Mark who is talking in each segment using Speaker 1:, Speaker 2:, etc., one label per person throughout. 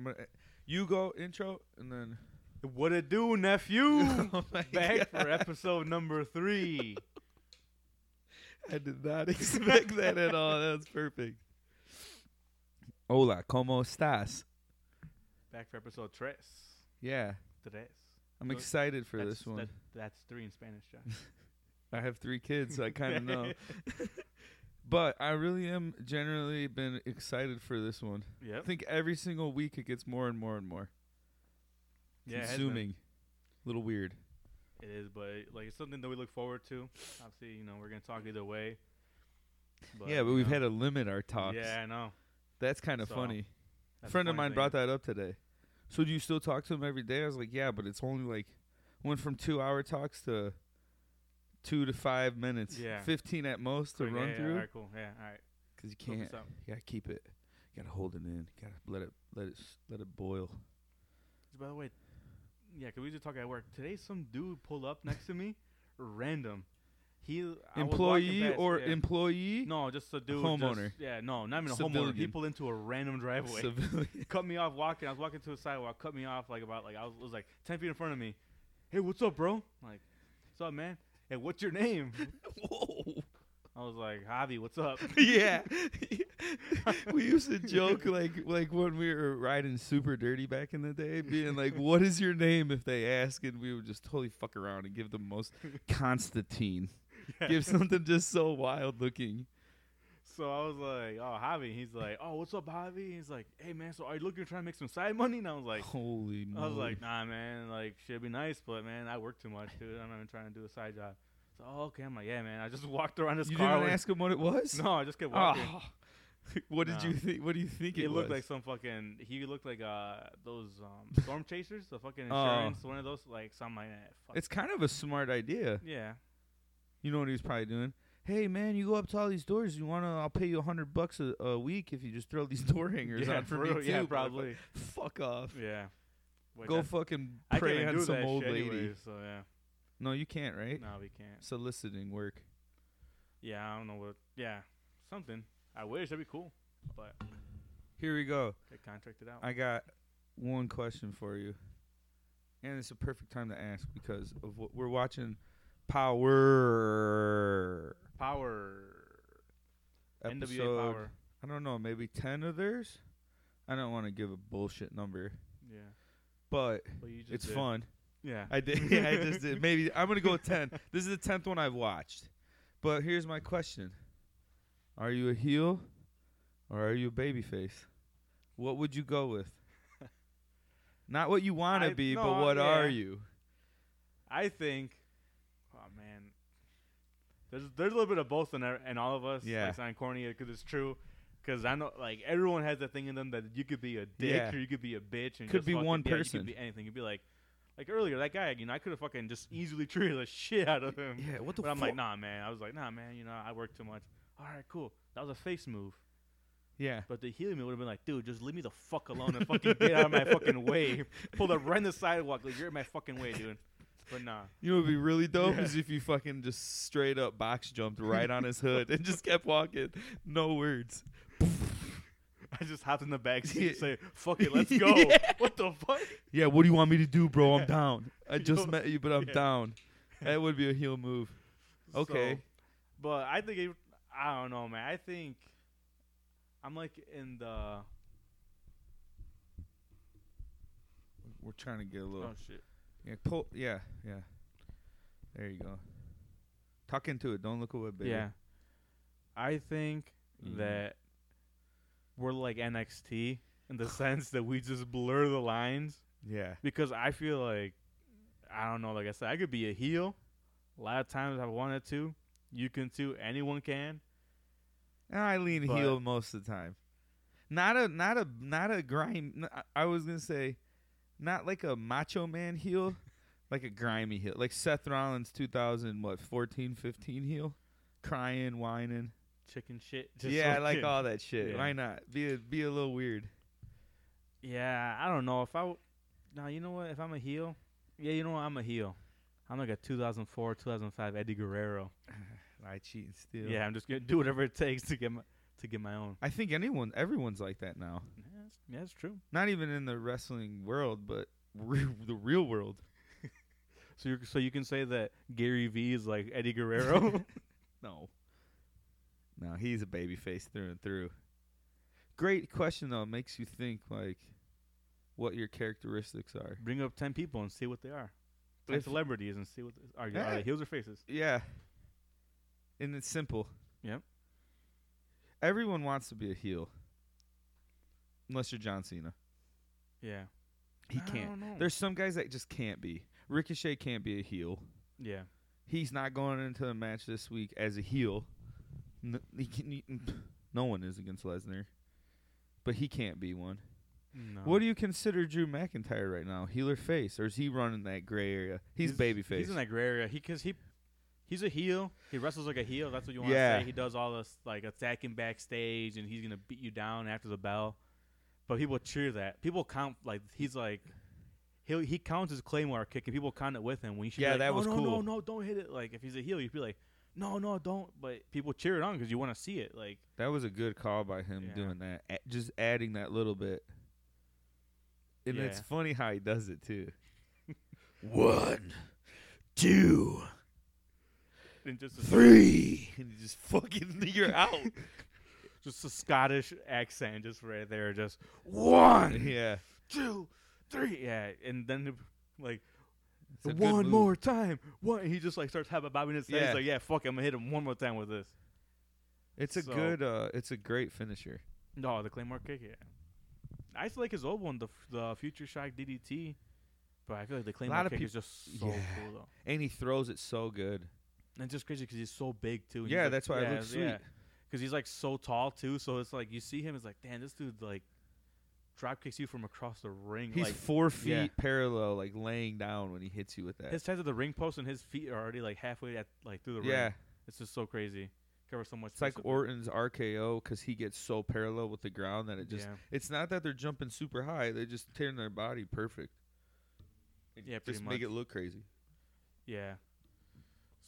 Speaker 1: I'm gonna- eh, You go intro and then
Speaker 2: What it do, nephew?
Speaker 1: Oh my
Speaker 2: Back
Speaker 1: God.
Speaker 2: for episode number three.
Speaker 1: I did not expect that at all. That was perfect. Hola, ¿cómo estás?
Speaker 2: Back for episode tres.
Speaker 1: Yeah,
Speaker 2: Tres.
Speaker 1: I'm
Speaker 2: Good.
Speaker 1: excited for
Speaker 2: That's-
Speaker 1: this one.
Speaker 2: that- that's three in Spanish, Josh.
Speaker 1: I have three kids, so I kind of know. But I really am generally been excited for this one. I
Speaker 2: yep.
Speaker 1: think every single week it gets more and more and more
Speaker 2: Yeah, it has been.
Speaker 1: consuming. A little weird.
Speaker 2: It is, but like it's something that we look forward to. Obviously, you know we're gonna talk either way.
Speaker 1: yeah, but we've had
Speaker 2: a
Speaker 1: to limit our talks.
Speaker 2: Yeah, I know.
Speaker 1: That's kind of
Speaker 2: So,
Speaker 1: funny. A
Speaker 2: That's the
Speaker 1: friend of
Speaker 2: funny
Speaker 1: mine
Speaker 2: thing.
Speaker 1: brought that up today. So do you still talk to him every day? I was like, yeah, but it's only like went from two hour talks to two to five minutes.
Speaker 2: Yeah.
Speaker 1: fifteen at most to
Speaker 2: Quick,
Speaker 1: run
Speaker 2: yeah,
Speaker 1: through.
Speaker 2: All
Speaker 1: 'Cause
Speaker 2: right, cool. Yeah, all right.
Speaker 1: through because
Speaker 2: Hook
Speaker 1: you
Speaker 2: us
Speaker 1: can't.
Speaker 2: up.
Speaker 1: You gotta keep it. You gotta hold it in. You gotta let it let it s- let it boil.
Speaker 2: By the way, yeah, cause we just talk at work today. Some dude pulled up next to me, random. He I was walking
Speaker 1: Employee
Speaker 2: past-
Speaker 1: or
Speaker 2: yeah.
Speaker 1: employee?
Speaker 2: No, just a dude.
Speaker 1: homeowner.
Speaker 2: just- yeah, no, not even a homeowner. He
Speaker 1: Civilian.
Speaker 2: pulled into a random driveway.
Speaker 1: Civilian.
Speaker 2: cut me off walking. I was walking to a sidewalk. Cut me off like about like I was, it was like ten feet in front of me. Hey, what's up, bro? I'm like, what's up, man? Hey, what's your name?
Speaker 1: Whoa.
Speaker 2: I was like, Javi, what's up?
Speaker 1: yeah. we used to joke like like when we were riding super dirty back in the day, being like, "What is your name?" If they ask, and we would just totally fuck around and give the most Constantine, give something just so wild looking.
Speaker 2: So I was like, oh, Javi. He's like, oh, what's up, Javi? He's like, hey, man. So are you looking to try and make some side money? And I was like,
Speaker 1: Holy, moly.
Speaker 2: I was like, nah, man. Like, should be nice, but man, I work too much, dude. I'm not even trying to do a side job. So oh, okay, I'm like, yeah, man. I just walked around this
Speaker 1: you
Speaker 2: car.
Speaker 1: didn't
Speaker 2: with-
Speaker 1: ask him what it was.
Speaker 2: No, I just kept walking.
Speaker 1: oh. what did
Speaker 2: No.
Speaker 1: you think? What do you think it,
Speaker 2: He looked
Speaker 1: was?
Speaker 2: like some fucking. He looked like uh those um storm chasers, the fucking
Speaker 1: Oh.
Speaker 2: insurance, one of those like something like that. Fuck.
Speaker 1: it's kind of a smart idea.
Speaker 2: yeah,
Speaker 1: You know what he was probably doing? Hey man, you go up to all these doors. You wanna? I'll pay you a hundred bucks a, a week if you just throw these door hangers
Speaker 2: yeah,
Speaker 1: on for,
Speaker 2: real,
Speaker 1: me
Speaker 2: yeah,
Speaker 1: too, motherfucker."
Speaker 2: probably,
Speaker 1: Fuck off.
Speaker 2: yeah. Wait,
Speaker 1: Go
Speaker 2: that's-
Speaker 1: fucking
Speaker 2: I
Speaker 1: prey
Speaker 2: couldn't
Speaker 1: on
Speaker 2: do
Speaker 1: some
Speaker 2: that
Speaker 1: old
Speaker 2: shit
Speaker 1: lady.
Speaker 2: anyways, so yeah,
Speaker 1: No, you can't, right?
Speaker 2: no, we can't.
Speaker 1: Soliciting work.
Speaker 2: Yeah, I don't know what. Yeah, something. I wish that'd be cool, but
Speaker 1: Here we go.
Speaker 2: they contracted out.
Speaker 1: I got one question for you, and it's a perfect time to ask because of what we're watching. Power
Speaker 2: power. NWA
Speaker 1: episode.
Speaker 2: power.
Speaker 1: I don't know, maybe ten of theirs. I don't want to give a bullshit number,
Speaker 2: Yeah,
Speaker 1: but
Speaker 2: well, you just
Speaker 1: it's
Speaker 2: did.
Speaker 1: fun.
Speaker 2: Yeah,
Speaker 1: I did. Yeah, I just did. Maybe I'm gonna go with ten. This is the tenth one I've watched. But here's my question: Are you a heel, or are you a babyface? What would you go with? Not what you want
Speaker 2: I-
Speaker 1: to be, but
Speaker 2: no,
Speaker 1: what are
Speaker 2: yeah.
Speaker 1: you?
Speaker 2: I think, oh man, there's there's a little bit of both in, our- in all of us.
Speaker 1: Yeah.
Speaker 2: like, sound corny because it's true. Because I know, like everyone has that thing in them that you could be a dick
Speaker 1: Yeah.
Speaker 2: or you could be a bitch and
Speaker 1: Could
Speaker 2: just
Speaker 1: be
Speaker 2: fucking-
Speaker 1: one
Speaker 2: yeah,
Speaker 1: person.
Speaker 2: You could be anything. You'd be like, like earlier that guy. You know, I could have fucking just easily treated the shit out of him.
Speaker 1: Yeah, what the?
Speaker 2: But I'm
Speaker 1: fuck?
Speaker 2: like, nah, man. I was like, nah, man. You know, I work too much. All right, cool. That was a face move.
Speaker 1: Yeah,
Speaker 2: But the healing me would have been like, dude, just leave me the fuck alone and fucking get out of my fucking way. Pulled up right in the sidewalk. Like, you're in my fucking way, dude. But nah.
Speaker 1: you know what would be really dope
Speaker 2: Yeah.
Speaker 1: is if you fucking just straight up box jumped right on his hood and just kept walking, no words.
Speaker 2: I just hopped in the back seat and
Speaker 1: Yeah.
Speaker 2: say, "Fuck it, let's go."
Speaker 1: Yeah.
Speaker 2: What the fuck?
Speaker 1: Yeah, what do you want me to do, bro? I'm down. I just
Speaker 2: Yo,
Speaker 1: met you, but I'm
Speaker 2: yeah.
Speaker 1: down. That would be a heel move. Okay.
Speaker 2: So, but I think it, I don't know, man. I think I'm like in the oh
Speaker 1: We're trying to get a little.
Speaker 2: oh, shit.
Speaker 1: Yeah, pull. Yeah, yeah. There you go. Talk into it. Don't look away, baby.
Speaker 2: Yeah, I think
Speaker 1: Mhm.
Speaker 2: that we're like NXT in the sense that we just blur the lines
Speaker 1: Yeah.
Speaker 2: because I feel like I don't know. Like I said, I could be a heel. A lot of times I wanted to. You can too. Anyone can.
Speaker 1: And I lean
Speaker 2: But-
Speaker 1: heel most of the time. Not a not a not a grime. n- I- I was gonna say, not like a macho man heel, like a grimy heel, like Seth Rollins 2000 what 14 15 heel, crying whining.
Speaker 2: Chicken shit.
Speaker 1: yeah, I like uh,
Speaker 2: fucking-
Speaker 1: all that shit.
Speaker 2: Yeah.
Speaker 1: Why not? Be a, be a little weird.
Speaker 2: Yeah, I don't know if I. W- nah, you know what? If I'm a heel, yeah, you know what? I'm a heel. I'm like a 2004, 2005 Eddie Guerrero.
Speaker 1: I cheat and
Speaker 2: Yeah,
Speaker 1: steal.
Speaker 2: I'm just gonna do whatever it takes to get my to get my own.
Speaker 1: I think anyone everyone's like that now.
Speaker 2: Yeah, That's, yeah, that's true.
Speaker 1: Not even in the wrestling world, but re- the real world.
Speaker 2: So you so you can say that Gary V is like Eddie Guerrero.
Speaker 1: No. No, he's a babyface through and through. Great question though. It makes you think like what your characteristics are.
Speaker 2: Bring up ten people and see what they are. Ten
Speaker 1: If-
Speaker 2: celebrities and see what they- are, are
Speaker 1: Yeah.
Speaker 2: they heels or faces.
Speaker 1: Yeah. And it's simple.
Speaker 2: Yep.
Speaker 1: Everyone wants to be a heel. Unless you're John Cena.
Speaker 2: Yeah,
Speaker 1: He
Speaker 2: I
Speaker 1: can't.
Speaker 2: don't know.
Speaker 1: There's some guys that just can't be. Ricochet can't be a heel.
Speaker 2: yeah.
Speaker 1: He's not going into the match this week as a heel. No, he can, he- no one is against Lesnar. But he can't be one.
Speaker 2: No.
Speaker 1: What do you consider Drew McIntyre right now? Heel or face, or is he running that gray area? He's, babyface.
Speaker 2: He's in that gray area. He because he he's a heel. He wrestles like a heel. That's what you want to
Speaker 1: Yeah.
Speaker 2: say. He does all this like attacking backstage, and he's gonna beat you down after the bell. But people cheer that. People count like he's like he he counts his claymore kick, and people count it with him. When you should be
Speaker 1: Yeah,
Speaker 2: like, "Oh,
Speaker 1: that
Speaker 2: "No,
Speaker 1: was
Speaker 2: no,
Speaker 1: cool."
Speaker 2: No, no, don't hit it. Like if he's a heel, you'd be like, no, no, don't. But people cheer it on because you want to see it. Like
Speaker 1: that was a good call by him
Speaker 2: Yeah.
Speaker 1: doing that, a- just adding that little bit. And it's
Speaker 2: Yeah.
Speaker 1: funny how he does it too. One, two,
Speaker 2: and just a,
Speaker 1: three, and he just fucking you're out.
Speaker 2: just a Scottish accent, just right there, just one,
Speaker 1: yeah,
Speaker 2: two, three. Yeah, and then like.
Speaker 1: It's a good
Speaker 2: one
Speaker 1: move.
Speaker 2: more time. What? And he just like starts having bobbing his head.
Speaker 1: Yeah.
Speaker 2: He's like, yeah, fuck, it, I'm gonna hit him one more time with this.
Speaker 1: It's a
Speaker 2: So-
Speaker 1: good. uh It's a great finisher.
Speaker 2: No, the claymore kick. Yeah, I used to like his old one, the f- the future shock DDT, but I feel like the claymore
Speaker 1: lot of
Speaker 2: kick
Speaker 1: peop-
Speaker 2: is just so
Speaker 1: Yeah.
Speaker 2: cool though.
Speaker 1: And he throws it so good.
Speaker 2: And it's just crazy because he's so big too. and
Speaker 1: Yeah,
Speaker 2: he's, like-
Speaker 1: that's why it
Speaker 2: yeah,
Speaker 1: looks sweet.
Speaker 2: because he's like so tall too. So it's like you see him, it's like, damn, this dude like drop kicks you from across the ring.
Speaker 1: He's
Speaker 2: like
Speaker 1: four feet
Speaker 2: yeah.
Speaker 1: parallel, like laying down when he hits you with that.
Speaker 2: his head's at the ring post and his feet are already like halfway at like through the
Speaker 1: yeah,
Speaker 2: ring. It's just so crazy. Cover so much.
Speaker 1: It's like
Speaker 2: space up there.
Speaker 1: Orton's RKO because he gets so parallel with the ground that it just.
Speaker 2: Yeah.
Speaker 1: It's not that they're jumping super high; they just tearing their body perfect. And
Speaker 2: Yeah, pretty
Speaker 1: just make
Speaker 2: much.
Speaker 1: it look crazy.
Speaker 2: Yeah.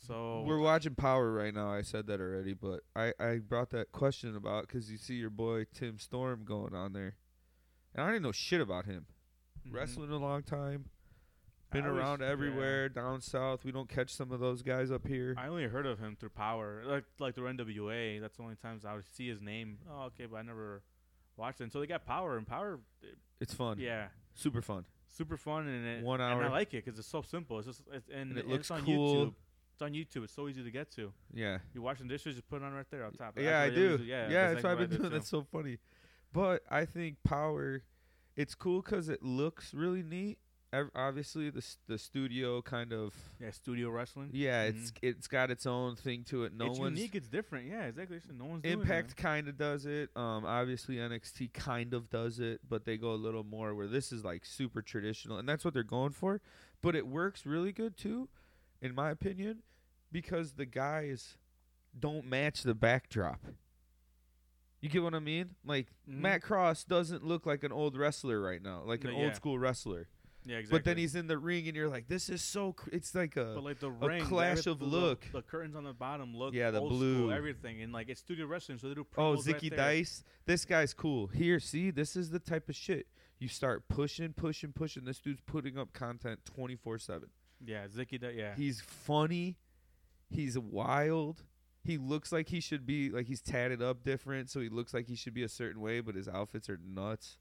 Speaker 2: So
Speaker 1: We're watching Power right now. I said that already, but I I brought that question about because you see your boy Tim Storm going on there, and I didn't know shit about him.
Speaker 2: Mhm.
Speaker 1: Wrestling a long time,
Speaker 2: I
Speaker 1: been
Speaker 2: always-
Speaker 1: around
Speaker 2: yeah.
Speaker 1: everywhere down south. We don't catch some of those guys up here.
Speaker 2: I only heard of him through Power, like like through NWA. That's the only times I would see his name. Oh, okay, but I never watched it. And so they got Power, and Power,
Speaker 1: it's fun,
Speaker 2: yeah,
Speaker 1: super fun.
Speaker 2: super fun, and it,
Speaker 1: One
Speaker 2: And I
Speaker 1: hour.
Speaker 2: like it because it's so simple. It's just it's, and,
Speaker 1: And it
Speaker 2: and
Speaker 1: looks
Speaker 2: it's on
Speaker 1: cool.
Speaker 2: YouTube. It's on YouTube. It's so easy to get to.
Speaker 1: Yeah.
Speaker 2: You washing dishes, just put it on right there on top.
Speaker 1: Yeah, I
Speaker 2: That's what
Speaker 1: do.
Speaker 2: always
Speaker 1: yeah,
Speaker 2: Yeah, that's
Speaker 1: that's what I've
Speaker 2: exactly
Speaker 1: been doing.
Speaker 2: what I do,
Speaker 1: That's so funny. But I think Power, it's cool because it looks really neat. Ev- Obviously, the s- the studio kind of
Speaker 2: too. Yeah, studio wrestling.
Speaker 1: yeah, it's it's got its own thing to it. No
Speaker 2: Mm-hmm. it's
Speaker 1: one's
Speaker 2: unique. It's different. Yeah, exactly. It's- No one's doing that.
Speaker 1: Impact kind of does it. Um, obviously NXT kind of does it, but they go a little more where this is like super traditional, and that's what they're going for. But it works really good too, in my opinion, because the guys don't match the backdrop. You get what I mean? Like
Speaker 2: Mhm.
Speaker 1: Matt Cross doesn't look like an old wrestler right now, like an
Speaker 2: No, yeah.
Speaker 1: old school wrestler.
Speaker 2: Yeah, exactly.
Speaker 1: But then he's in the ring, and you're like, this is so. Cr- it's like a
Speaker 2: But like the ring, the
Speaker 1: clash
Speaker 2: everyth-
Speaker 1: of
Speaker 2: the-
Speaker 1: look.
Speaker 2: The, curtains on the bottom look.
Speaker 1: Yeah, the
Speaker 2: old
Speaker 1: blue.
Speaker 2: School, everything, and like it's studio wrestling, so they do.
Speaker 1: Oh,
Speaker 2: promos right
Speaker 1: Zicky
Speaker 2: there.
Speaker 1: Dice. This guy's cool. Here, see, this is the type of shit. You start pushing, pushing, pushing. This dude's putting up content 24 7.
Speaker 2: Yeah, Zicky Dice. Yeah,
Speaker 1: He's funny. He's wild. He looks like he should be, like, he's tatted up different. So he looks like he should be a certain way, but his outfits are nuts.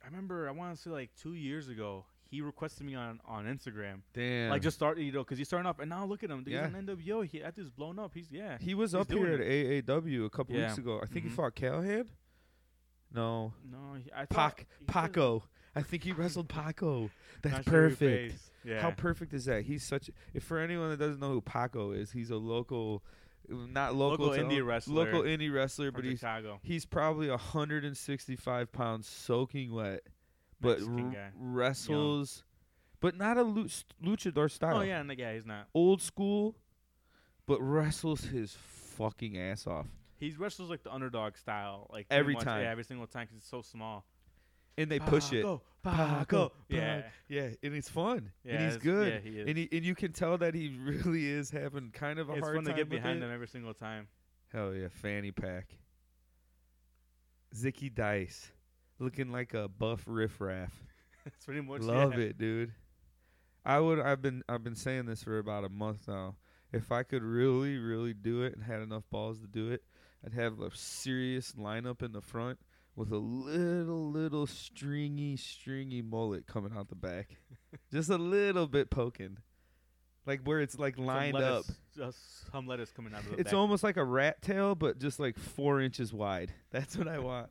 Speaker 2: I remember. I want to say like two years ago, he requested me on on Instagram,
Speaker 1: Damn.
Speaker 2: like just start, you know, because he's starting up, and now look at him. Dude,
Speaker 1: Yeah.
Speaker 2: He's an NWO. He, that dude's blown up. He's yeah.
Speaker 1: he was
Speaker 2: he's
Speaker 1: up
Speaker 2: doing
Speaker 1: here at AAW a couple
Speaker 2: Yeah.
Speaker 1: weeks ago. I think
Speaker 2: Mhm.
Speaker 1: he fought Callahan. No.
Speaker 2: No, he, I thought
Speaker 1: Pac.
Speaker 2: he just-
Speaker 1: Paco. I think he wrestled Paco. That's
Speaker 2: not sure who he
Speaker 1: perfect.
Speaker 2: faced. Yeah.
Speaker 1: How perfect is that? He's such. If for anyone that doesn't know who Paco is, he's a local, not local,
Speaker 2: Local
Speaker 1: to-
Speaker 2: indie wrestler
Speaker 1: local indie wrestler,
Speaker 2: from
Speaker 1: but he's
Speaker 2: Chicago.
Speaker 1: he's probably 165 pounds, soaking wet, but
Speaker 2: Mexican
Speaker 1: r-
Speaker 2: guy.
Speaker 1: wrestles, but not a lu- luchador style.
Speaker 2: Oh yeah, and the guy he's not.
Speaker 1: old school, but wrestles his fucking ass off.
Speaker 2: He wrestles like the underdog style, like pretty
Speaker 1: Every
Speaker 2: much,
Speaker 1: time.
Speaker 2: Yeah, every single time because it's so small.
Speaker 1: And they push it.
Speaker 2: Paco,
Speaker 1: Paco,
Speaker 2: Paco. Yeah.
Speaker 1: Pac- yeah, and it's fun,
Speaker 2: Yeah,
Speaker 1: and he's
Speaker 2: it's-
Speaker 1: good,
Speaker 2: yeah, he is.
Speaker 1: and he, and you can tell that he really is having kind of a
Speaker 2: it's
Speaker 1: hard
Speaker 2: fun to
Speaker 1: time
Speaker 2: get
Speaker 1: with
Speaker 2: behind
Speaker 1: it.
Speaker 2: them every single time.
Speaker 1: Hell yeah, fanny pack. Zicky Dice. looking like a buff riffraff.
Speaker 2: That's pretty much
Speaker 1: Love
Speaker 2: yeah.
Speaker 1: it, dude. I would. I've been. I've been saying this for about a month now. If I could really, really do it and had enough balls to do it, I'd have a serious lineup in the front with a little, little stringy, stringy mullet coming out the back, just a little bit poking, like where it's like
Speaker 2: Some
Speaker 1: lined up.
Speaker 2: lettuce, Just some lettuce coming out of the
Speaker 1: It's
Speaker 2: back.
Speaker 1: almost like a rat tail, but just like four inches wide. That's what I want.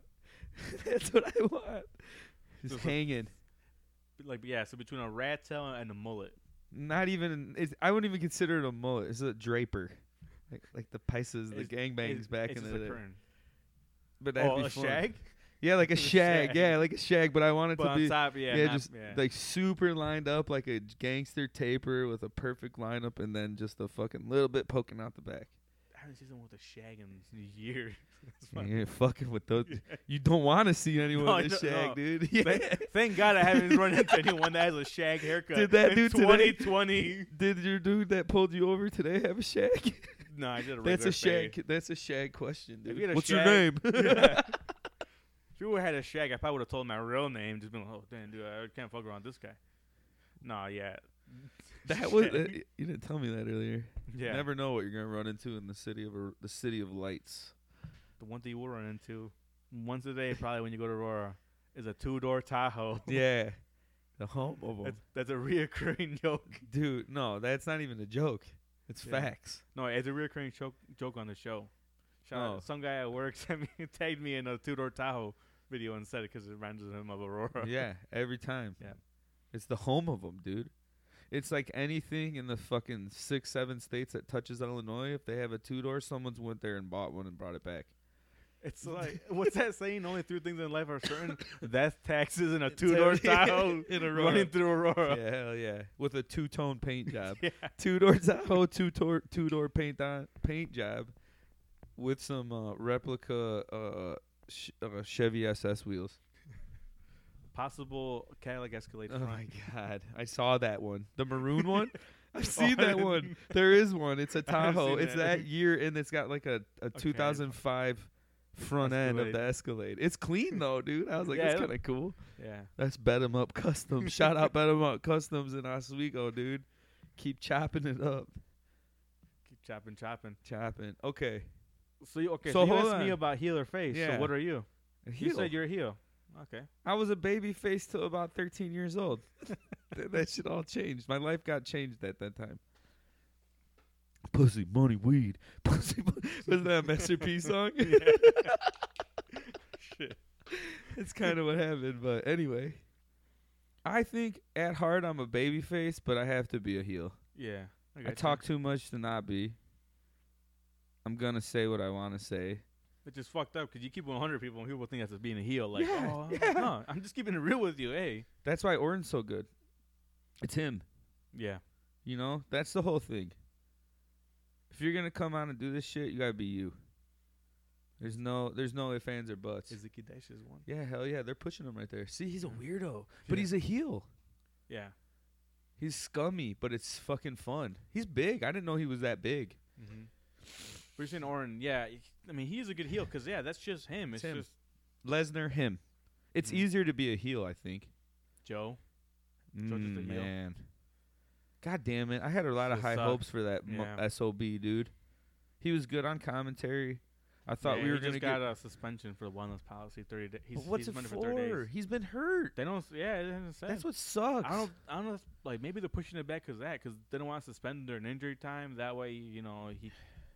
Speaker 1: That's what I want. Just
Speaker 2: Just a-
Speaker 1: hanging.
Speaker 2: like yeah, so between a rat tail and a mullet.
Speaker 1: Not even. It's, I wouldn't even consider it a mullet. It's a draper, like like the Pisces, the
Speaker 2: It's-
Speaker 1: gangbangs
Speaker 2: It's-
Speaker 1: back
Speaker 2: it's
Speaker 1: in
Speaker 2: just
Speaker 1: the
Speaker 2: a
Speaker 1: day.
Speaker 2: curtain.
Speaker 1: But that'd
Speaker 2: Oh,
Speaker 1: be
Speaker 2: a
Speaker 1: fun.
Speaker 2: shag,
Speaker 1: Yeah, like a
Speaker 2: A
Speaker 1: shag.
Speaker 2: shag.
Speaker 1: Yeah, like a shag. But I want it
Speaker 2: but
Speaker 1: to
Speaker 2: on
Speaker 1: be
Speaker 2: top, yeah,
Speaker 1: yeah,
Speaker 2: not-
Speaker 1: just
Speaker 2: yeah.
Speaker 1: like super lined up, like a gangster taper with a perfect lineup, and then just a fucking little bit poking out the back.
Speaker 2: I haven't seen someone with a shag in years. That's
Speaker 1: Yeah,
Speaker 2: funny.
Speaker 1: You're fucking with those. You don't want to see anyone
Speaker 2: No, I
Speaker 1: with a
Speaker 2: don't-
Speaker 1: shag,
Speaker 2: no.
Speaker 1: dude. Yeah.
Speaker 2: Thank, thank God I haven't run into anyone that has a shag haircut.
Speaker 1: Did that
Speaker 2: in
Speaker 1: dude today?
Speaker 2: 2020?
Speaker 1: Did your dude that pulled you over today have a shag?
Speaker 2: No, I did a
Speaker 1: That's
Speaker 2: regular
Speaker 1: a shag.
Speaker 2: fade.
Speaker 1: That's a shag question,
Speaker 2: If
Speaker 1: dude.
Speaker 2: you had a
Speaker 1: What's
Speaker 2: shag-
Speaker 1: your name?
Speaker 2: Yeah. If you had a shag, I probably would have told my real name. Just been like, oh, damn, dude, I can't fuck around with this guy. Nah, yeah.
Speaker 1: That was
Speaker 2: Shag.
Speaker 1: uh, you didn't tell me that earlier.
Speaker 2: yeah.
Speaker 1: You never know what you're gonna run into in the city of the city of lights.
Speaker 2: The one thing you will run into once a day, probably when you go to Aurora, is a two door Tahoe.
Speaker 1: Yeah, the home of 'em.
Speaker 2: that's, that's a reoccurring joke.
Speaker 1: dude. No, that's not even a joke. It's
Speaker 2: Yeah.
Speaker 1: facts.
Speaker 2: No, it's a reoccurring joke joke on the show. Shout
Speaker 1: Oh.
Speaker 2: out some guy at work sent me tagged me in a two door Tahoe video and said it because it reminded him of Aurora.
Speaker 1: yeah, every time.
Speaker 2: Yeah.
Speaker 1: it's the home of 'em, dude. It's like anything in the fucking six, seven states that touches Illinois. If they have a two door, someone's went there and bought one and brought it back.
Speaker 2: It's like what's that saying? Only three things in life are certain: death, taxes, and a two door Tahoe
Speaker 1: in Aurora.
Speaker 2: running through Aurora.
Speaker 1: Yeah, hell yeah, with a two tone paint job.
Speaker 2: Yeah.
Speaker 1: two door Tahoe, two door two door paint on paint job with some uh, replica uh, sh- uh, Chevy SS wheels.
Speaker 2: Possible Cadillac Escalade.
Speaker 1: Oh
Speaker 2: front.
Speaker 1: my god, I saw that one, the maroon one. I've
Speaker 2: Oh,
Speaker 1: seen
Speaker 2: I
Speaker 1: that
Speaker 2: didn't-
Speaker 1: one. There is one. It's a
Speaker 2: I haven't
Speaker 1: Tahoe.
Speaker 2: seen
Speaker 1: It's
Speaker 2: that.
Speaker 1: that year, and it's got like a, a 2005 front end of the Escalade. It's clean though, dude. I was like,
Speaker 2: Yeah,
Speaker 1: that's
Speaker 2: it look-
Speaker 1: kind of cool.
Speaker 2: Yeah.
Speaker 1: That's Bet 'em Up Customs. Shout out Bet 'em Up Customs in Oswego, dude. Keep chopping it up,
Speaker 2: Keep chopping, chopping.
Speaker 1: chopping. Okay,
Speaker 2: So you okay?
Speaker 1: So
Speaker 2: So, you
Speaker 1: hold
Speaker 2: asked me
Speaker 1: on.
Speaker 2: about heel or face.
Speaker 1: Yeah.
Speaker 2: So what are you? You
Speaker 1: Heel.
Speaker 2: said you're a heel. Okay.
Speaker 1: I was a baby face till about 13 years old. Th- that shit all changed. My life got changed at that time. Pussy, money, weed. Pussy, money. Wasn't that a Master P song?
Speaker 2: Shit.
Speaker 1: That's kind of what happened. But anyway, I think at heart I'm a baby face, but I have to be a heel.
Speaker 2: Yeah.
Speaker 1: I
Speaker 2: gotcha.
Speaker 1: talk too much to not be. I'm going to say what I want to say.
Speaker 2: It's just fucked up because you keep 100 people and people think that's just being a heel. Like,
Speaker 1: Yeah,
Speaker 2: oh,
Speaker 1: yeah.
Speaker 2: no, I'm just keeping it real with you. Hey.
Speaker 1: That's why Orton's so good. It's him.
Speaker 2: Yeah.
Speaker 1: You know, that's the whole thing. If you're gonna come out and do this shit, you gotta be you. There's no, there's no ifs ands or buts.
Speaker 2: Izzy Dash is one.
Speaker 1: yeah, hell yeah, they're pushing him right there. See, he's a
Speaker 2: Yeah.
Speaker 1: weirdo, but
Speaker 2: Yeah.
Speaker 1: he's a heel.
Speaker 2: Yeah.
Speaker 1: He's scummy, but it's fucking fun. He's big. I didn't know he was that big.
Speaker 2: Mm-hmm. We're saying Orin. Yeah. I mean, he is a good heel because, yeah, that's just him.
Speaker 1: It's
Speaker 2: It's
Speaker 1: him.
Speaker 2: just
Speaker 1: Lesnar, him. It's
Speaker 2: Mhm.
Speaker 1: easier to be a heel, I think.
Speaker 2: Joe. So just a heel?
Speaker 1: Mm, man, god damn it! I had a lot of
Speaker 2: Shit
Speaker 1: high
Speaker 2: sucked.
Speaker 1: hopes for that mo-
Speaker 2: Yeah.
Speaker 1: sob dude. He was good on commentary. I thought
Speaker 2: Yeah,
Speaker 1: we were
Speaker 2: he
Speaker 1: gonna
Speaker 2: just
Speaker 1: get
Speaker 2: got a suspension for the wellness policy. 30 days. He's,
Speaker 1: But what's
Speaker 2: he's
Speaker 1: it
Speaker 2: money
Speaker 1: for?
Speaker 2: for 30 days.
Speaker 1: He's been hurt.
Speaker 2: They don't. s- Yeah, it doesn't say.
Speaker 1: That's what sucks.
Speaker 2: I don't. I don't know. if- Like maybe they're pushing it back because that because they don't want to suspend during injury time. That way, you know, he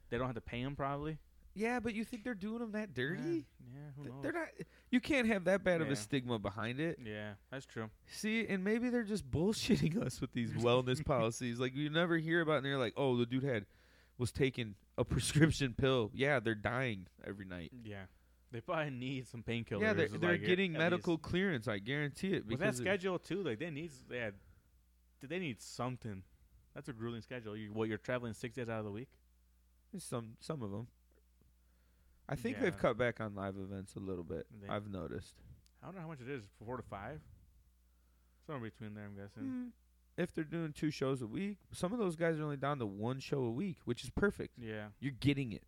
Speaker 2: they don't have to pay him probably.
Speaker 1: yeah, but you think they're doing him that
Speaker 2: Yeah,
Speaker 1: dirty?
Speaker 2: Yeah, who
Speaker 1: Th-
Speaker 2: knows?
Speaker 1: They're not. You can't have that bad of
Speaker 2: Yeah.
Speaker 1: a stigma behind it.
Speaker 2: Yeah, that's true.
Speaker 1: See, and maybe they're just bullshitting us with these wellness policies. Like you never hear about, and they're like, "Oh, the dude had was taking a prescription pill." Yeah, they're dying every night.
Speaker 2: Yeah, they probably need some painkillers.
Speaker 1: yeah, they're,
Speaker 2: like,
Speaker 1: they're
Speaker 2: at-
Speaker 1: getting
Speaker 2: at
Speaker 1: medical
Speaker 2: least.
Speaker 1: clearance. I guarantee it.
Speaker 2: with that
Speaker 1: it-
Speaker 2: schedule too. Like they need. s- Yeah, did they need something? That's a grueling schedule. You, what you're traveling six days out of the week.
Speaker 1: some some of them. I think they've
Speaker 2: Yeah.
Speaker 1: cut back on live events a little bit.
Speaker 2: They-
Speaker 1: I've noticed.
Speaker 2: I don't know how much it is. Four to five. Somewhere between there, I'm guessing.
Speaker 1: Mm, if they're doing two shows a week, some of those guys are only down to one show a week, which is perfect.
Speaker 2: Yeah.
Speaker 1: You're getting it.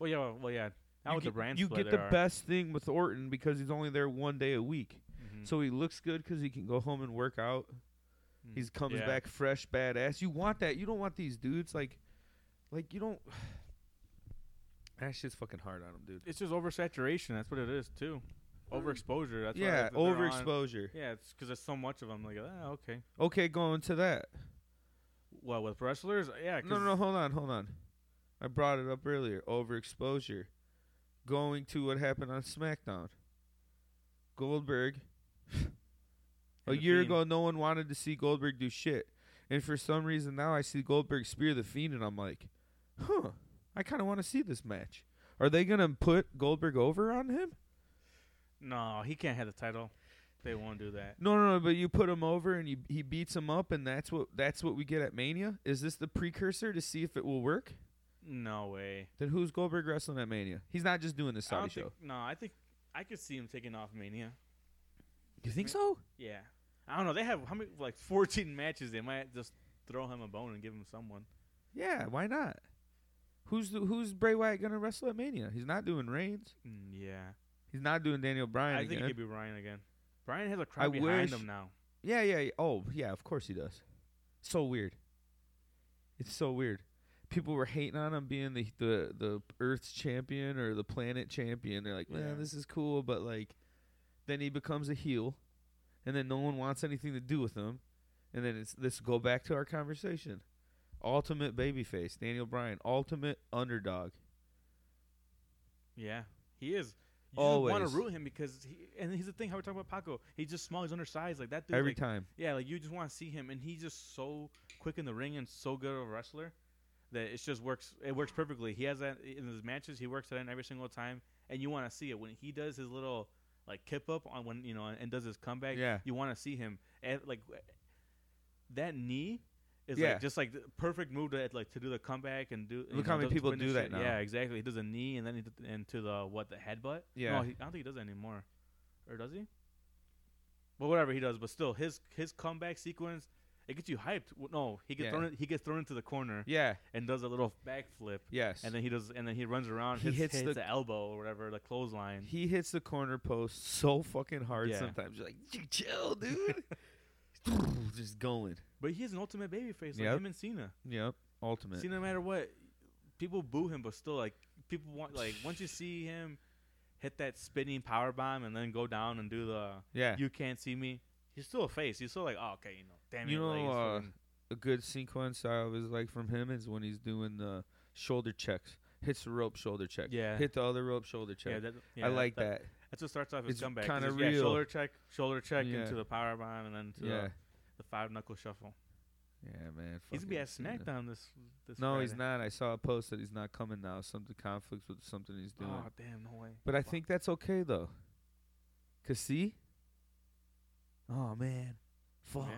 Speaker 2: Well, yeah. Well, yeah. Not
Speaker 1: you
Speaker 2: with
Speaker 1: get,
Speaker 2: the brand
Speaker 1: you
Speaker 2: split
Speaker 1: get
Speaker 2: there
Speaker 1: the
Speaker 2: are.
Speaker 1: best thing with Orton because he's only there one day a week.
Speaker 2: Mhm.
Speaker 1: So he looks good because he can go home and work out.
Speaker 2: Mm.
Speaker 1: He comes
Speaker 2: Yeah.
Speaker 1: back fresh, badass. You want that. You don't want these dudes like, like you don't. That shit's fucking hard on him, dude.
Speaker 2: it's just oversaturation. That's what it is too. Overexposure. That's
Speaker 1: Mm. yeah,
Speaker 2: What they're on-
Speaker 1: overexposure.
Speaker 2: Yeah, it's because there's so much of them. Like, ah, okay.
Speaker 1: Okay, going to that.
Speaker 2: Well, with wrestlers, yeah. 'cause-
Speaker 1: No, no, no, hold on, hold on. I brought it up earlier. Overexposure. Going to what happened on SmackDown. Goldberg. a
Speaker 2: And The
Speaker 1: year
Speaker 2: Fiend.
Speaker 1: ago, no one wanted to see Goldberg do shit. And for some reason now I see Goldberg spear the Fiend and I'm like, huh, I kind of want to see this match. Are they going to put Goldberg over on him?
Speaker 2: No, he can't have the title. They won't do that.
Speaker 1: No, no, no, but you put him over and you, he beats him up and that's what that's what we get at Mania? Is this the precursor to see if it will work?
Speaker 2: No way.
Speaker 1: Then who's Goldberg wrestling at Mania? He's not just doing the
Speaker 2: I
Speaker 1: Saudi
Speaker 2: don't
Speaker 1: show.
Speaker 2: Think, no, I think I could see him taking off Mania.
Speaker 1: you think so?
Speaker 2: Yeah. I don't know. They have how many? Like 14 matches. They might just throw him a bone and give him someone.
Speaker 1: Yeah, why not? Who's the, who's Bray Wyatt gonna wrestle at Mania? He's not doing Reigns.
Speaker 2: Mm, yeah.
Speaker 1: He's not doing Daniel Bryan
Speaker 2: I think
Speaker 1: again.
Speaker 2: it could be Ryan again. Brian has a crowd
Speaker 1: I
Speaker 2: behind
Speaker 1: wish-
Speaker 2: him now.
Speaker 1: yeah, yeah, yeah. Oh, yeah. Of course he does. So weird. It's so weird. People were hating on him being the the the Earth's champion or the planet champion. They're like, man,
Speaker 2: Yeah.
Speaker 1: this is cool, but like, then he becomes a heel, and then no one wants anything to do with him, and then it's let's go back to our conversation. Ultimate babyface, Daniel Bryan, ultimate underdog.
Speaker 2: Yeah, he is. You want
Speaker 1: Always.
Speaker 2: to root him because he. And here's the thing: how we're talking about Paco, he's just small, he's undersized, like that dude.
Speaker 1: Every
Speaker 2: like,
Speaker 1: time.
Speaker 2: Yeah, like you just want to see him, and he's just so quick in the ring and so good of a wrestler that it just works. It works perfectly. He has that in his matches. He works that in every single time, and you want to see it when he does his little like kip up on when you know and does his comeback.
Speaker 1: Yeah.
Speaker 2: you want to see him and like that knee. Is
Speaker 1: Yeah.
Speaker 2: like just like the perfect move to like to do the comeback and do. you
Speaker 1: Look how many
Speaker 2: to- to
Speaker 1: people
Speaker 2: finish
Speaker 1: do that
Speaker 2: it.
Speaker 1: now.
Speaker 2: Yeah, exactly. He does a knee and then he d- into the what the headbutt.
Speaker 1: Yeah.
Speaker 2: no, he, I don't think he does that anymore, or does he? Well, whatever he does, but still, his his comeback sequence it gets you hyped. W- No, he gets
Speaker 1: Yeah.
Speaker 2: thrown. in- He gets thrown into the corner
Speaker 1: Yeah.
Speaker 2: and does a little backflip,
Speaker 1: Yes.
Speaker 2: and then he does, and then he runs around.
Speaker 1: He hits
Speaker 2: hits, hits,
Speaker 1: the-
Speaker 2: the, elbow or whatever, the clothesline.
Speaker 1: He hits the corner post so fucking hard
Speaker 2: Yeah.
Speaker 1: sometimes. You're like, "You chill, dude. Just going.
Speaker 2: But he is an ultimate babyface, like
Speaker 1: Yep.
Speaker 2: him and Cena.
Speaker 1: Yep. Ultimate.
Speaker 2: Cena, no matter what, people boo him, but still, like people want, like once you see him hit that spinning power bomb and then go down and do the
Speaker 1: yeah.
Speaker 2: "you can't see me," he's still a face. He's still like, oh, okay, you know, damn
Speaker 1: You
Speaker 2: it, like,
Speaker 1: know,
Speaker 2: it's
Speaker 1: uh,
Speaker 2: fucking-
Speaker 1: A good sequence I always like from him is when he's doing the shoulder checks. Hits the rope shoulder check.
Speaker 2: Yeah.
Speaker 1: Hit the other rope shoulder check.
Speaker 2: yeah, that,
Speaker 1: I
Speaker 2: yeah,
Speaker 1: like that.
Speaker 2: That's what starts off his
Speaker 1: It's
Speaker 2: comeback.
Speaker 1: kinda
Speaker 2: 'cause it's, Yeah,
Speaker 1: real.
Speaker 2: shoulder check, shoulder check
Speaker 1: Yeah.
Speaker 2: into the power bomb, and then to
Speaker 1: Yeah.
Speaker 2: the, the five knuckle shuffle.
Speaker 1: Yeah, man.
Speaker 2: he's gonna be
Speaker 1: fucking
Speaker 2: at
Speaker 1: Cena.
Speaker 2: SmackDown this this.
Speaker 1: No, he's
Speaker 2: Friday.
Speaker 1: not. I saw a post that he's not coming now. Something conflicts with something he's doing.
Speaker 2: Oh damn, no way.
Speaker 1: But I
Speaker 2: Fuck.
Speaker 1: think that's okay though. Cause see, oh man, fuck,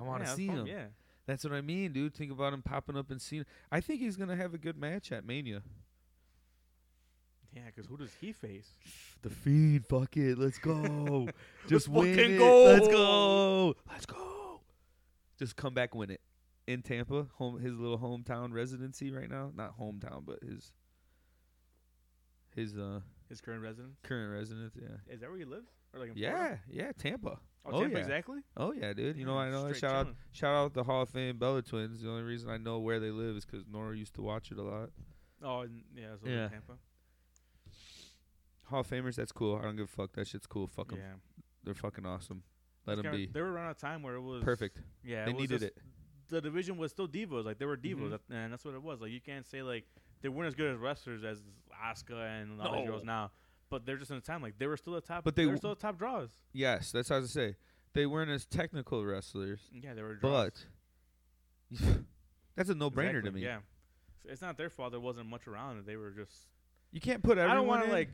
Speaker 1: I want to
Speaker 2: Yeah,
Speaker 1: see
Speaker 2: fuck,
Speaker 1: him.
Speaker 2: Yeah,
Speaker 1: That's what I mean, dude. Think about him popping up and seeing. I think he's gonna have a good match at Mania.
Speaker 2: yeah, because who does he face?
Speaker 1: The Fiend, fuck it, let's go. Just
Speaker 2: Let's
Speaker 1: win
Speaker 2: fucking
Speaker 1: it.
Speaker 2: go.
Speaker 1: Let's go. Let's go. Just come back, win it in Tampa, home his little hometown residency right now. Not hometown, but his his uh
Speaker 2: His current residence
Speaker 1: current residence. Yeah,
Speaker 2: is that where he lives? Or like in Florida?
Speaker 1: yeah, yeah. Tampa.
Speaker 2: Oh,
Speaker 1: Oh,
Speaker 2: Tampa,
Speaker 1: yeah.
Speaker 2: exactly.
Speaker 1: Oh yeah, dude. You know I
Speaker 2: Yeah,
Speaker 1: know. I
Speaker 2: straight
Speaker 1: Shout out,
Speaker 2: chillin'.
Speaker 1: shout out the Hall of Fame Bella Twins. The only reason I know where they live is because Nora used to watch it a lot.
Speaker 2: Oh and- yeah, it's over
Speaker 1: Yeah.
Speaker 2: in Tampa.
Speaker 1: Hall of Famers, that's cool. I don't give a fuck. That shit's cool. Fuck 'em.
Speaker 2: Yeah,
Speaker 1: They're fucking awesome. Let
Speaker 2: It's
Speaker 1: them
Speaker 2: kinda-
Speaker 1: be
Speaker 2: They were around a time where it was
Speaker 1: perfect.
Speaker 2: Yeah,
Speaker 1: They
Speaker 2: it was
Speaker 1: needed
Speaker 2: just-
Speaker 1: it.
Speaker 2: The division was still divas. Like they were divas,
Speaker 1: Mhm.
Speaker 2: that- and that's what it was. Like you can't say like they weren't as good as wrestlers as Asuka and all these girls
Speaker 1: No.
Speaker 2: now. But they're just in a time like they were still the top.
Speaker 1: But they
Speaker 2: were
Speaker 1: w-
Speaker 2: still the top draws.
Speaker 1: Yes, that's how I say. They weren't as technical wrestlers,
Speaker 2: Yeah, they were. Draws.
Speaker 1: but that's a no-brainer to
Speaker 2: Exactly,
Speaker 1: me.
Speaker 2: Yeah, So it's not their fault. There wasn't much around. They were just.
Speaker 1: You can't put everyone.
Speaker 2: I don't want
Speaker 1: in.
Speaker 2: to like.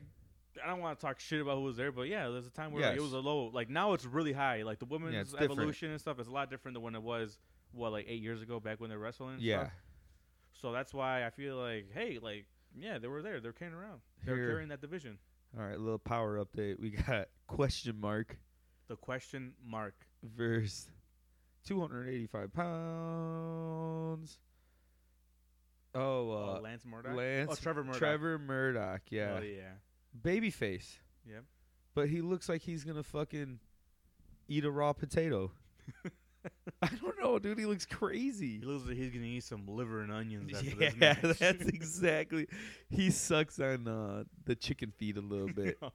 Speaker 2: I don't want to talk shit about who was there, but yeah, there's a time where like,
Speaker 1: Yes.
Speaker 2: it was a low. Like now it's really high. Like the women's
Speaker 1: it's different.
Speaker 2: evolution and stuff is a lot different than when it was. What like eight years ago, back when they're wrestling. And
Speaker 1: Yeah,
Speaker 2: Stuff. So that's why I feel like, hey, like yeah, they were there. They're carrying around. They're
Speaker 1: Here.
Speaker 2: carrying that division.
Speaker 1: All right, little power update. We got question mark
Speaker 2: The question mark.
Speaker 1: versus 285 pounds. Oh,
Speaker 2: Uh,
Speaker 1: uh,
Speaker 2: Lance Murdoch.
Speaker 1: Lance
Speaker 2: oh, Trevor Murdoch.
Speaker 1: Trevor Murdoch. Yeah,
Speaker 2: Oh, yeah.
Speaker 1: babyface.
Speaker 2: Yep.
Speaker 1: But he looks like he's gonna fucking eat a raw potato. I don't know, dude. He looks crazy.
Speaker 2: He looks like he's gonna eat some liver and onions after this
Speaker 1: yeah,
Speaker 2: match.
Speaker 1: that's exactly. He sucks on uh, the chicken feet a little bit.
Speaker 2: Oh,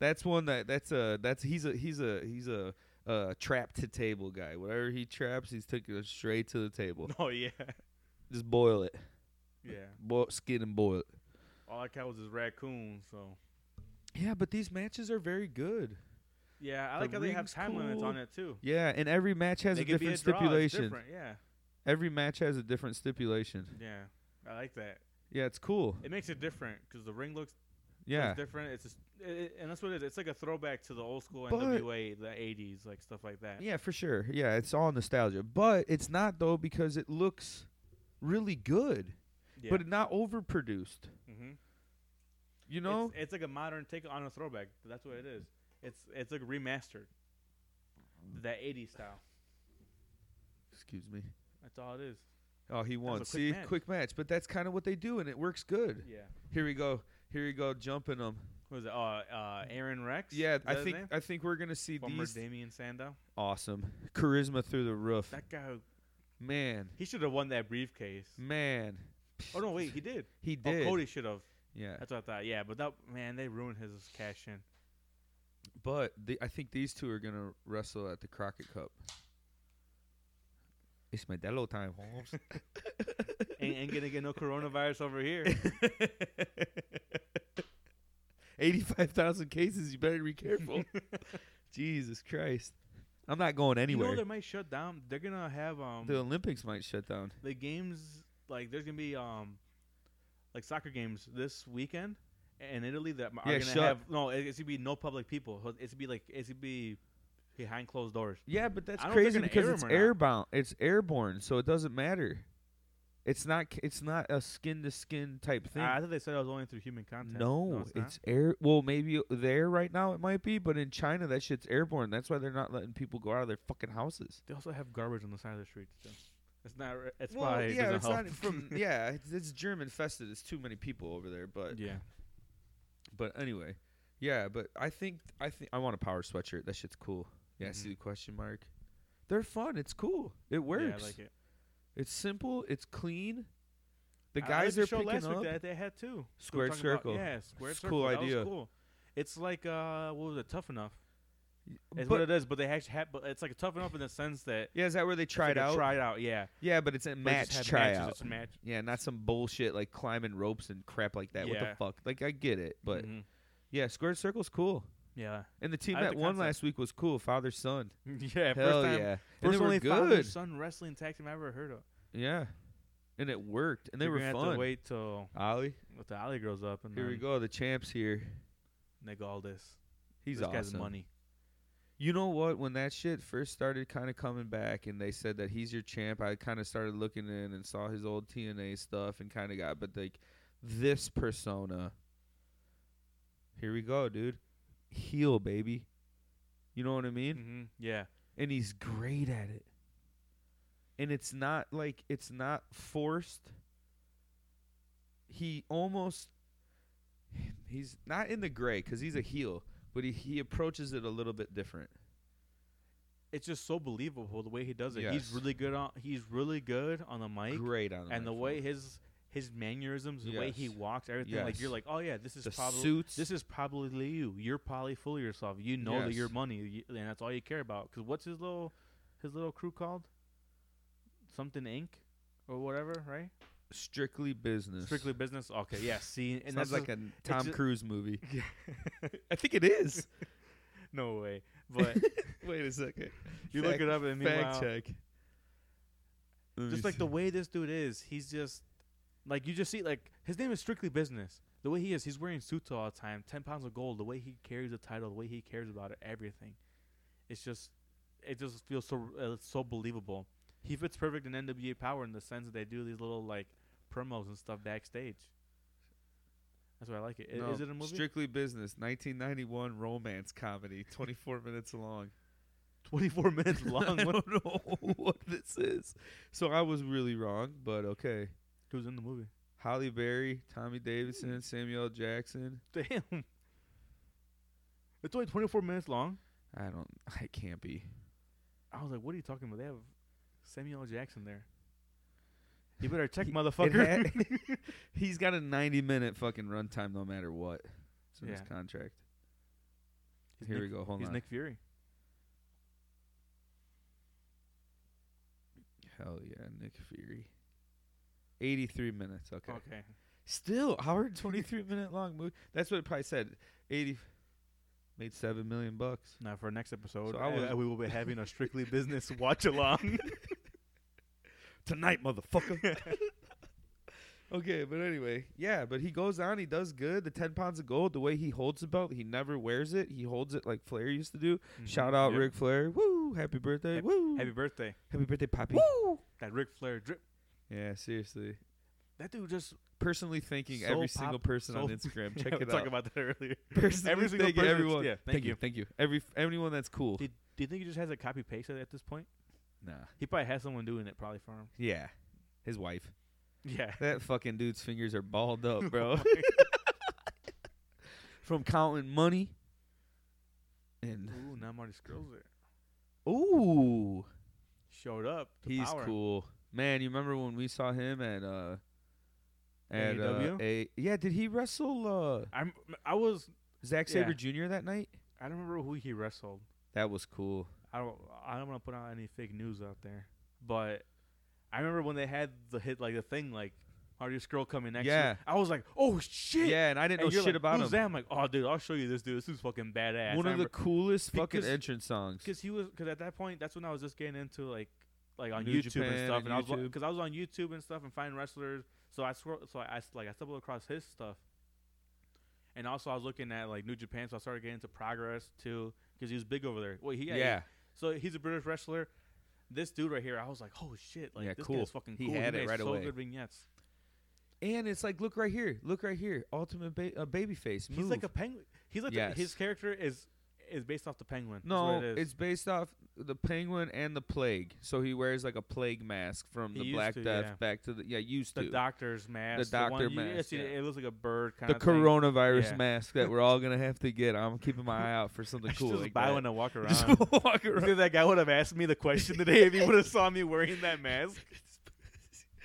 Speaker 1: That's one that that's a that's he's a he's a he's a uh, trap to table guy. Whatever he traps, he's taking it straight to the table.
Speaker 2: oh yeah,
Speaker 1: Just boil it,
Speaker 2: yeah.
Speaker 1: boil skin and boil it.
Speaker 2: All I caught was his raccoon. So
Speaker 1: Yeah, but these matches are very good.
Speaker 2: yeah, I
Speaker 1: The
Speaker 2: like how they have
Speaker 1: ring's
Speaker 2: time limits on
Speaker 1: cool.
Speaker 2: it too.
Speaker 1: Yeah, and every match has
Speaker 2: They
Speaker 1: a
Speaker 2: could be
Speaker 1: different
Speaker 2: draw, it's
Speaker 1: stipulation.
Speaker 2: different, Yeah,
Speaker 1: Every match has a different stipulation.
Speaker 2: yeah. I like that.
Speaker 1: Yeah, it's cool.
Speaker 2: It makes it different because the ring looks
Speaker 1: Yeah,
Speaker 2: It's different. It's just, it, it- and that's what it is. It's like a throwback to the old school
Speaker 1: But-
Speaker 2: NWA, the '80s, like stuff like that.
Speaker 1: yeah, for sure. Yeah, it's all nostalgia, but it's not though because it looks really good,
Speaker 2: Yeah.
Speaker 1: but not overproduced.
Speaker 2: Mhm. It's-
Speaker 1: You know?
Speaker 2: it's, like a modern take on a throwback. That's what it is. It's it's like remastered,
Speaker 1: Mm-hmm.
Speaker 2: that '80s style.
Speaker 1: Excuse me.
Speaker 2: That's all it is.
Speaker 1: Oh, he won.
Speaker 2: quick
Speaker 1: See,
Speaker 2: match.
Speaker 1: quick match, but that's kind of what they do, and it works good.
Speaker 2: Yeah.
Speaker 1: Here we go. Here we go, jumping them.
Speaker 2: What was it? Uh, uh, Aaron Rex.
Speaker 1: Yeah,
Speaker 2: Is
Speaker 1: I
Speaker 2: that his
Speaker 1: think
Speaker 2: name?
Speaker 1: I think we're gonna see
Speaker 2: former
Speaker 1: these
Speaker 2: Damian Sandow.
Speaker 1: awesome charisma through the roof.
Speaker 2: That guy,
Speaker 1: Man,
Speaker 2: he should have won that briefcase.
Speaker 1: man,
Speaker 2: Oh no, wait, he did.
Speaker 1: Mm. he did.
Speaker 2: Oh, Cody should have.
Speaker 1: Yeah,
Speaker 2: That's what I thought. Yeah, but that man, they ruined his cash in.
Speaker 1: but the, I think these two are gonna wrestle at the Crockett Cup. It's my Dello time, Holmes.
Speaker 2: Ain't, ain't gonna get no coronavirus over here.
Speaker 1: Eighty-five thousand cases. You better be careful. Jesus Christ, I'm not going anywhere.
Speaker 2: You know they might shut down. They're gonna have um
Speaker 1: the Olympics might shut down.
Speaker 2: the games like there's gonna be um like soccer games this weekend in Italy that are
Speaker 1: Yeah,
Speaker 2: gonna
Speaker 1: shut.
Speaker 2: have no. it- It's gonna be no public people. It's gonna be like it's gonna be behind closed doors.
Speaker 1: Yeah, but that's
Speaker 2: I don't think
Speaker 1: crazy
Speaker 2: they're gonna
Speaker 1: because
Speaker 2: air
Speaker 1: it's
Speaker 2: 'em or
Speaker 1: airbound. It's airborne, so it doesn't matter. It's not. c- It's not a skin to skin type thing.
Speaker 2: I, I thought they said it was only through human contact.
Speaker 1: no,
Speaker 2: it's,
Speaker 1: it's,
Speaker 2: not?
Speaker 1: air. Well, maybe there right now it might be, but in China that shit's airborne. That's why they're not letting people go out of their fucking houses.
Speaker 2: They also have garbage on the side of the streets. Too. It's not. re- It's
Speaker 1: well,
Speaker 2: probably
Speaker 1: yeah,
Speaker 2: doesn't
Speaker 1: it's
Speaker 2: help.
Speaker 1: not from. yeah, it's, it's germ infested. It's too many people over there. But
Speaker 2: yeah.
Speaker 1: but anyway, yeah. But I think I think I want a power sweatshirt. That shit's cool. Yeah,
Speaker 2: Mhm.
Speaker 1: see the question mark. They're fun. It's cool. It works.
Speaker 2: Yeah, I like it.
Speaker 1: It's simple. It's clean. The
Speaker 2: I
Speaker 1: guys
Speaker 2: like
Speaker 1: are
Speaker 2: show
Speaker 1: picking
Speaker 2: last
Speaker 1: up.
Speaker 2: Week that they had too. They were
Speaker 1: Squared
Speaker 2: talking about-
Speaker 1: Circle.
Speaker 2: yeah, squared
Speaker 1: It's a
Speaker 2: circle.
Speaker 1: cool
Speaker 2: that was
Speaker 1: idea.
Speaker 2: cool. It's like uh, what was it? Tough enough. It's what
Speaker 1: but,
Speaker 2: it is, but they actually have. But it's like tough enough in the sense that
Speaker 1: yeah, is that where they
Speaker 2: it's
Speaker 1: tried
Speaker 2: like a
Speaker 1: out?
Speaker 2: Tried out, yeah.
Speaker 1: yeah, but it's a
Speaker 2: But it just
Speaker 1: match
Speaker 2: had matches,
Speaker 1: tryout.
Speaker 2: It's a match.
Speaker 1: Yeah, not some bullshit like climbing ropes and crap like that. What the
Speaker 2: Yeah.
Speaker 1: fuck? Like I get it, but
Speaker 2: Mhm.
Speaker 1: yeah, squared circle's cool.
Speaker 2: yeah,
Speaker 1: And the team
Speaker 2: I like
Speaker 1: that
Speaker 2: the
Speaker 1: won
Speaker 2: concept.
Speaker 1: last week was cool. Father son.
Speaker 2: yeah.
Speaker 1: Hell
Speaker 2: first time,
Speaker 1: yeah. And they
Speaker 2: First
Speaker 1: were
Speaker 2: only father
Speaker 1: good.
Speaker 2: son wrestling tag team I ever heard of.
Speaker 1: Yeah, and it worked, and they
Speaker 2: You're
Speaker 1: were
Speaker 2: gonna Have
Speaker 1: fun.
Speaker 2: to wait till
Speaker 1: Ollie,
Speaker 2: with the alley grows up and
Speaker 1: here we
Speaker 2: then
Speaker 1: go. The champs here.
Speaker 2: Nick Aldis.
Speaker 1: He's
Speaker 2: this
Speaker 1: awesome.
Speaker 2: guy's money.
Speaker 1: You know what? When that shit first started kind of coming back and they said that he's your champ, I kind of started looking in and saw his old TNA stuff and kind of got, but like this persona. Here we go, dude. Heel, baby. You know what I mean?
Speaker 2: hmm Yeah,
Speaker 1: And he's great at it. And it's not like, it's not forced. He almost, he's not in the gray because he's a heel, but he, he approaches it a little bit different.
Speaker 2: it's just so believable the way he does it.
Speaker 1: Yes.
Speaker 2: He's really good on. He's really good on the mic.
Speaker 1: great on the
Speaker 2: and the
Speaker 1: microphone.
Speaker 2: way his his mannerisms, the way he
Speaker 1: Yes.
Speaker 2: walks, everything like you're
Speaker 1: Yes.
Speaker 2: like, oh yeah, this is
Speaker 1: the
Speaker 2: probably
Speaker 1: suits,
Speaker 2: this is probably you. You're probably full of yourself. You know that you're
Speaker 1: Yes.
Speaker 2: money, you, and that's all you care about. Because what's his little his little crew called? Something Inc. or whatever, right?
Speaker 1: strictly business.
Speaker 2: Strictly business. Okay, yeah. See, and
Speaker 1: Sounds
Speaker 2: that's
Speaker 1: like
Speaker 2: like
Speaker 1: a Tom
Speaker 2: ju-
Speaker 1: Cruise movie. I think it is.
Speaker 2: no way. But
Speaker 1: Wait a second.
Speaker 2: you
Speaker 1: Fact-
Speaker 2: look it up and
Speaker 1: Fact
Speaker 2: meanwhile,
Speaker 1: check. Let me
Speaker 2: just like
Speaker 1: see.
Speaker 2: the way this dude is, he's just like you just see like his name is strictly business. The way he is, he's wearing suits all the time, ten pounds of gold. The way he carries the title, the way he cares about it, everything. It's just, it just feels so uh, it's so believable. He fits perfect in NWA Power in the sense that they do these little like promos and stuff backstage. That's why I like it. I-
Speaker 1: No,
Speaker 2: Is it a movie?
Speaker 1: Strictly business, 1991 romance comedy, 24 minutes long.
Speaker 2: Twenty-four minutes long.
Speaker 1: I
Speaker 2: What-
Speaker 1: don't know what this is. So I was really wrong, but okay.
Speaker 2: Who's in the movie?
Speaker 1: Holly Berry, Tommy Davidson, Samuel L. Jackson.
Speaker 2: Damn. It's only 24 minutes long.
Speaker 1: I don't. I can't be.
Speaker 2: I was like, what are you talking about? They have Samuel L. Jackson there. You better check,
Speaker 1: He-
Speaker 2: motherfucker.
Speaker 1: It had- he's got a 90 minute fucking runtime no matter what. It's in his
Speaker 2: Yeah.
Speaker 1: contract.
Speaker 2: He's
Speaker 1: Here
Speaker 2: Nick-
Speaker 1: we go. Hold
Speaker 2: He's
Speaker 1: on.
Speaker 2: Nick Fury.
Speaker 1: Hell yeah, Nick Fury. 83 minutes. Okay.
Speaker 2: Okay.
Speaker 1: Still, hour and 23 minute long movie. That's what it probably said. 80 made 7 million bucks.
Speaker 2: Now for next episode,
Speaker 1: So I was-
Speaker 2: uh, we will be having a strictly business watch along.
Speaker 1: Tonight, motherfucker.
Speaker 2: Mhm.
Speaker 1: okay, but anyway, yeah, but he goes on, he does good. The 10 pounds of gold, the way he holds the belt, he never wears it. He holds it like Flair used to do. Shout out
Speaker 2: Mm-hmm. Yep.
Speaker 1: Ric Flair. Woo! Happy birthday.
Speaker 2: Hap-
Speaker 1: Woo!
Speaker 2: Happy birthday.
Speaker 1: Happy birthday, Poppy.
Speaker 2: That Ric Flair drip.
Speaker 1: Yeah, seriously.
Speaker 2: That dude just
Speaker 1: Personally thanking
Speaker 2: So
Speaker 1: every
Speaker 2: pop-
Speaker 1: single person on
Speaker 2: so-
Speaker 1: Instagram.
Speaker 2: Yeah,
Speaker 1: Check
Speaker 2: we
Speaker 1: it out.
Speaker 2: talked about that earlier.
Speaker 1: Personally
Speaker 2: every single
Speaker 1: thanking
Speaker 2: person.
Speaker 1: everyone.
Speaker 2: Yeah, thank, you.
Speaker 1: Thank you. Every anyone that's cool.
Speaker 2: Did- Do you think he just has a copy paste at this point?
Speaker 1: Nah.
Speaker 2: He probably has someone doing it probably for him.
Speaker 1: Yeah. His wife.
Speaker 2: Yeah.
Speaker 1: That fucking dude's fingers are balled up, bro.
Speaker 2: Oh my
Speaker 1: From counting money. And
Speaker 2: God. Ooh, now Marty Skrull's there.
Speaker 1: ooh,
Speaker 2: Showed up. to
Speaker 1: he's
Speaker 2: power.
Speaker 1: cool, man. You remember when we saw him at uh, at uh,
Speaker 2: AEW?
Speaker 1: a yeah? Did he wrestle uh
Speaker 2: I'm. I was.
Speaker 1: Zack
Speaker 2: Yeah.
Speaker 1: Saber Jr. that night?
Speaker 2: I don't remember who he wrestled.
Speaker 1: That was cool.
Speaker 2: I don't. I don't want to put out any fake news out there, but I remember when they had the hit like the thing like Marty Skrull coming next.
Speaker 1: Yeah.
Speaker 2: Year, I was like, oh shit.
Speaker 1: Yeah, and I didn't
Speaker 2: And
Speaker 1: know
Speaker 2: you're
Speaker 1: shit
Speaker 2: like,
Speaker 1: about
Speaker 2: Who's
Speaker 1: him.
Speaker 2: that? I'm like, oh dude, I'll show you this dude. This dude's fucking badass.
Speaker 1: One of the coolest fucking
Speaker 2: Because-
Speaker 1: entrance songs.
Speaker 2: because he was because at that point that's when I was just getting into like like on
Speaker 1: New
Speaker 2: YouTube
Speaker 1: Japan
Speaker 2: and stuff,
Speaker 1: and
Speaker 2: and, I was
Speaker 1: YouTube.
Speaker 2: because I was on YouTube and stuff and finding wrestlers. So I swir- so I, I s- like I stumbled across his stuff, and also I was looking at like New Japan, so I started getting into Progress too because he was big over there. Well, he yeah,
Speaker 1: yeah,
Speaker 2: he- so he's a British wrestler. This dude right here, I was like, oh shit, like
Speaker 1: Yeah,
Speaker 2: this
Speaker 1: cool.
Speaker 2: guy's fucking
Speaker 1: He
Speaker 2: cool.
Speaker 1: had it
Speaker 2: made
Speaker 1: right
Speaker 2: so
Speaker 1: away.
Speaker 2: Good vignettes.
Speaker 1: and it's like, look right here, look right here, ultimate ba- uh, baby face.
Speaker 2: He's like a penguin. He's like the-
Speaker 1: Yes.
Speaker 2: his character is is based off the penguin. is
Speaker 1: no,
Speaker 2: what it is.
Speaker 1: it's based off the penguin and the plague. So he wears like a plague mask from
Speaker 2: He
Speaker 1: the
Speaker 2: used
Speaker 1: Black
Speaker 2: to,
Speaker 1: Death
Speaker 2: yeah.
Speaker 1: back to the yeah used
Speaker 2: the
Speaker 1: to
Speaker 2: doctor's mask. one,
Speaker 1: doctor
Speaker 2: you-
Speaker 1: mask,
Speaker 2: it's-
Speaker 1: yeah.
Speaker 2: It looks like a bird kind
Speaker 1: the
Speaker 2: of
Speaker 1: coronavirus
Speaker 2: Yeah.
Speaker 1: mask that we're all gonna have to get. I'm keeping my eye out for something
Speaker 2: I should
Speaker 1: cool.
Speaker 2: Just
Speaker 1: like
Speaker 2: buy
Speaker 1: that.
Speaker 2: one and walk around.
Speaker 1: Just walk around.
Speaker 2: Dude, that guy would have asked me the question today if he would have saw me wearing that mask.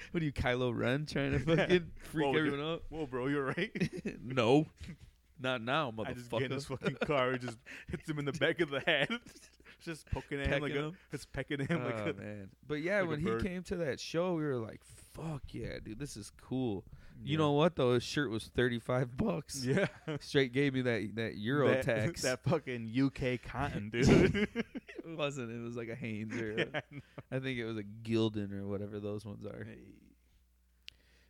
Speaker 1: What are you, Kylo Ren, trying to
Speaker 2: Yeah.
Speaker 1: fucking freak
Speaker 2: Well,
Speaker 1: everyone up?
Speaker 2: Whoa, bro, you're right.
Speaker 1: no, not now, motherfucker.
Speaker 2: I just get in his fucking car and just hits him in the back of the head. just poking at him like
Speaker 1: Pecking
Speaker 2: a,
Speaker 1: him?
Speaker 2: just pecking at him like
Speaker 1: oh
Speaker 2: a,
Speaker 1: man! But yeah,
Speaker 2: like a
Speaker 1: when he
Speaker 2: bird.
Speaker 1: came to that show, we were like, "Fuck yeah, dude, this is cool."
Speaker 2: Yeah.
Speaker 1: You know what though? His shirt was thirty five bucks.
Speaker 2: Yeah.
Speaker 1: Straight gave me that that Euro
Speaker 2: that,
Speaker 1: tax.
Speaker 2: That fucking UK cotton, dude.
Speaker 1: it wasn't. It was like a Hanes or
Speaker 2: Yeah,
Speaker 1: a- I think it was a Gildan or whatever those ones are.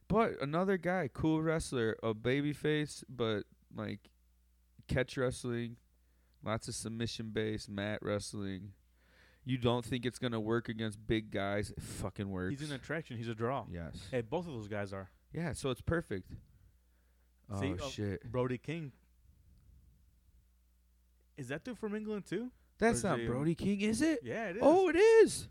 Speaker 1: But another guy, cool wrestler, a babyface, but like catch wrestling, lots of submission based mat wrestling. You don't think it's gonna work against big guys? It fucking works.
Speaker 2: He's an attraction. He's a oh. draw.
Speaker 1: yes.
Speaker 2: Hey, both of those guys are.
Speaker 1: Yeah, so it's perfect. Oh
Speaker 2: See, oh,
Speaker 1: shit!
Speaker 2: Brody King. Is that dude from England too?
Speaker 1: That's not
Speaker 2: Brazil.
Speaker 1: Brody King, is it?
Speaker 2: Yeah, it is.
Speaker 1: Oh, it is.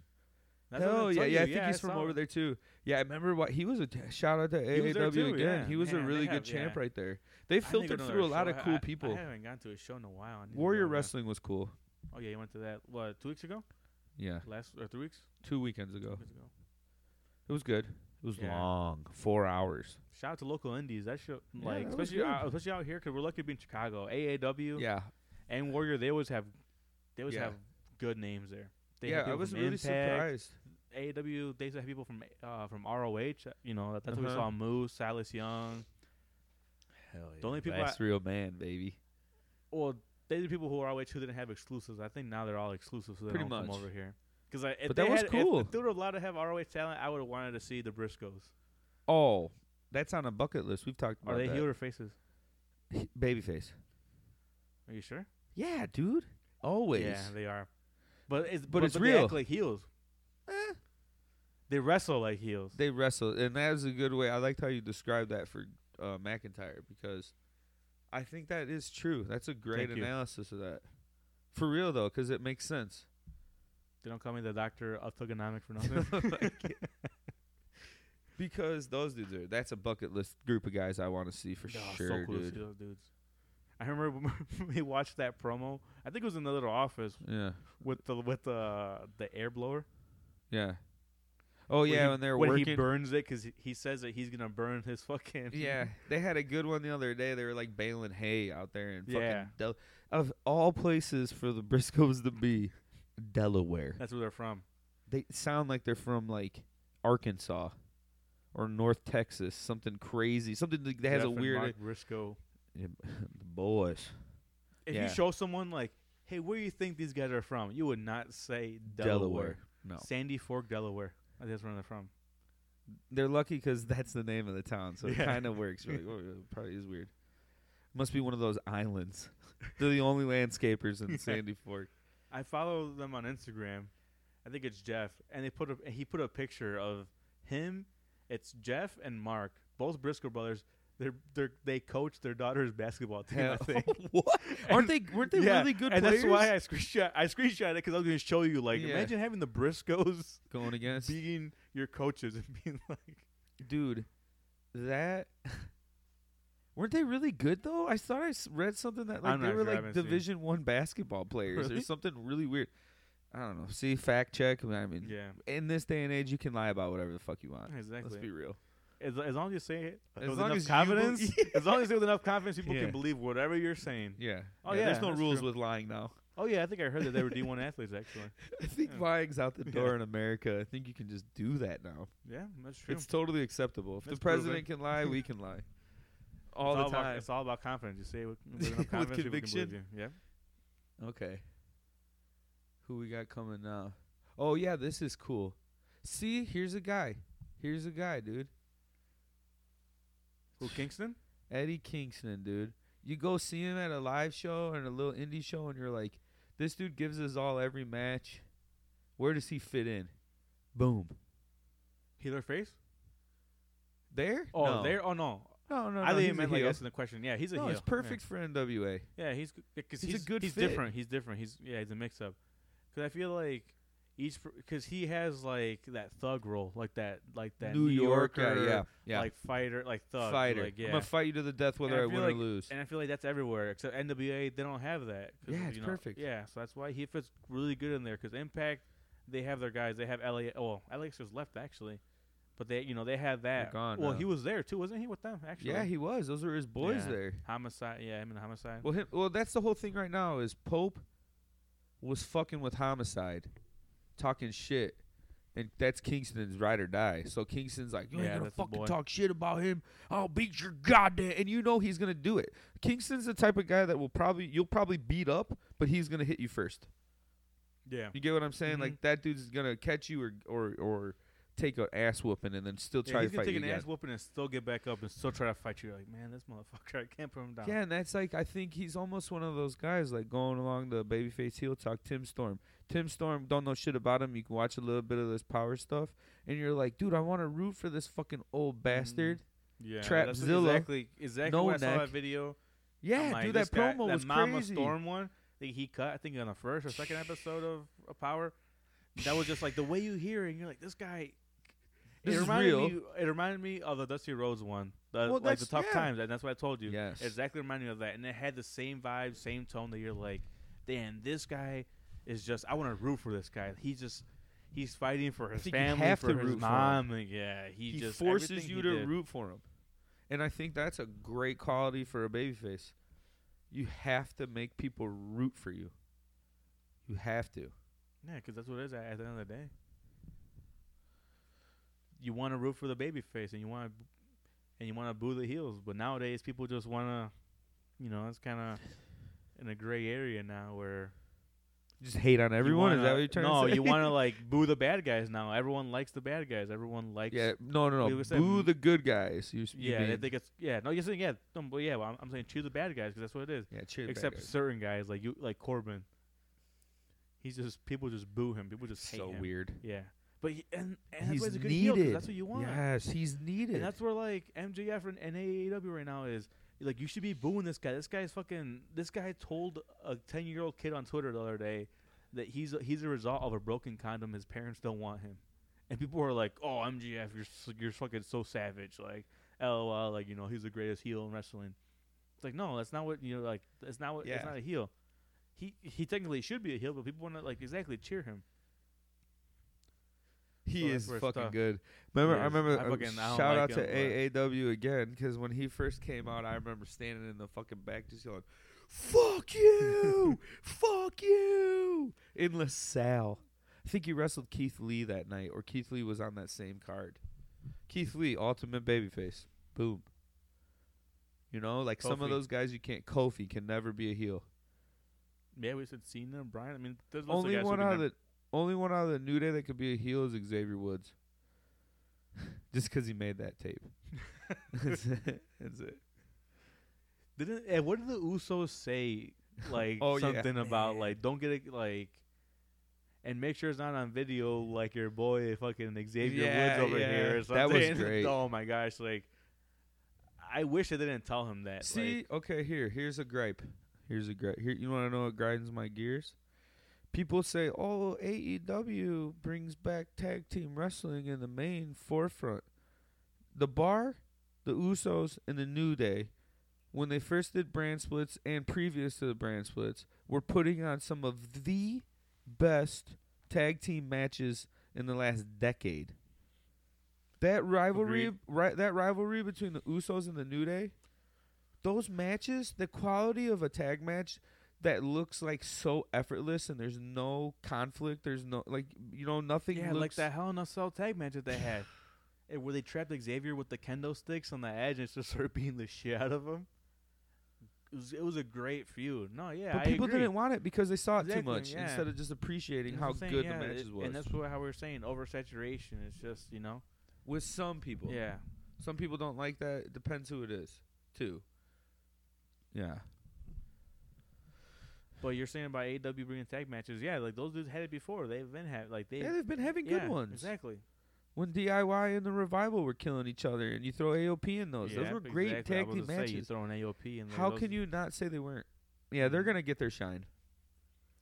Speaker 2: That's what I'm
Speaker 1: oh yeah,
Speaker 2: telling
Speaker 1: yeah. I
Speaker 2: you.
Speaker 1: think he's from
Speaker 2: saw
Speaker 1: over
Speaker 2: it.
Speaker 1: there too. Yeah, I remember what he was a shout out to
Speaker 2: He was there
Speaker 1: AAW
Speaker 2: too,
Speaker 1: again.
Speaker 2: yeah.
Speaker 1: He was a
Speaker 2: Man,
Speaker 1: really
Speaker 2: they
Speaker 1: good
Speaker 2: have-
Speaker 1: champ
Speaker 2: yeah.
Speaker 1: right there. They
Speaker 2: I need to
Speaker 1: filtered
Speaker 2: go to
Speaker 1: through a
Speaker 2: their
Speaker 1: lot
Speaker 2: show.
Speaker 1: of
Speaker 2: I-
Speaker 1: cool
Speaker 2: I-
Speaker 1: people.
Speaker 2: I haven't gone to a show in a while. I need to go
Speaker 1: Warrior
Speaker 2: to that.
Speaker 1: wrestling was cool.
Speaker 2: Oh yeah, you went to that what two weeks ago?
Speaker 1: Yeah,
Speaker 2: Last or three weeks?
Speaker 1: two weekends
Speaker 2: Two
Speaker 1: ago.
Speaker 2: weeks ago.
Speaker 1: It was good. It was
Speaker 2: Yeah.
Speaker 1: long, four hours.
Speaker 2: Shout out to local indies. That show,
Speaker 1: Yeah,
Speaker 2: like
Speaker 1: that was
Speaker 2: especially
Speaker 1: good.
Speaker 2: out, especially out here, because we're lucky to be in Chicago. AAW
Speaker 1: Yeah,
Speaker 2: and Warrior, they always have, they always
Speaker 1: Yeah.
Speaker 2: have good names there. They have
Speaker 1: yeah. I
Speaker 2: people
Speaker 1: was
Speaker 2: from
Speaker 1: really
Speaker 2: Impact.
Speaker 1: surprised.
Speaker 2: AAW, they used to have people from uh, from ROH. uh, You know, that, that's what we
Speaker 1: Uh-huh.
Speaker 2: saw Moose, Silas Young.
Speaker 1: Hell yeah.
Speaker 3: only people I-
Speaker 1: Last real man, baby.
Speaker 2: Well, they were people who were ROH who didn't have exclusives. I think now they're all exclusive, so they
Speaker 1: Pretty
Speaker 2: don't come
Speaker 1: much.
Speaker 2: over here. Because if
Speaker 1: But
Speaker 2: they
Speaker 1: that was
Speaker 2: had, if-
Speaker 1: cool.
Speaker 2: If, they were allowed to have ROH talent, I would have wanted to see the Briscoes.
Speaker 1: Oh, that's on a bucket list. We've talked
Speaker 2: Are
Speaker 1: about
Speaker 2: they
Speaker 1: that.
Speaker 2: heel or faces?
Speaker 1: Babyface.
Speaker 2: Are you sure?
Speaker 1: Yeah, dude. Always.
Speaker 2: Yeah, they are. But it's
Speaker 1: But it's
Speaker 2: They
Speaker 1: real.
Speaker 2: act like heels.
Speaker 1: Eh.
Speaker 2: They wrestle like heels.
Speaker 1: They wrestle, and that is a good way. I liked how you described that for uh, McIntyre because I think that is true. That's a great
Speaker 2: Thank you.
Speaker 1: analysis of that. For real though, because it makes sense.
Speaker 2: They don't call me the doctor of togonomic for nothing.
Speaker 1: because those dudes are that's a bucket list group of guys I want to see for
Speaker 2: Yeah,
Speaker 1: sure,
Speaker 2: so cool to
Speaker 1: dude.
Speaker 2: see those dudes. I remember when we watched that promo. I think it was in the little office
Speaker 1: Yeah,
Speaker 2: with the with the the air blower.
Speaker 1: yeah. Oh yeah,
Speaker 2: he-
Speaker 1: when they're
Speaker 2: when he
Speaker 1: working.
Speaker 2: burns it because he says that he's gonna burn his fucking
Speaker 1: yeah, they had a good one the other day. They were like baling hay out there and fucking
Speaker 2: Yeah.
Speaker 1: Del- of all places for the Briscoes to be, Delaware.
Speaker 2: That's where they're from.
Speaker 1: They sound like they're from like Arkansas or North Texas, something crazy, something that has
Speaker 2: Jeff
Speaker 1: a
Speaker 2: and
Speaker 1: weird
Speaker 2: Mark Briscoe.
Speaker 1: Yeah, boys.
Speaker 2: If
Speaker 1: Yeah.
Speaker 2: you show someone like, hey, where do you think these guys are from? You would not say
Speaker 1: Delaware.
Speaker 2: Delaware,
Speaker 1: No.
Speaker 2: Sandy Fork, Delaware. I think that's where they're from.
Speaker 1: They're lucky because that's the name of the town, so it
Speaker 2: Yeah.
Speaker 1: kind of works. You're like, oh, yeah, probably is weird. Must be one of those islands. They're the only landscapers in
Speaker 2: Yeah.
Speaker 1: Sandy Fork.
Speaker 2: I follow them on Instagram. I think it's Jeff, and they put a he put a picture of him. It's Jeff and Mark, both Briscoe brothers. They're they are they coach their daughter's basketball team. I
Speaker 1: Hell-
Speaker 2: think.
Speaker 1: what? Aren't
Speaker 2: And-
Speaker 1: they? Weren't they
Speaker 2: Yeah,
Speaker 1: really good
Speaker 2: and
Speaker 1: players?
Speaker 2: that's why I screenshot I screenshot it because I was going to show you. Like,
Speaker 1: Yeah.
Speaker 2: imagine having the Briscoes
Speaker 1: going against
Speaker 2: being your coaches and being like,
Speaker 1: dude. That weren't they really good though? I thought I s- read something that like
Speaker 2: I'm
Speaker 1: they
Speaker 2: not
Speaker 1: were
Speaker 2: sure, I
Speaker 1: like
Speaker 2: haven't seen.
Speaker 1: Division One basketball players or
Speaker 2: Really?
Speaker 1: something really weird. I don't know. See, fact check. I mean,
Speaker 2: yeah,
Speaker 1: in this day and age, you can lie about whatever the fuck you want.
Speaker 2: exactly.
Speaker 1: Let's be real.
Speaker 2: As, as long as you say it
Speaker 1: As
Speaker 2: with
Speaker 1: long
Speaker 2: enough
Speaker 1: as you
Speaker 2: confidence,
Speaker 1: believe-
Speaker 2: as long as you say with enough confidence, people
Speaker 1: Yeah.
Speaker 2: can believe whatever you're saying.
Speaker 1: Yeah.
Speaker 2: Oh,
Speaker 1: There's
Speaker 2: yeah,
Speaker 1: no
Speaker 2: that's
Speaker 1: rules
Speaker 2: true.
Speaker 1: with lying now.
Speaker 2: Oh yeah, I think I heard that they were D1 athletes actually.
Speaker 1: I think
Speaker 2: Yeah.
Speaker 1: lying's out the
Speaker 2: Yeah.
Speaker 1: door in America. I think you can just do that now.
Speaker 2: Yeah, that's true.
Speaker 1: It's totally acceptable. If the
Speaker 2: That's proven.
Speaker 1: president can lie, we can lie. All
Speaker 2: It's
Speaker 1: the
Speaker 2: about-
Speaker 1: time.
Speaker 2: it's all about confidence. You say it with, with
Speaker 1: With
Speaker 2: enough confidence, people can
Speaker 1: conviction.
Speaker 2: believe you. Yeah.
Speaker 1: Okay. Who we got coming now? Oh yeah, this is cool. See, here's a guy. Here's a guy, dude.
Speaker 2: Who Kingston?
Speaker 1: Eddie Kingston, dude. You go see him at a live show and a little indie show, and you're like, this dude gives us all every match. Where does he fit in? Boom.
Speaker 2: Healer face?
Speaker 1: There?
Speaker 2: Oh,
Speaker 1: no.
Speaker 2: there? Oh no.
Speaker 1: No, no, no.
Speaker 2: I think
Speaker 1: he's
Speaker 2: he
Speaker 1: a
Speaker 2: meant like
Speaker 1: heel.
Speaker 2: that's in the question. Yeah, he's a
Speaker 1: no,
Speaker 2: heel.
Speaker 1: it's perfect for NWA.
Speaker 2: Yeah, yeah he's because
Speaker 1: He's a
Speaker 2: he's,
Speaker 1: good
Speaker 2: He's
Speaker 1: fit.
Speaker 2: different. He's different. He's yeah, he's a mix up. Because I feel like each because he has like that thug role, like that like that New, Yorker,
Speaker 1: guy, yeah, yeah.
Speaker 2: like fighter, like thug,
Speaker 1: fighter.
Speaker 2: Like, yeah.
Speaker 1: I'm gonna fight you to the death, whether
Speaker 2: I
Speaker 1: I,
Speaker 2: feel
Speaker 1: win or
Speaker 2: like-
Speaker 1: lose.
Speaker 2: And I feel like that's everywhere except NWA. They don't have that. 'cause,
Speaker 1: Yeah, it's
Speaker 2: you know,
Speaker 1: perfect.
Speaker 2: Yeah, so that's why he fits really good in there. Because Impact, they have their guys. They have LA. Oh, LAX just left actually, but they you know they have that.
Speaker 1: gone
Speaker 2: well,
Speaker 1: now.
Speaker 2: he was there too, wasn't he? With them actually.
Speaker 1: Yeah, he was. Those were his boys
Speaker 2: Yeah.
Speaker 1: there.
Speaker 2: homicide. Yeah, him and homicide.
Speaker 1: Well, him, well, that's the whole thing right now is Pope was fucking with homicide, talking shit, and that's Kingston's ride or die. So Kingston's like, you ain't
Speaker 2: Yeah,
Speaker 1: gonna
Speaker 2: that's the
Speaker 1: fucking
Speaker 2: boy.
Speaker 1: talk shit about him. I'll beat your goddamn, and you know he's gonna do it. Kingston's the type of guy that will probably you'll probably beat up, but he's gonna hit you first.
Speaker 2: yeah.
Speaker 1: You get what I'm saying?
Speaker 2: Mhm.
Speaker 1: Like that dude's gonna catch you or or or take an ass whooping and then still
Speaker 2: Yeah,
Speaker 1: try
Speaker 2: he's
Speaker 1: to
Speaker 2: gonna
Speaker 1: fight
Speaker 2: take
Speaker 1: you
Speaker 2: an
Speaker 1: again.
Speaker 2: ass whooping and still get back up and still try to fight you. You're like, man, this motherfucker, I can't put him down.
Speaker 1: Yeah, and that's like I think he's almost one of those guys like going along the babyface heel talk. Tim Storm, Tim Storm, don't know shit about him. You can watch a little bit of this power stuff, and you're like, dude, I want to root for this fucking
Speaker 2: Mm.
Speaker 1: old bastard.
Speaker 2: yeah. that's
Speaker 1: Trapzilla,
Speaker 2: Exactly. Exactly.
Speaker 1: no
Speaker 2: where I saw
Speaker 1: neck.
Speaker 2: that video.
Speaker 1: Yeah,
Speaker 2: I'm like,
Speaker 1: dude,
Speaker 2: this
Speaker 1: that
Speaker 2: guy-
Speaker 1: promo
Speaker 2: that
Speaker 1: was
Speaker 2: Mama
Speaker 1: crazy.
Speaker 2: Storm one that he cut, I think, on the first or second episode of, of Power. That was just like the way you hear, it, and you're like, this guy.
Speaker 1: This
Speaker 2: it
Speaker 1: is
Speaker 2: reminded
Speaker 1: real.
Speaker 2: me. It reminded me of the Dusty Rhodes one, the,
Speaker 1: Well,
Speaker 2: like the
Speaker 1: that's-
Speaker 2: tough
Speaker 1: yeah.
Speaker 2: times, and that's what I told you.
Speaker 1: Yes.
Speaker 2: exactly reminded me of that, and it had the same vibe, same tone that you're like, damn, this guy is just. I want to root for this guy. He just. He's fighting for his
Speaker 1: think you
Speaker 2: family,
Speaker 1: have
Speaker 2: for
Speaker 1: to
Speaker 2: his
Speaker 1: root for him.
Speaker 2: mom. and yeah, he,
Speaker 1: He
Speaker 2: just
Speaker 1: forces
Speaker 2: everything
Speaker 1: you
Speaker 2: he
Speaker 1: to
Speaker 2: did.
Speaker 1: root for him, and I think that's a great quality for a babyface. You have to make people root for you. You have to.
Speaker 2: Yeah, because that's what it is at, at the end of the day. You want to root for the baby face and you want to and you want to boo the heels, but nowadays people just want to, you know, it's kind of in a gray area now where
Speaker 1: Just hate on
Speaker 2: you
Speaker 1: everyone. Is
Speaker 2: wanna-
Speaker 1: that what you're trying
Speaker 2: no,
Speaker 1: to say?
Speaker 2: you want to like boo the bad guys now. Everyone likes the bad guys. Everyone likes
Speaker 1: Yeah, no, no,
Speaker 2: we
Speaker 1: no.
Speaker 2: would say
Speaker 1: Boo
Speaker 2: m-
Speaker 1: the good guys. You, s- you
Speaker 2: yeah. They
Speaker 1: mean.
Speaker 2: think it's yeah. No, you're saying yeah. No, but yeah, well, I'm, I'm saying cheer the bad guys because that's what it is.
Speaker 1: yeah, cheer the bad
Speaker 2: Except
Speaker 1: guys.
Speaker 2: certain guys like you, like Corbin. He's just people just boo him. People just hate
Speaker 1: so
Speaker 2: him.
Speaker 1: weird.
Speaker 2: Yeah, but he, and, and that's
Speaker 1: He's
Speaker 2: why he's a good heel 'cause
Speaker 1: needed.
Speaker 2: that's what you want.
Speaker 1: Yes, he's needed.
Speaker 2: And that's where like MJF and, and AEW right now is like you should be booing this guy. This guy's fucking. This guy told a ten year old kid on Twitter the other day that he's a, he's a result of a broken condom. His parents don't want him, and people were like, "Oh, MGF, you're s- you're fucking so savage." Like, lol, like you know, he's the greatest heel in wrestling. It's like, no, that's not what you know. Like, that's not what. It's
Speaker 1: Yeah.
Speaker 2: not a heel. He he technically should be a heel, but people want to like exactly cheer him. So
Speaker 1: He
Speaker 2: that's
Speaker 1: is
Speaker 2: where it's
Speaker 1: fucking
Speaker 2: tough.
Speaker 1: good. Remember,
Speaker 2: He
Speaker 1: I
Speaker 2: is.
Speaker 1: remember.
Speaker 2: I
Speaker 1: uh,
Speaker 2: fucking- I don't
Speaker 1: shout
Speaker 2: like
Speaker 1: out
Speaker 2: him,
Speaker 1: to
Speaker 2: but-
Speaker 1: AAW again because when he first came out, I remember standing in the fucking back just yelling, "Fuck you, fuck you!" in LaSalle. I think he wrestled Keith Lee that night, or Keith Lee was on that same card. Keith Lee, Ultimate Babyface, boom. You know, like some
Speaker 2: Kofi.
Speaker 1: of those guys you can't. Kofi can never be a heel.
Speaker 2: Yeah, we said Cena, Brian. I mean, there's lots
Speaker 1: Only
Speaker 2: of guys
Speaker 1: one
Speaker 2: who
Speaker 1: out
Speaker 2: can
Speaker 1: of
Speaker 2: have-
Speaker 1: the only one out of the New Day that could be a heel is Xavier Woods. Just because he made that tape. That's it. That's it.
Speaker 2: Didn't eh, what did the Usos say? Like
Speaker 1: Oh, yeah.
Speaker 2: something about
Speaker 1: Man.
Speaker 2: like don't get it like, and make sure it's not on video like your boy fucking Xavier
Speaker 1: Yeah,
Speaker 2: Woods over
Speaker 1: yeah.
Speaker 2: here. Or
Speaker 1: That was
Speaker 2: something.
Speaker 1: great.
Speaker 2: oh my gosh! Like, I wish I didn't tell him that.
Speaker 1: See,
Speaker 2: like,
Speaker 1: okay, here, here's a gripe. Here's a gripe. Here, you want to know what grinds my gears? People say, "Oh, AEW brings back tag team wrestling in the main forefront." The Bar, the Usos, and the New Day, when they first did brand splits and previous to the brand splits, were putting on some of the best tag team matches in the last decade. That rivalry,
Speaker 2: Agreed.
Speaker 1: ri- that rivalry between the Usos and the New Day, those matches, the quality of a tag match that looks like so effortless and there's no conflict, there's no like you know nothing
Speaker 2: yeah, like
Speaker 1: looks
Speaker 2: that Hell in a Cell tag match that they had, eh, where they trapped Xavier with the kendo sticks on the edge and just started beating the shit out of him. It was, it was a great feud. No, yeah,
Speaker 1: But
Speaker 2: I
Speaker 1: people
Speaker 2: agree.
Speaker 1: didn't want it because they saw it
Speaker 2: Exactly,
Speaker 1: too much
Speaker 2: yeah.
Speaker 1: instead of just appreciating
Speaker 2: That's
Speaker 1: how
Speaker 2: what I'm saying,
Speaker 1: good
Speaker 2: yeah,
Speaker 1: the matches
Speaker 2: it-
Speaker 1: was.
Speaker 2: And that's what, how we are saying oversaturation. It's just you know,
Speaker 1: With some people,
Speaker 2: yeah.
Speaker 1: some people don't like that. It depends who it is, too. Yeah,
Speaker 2: But you're saying about AW bringing tag matches, yeah? Like those dudes had it before. They've been had like they
Speaker 1: yeah, they've been having
Speaker 2: yeah,
Speaker 1: good ones.
Speaker 2: exactly.
Speaker 1: When DIY and the Revival were killing each other, and you throw AOP in those, those
Speaker 2: Yep,
Speaker 1: were great
Speaker 2: exactly. I
Speaker 1: tag
Speaker 2: was
Speaker 1: team
Speaker 2: gonna say, you
Speaker 1: matches.
Speaker 2: throw an AOP and Mm-hmm. like,
Speaker 1: How
Speaker 2: those-
Speaker 1: can you not say they weren't? Yeah, they're gonna get their shine.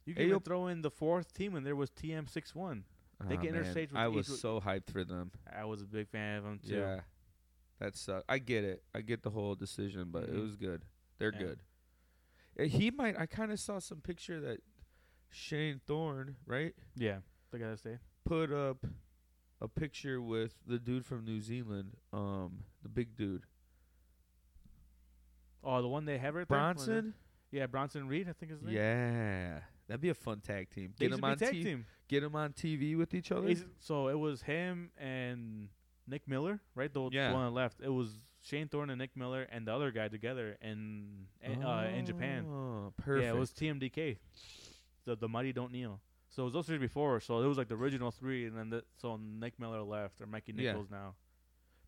Speaker 2: You can even
Speaker 1: AOP
Speaker 2: throw in the fourth team, and there was TM six one. They
Speaker 1: Ah,
Speaker 2: get
Speaker 1: man,
Speaker 2: interstage with
Speaker 1: I
Speaker 2: each
Speaker 1: was
Speaker 2: with-
Speaker 1: so hyped for them.
Speaker 2: I was a big fan of them too.
Speaker 1: Yeah, that sucks. I get it. I get the whole decision, but it
Speaker 2: Mhm.
Speaker 1: was good. They're
Speaker 2: Yeah.
Speaker 1: good. Uh, He might. I kind of saw some picture that Shane Thorne right
Speaker 2: yeah. The guy that stayed.
Speaker 1: put up a picture with the dude from New Zealand, um, the big dude
Speaker 2: Oh, the one they have right there? One of the-
Speaker 1: Bronson.
Speaker 2: Yeah, Bronson Reed, I think his name.
Speaker 1: Yeah, that'd be a fun tag team.
Speaker 2: They
Speaker 1: Get
Speaker 2: used
Speaker 1: them
Speaker 2: to be
Speaker 1: on
Speaker 2: tag
Speaker 1: T-
Speaker 2: team.
Speaker 1: Get 'em on TV with each other.
Speaker 2: Is- so it was him and Nick Miller, right? The, the
Speaker 1: Yeah.
Speaker 2: one that left. It was Shane Thorne and Nick Miller and the other guy together in in, uh, in Japan.
Speaker 1: Oh, perfect.
Speaker 2: Yeah, it was TMDK. The the Mighty Don't Kneel. So it was those three before. So it was like the original three, and then the, so Nick Miller left or Mikey
Speaker 1: Yeah.
Speaker 2: Nichols now.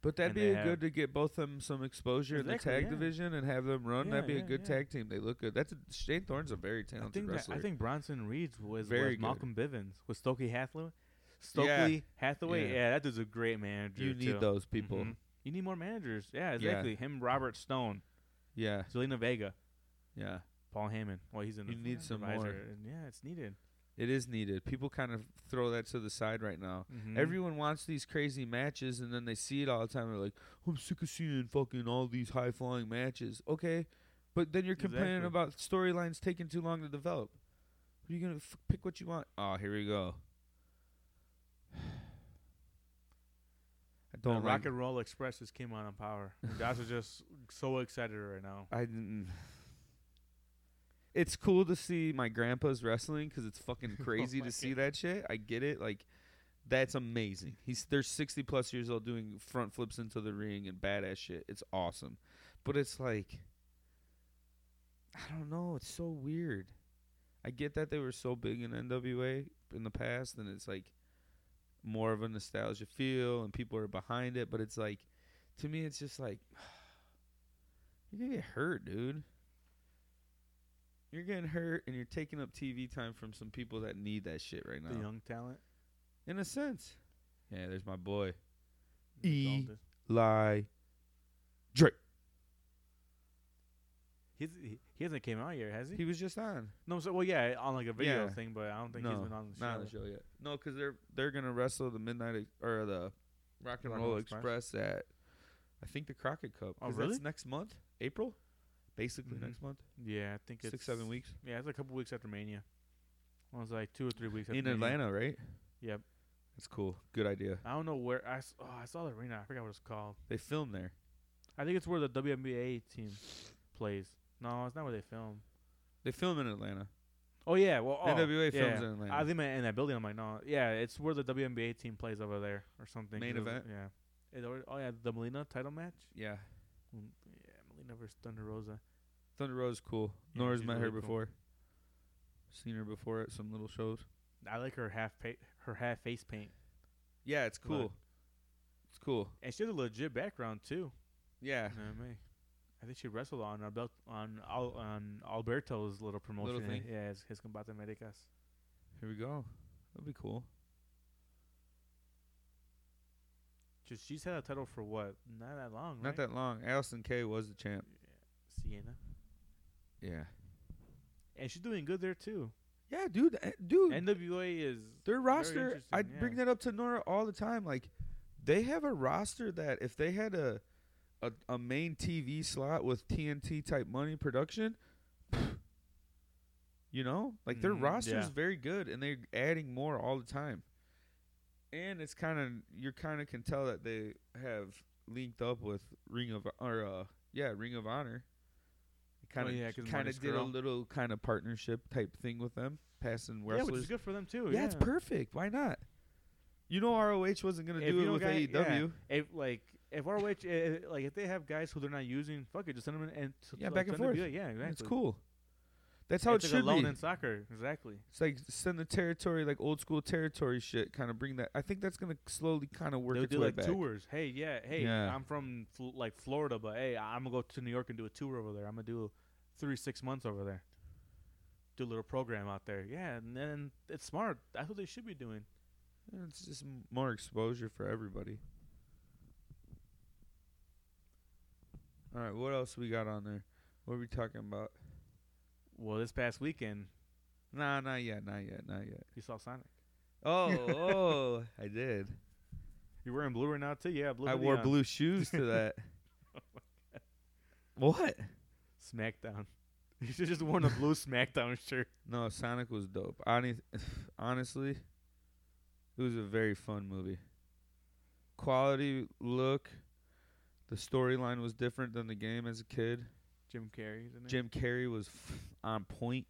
Speaker 1: But that'd
Speaker 2: and
Speaker 1: be
Speaker 2: they
Speaker 1: a
Speaker 2: have-
Speaker 1: good to get both of them some exposure
Speaker 2: Exactly,
Speaker 1: in the tag
Speaker 2: yeah.
Speaker 1: division and have them run.
Speaker 2: Yeah,
Speaker 1: that'd be
Speaker 2: yeah,
Speaker 1: a good
Speaker 2: yeah.
Speaker 1: tag team. They look good. That's a, Shane Thorne's a very
Speaker 2: I
Speaker 1: talented
Speaker 2: think that,
Speaker 1: wrestler.
Speaker 2: I think Bronson Reed was,
Speaker 1: Very
Speaker 2: was
Speaker 1: good.
Speaker 2: Malcolm Bivens with Stokely Hathaway. Stokely Hathaway,
Speaker 1: Yeah.
Speaker 2: yeah. that dude's a great manager.
Speaker 1: you need
Speaker 2: too.
Speaker 1: those people.
Speaker 2: Mhm. You need more managers. Yeah,
Speaker 1: Yeah.
Speaker 2: exactly. Him, Robert Stone,
Speaker 1: Yeah,
Speaker 2: Zelina Vega,
Speaker 1: yeah.
Speaker 2: Paul Heyman. Well, he's in.
Speaker 1: You
Speaker 2: the
Speaker 1: need some
Speaker 2: advisor,
Speaker 1: more.
Speaker 2: and yeah, it's needed.
Speaker 1: It is needed. People kind of throw that to the side right now.
Speaker 2: Mm-hmm.
Speaker 1: Everyone wants these crazy matches, and then they see it all the time. They're like, "I'm sick of seeing fucking all these high flying matches." Okay, but then you're complaining
Speaker 2: Exactly.
Speaker 1: about storylines taking too long to develop. Are you gonna f- pick what you want? Oh, here we go. I
Speaker 2: The
Speaker 1: don't
Speaker 2: Rock
Speaker 1: like.
Speaker 2: and Roll Express just came on on Power. And Josh is just so excited right now.
Speaker 1: I didn't. It's cool to see my grandpa's wrestling because it's fucking
Speaker 2: Oh
Speaker 1: crazy
Speaker 2: my
Speaker 1: to see that shit. I get it. Like, that's amazing. He's they're sixty plus years old doing front flips into the ring and badass shit. It's awesome, but it's like, I don't know. It's so weird. I get that they were so big in NWA in the past, and it's like more of a nostalgia feel, and people are behind it. But it's like, to me, it's just like you're gonna get hurt, dude. You're getting hurt, and you're taking up TV time from some people that need that shit right now.
Speaker 2: The young talent.
Speaker 1: In a sense. Yeah, there's my boy.
Speaker 2: He's all
Speaker 1: E.
Speaker 2: this-
Speaker 1: Lie. Drake.
Speaker 2: He's, he, he hasn't came out yet, has he?
Speaker 1: He was just on.
Speaker 2: No, so well, yeah, on like a video
Speaker 1: Yeah.
Speaker 2: thing, but I don't think he's
Speaker 1: No,
Speaker 2: been on the show.
Speaker 1: Not on the show yet. No, because they're they're gonna wrestle the Midnight Ex- or the Rock and
Speaker 2: Rock and
Speaker 1: Roll
Speaker 2: Roll
Speaker 1: Express.
Speaker 2: Express?
Speaker 1: at I think the Crockett Cup.
Speaker 2: Oh,
Speaker 1: 'cause
Speaker 2: really?
Speaker 1: That's next month, April, basically
Speaker 2: Mhm.
Speaker 1: next month,
Speaker 2: Yeah, I think it's
Speaker 1: six seven weeks
Speaker 2: Yeah, it's a couple weeks after Mania. It was like two or three weeks after
Speaker 1: in
Speaker 2: Mania.
Speaker 1: Atlanta, right?
Speaker 2: Yep.
Speaker 1: that's cool. Good idea.
Speaker 2: I don't know where I, s- oh, I saw the arena. I forgot what it's called.
Speaker 1: They filmed there.
Speaker 2: I think it's where the WNBA team plays. No, it's not where they film.
Speaker 1: They film in Atlanta.
Speaker 2: Oh yeah, well oh,
Speaker 1: NWA films
Speaker 2: yeah.
Speaker 1: in Atlanta.
Speaker 2: I think my- in that building. I'm like, no, yeah, it's where the WNBA team plays over there or something.
Speaker 1: Main
Speaker 2: 'cause it was-
Speaker 1: event?
Speaker 2: Yeah. It alre- oh yeah, the Melina title match.
Speaker 1: yeah,
Speaker 2: Mm, Yeah, Melina versus Thunder Rosa.
Speaker 1: Thunder Rose cool.
Speaker 2: Yeah,
Speaker 1: Nora's
Speaker 2: she's
Speaker 1: met her
Speaker 2: really cool.
Speaker 1: before. Seen her before at some little shows.
Speaker 2: I like her half pa- her half face paint,
Speaker 1: Yeah, it's cool.
Speaker 2: Love it.
Speaker 1: It's cool.
Speaker 2: and she has a legit background too.
Speaker 1: Yeah.
Speaker 2: You know what I mean? I think she wrestled on Albert, on Al, on Alberto's little promotion.
Speaker 1: thing?
Speaker 2: Yeah, his, his Combate Medicas.
Speaker 1: Here we go. That'd be cool.
Speaker 2: Just she's had a title for what? Not that long.
Speaker 1: Not
Speaker 2: right?
Speaker 1: that long. Allison K was the champ.
Speaker 2: Sienna.
Speaker 1: Yeah.
Speaker 2: And she's doing good there too.
Speaker 1: Yeah, dude. eh, Dude,
Speaker 2: NWA is
Speaker 1: their roster.
Speaker 2: interesting,
Speaker 1: I
Speaker 2: yeah.
Speaker 1: bring that up to Nora all the time. Like, they have a roster that if they had a a, a main TV slot with TNT type money production, you know, like their
Speaker 2: Mhm,
Speaker 1: roster is
Speaker 2: yeah.
Speaker 1: very good, and they're adding more all the time. And it's kind of you kind of can tell that they have linked up with Ring of or uh yeah Ring of Honor. Kind of
Speaker 2: Oh, yeah, 'cause
Speaker 1: kind
Speaker 2: Marty
Speaker 1: of did a
Speaker 2: Skrull.
Speaker 1: little kind of partnership type thing with them, passing
Speaker 2: yeah, which
Speaker 1: wrestlers
Speaker 2: is good for them too.
Speaker 1: Oh, yeah, it's perfect. Why not? You know ROH wasn't gonna
Speaker 2: If
Speaker 1: do
Speaker 2: you
Speaker 1: it
Speaker 2: don't
Speaker 1: with E
Speaker 2: got-
Speaker 1: AEW.
Speaker 2: If like if ROH eh, eh, like if they have guys who they're not using, fuck it, just send them in and to,
Speaker 1: Yeah,
Speaker 2: like,
Speaker 1: back and
Speaker 2: to
Speaker 1: forth.
Speaker 2: NWA. Yeah, exactly.
Speaker 1: It's cool. That's how
Speaker 2: it's
Speaker 1: it
Speaker 2: like
Speaker 1: should
Speaker 2: alone
Speaker 1: be.
Speaker 2: in soccer, exactly.
Speaker 1: it's like send the territory, like old school territory shit. Kind of bring that. I think that's gonna slowly kind of work
Speaker 2: They'll
Speaker 1: its
Speaker 2: do
Speaker 1: way
Speaker 2: like
Speaker 1: back.
Speaker 2: tours. Hey, yeah, hey,
Speaker 1: Yeah.
Speaker 2: I'm from fl- like Florida, but hey, I- I'm gonna go to New York and do a tour over there. I'm gonna do three six months over there. Do a little program out there. Yeah, and then it's smart. That's what they should be doing.
Speaker 1: Yeah, It's just m- more exposure for everybody. All right, what else we got on there? What are we talking about?
Speaker 2: Well, this past weekend
Speaker 1: Nah, not yet, not yet, not yet.
Speaker 2: you saw Sonic.
Speaker 1: Oh, oh, I did.
Speaker 2: You're wearing blue right now too. Yeah, blue.
Speaker 1: I
Speaker 2: hoodie
Speaker 1: wore
Speaker 2: on.
Speaker 1: blue shoes to that. Oh What?
Speaker 2: SmackDown. You should just worn a blue SmackDown shirt.
Speaker 1: No, Sonic was dope. Honest, honestly, it was a very fun movie. Quality look. The storyline was different than the game as a kid.
Speaker 2: Jim Carrey. Isn't it?
Speaker 1: Jim Carrey was f- on point.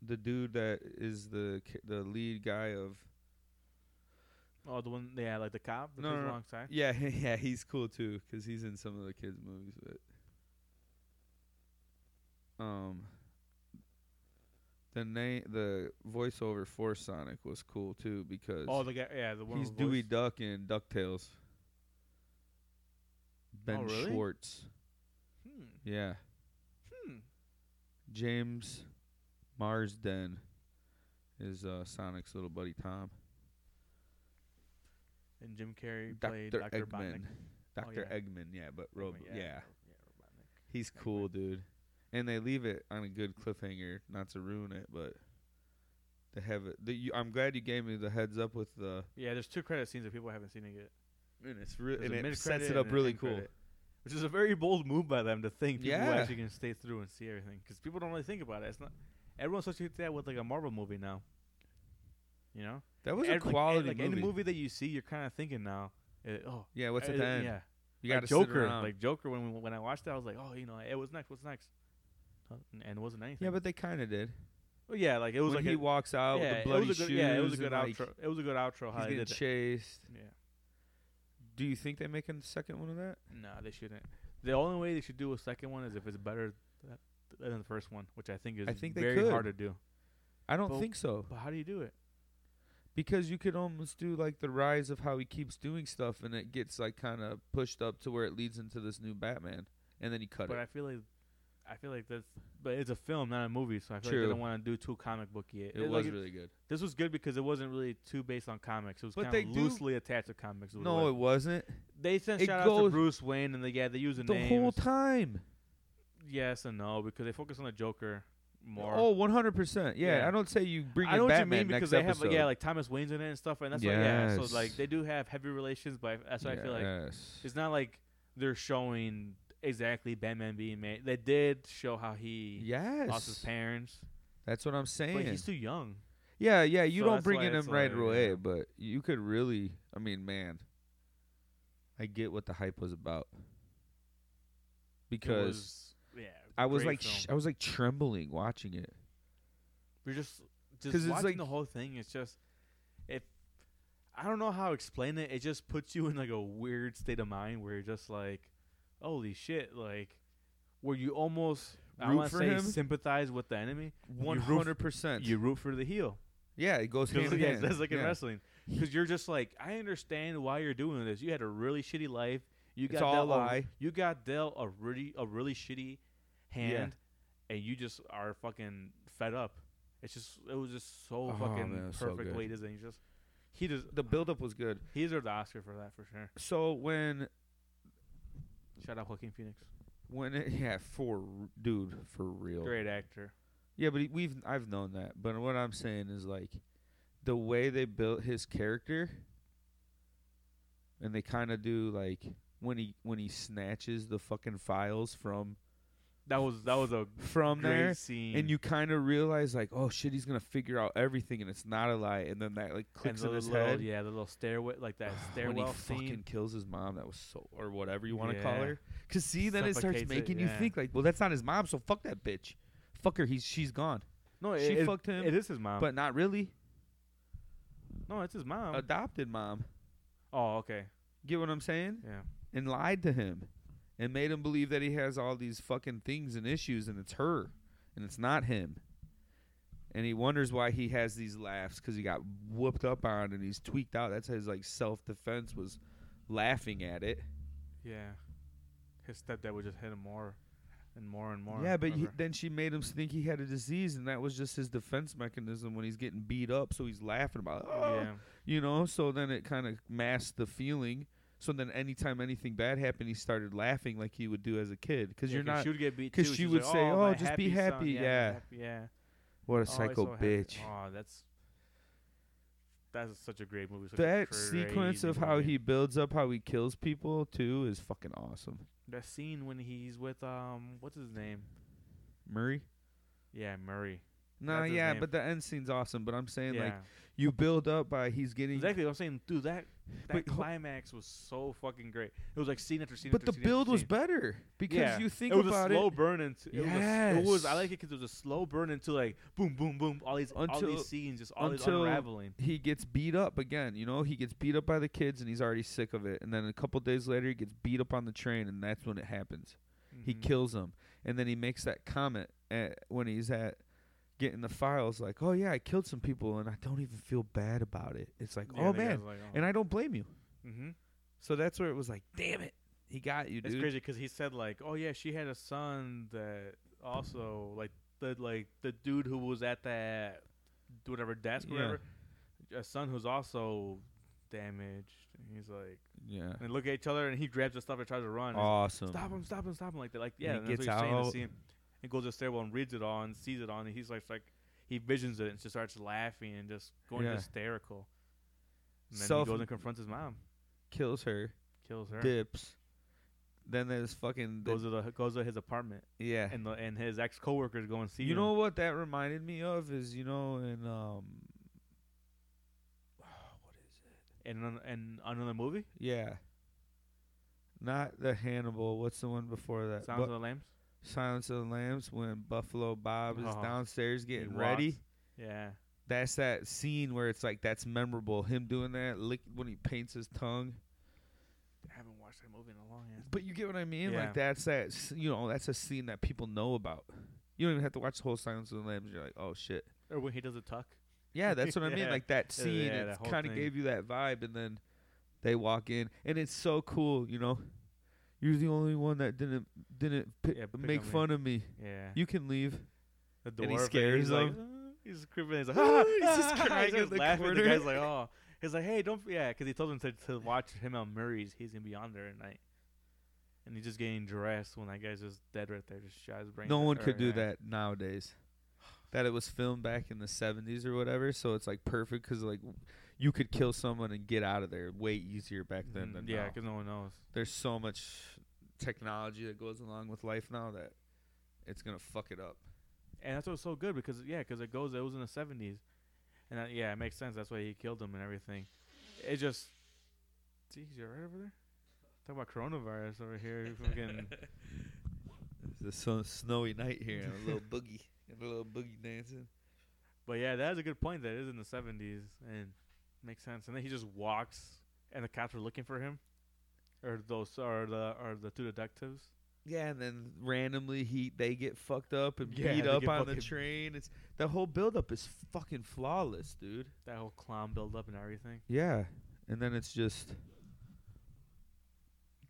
Speaker 1: The dude that is the ki- the lead guy of
Speaker 2: Oh, the one. Yeah, like the cop. The
Speaker 1: No,
Speaker 2: no,
Speaker 1: no, no.
Speaker 2: wrong side.
Speaker 1: yeah yeah he's cool too because he's in some of the kids movies but um the name the voiceover for Sonic was cool too because
Speaker 2: Oh, the guy. Yeah, the one.
Speaker 1: He's
Speaker 2: with voice. Oh,
Speaker 1: Dewey Duck in DuckTales. Ben
Speaker 2: really?
Speaker 1: Schwartz.
Speaker 2: Hmm.
Speaker 1: Yeah.
Speaker 2: Hmm.
Speaker 1: James Marsden is uh, Sonic's little buddy Tom.
Speaker 2: Oh, And Jim Carrey played
Speaker 1: Dr.
Speaker 2: Dr. Robotnik.
Speaker 1: Eggman. Dr.
Speaker 2: yeah.
Speaker 1: Eggman, yeah, but Robo.
Speaker 2: Eggman,
Speaker 1: Yeah.
Speaker 2: Robotnik.
Speaker 1: He's cool, dude. And they leave it on a good cliffhanger, not to ruin it, but to have it. The, you, I'm glad you gave me the heads up with the.
Speaker 2: Yeah, there's two credit scenes that people haven't seen it yet.
Speaker 1: And, it's re-
Speaker 2: There's
Speaker 1: and
Speaker 2: a
Speaker 1: it
Speaker 2: mid-credit
Speaker 1: sets it
Speaker 2: and
Speaker 1: up
Speaker 2: an
Speaker 1: really
Speaker 2: end
Speaker 1: cool.
Speaker 2: credit, which is a very bold move by them to think people
Speaker 1: Yeah.
Speaker 2: actually can stay through and see everything because people don't really think about it. It's not everyone associates that with like a Marvel movie now. You know,
Speaker 1: That was
Speaker 2: Every-
Speaker 1: a quality
Speaker 2: like,
Speaker 1: movie.
Speaker 2: Any movie that you see, you're kind of thinking now, eh, oh,
Speaker 1: Yeah, what's at
Speaker 2: eh,
Speaker 1: the end?
Speaker 2: Yeah,
Speaker 1: You
Speaker 2: like
Speaker 1: got to
Speaker 2: Joker, like Joker. When we, when I watched that, I was like, oh, you know, eh, what's next? What's next? Uh, And it wasn't anything.
Speaker 1: yeah, but they kind of did.
Speaker 2: Well, yeah, like it was
Speaker 1: when
Speaker 2: like
Speaker 1: he
Speaker 2: a,
Speaker 1: walks out
Speaker 2: yeah,
Speaker 1: with the bloody
Speaker 2: it was a good,
Speaker 1: shoes.
Speaker 2: yeah, it was a good
Speaker 1: and, like,
Speaker 2: outro. It was a good outro.
Speaker 1: he's
Speaker 2: How they
Speaker 1: getting
Speaker 2: did that.
Speaker 1: chased.
Speaker 2: Yeah.
Speaker 1: Do you think they make a second one of that?
Speaker 2: No, they shouldn't. The only way they should do a second one is if it's better th- than the first one, which I think is
Speaker 1: I think they
Speaker 2: very
Speaker 1: could.
Speaker 2: hard to do.
Speaker 1: I don't
Speaker 2: Well-
Speaker 1: think so
Speaker 2: But how do you do it?
Speaker 1: because you could almost do like the rise of how he keeps doing stuff, and it gets like kind of pushed up to where it leads into this new Batman, and then you cut
Speaker 2: But
Speaker 1: it.
Speaker 2: I feel like I feel like that's but it's a film, not a movie, so I feel like
Speaker 1: True.
Speaker 2: they don't want to do too comic booky.
Speaker 1: it was really good.
Speaker 2: this was good because it wasn't really too based on comics. It was
Speaker 1: But
Speaker 2: kind
Speaker 1: they
Speaker 2: of
Speaker 1: do-
Speaker 2: loosely attached to comics. is what
Speaker 1: No,
Speaker 2: it
Speaker 1: it wasn't.
Speaker 2: was. they sent
Speaker 1: it
Speaker 2: shout out to
Speaker 1: goes-
Speaker 2: Bruce Wayne and they yeah they use the,
Speaker 1: The
Speaker 2: names.
Speaker 1: whole time.
Speaker 2: yes and no because they focus on the Joker more.
Speaker 1: Oh, 100%. Yeah,
Speaker 2: Yeah.
Speaker 1: I don't say you bring
Speaker 2: I
Speaker 1: in
Speaker 2: know what you
Speaker 1: Batman
Speaker 2: mean
Speaker 1: next
Speaker 2: because they have
Speaker 1: episode.
Speaker 2: like, yeah like Thomas Wayne's in it and stuff and that's like yeah so like
Speaker 1: Yes.
Speaker 2: they do have heavy relations but I- that's why I feel like
Speaker 1: Yes.
Speaker 2: it's not like they're showing exactly Batman being made. They did show how he
Speaker 1: yes.
Speaker 2: lost his parents,
Speaker 1: That's what I'm saying.
Speaker 2: but he's too young.
Speaker 1: Yeah, yeah. You
Speaker 2: So
Speaker 1: don't
Speaker 2: that's
Speaker 1: bring
Speaker 2: why
Speaker 1: in him
Speaker 2: it's
Speaker 1: right
Speaker 2: like,
Speaker 1: away,
Speaker 2: yeah.
Speaker 1: but you could really. I mean, man, I get what the hype was about
Speaker 2: It
Speaker 1: because
Speaker 2: was- yeah,
Speaker 1: I was
Speaker 2: great
Speaker 1: like, sh-
Speaker 2: film.
Speaker 1: I was like trembling watching it.
Speaker 2: we're just
Speaker 1: 'cause
Speaker 2: just
Speaker 1: it's
Speaker 2: watching
Speaker 1: like-
Speaker 2: the whole thing. It's just if I don't know how to explain it. It just puts you in like a weird state of mind where you're just like, holy shit, like where you almost I
Speaker 1: Root
Speaker 2: want to
Speaker 1: for
Speaker 2: say
Speaker 1: him?
Speaker 2: sympathize with the enemy.
Speaker 1: One
Speaker 2: You root-
Speaker 1: hundred percent.
Speaker 2: You root for the heel.
Speaker 1: Yeah, it goes hand
Speaker 2: Because
Speaker 1: in
Speaker 2: yeah,
Speaker 1: hand.
Speaker 2: that's like in
Speaker 1: Yeah.
Speaker 2: wrestling. Because you're just like, I understand why you're doing this. You had a really shitty life. You
Speaker 1: It's
Speaker 2: got
Speaker 1: all
Speaker 2: dealt
Speaker 1: a
Speaker 2: a-
Speaker 1: lie.
Speaker 2: you got dealt a really a really shitty hand, and you just are fucking fed up. It's just it was just so
Speaker 1: Oh,
Speaker 2: fucking
Speaker 1: man, it was so
Speaker 2: perfect
Speaker 1: good.
Speaker 2: way it is, and he's just he does
Speaker 1: The buildup was good.
Speaker 2: he deserved the Oscar for that for sure.
Speaker 1: So when
Speaker 2: Shout out Joaquin Phoenix,
Speaker 1: when it, yeah for r- dude for real.
Speaker 2: great actor.
Speaker 1: Yeah, but he- we've I've known that. But what I'm saying is like the way they built his character and they kind of do like when he when he snatches the fucking files from
Speaker 2: That was that was a
Speaker 1: from
Speaker 2: great
Speaker 1: there
Speaker 2: scene.
Speaker 1: and you kind of realize like oh shit he's going to figure out everything and it's not a lie and then that like
Speaker 2: and
Speaker 1: clicks
Speaker 2: the
Speaker 1: in his
Speaker 2: little,
Speaker 1: head.
Speaker 2: yeah, the little stairway like that
Speaker 1: when
Speaker 2: stairwell
Speaker 1: he fucking
Speaker 2: scene.
Speaker 1: kills his mom, that was so or whatever you want to call
Speaker 2: Yeah.
Speaker 1: her. Cause see, then it starts
Speaker 2: Suffocates it,
Speaker 1: making you
Speaker 2: yeah.
Speaker 1: think like, well, that's not his mom, so fuck that bitch, fuck her. He's she's gone,
Speaker 2: No,
Speaker 1: she
Speaker 2: it, it-
Speaker 1: fucked him,
Speaker 2: It is his mom.
Speaker 1: but not really.
Speaker 2: no, it's his mom.
Speaker 1: Adopted mom,
Speaker 2: oh, okay.
Speaker 1: get what I'm saying?
Speaker 2: Yeah.
Speaker 1: And lied to him, and made him believe that he has all these fucking things and issues, and it's her, and it's not him. And he wonders why he has these laughs because he got whooped up on and he's tweaked out. That's his like self defense was laughing at it.
Speaker 2: Yeah. His stepdad would just hit him more and more and more.
Speaker 1: Yeah, but he,
Speaker 2: forever.
Speaker 1: then she made him think he had a disease, and that was just his defense mechanism when he's getting beat up. So he's laughing about, it. oh,
Speaker 2: yeah.
Speaker 1: you know. So then it kind of masked the feeling. So then, anytime anything bad happened, he started laughing like he would do as a kid. Because
Speaker 2: Yeah,
Speaker 1: you're not
Speaker 2: She would get beat
Speaker 1: 'cause
Speaker 2: too.
Speaker 1: she
Speaker 2: She's
Speaker 1: would
Speaker 2: like,
Speaker 1: say,
Speaker 2: "Oh,
Speaker 1: "Oh,
Speaker 2: my
Speaker 1: just be
Speaker 2: happy son."
Speaker 1: happy,"
Speaker 2: Yeah,
Speaker 1: yeah.
Speaker 2: happy- yeah.
Speaker 1: what a
Speaker 2: Oh, he's
Speaker 1: psycho
Speaker 2: so happy.
Speaker 1: bitch.
Speaker 2: Oh, that's that's such a great movie. such a
Speaker 1: That
Speaker 2: crazy
Speaker 1: sequence of how
Speaker 2: movie.
Speaker 1: he builds up, how he kills people too, is fucking awesome.
Speaker 2: that scene when he's with um what's his name?
Speaker 1: Murray.
Speaker 2: Yeah, Murray.
Speaker 1: Nah,
Speaker 2: That's his
Speaker 1: yeah,
Speaker 2: name.
Speaker 1: but the end scene's awesome. But I'm saying
Speaker 2: yeah,
Speaker 1: like you build up by he's getting
Speaker 2: exactly. what I'm saying, dude, that that
Speaker 1: But ho-
Speaker 2: climax was so fucking great. It was like scene after scene.
Speaker 1: But the
Speaker 2: after scene after
Speaker 1: build was
Speaker 2: scene.
Speaker 1: better because
Speaker 2: Yeah.
Speaker 1: you think
Speaker 2: it was
Speaker 1: about
Speaker 2: a slow
Speaker 1: it.
Speaker 2: burn into it, was a, it was I
Speaker 1: Yes.
Speaker 2: like it because it was a slow burn into like boom boom boom all these all
Speaker 1: Until-
Speaker 2: these scenes just all these
Speaker 1: until-
Speaker 2: unraveling.
Speaker 1: he gets beat up again. You know, he gets beat up by the kids, and he's already sick of it. And then a couple days later, he gets beat up on the train, and that's when it happens. He
Speaker 2: Mhm.
Speaker 1: kills him, and then he makes that comment at, when he's at getting the files, like, "Oh yeah, I killed some people, and I don't even feel bad about it." It's like,
Speaker 2: Yeah,
Speaker 1: "Oh
Speaker 2: the guy's
Speaker 1: man,"
Speaker 2: like, oh.
Speaker 1: and I don't blame you.
Speaker 2: mm-hmm.
Speaker 1: So that's where it was like, "Damn it, he got you,
Speaker 2: it's
Speaker 1: dude."
Speaker 2: crazy because he said like, oh yeah, she had a son that also like the like the dude who was at that whatever desk or
Speaker 1: Yeah.
Speaker 2: whatever, a son who's also damaged. And he's like,
Speaker 1: Yeah,
Speaker 2: and they look at each other, and he grabs his stuff and tries to run. He's
Speaker 1: awesome.
Speaker 2: stop him, stop him, stop him, like that. Like,
Speaker 1: And
Speaker 2: yeah,
Speaker 1: Um, he
Speaker 2: and that's
Speaker 1: gets
Speaker 2: what he's saying. in the
Speaker 1: out.
Speaker 2: scene. He goes to the stairwell and reads it all and sees it all, and he's like, like he visions it and just starts laughing and just going
Speaker 1: Yeah.
Speaker 2: hysterical. And then
Speaker 1: Self-
Speaker 2: he goes and confronts his mom,
Speaker 1: Kills her,
Speaker 2: kills her,
Speaker 1: dips. Then there's fucking the,
Speaker 2: goes to the goes to his apartment,
Speaker 1: yeah.
Speaker 2: and the, and his ex coworkers go and see
Speaker 1: Eh. You
Speaker 2: him.
Speaker 1: know what that reminded me of is you know in um
Speaker 2: and an- and another movie,
Speaker 1: yeah. Not the Hannibal. What's the one before that?
Speaker 2: Sounds of
Speaker 1: Bu-
Speaker 2: the Lambs.
Speaker 1: Silence of the Lambs. When Buffalo Bob is
Speaker 2: Oh.
Speaker 1: downstairs
Speaker 2: He
Speaker 1: getting
Speaker 2: walks.
Speaker 1: ready.
Speaker 2: Yeah,
Speaker 1: That's that scene where it's like that's memorable. Him doing that lick when he paints his tongue.
Speaker 2: I haven't watched that movie in a long ass.
Speaker 1: But you get what I mean.
Speaker 2: Yeah.
Speaker 1: Like that's that. s- You know that's a scene that people know about. You don't even have to watch the whole Silence of the Lambs. You're like, oh shit.
Speaker 2: Or when he does a tuck.
Speaker 1: Yeah, that's what I mean.
Speaker 2: Yeah.
Speaker 1: Like that scene,
Speaker 2: yeah, that
Speaker 1: it
Speaker 2: whole
Speaker 1: kind of
Speaker 2: thing.
Speaker 1: gave you that vibe, and then they walk in, and it's so cool. You know, you're the only one that didn't didn't pi-
Speaker 2: Yeah, pick
Speaker 1: make
Speaker 2: on me.
Speaker 1: fun of me.
Speaker 2: Yeah,
Speaker 1: You can leave.
Speaker 2: the
Speaker 1: he
Speaker 2: dwarf, and
Speaker 1: scares
Speaker 2: he's like, "Ah," he's creeping. He's like, ah,
Speaker 1: He's just crying
Speaker 2: he's just
Speaker 1: in the
Speaker 2: laughing.
Speaker 1: corner.
Speaker 2: The guy's like, oh. He's like, hey, don't, f- yeah, because he told him to, to watch him on Murray's. He's gonna be on there at night. and he's just getting dressed when that guy's just dead right there, just shot his brains.
Speaker 1: No
Speaker 2: out-
Speaker 1: one
Speaker 2: or,
Speaker 1: could do
Speaker 2: yeah.
Speaker 1: that nowadays. That it was filmed back in the 70s or whatever, so it's like perfect because like you could kill someone and get out of there way easier back then
Speaker 2: Mm,
Speaker 1: than
Speaker 2: yeah,
Speaker 1: now.
Speaker 2: because no one knows.
Speaker 1: There's so much technology that goes along with life now that it's gonna fuck it up.
Speaker 2: And that's what's so good because yeah, because it goes. It was in the seventies, and that, yeah, it makes sense. That's why he killed him and everything. It just, geez, you're right over there. Talk about coronavirus over here. Fucking
Speaker 1: It's a so snowy night here and a little boogie, and a little boogie dancing.
Speaker 2: But yeah, that is a good point. That is in the seventies and makes sense. And then he just walks, and the cops are looking for him, or those are the are the two detectives.
Speaker 1: Yeah, and then randomly he they get fucked up and
Speaker 2: Yeah,
Speaker 1: beat
Speaker 2: they
Speaker 1: up
Speaker 2: get
Speaker 1: on the
Speaker 2: fucking-
Speaker 1: train. It's the whole buildup is fucking flawless, dude.
Speaker 2: That whole clown build up and everything.
Speaker 1: Yeah, and then it's just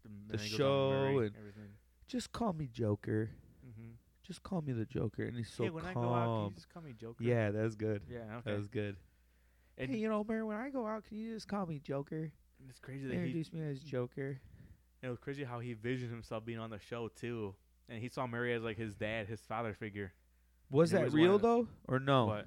Speaker 2: And
Speaker 1: The
Speaker 2: then it goes on
Speaker 1: show
Speaker 2: Murray
Speaker 1: and-
Speaker 2: everything.
Speaker 1: just call me Joker.
Speaker 2: Mm-hmm.
Speaker 1: Just call me the Joker, and he's so
Speaker 2: hey, when
Speaker 1: calm.
Speaker 2: I go out, can you just call me Joker?
Speaker 1: yeah, that was good.
Speaker 2: Yeah.
Speaker 1: That
Speaker 2: Okay.
Speaker 1: was good.
Speaker 2: and
Speaker 1: hey, you know, man, when I go out, can you just call me Joker?
Speaker 2: and it's crazy that he.
Speaker 1: Introduce me as Joker.
Speaker 2: It was crazy how he visioned himself being on the show too, and he saw Murray as like his dad, his father figure.
Speaker 1: Was
Speaker 2: He
Speaker 1: that
Speaker 2: always
Speaker 1: real
Speaker 2: wanted-
Speaker 1: though, or no?
Speaker 2: But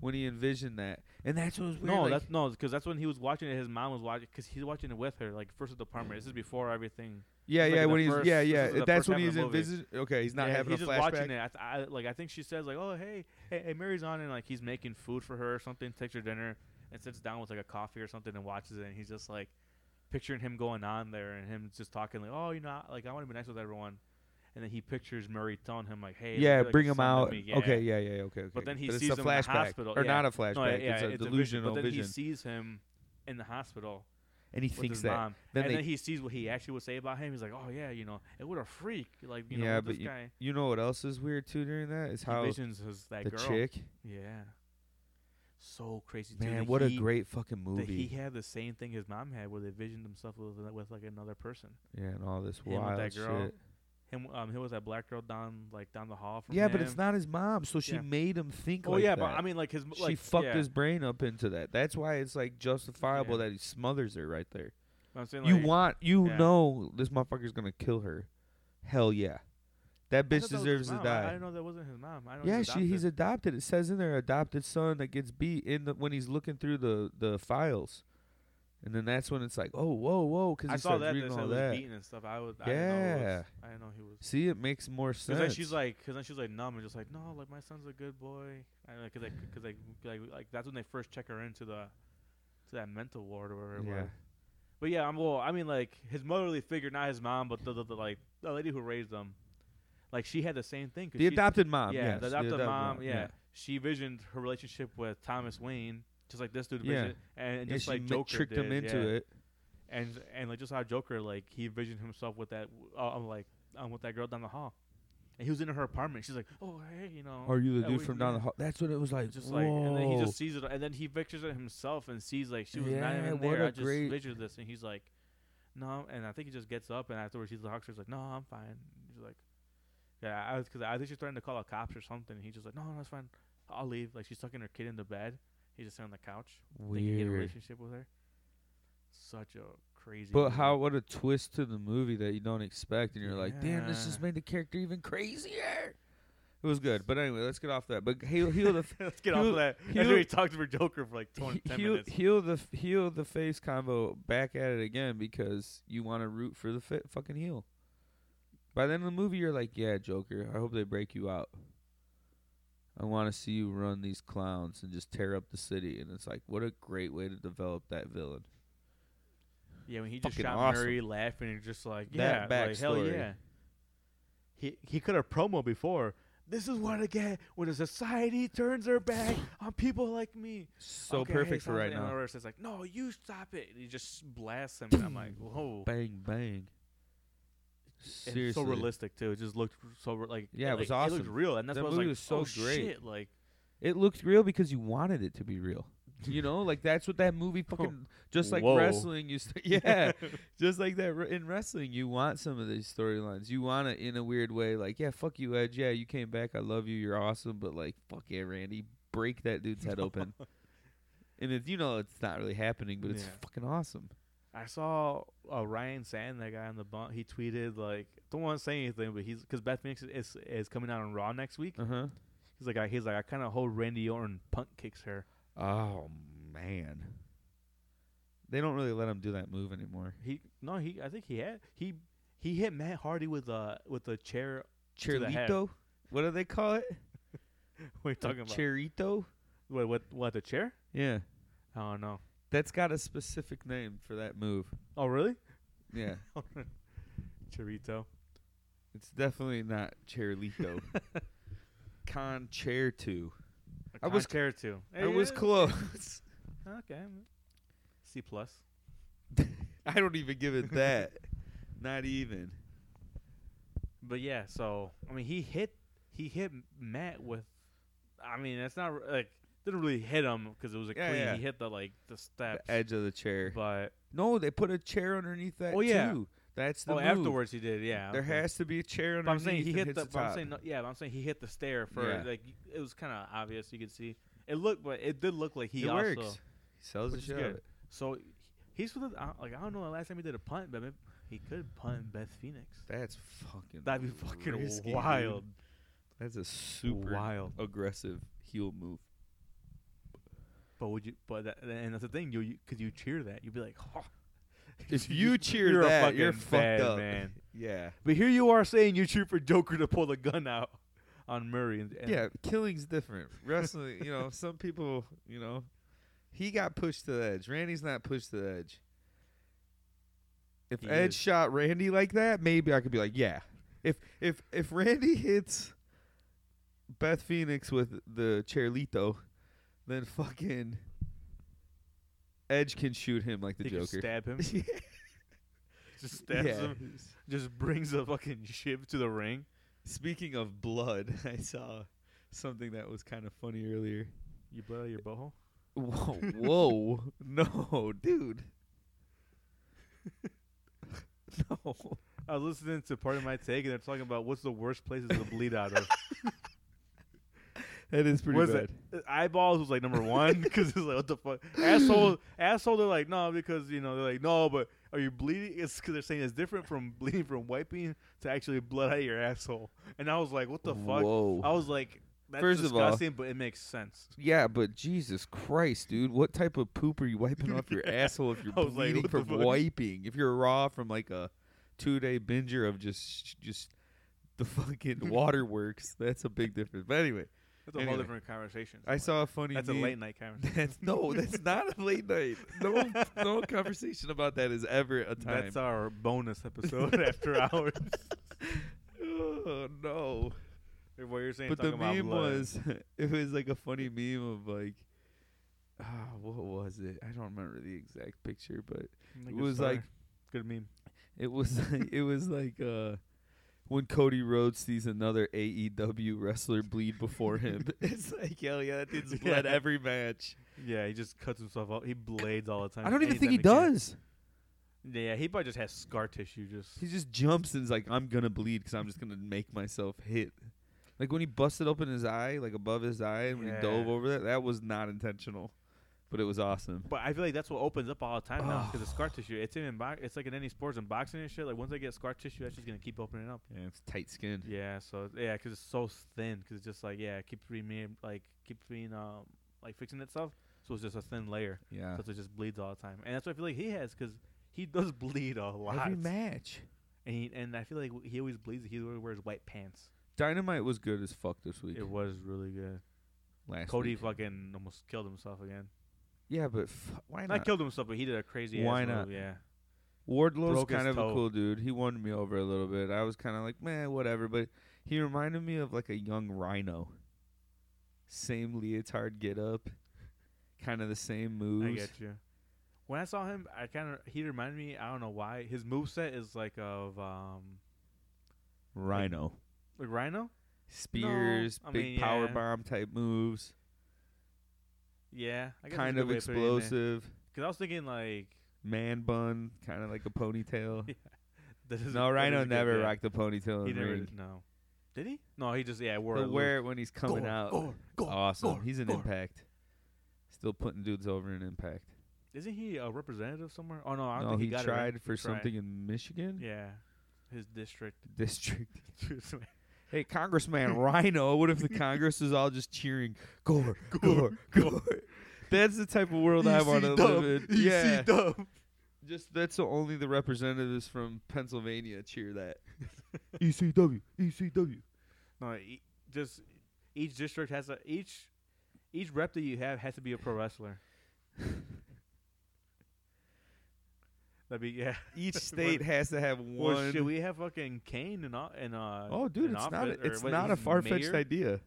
Speaker 1: When he envisioned that, and that's what was weird.
Speaker 2: No,
Speaker 1: like-
Speaker 2: that's no, because that's when he was watching it. His mom was watching because he's watching it with her, like first at the apartment. This is before everything.
Speaker 1: yeah,
Speaker 2: like
Speaker 1: yeah.
Speaker 2: the
Speaker 1: When he's
Speaker 2: first-
Speaker 1: yeah,
Speaker 2: this
Speaker 1: yeah.
Speaker 2: is the
Speaker 1: That's
Speaker 2: first
Speaker 1: when
Speaker 2: half
Speaker 1: he's
Speaker 2: of the movie.
Speaker 1: envisioned. Okay, he's not
Speaker 2: Yeah,
Speaker 1: having
Speaker 2: he's
Speaker 1: a
Speaker 2: just watching
Speaker 1: flashback.
Speaker 2: it. I, th- I, like I think she says like, "Oh hey, hey, hey, Mary's on," and like he's making food for her or something. Takes her dinner and sits down with like a coffee or something and watches it. And he's just like picturing him going on there and him just talking like, "Oh, you know, I- like I want to be nice with everyone." And then he pictures Murray telling him like, "Hey, look,
Speaker 1: yeah,
Speaker 2: you're, like,
Speaker 1: bring
Speaker 2: the
Speaker 1: him
Speaker 2: son of
Speaker 1: out.
Speaker 2: me." Yeah.
Speaker 1: Okay, yeah, yeah, okay, okay.
Speaker 2: But then he
Speaker 1: it's
Speaker 2: sees
Speaker 1: a
Speaker 2: him in the
Speaker 1: flashback,
Speaker 2: hospital,
Speaker 1: or
Speaker 2: yeah.
Speaker 1: not a flashback.
Speaker 2: No, yeah,
Speaker 1: it's a
Speaker 2: it's
Speaker 1: delusional
Speaker 2: vision, but then
Speaker 1: vision,
Speaker 2: he sees him in the hospital
Speaker 1: and he
Speaker 2: with
Speaker 1: thinks
Speaker 2: his
Speaker 1: that.
Speaker 2: mom,
Speaker 1: Then
Speaker 2: and
Speaker 1: they
Speaker 2: then he sees what he actually would say about him. He's like, "Oh yeah, you know, it what a freak!" Like, you know,
Speaker 1: Yeah,
Speaker 2: what
Speaker 1: but
Speaker 2: this guy
Speaker 1: You know what else is weird too during that is
Speaker 2: he
Speaker 1: how
Speaker 2: visions his that
Speaker 1: the
Speaker 2: girl.
Speaker 1: chick.
Speaker 2: Yeah, so crazy. too
Speaker 1: Man,
Speaker 2: that
Speaker 1: what
Speaker 2: he-
Speaker 1: a great fucking
Speaker 2: That
Speaker 1: movie!
Speaker 2: he had the same thing his mom had, where they visioned himself with ano- with like another person.
Speaker 1: yeah, and all this
Speaker 2: Him with
Speaker 1: wild
Speaker 2: that girl.
Speaker 1: shit.
Speaker 2: Him, um, he was that black girl down like down the hall from.
Speaker 1: Yeah, but it's
Speaker 2: him.
Speaker 1: not his mom, so she
Speaker 2: Yeah.
Speaker 1: made him think.
Speaker 2: Oh
Speaker 1: like
Speaker 2: yeah,
Speaker 1: that.
Speaker 2: but I mean, like his m-
Speaker 1: she
Speaker 2: like
Speaker 1: fucked
Speaker 2: yeah,
Speaker 1: his brain up into that. That's why it's like justifiable
Speaker 2: Yeah.
Speaker 1: that he smothers her right there.
Speaker 2: but I'm saying,
Speaker 1: you
Speaker 2: like,
Speaker 1: want, you
Speaker 2: yeah.
Speaker 1: know, this motherfucker's gonna kill her. Hell yeah, that bitch
Speaker 2: I thought that was his
Speaker 1: deserves to
Speaker 2: mom. I, I
Speaker 1: die.
Speaker 2: didn't know that wasn't his mom. I know
Speaker 1: yeah,
Speaker 2: he's
Speaker 1: she he's adopted.
Speaker 2: adopted.
Speaker 1: It says in there adopted son that gets beat in the when he's looking through the the files, and then that's when it's like, oh whoa whoa, because
Speaker 2: I
Speaker 1: he
Speaker 2: saw
Speaker 1: starts
Speaker 2: that. They
Speaker 1: reading
Speaker 2: said
Speaker 1: all
Speaker 2: it
Speaker 1: that.
Speaker 2: was beaten and stuff. I was. I didn't know it was, I didn't know he was.
Speaker 1: See, it makes more sense.
Speaker 2: Cause then she's like, cause then she's like numb and just like, no, like my son's a good boy. I like, cause like, cause like, like, like that's when they first check her into the, to that mental ward or whatever. it
Speaker 1: yeah,
Speaker 2: was. But yeah, I'm well. I mean, like his motherly figure, not his mom, but the, the, the like the lady who raised them, like she had the same thing. 'cause
Speaker 1: the
Speaker 2: she-
Speaker 1: adopted mom.
Speaker 2: yeah,
Speaker 1: yes,
Speaker 2: the adopted mom.
Speaker 1: mom,
Speaker 2: yeah. she visioned her relationship with Thomas Wayne, just like this dude.
Speaker 1: Yeah.
Speaker 2: Visioned, and, and
Speaker 1: Yeah,
Speaker 2: just
Speaker 1: she
Speaker 2: like
Speaker 1: ma-
Speaker 2: Joker
Speaker 1: tricked
Speaker 2: did,
Speaker 1: him into
Speaker 2: yeah
Speaker 1: it.
Speaker 2: and and like just how Joker like he visioned himself with that uh, um, like um, with that girl down the hall, and he was in her apartment. She's like, oh hey, you know,
Speaker 1: Are you the
Speaker 2: that
Speaker 1: dude
Speaker 2: we-
Speaker 1: from
Speaker 2: we
Speaker 1: down the
Speaker 2: didn't-"
Speaker 1: hall? That's what it was like.
Speaker 2: It's Just
Speaker 1: Whoa.
Speaker 2: like, and then he just sees it, and then he pictures it himself and sees like she was not
Speaker 1: Yeah,
Speaker 2: even
Speaker 1: what
Speaker 2: there.
Speaker 1: a
Speaker 2: I just
Speaker 1: great-
Speaker 2: visualized this, and he's like, no, and I think he just gets up, and afterwards he's like, he's like, no, I'm fine. She's like, yeah, I was because I think she's trying to call the cops or something. And he's just like, no, no, that's fine, I'll leave. Like she's tucking her kid into bed. He's just sitting on the couch. Think he had a
Speaker 1: Weird.
Speaker 2: relationship with her. Such a crazy.
Speaker 1: But
Speaker 2: movie.
Speaker 1: how? What a twist to the movie that you don't expect, and you're like, damn, this just
Speaker 2: Yeah.
Speaker 1: made the character even crazier. It was good, but anyway, let's get off that. But heal, heal the, f-
Speaker 2: Let's get
Speaker 1: He
Speaker 2: off
Speaker 1: was-
Speaker 2: of that.
Speaker 1: he
Speaker 2: After we
Speaker 1: was-
Speaker 2: talked for Joker for like 20, 10
Speaker 1: heal,
Speaker 2: minutes.
Speaker 1: heal the, f- heal the face combo back at it again because you want to root for the fi- fucking heel. By the end of the movie, you're like, yeah, Joker. I hope they break you out. I want to see you run these clowns and just tear up the city. And it's like, what a great way to develop that villain.
Speaker 2: yeah, when he just
Speaker 1: fucking
Speaker 2: shot
Speaker 1: awesome.
Speaker 2: Murray laughing and just like, yeah,
Speaker 1: That
Speaker 2: like, hell
Speaker 1: backstory.
Speaker 2: yeah. He he could have promo before. This is what I get when a society turns their back on people like me.
Speaker 1: So
Speaker 2: Okay, hey,
Speaker 1: perfect for
Speaker 2: sounds
Speaker 1: right
Speaker 2: like- and
Speaker 1: now.
Speaker 2: Loris is like, no, you stop it. And he just blasts him. And I'm like, whoa.
Speaker 1: Bang bang.
Speaker 2: And it's
Speaker 1: Seriously,
Speaker 2: so realistic too. It just looked so re- like
Speaker 1: Yeah, it
Speaker 2: like,
Speaker 1: was
Speaker 2: It
Speaker 1: awesome.
Speaker 2: looked real, and that's
Speaker 1: That
Speaker 2: what I was
Speaker 1: movie
Speaker 2: like,
Speaker 1: was so
Speaker 2: oh,
Speaker 1: great.
Speaker 2: Shit, like
Speaker 1: it looked real because you wanted it to be real. You know, like that's what that movie fucking just like
Speaker 2: Oh, Whoa.
Speaker 1: wrestling. You st- yeah, just like that re- in wrestling, you want some of these storylines. You want it in a weird way, like yeah, fuck you, Edge. Yeah, you came back. I love you. You're awesome. But like, fuck yeah, Randy, break that dude's head open. And it, you know, it's not really happening, but it's
Speaker 2: Yeah.
Speaker 1: fucking awesome.
Speaker 2: I saw uh, Ryan Sand, that guy on the bump. He tweeted like, "Don't want to say anything, but he's because Beth Phoenix is, is coming out on Raw next week.
Speaker 1: Uh huh.
Speaker 2: He's like, I, he's like, I kind of hope Randy Orton punk kicks her.
Speaker 1: Oh man. They don't really let him do that move anymore.
Speaker 2: He no, he I think he had he he hit Matt Hardy with a with a chair. To the head.
Speaker 1: Chirito? What do they call it?
Speaker 2: What are you talking
Speaker 1: A
Speaker 2: about?
Speaker 1: Chirito?
Speaker 2: Wait, what? What the chair?
Speaker 1: Yeah.
Speaker 2: I don't know.
Speaker 1: That's got a specific name for that move.
Speaker 2: Oh really?
Speaker 1: Yeah.
Speaker 2: Chirito.
Speaker 1: it's definitely not Chirito. Concerto. I
Speaker 2: I
Speaker 1: was-
Speaker 2: was chair too.
Speaker 1: I was close.
Speaker 2: Okay. C plus.
Speaker 1: I don't even give it that. not even.
Speaker 2: But yeah, so I mean, he hit he hit Matt with. I mean, that's not r- like didn't really hit him because it was a
Speaker 1: Yeah,
Speaker 2: clean.
Speaker 1: yeah.
Speaker 2: He hit the like the steps,
Speaker 1: The edge of the chair.
Speaker 2: but
Speaker 1: No, they put a chair underneath that
Speaker 2: Oh, yeah.
Speaker 1: too. That's the
Speaker 2: oh,
Speaker 1: move.
Speaker 2: afterwards he did. Yeah,
Speaker 1: There
Speaker 2: okay.
Speaker 1: has to be a chair
Speaker 2: But I'm
Speaker 1: underneath.
Speaker 2: saying he
Speaker 1: and
Speaker 2: hit
Speaker 1: hits
Speaker 2: the.
Speaker 1: the
Speaker 2: but I'm
Speaker 1: top.
Speaker 2: saying no, yeah, but I'm saying he hit the stair for
Speaker 1: Yeah.
Speaker 2: like it was kind of obvious. You could see it looked, but it did look like he
Speaker 1: it
Speaker 2: also.
Speaker 1: works. He sells the
Speaker 2: which is
Speaker 1: shit out
Speaker 2: good.
Speaker 1: of it.
Speaker 2: So he- he's with the, I- like I don't know the last time he did a punt, but maybe he could punt Beth Phoenix.
Speaker 1: That's fucking.
Speaker 2: That'd be fucking
Speaker 1: risky, dude.
Speaker 2: wild.
Speaker 1: That's a super
Speaker 2: Wild.
Speaker 1: aggressive heel move.
Speaker 2: But would you? But that, and that's the thing. You, you could you cheer that? You'd be like, oh.
Speaker 1: If you cheer
Speaker 2: you're a
Speaker 1: that, you're
Speaker 2: fucking
Speaker 1: fucked
Speaker 2: bad
Speaker 1: up,
Speaker 2: man.
Speaker 1: Yeah,
Speaker 2: But here you are saying you cheer for Joker to pull the gun out on Murray. And, and
Speaker 1: yeah. Killing's different. Wrestling, you know, some people, you know, he got pushed to the edge. Randy's not pushed to the edge. If
Speaker 2: He
Speaker 1: Edge
Speaker 2: is.
Speaker 1: shot Randy like that, maybe I could be like, yeah. If if if Randy hits Beth Phoenix with the Cherlito, then fucking Edge can shoot him like the
Speaker 2: he could
Speaker 1: Joker.
Speaker 2: stab him. just stabs
Speaker 1: Yeah.
Speaker 2: him. Just brings a fucking ship to the ring.
Speaker 1: Speaking of blood, I saw something that was kind of funny earlier.
Speaker 2: You blood out your butthole.
Speaker 1: Whoa, whoa, no, dude. no.
Speaker 2: I was listening to part of my take, and they're talking about what's the worst places to bleed out of.
Speaker 1: That is pretty
Speaker 2: What is
Speaker 1: bad.
Speaker 2: it? Eyeballs was like number one because it's like what the fuck asshole asshole. They're like no because you know they're like no, but are you bleeding? It's because they're saying it's different from bleeding from wiping to actually blood out of your asshole. And I was like, what the fuck?
Speaker 1: Whoa.
Speaker 2: I was like, that's
Speaker 1: First of all-
Speaker 2: disgusting, but it makes sense.
Speaker 1: yeah, but Jesus Christ, dude. What type of poop are you wiping off your
Speaker 2: Yeah.
Speaker 1: asshole if you're
Speaker 2: I was like,
Speaker 1: bleeding
Speaker 2: what the
Speaker 1: from
Speaker 2: fuck?
Speaker 1: wiping? If you're raw from like a two day binger of just just the fucking waterworks, that's a big difference. But anyway,
Speaker 2: That's a
Speaker 1: Anyway.
Speaker 2: whole different conversation.
Speaker 1: I saw a funny
Speaker 2: that's a
Speaker 1: meme.
Speaker 2: late night conversation.
Speaker 1: That's no, that's not a late night. No, no conversation about that is ever a time.
Speaker 2: That's our bonus episode after hours.
Speaker 1: oh no!
Speaker 2: What you're saying,
Speaker 1: But the
Speaker 2: talking about
Speaker 1: meme
Speaker 2: blood.
Speaker 1: was, it was like a funny meme of like, ah, what was it? I don't remember the exact picture, but
Speaker 2: Like,
Speaker 1: it
Speaker 2: good
Speaker 1: was
Speaker 2: story.
Speaker 1: like-
Speaker 2: good meme.
Speaker 1: it was like, it was like uh, when Cody Rhodes sees another AEW wrestler bleed before him. it's like hell yeah, that dude's bled
Speaker 2: Yeah.
Speaker 1: every match.
Speaker 2: Yeah, he just cuts himself up. He blades all the time.
Speaker 1: I don't even think he
Speaker 2: anytime
Speaker 1: does.
Speaker 2: can. Yeah, he probably just has scar tissue. Just
Speaker 1: He just jumps and is like, I'm gonna bleed because I'm just gonna make myself hit. Like when he busted open his eye, like above his eye, when he dove
Speaker 2: Yeah.
Speaker 1: over that, that was not intentional, but it was awesome.
Speaker 2: But I feel like that's what opens up all the time now because
Speaker 1: Oh.
Speaker 2: of scar tissue. It's in bo- it's like in any sports and boxing and shit. Like once I get scar tissue, that's just gonna keep opening up.
Speaker 1: Yeah, it's tight skin.
Speaker 2: Yeah. So yeah, because it's so thin. Because it's just like yeah, it keeps being like keeps being um like fixing itself. So it's just a thin layer.
Speaker 1: Yeah,
Speaker 2: So it just bleeds all the time. And that's what I feel like he has because he does bleed a lot.
Speaker 1: every match.
Speaker 2: and he, and I feel like w- he always bleeds. He always wears white pants.
Speaker 1: Dynamite was good as fuck this week.
Speaker 2: It was really good.
Speaker 1: last
Speaker 2: Cody
Speaker 1: week.
Speaker 2: fucking almost killed himself again.
Speaker 1: yeah, but f- why
Speaker 2: Not,
Speaker 1: not?
Speaker 2: killed himself, but he did a crazy.
Speaker 1: Why
Speaker 2: ass
Speaker 1: not?
Speaker 2: Move, yeah.
Speaker 1: Wardlow's
Speaker 2: Broke his
Speaker 1: kind of a
Speaker 2: toe.
Speaker 1: cool dude. He won me over a little bit. I was kind of like, man, whatever. But he reminded me of like a young Rhino. Same leotard get up, kind of the same moves.
Speaker 2: I get you. When I saw him, I kind of he reminded me. I don't know why his moveset is like of um
Speaker 1: Rhino.
Speaker 2: like Rhino.
Speaker 1: Spears,
Speaker 2: I
Speaker 1: big
Speaker 2: mean,
Speaker 1: power
Speaker 2: yeah.
Speaker 1: bomb type moves,
Speaker 2: Yeah, I guess
Speaker 1: kind of explosive,
Speaker 2: Because I was thinking like
Speaker 1: man bun, kind of like a ponytail.
Speaker 2: that is
Speaker 1: no,
Speaker 2: that
Speaker 1: Rhino
Speaker 2: is a good-
Speaker 1: never
Speaker 2: yeah.
Speaker 1: rocked the ponytail
Speaker 2: He
Speaker 1: in the
Speaker 2: never
Speaker 1: ring.
Speaker 2: did- no, did he? No, he just yeah wore it
Speaker 1: He'll
Speaker 2: loose.
Speaker 1: wear it when he's coming
Speaker 2: Gore,
Speaker 1: out. Oh,
Speaker 2: gore, gore,
Speaker 1: awesome.
Speaker 2: gore,
Speaker 1: he's an
Speaker 2: gore.
Speaker 1: impact. Still putting dudes over an impact.
Speaker 2: Isn't he a representative somewhere? Oh no, I don't
Speaker 1: no,
Speaker 2: think
Speaker 1: he,
Speaker 2: he, got it, right?
Speaker 1: tried for
Speaker 2: He tried.
Speaker 1: something in Michigan
Speaker 2: Yeah, his district.
Speaker 1: district. Hey, Congressman Rhino, what if the Congress is all just cheering Gore, Gore, Gore? That's the type of world
Speaker 2: E
Speaker 1: I want to live in. Yeah, just that's the- only the representatives from Pennsylvania cheer that. ECW, ECW.
Speaker 2: No, e- just each district has a each each rep that you have has to be a pro wrestler. That'd be yeah.
Speaker 1: Each state has to have one.
Speaker 2: Well, should we have fucking Kane and uh, and uh?
Speaker 1: oh, dude,
Speaker 2: in
Speaker 1: it's not
Speaker 2: office,
Speaker 1: a,
Speaker 2: or
Speaker 1: it's
Speaker 2: what,
Speaker 1: not a
Speaker 2: he's
Speaker 1: far fetched
Speaker 2: mayor?
Speaker 1: idea.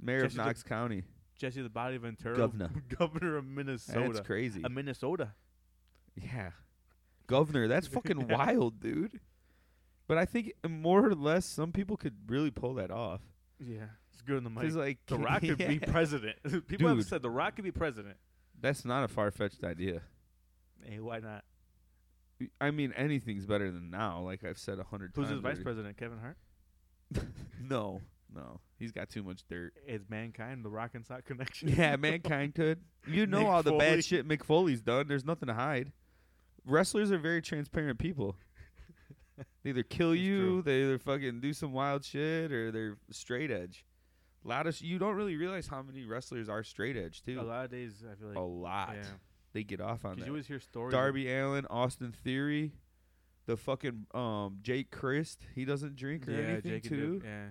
Speaker 1: Mayor of
Speaker 2: Just the-
Speaker 1: Knox County,
Speaker 2: Jesse the Body Ventura,
Speaker 1: Governor.
Speaker 2: governor of Minnesota,
Speaker 1: that's crazy.
Speaker 2: a Minnesota.
Speaker 1: Yeah. Governor, that's fucking wild, dude. But I think more or less some people could really pull that off.
Speaker 2: Yeah, it's good in the mic.
Speaker 1: Cuz like
Speaker 2: The Rock could be
Speaker 1: yeah.
Speaker 2: president. People have
Speaker 1: Dude.
Speaker 2: said The Rock could be president.
Speaker 1: That's not a far-fetched idea.
Speaker 2: Hey, why not?
Speaker 1: I mean, anything's better than now, like I've said a 100 times.
Speaker 2: Who's his vice
Speaker 1: already.
Speaker 2: president? Kevin Hart.
Speaker 1: No. No. He's got too much dirt.
Speaker 2: It's mankind. The Rock and Sock connection.
Speaker 1: Yeah, mankind could. You know
Speaker 2: Mick
Speaker 1: all the
Speaker 2: Foley.
Speaker 1: bad shit McFoley's done. There's nothing to hide. Wrestlers are very transparent people. They either kill
Speaker 2: It's
Speaker 1: you,
Speaker 2: true.
Speaker 1: they either fucking do some wild shit, or they're straight edge. A lot of sh- you don't really realize how many wrestlers are straight edge too.
Speaker 2: a lot of days I feel like.
Speaker 1: A lot.
Speaker 2: Yeah.
Speaker 1: They get off on
Speaker 2: Because
Speaker 1: that.
Speaker 2: you always hear stories. of-
Speaker 1: Darby Allen, Austin Theory, the fucking um, Jake Christ. He doesn't drink or
Speaker 2: yeah,
Speaker 1: anything
Speaker 2: Jake
Speaker 1: too.
Speaker 2: And Dave, yeah,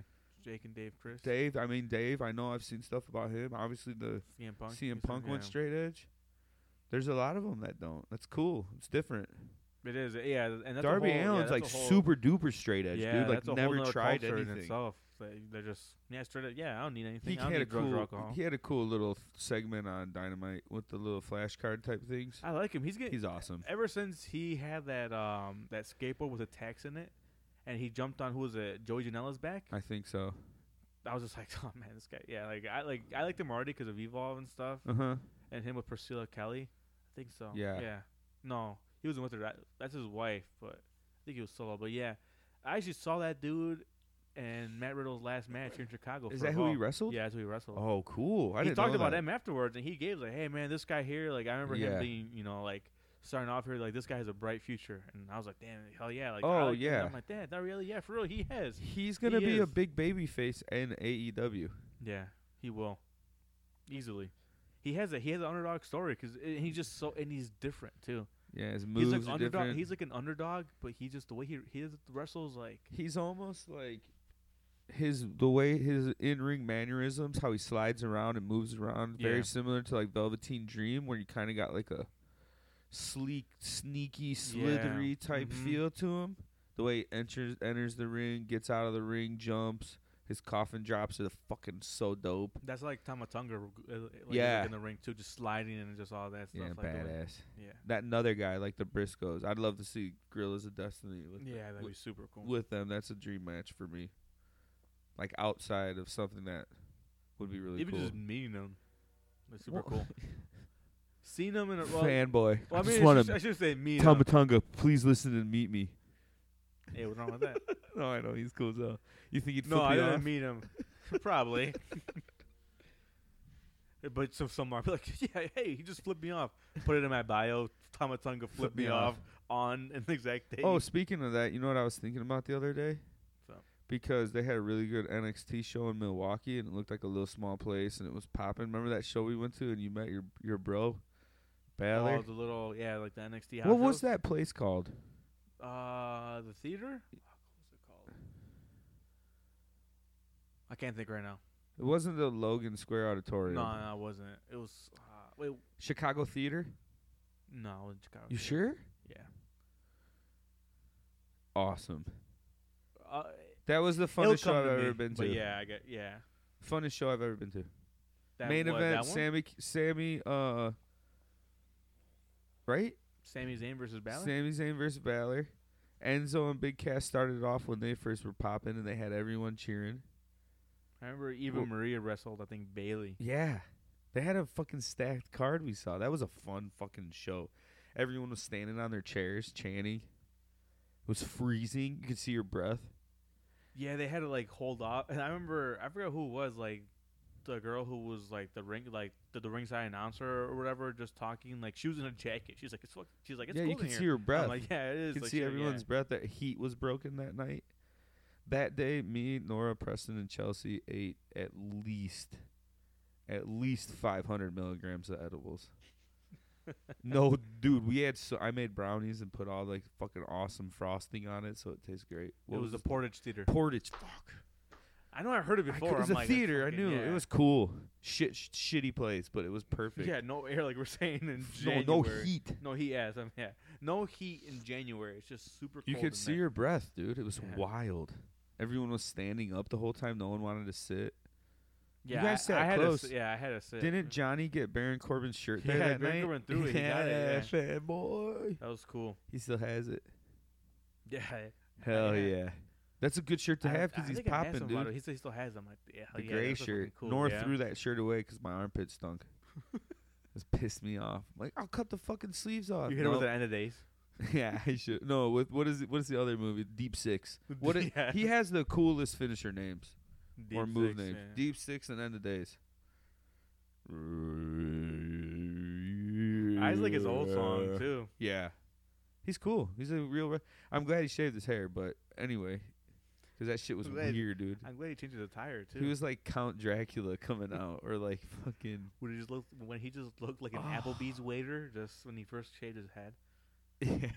Speaker 2: Jake and Dave Chris.
Speaker 1: Dave, I mean Dave. I know I've seen stuff about him. Obviously the
Speaker 2: CM Punk.
Speaker 1: CM
Speaker 2: you said?
Speaker 1: Punk went
Speaker 2: Yeah.
Speaker 1: straight edge. There's a lot of them that don't. That's cool. It's different.
Speaker 2: It is. Yeah, and that's a
Speaker 1: Darby
Speaker 2: whole, yeah,
Speaker 1: Allen's
Speaker 2: that's
Speaker 1: like
Speaker 2: a whole,
Speaker 1: super duper straight edge,
Speaker 2: Yeah,
Speaker 1: dude. Like
Speaker 2: that's a whole
Speaker 1: never
Speaker 2: nother
Speaker 1: tried
Speaker 2: culture in
Speaker 1: anything.
Speaker 2: itself. They, they're just yeah straight up. Yeah, I don't need anything.
Speaker 1: He
Speaker 2: I don't
Speaker 1: had a
Speaker 2: need drugs or
Speaker 1: cool.
Speaker 2: alcohol.
Speaker 1: He had a cool little th- segment on Dynamite with the little flashcard type things.
Speaker 2: I like him. He's getting.
Speaker 1: He's awesome.
Speaker 2: ever since he had that um that skateboard with a tax in it, and he jumped on who was it Joey Janela's back.
Speaker 1: I think so.
Speaker 2: I was just like, oh man, this guy. Yeah, like I like I liked him already because of Evolve and stuff,
Speaker 1: Uh huh.
Speaker 2: and him with Priscilla Kelly. I think so.
Speaker 1: Yeah.
Speaker 2: Yeah. No, he wasn't with her. That, that's his wife, but I think he was solo. But yeah, I actually saw that dude and Matt Riddle's last match here in Chicago.
Speaker 1: Is
Speaker 2: for
Speaker 1: that who he
Speaker 2: Evolve.
Speaker 1: wrestled?
Speaker 2: Yeah, that's who he wrestled.
Speaker 1: Oh, cool. I
Speaker 2: he
Speaker 1: didn't
Speaker 2: talked
Speaker 1: know
Speaker 2: about
Speaker 1: that.
Speaker 2: him afterwards, and he gave like, "Hey man, this guy here, like I remember
Speaker 1: Yeah.
Speaker 2: him being, you know, like starting off here, like this guy has a bright future." And I was like, "Damn, hell yeah!" Like, I
Speaker 1: Oh,
Speaker 2: like him.
Speaker 1: yeah.
Speaker 2: I'm like, "Damn, not really, yeah, for real, he has."
Speaker 1: He's gonna
Speaker 2: He
Speaker 1: be a
Speaker 2: is.
Speaker 1: big baby face in E AEW.
Speaker 2: Yeah, he will, easily. He has a he has an underdog story because he's just so and he's different too.
Speaker 1: Yeah, his moves
Speaker 2: he's like
Speaker 1: are
Speaker 2: underdog.
Speaker 1: different.
Speaker 2: He's like an underdog, but he just the way he he wrestles like
Speaker 1: he's almost like his the way his in ring mannerisms, how he slides around and moves around, very
Speaker 2: Yeah.
Speaker 1: similar to like Velveteen Dream, where you kind of got like a sleek, sneaky, slithery type
Speaker 2: Mhm.
Speaker 1: feel to him. The way he enters enters the ring, gets out of the ring, jumps. His coffin drops are fucking so dope.
Speaker 2: that's like Tamatunga. uh, Like,
Speaker 1: Yeah.
Speaker 2: like in the ring too, just sliding and just all that stuff.
Speaker 1: yeah,
Speaker 2: like the way-
Speaker 1: badass.
Speaker 2: Yeah,
Speaker 1: That another guy like the Briscoes. I'd love to see Gorillas of Destiny with
Speaker 2: yeah, that'd
Speaker 1: with-
Speaker 2: be super cool.
Speaker 1: with them. That's a dream match for me. Like outside of something that would be really
Speaker 2: Even
Speaker 1: cool.
Speaker 2: just meeting them, that's super
Speaker 1: Well-
Speaker 2: cool. Seen them in a well,
Speaker 1: Fanboy.
Speaker 2: well, I, mean,
Speaker 1: just
Speaker 2: I,
Speaker 1: want
Speaker 2: should, I should say meet
Speaker 1: Tom
Speaker 2: 'em.
Speaker 1: Matunga, please listen and meet me.
Speaker 2: Hey, what's wrong with that?
Speaker 1: No, I know he's cool as hell. You think he'd
Speaker 2: no,
Speaker 1: flip
Speaker 2: I
Speaker 1: you
Speaker 2: didn't
Speaker 1: off?
Speaker 2: meet him. Probably. but some some are like, yeah, hey, he just flipped me off. Put it in my bio. Tomatunga flipped me
Speaker 1: me
Speaker 2: off
Speaker 1: off.
Speaker 2: on an exact date.
Speaker 1: Oh, speaking of that, you know what I was thinking about the other day?
Speaker 2: So.
Speaker 1: Because they had a really good NXT show in Milwaukee, and it looked like a little small place, and it was popping. Remember that show we went to, and you met your your bro, Balor.
Speaker 2: Oh, the little yeah, like the NXT. house
Speaker 1: what was
Speaker 2: shows.
Speaker 1: that place called?
Speaker 2: Uh, the theater. Fuck, What was it called? I can't think right now.
Speaker 1: It wasn't the Logan Square Auditorium.
Speaker 2: No, no, it wasn't. It was uh, wait.
Speaker 1: Chicago Theater.
Speaker 2: No, it was in Chicago.
Speaker 1: You
Speaker 2: Theater.
Speaker 1: sure?
Speaker 2: Yeah.
Speaker 1: Awesome.
Speaker 2: Uh,
Speaker 1: That was the
Speaker 2: it'll
Speaker 1: funnest show
Speaker 2: come
Speaker 1: I've
Speaker 2: to
Speaker 1: ever
Speaker 2: me,
Speaker 1: been
Speaker 2: But
Speaker 1: to.
Speaker 2: yeah, I get yeah.
Speaker 1: Funnest show I've ever been to.
Speaker 2: That
Speaker 1: Main
Speaker 2: one-
Speaker 1: event:
Speaker 2: that one?
Speaker 1: Sammy, Sammy, uh, right?
Speaker 2: Sami Zayn versus Balor.
Speaker 1: Sammy Zayn versus Balor. Enzo and Big Cass started off when they first were popping, and they had everyone cheering.
Speaker 2: I remember Eva
Speaker 1: Well-
Speaker 2: Maria wrestled. I think Bailey.
Speaker 1: Yeah, they had a fucking stacked card. We saw that was a fun fucking show. Everyone was standing on their chairs chanting. It was freezing. You could see your breath.
Speaker 2: Yeah, they had to like hold off. And I remember I forgot who it was like the girl who was like the ring, like the, the ringside announcer or whatever, just talking. Like she was in a jacket. She's like, it's fuck. She's like, it's
Speaker 1: yeah,
Speaker 2: cold
Speaker 1: you can
Speaker 2: in
Speaker 1: see
Speaker 2: here.
Speaker 1: her breath.
Speaker 2: I'm like, yeah, it is.
Speaker 1: you can
Speaker 2: like,
Speaker 1: see
Speaker 2: shit, yeah.
Speaker 1: everyone's breath. That heat was broken that night. That day, me, Nora, Preston, and Chelsea ate at least, at least 500 milligrams of edibles. no, dude, we had so I made brownies and put all like fucking awesome frosting on it, so it tastes great. What
Speaker 2: It was the
Speaker 1: this-
Speaker 2: Portage Theater.
Speaker 1: Portage? Fuck,
Speaker 2: I know I heard it
Speaker 1: I cou-
Speaker 2: before.
Speaker 1: it was
Speaker 2: I'm
Speaker 1: a
Speaker 2: like,
Speaker 1: theater. I
Speaker 2: fucking-
Speaker 1: knew
Speaker 2: yeah.
Speaker 1: it was cool. Shit, sh- shitty place, but it was perfect.
Speaker 2: Yeah, no air like we're saying in
Speaker 1: no,
Speaker 2: January.
Speaker 1: no heat.
Speaker 2: No heat. Yeah, some- yeah. No heat in January. It's just super.
Speaker 1: You
Speaker 2: cold
Speaker 1: could
Speaker 2: in
Speaker 1: see
Speaker 2: there.
Speaker 1: her breath, dude. It was
Speaker 2: Yeah.
Speaker 1: wild. Everyone was standing up the whole time. No one wanted to sit.
Speaker 2: Yeah,
Speaker 1: guys
Speaker 2: I-
Speaker 1: sat
Speaker 2: I had
Speaker 1: close.
Speaker 2: A, yeah, I had a sit.
Speaker 1: Didn't Johnny get Baron Corbin's shirt
Speaker 2: Yeah,
Speaker 1: there that
Speaker 2: Baron
Speaker 1: night?
Speaker 2: Corbin threw it. He got it, yeah.
Speaker 1: fanboy.
Speaker 2: That was cool.
Speaker 1: He still has it.
Speaker 2: Yeah.
Speaker 1: Hell
Speaker 2: yeah.
Speaker 1: yeah. That's a good shirt to
Speaker 2: I-
Speaker 1: have
Speaker 2: I
Speaker 1: because he's
Speaker 2: think I asked
Speaker 1: popping,
Speaker 2: him about it.
Speaker 1: dude.
Speaker 2: He said he still has them. Like, yeah, hell
Speaker 1: The
Speaker 2: oh, yeah,
Speaker 1: gray
Speaker 2: that's so fucking
Speaker 1: shirt.
Speaker 2: Cool.
Speaker 1: Nor
Speaker 2: yeah.
Speaker 1: threw that shirt away because my armpit stunk. This pissed me off. I'm like, I'll cut the fucking sleeves off.
Speaker 2: You hit it with
Speaker 1: No.
Speaker 2: an end of days.
Speaker 1: yeah, I should. No, with what is it, what is the other movie? Deep Six. What it-
Speaker 2: Yeah.
Speaker 1: he has the coolest finisher names.
Speaker 2: Deep
Speaker 1: or move
Speaker 2: six,
Speaker 1: names.
Speaker 2: yeah.
Speaker 1: Deep six and end of days.
Speaker 2: I just like his old song too.
Speaker 1: Yeah, he's cool. He's a real. Re- I'm glad he shaved his hair, but anyway, because that shit was
Speaker 2: Glad-
Speaker 1: weird, dude.
Speaker 2: I'm glad he changed his attire too.
Speaker 1: He was like Count Dracula coming out, or like fucking.
Speaker 2: when he just looked when he just looked like an
Speaker 1: Ah.
Speaker 2: Applebee's waiter just when he first shaved his head.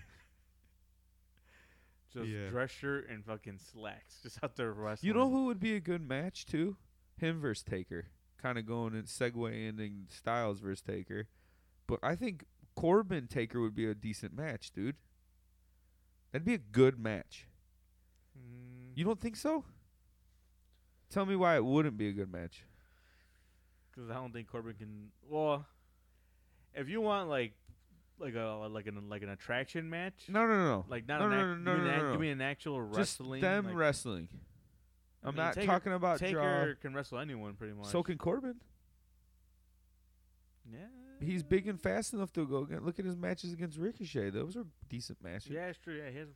Speaker 2: Just
Speaker 1: Yeah.
Speaker 2: dress shirt and fucking slacks, just out there wrestling.
Speaker 1: you know who would be a good match too? Him versus Taker, kind of going and segue ending Styles versus Taker, but I think Corbin Taker would be a decent match, dude. That'd be a good match.
Speaker 2: Mm,
Speaker 1: You don't think so? Tell me why it wouldn't be a good match.
Speaker 2: Because I don't think Corbin can. Well, if you want like like a like an like an attraction match,
Speaker 1: No, no, no, no.
Speaker 2: like not
Speaker 1: no,
Speaker 2: an,
Speaker 1: no,
Speaker 2: act,
Speaker 1: no,
Speaker 2: give
Speaker 1: no,
Speaker 2: me an
Speaker 1: no,
Speaker 2: act-
Speaker 1: no, no.
Speaker 2: give me an actual
Speaker 1: Just
Speaker 2: wrestling.
Speaker 1: them
Speaker 2: like,
Speaker 1: wrestling. I'm
Speaker 2: mean,
Speaker 1: not
Speaker 2: Taker-
Speaker 1: talking about draw.
Speaker 2: Taker can wrestle anyone pretty much.
Speaker 1: So can Corbin.
Speaker 2: yeah,
Speaker 1: He's big and fast enough to go. Against, look at his matches against Ricochet. Those were decent matches.
Speaker 2: Yeah, it's true. Yeah, he has,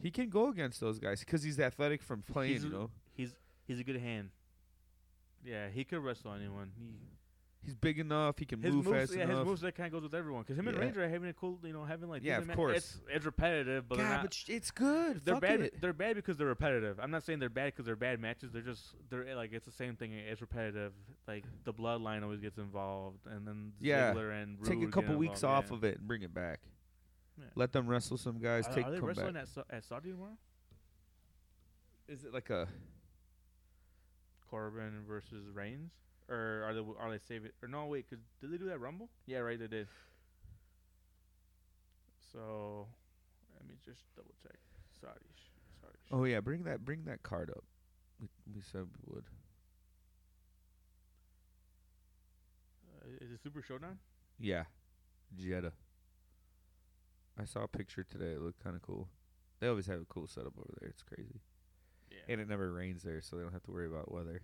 Speaker 1: He can go against those guys because he's athletic from playing.
Speaker 2: He's-
Speaker 1: you know,
Speaker 2: he's he's a good hand. Yeah, he could wrestle anyone. He,
Speaker 1: he's big enough. He can
Speaker 2: his
Speaker 1: move
Speaker 2: moves,
Speaker 1: fast
Speaker 2: yeah,
Speaker 1: enough.
Speaker 2: his moves that kind of goes with everyone. Because him and
Speaker 1: Yeah.
Speaker 2: Ranger are having a cool, you know, having like
Speaker 1: Yeah,
Speaker 2: decent
Speaker 1: of
Speaker 2: ma-
Speaker 1: course.
Speaker 2: It's, it's repetitive, but
Speaker 1: God,
Speaker 2: they're not.
Speaker 1: but sh- it's good.
Speaker 2: they're
Speaker 1: Fuck
Speaker 2: bad.
Speaker 1: it.
Speaker 2: They're bad because they're repetitive. I'm not saying they're bad because they're bad matches. They're just they're eh, like it's the same thing. It's repetitive. Like the bloodline always gets involved, and then
Speaker 1: Yeah.
Speaker 2: Ziggler and
Speaker 1: Take
Speaker 2: Rude
Speaker 1: a
Speaker 2: get
Speaker 1: couple weeks
Speaker 2: involved,
Speaker 1: off
Speaker 2: yeah.
Speaker 1: of it and bring it back.
Speaker 2: Yeah.
Speaker 1: Let them wrestle some guys.
Speaker 2: Are,
Speaker 1: take
Speaker 2: are they
Speaker 1: come
Speaker 2: wrestling
Speaker 1: back.
Speaker 2: at Sa- at Saudi tomorrow?
Speaker 1: Is it like a
Speaker 2: Corbin versus Reigns, or are they are they saving? Or no, wait, cause did they do that Rumble? Yeah, right, they did. So, let me just double check. Sorry, sh- sorry. sh- Uh,
Speaker 1: Oh yeah, bring that bring that card up. We, we said we would.
Speaker 2: Uh, is it Super Showdown?
Speaker 1: Yeah, Jetta. I saw a picture today. It looked kind of cool. They always have a cool setup over there. It's crazy,
Speaker 2: Yeah.
Speaker 1: and it never rains there, so they don't have to worry about weather.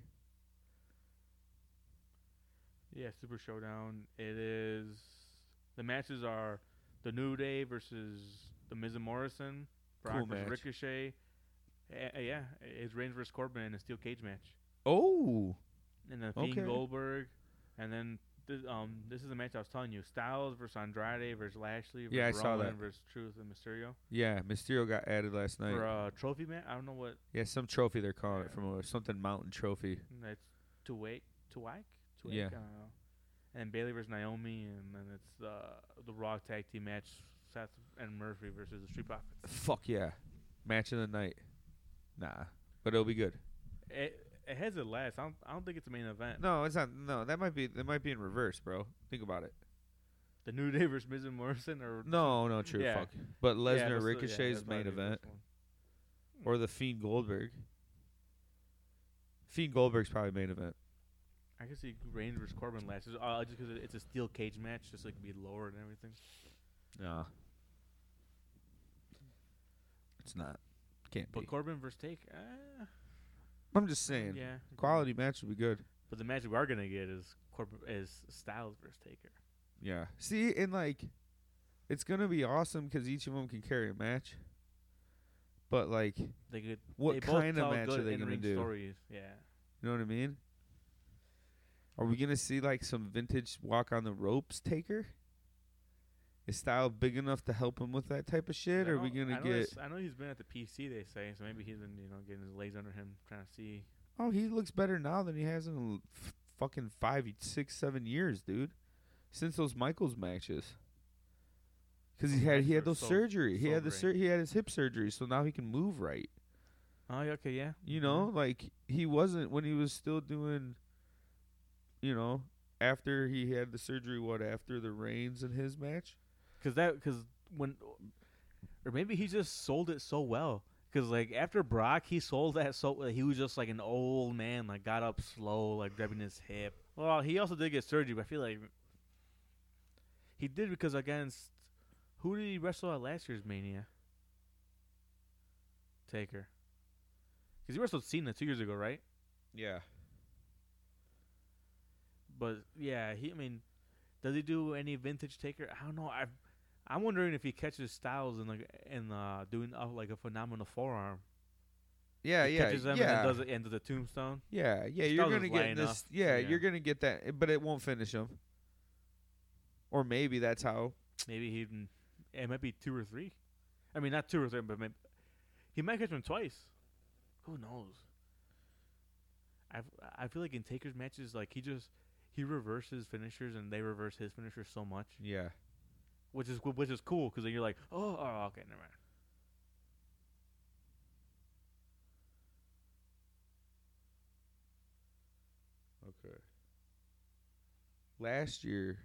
Speaker 2: Yeah, Super Showdown. It is. The matches are the New Day versus the Miz and Morrison, Brock
Speaker 1: Cool
Speaker 2: versus
Speaker 1: match.
Speaker 2: Ricochet. A- a- yeah, it's Reigns versus Corbin in a steel cage match.
Speaker 1: Oh,
Speaker 2: and then Fiend
Speaker 1: Okay.
Speaker 2: Goldberg, and then th- um, this is the match I was telling you: Styles versus Andrade versus Lashley versus
Speaker 1: Yeah, I saw
Speaker 2: Roman
Speaker 1: that.
Speaker 2: versus Truth and Mysterio
Speaker 1: yeah, Mysterio got added last night.
Speaker 2: for a trophy match. I don't know what
Speaker 1: Yeah, some trophy they're calling it
Speaker 2: Yeah.
Speaker 1: from a, something mountain trophy.
Speaker 2: that's to wake to wake to
Speaker 1: Yeah.
Speaker 2: I don't know. And Bailey versus Naomi, and then it's the the Raw tag team match: Seth and Murphy versus the Street Profits.
Speaker 1: Fuck yeah, match of the night. Nah, but it'll be good.
Speaker 2: It, it has it last. I don't, I don't think it's the main event.
Speaker 1: No, it's not. No, that might be that might be in reverse, bro. Think about it.
Speaker 2: The New Day versus Miz and Morrison, or
Speaker 1: No, no, true.
Speaker 2: Yeah.
Speaker 1: Fuck. But
Speaker 2: Yeah,
Speaker 1: Lesnar
Speaker 2: that's the- yeah,
Speaker 1: Ricochet's
Speaker 2: that's
Speaker 1: main
Speaker 2: probably the
Speaker 1: event.
Speaker 2: first one.
Speaker 1: or the Fiend Goldberg. Fiend Goldberg's probably main event.
Speaker 2: I can see Reigns versus Corbin last, just, uh, just because it's a steel cage match, just so it can be lower and everything.
Speaker 1: No, it's not. Can't
Speaker 2: But
Speaker 1: be.
Speaker 2: Corbin versus Take, uh,
Speaker 1: I'm just saying,
Speaker 2: yeah,
Speaker 1: quality match would be good.
Speaker 2: But the match we are gonna get is Corbin is Styles versus Taker.
Speaker 1: Yeah. See, and like, it's gonna be awesome because each of them can carry a match. But like, you
Speaker 2: They could.
Speaker 1: What
Speaker 2: they
Speaker 1: kind of
Speaker 2: both tell
Speaker 1: match
Speaker 2: good
Speaker 1: are they gonna
Speaker 2: in-ring
Speaker 1: do?
Speaker 2: Stories. Yeah,
Speaker 1: know what I mean? Are we gonna see like some vintage walk on the ropes taker? Is style big enough to help him with that type of shit?
Speaker 2: I
Speaker 1: Or are we
Speaker 2: don't-
Speaker 1: gonna
Speaker 2: I know
Speaker 1: get?
Speaker 2: this- I know he's been at the PC. They say so. Maybe he's been you know getting his legs under him, trying to see.
Speaker 1: Oh, he looks better now than he has in l- f- fucking five, six, seven years, dude. Since those Michaels matches. Because he
Speaker 2: Those
Speaker 1: had he
Speaker 2: matches
Speaker 1: had
Speaker 2: were
Speaker 1: those
Speaker 2: so-
Speaker 1: surgery. He
Speaker 2: so
Speaker 1: had the
Speaker 2: great.
Speaker 1: sur- he had his hip surgery, so now he can move right.
Speaker 2: Oh, yeah, okay, yeah.
Speaker 1: You know,
Speaker 2: Mm-hmm.
Speaker 1: like he wasn't when he was still doing. You know, after he had the surgery, what after the Reigns and his match?
Speaker 2: because that because when or maybe he just sold it so well because like after Brock he sold that so he was just like an old man like got up slow like grabbing his hip. Well, he also did get surgery, but I feel like he did because against who did he wrestle at last year's Mania? Taker. Because he wrestled Cena two years ago, right?
Speaker 1: Yeah.
Speaker 2: But yeah, he. I mean, does he do any vintage taker? I don't know. I, I'm wondering if he catches Styles and like and uh, doing uh, like a phenomenal forearm.
Speaker 1: Yeah,
Speaker 2: he
Speaker 1: yeah,
Speaker 2: catches them
Speaker 1: yeah,
Speaker 2: and does it into the tombstone.
Speaker 1: yeah, yeah.
Speaker 2: He
Speaker 1: You're
Speaker 2: does
Speaker 1: gonna
Speaker 2: it
Speaker 1: get
Speaker 2: lying
Speaker 1: this.
Speaker 2: off,
Speaker 1: Yeah,
Speaker 2: yeah.
Speaker 1: you're gonna get that, but it won't finish him. Or maybe that's how
Speaker 2: Maybe he. Even, it might be two or three. I mean, not two or three, but maybe, he might catch him twice. Who knows? I I feel like in takers matches, like he just he reverses finishers and they reverse his finishers so much,
Speaker 1: Yeah.
Speaker 2: which is which is cool because then you're like, oh, oh, okay, never mind.
Speaker 1: Okay. Last year,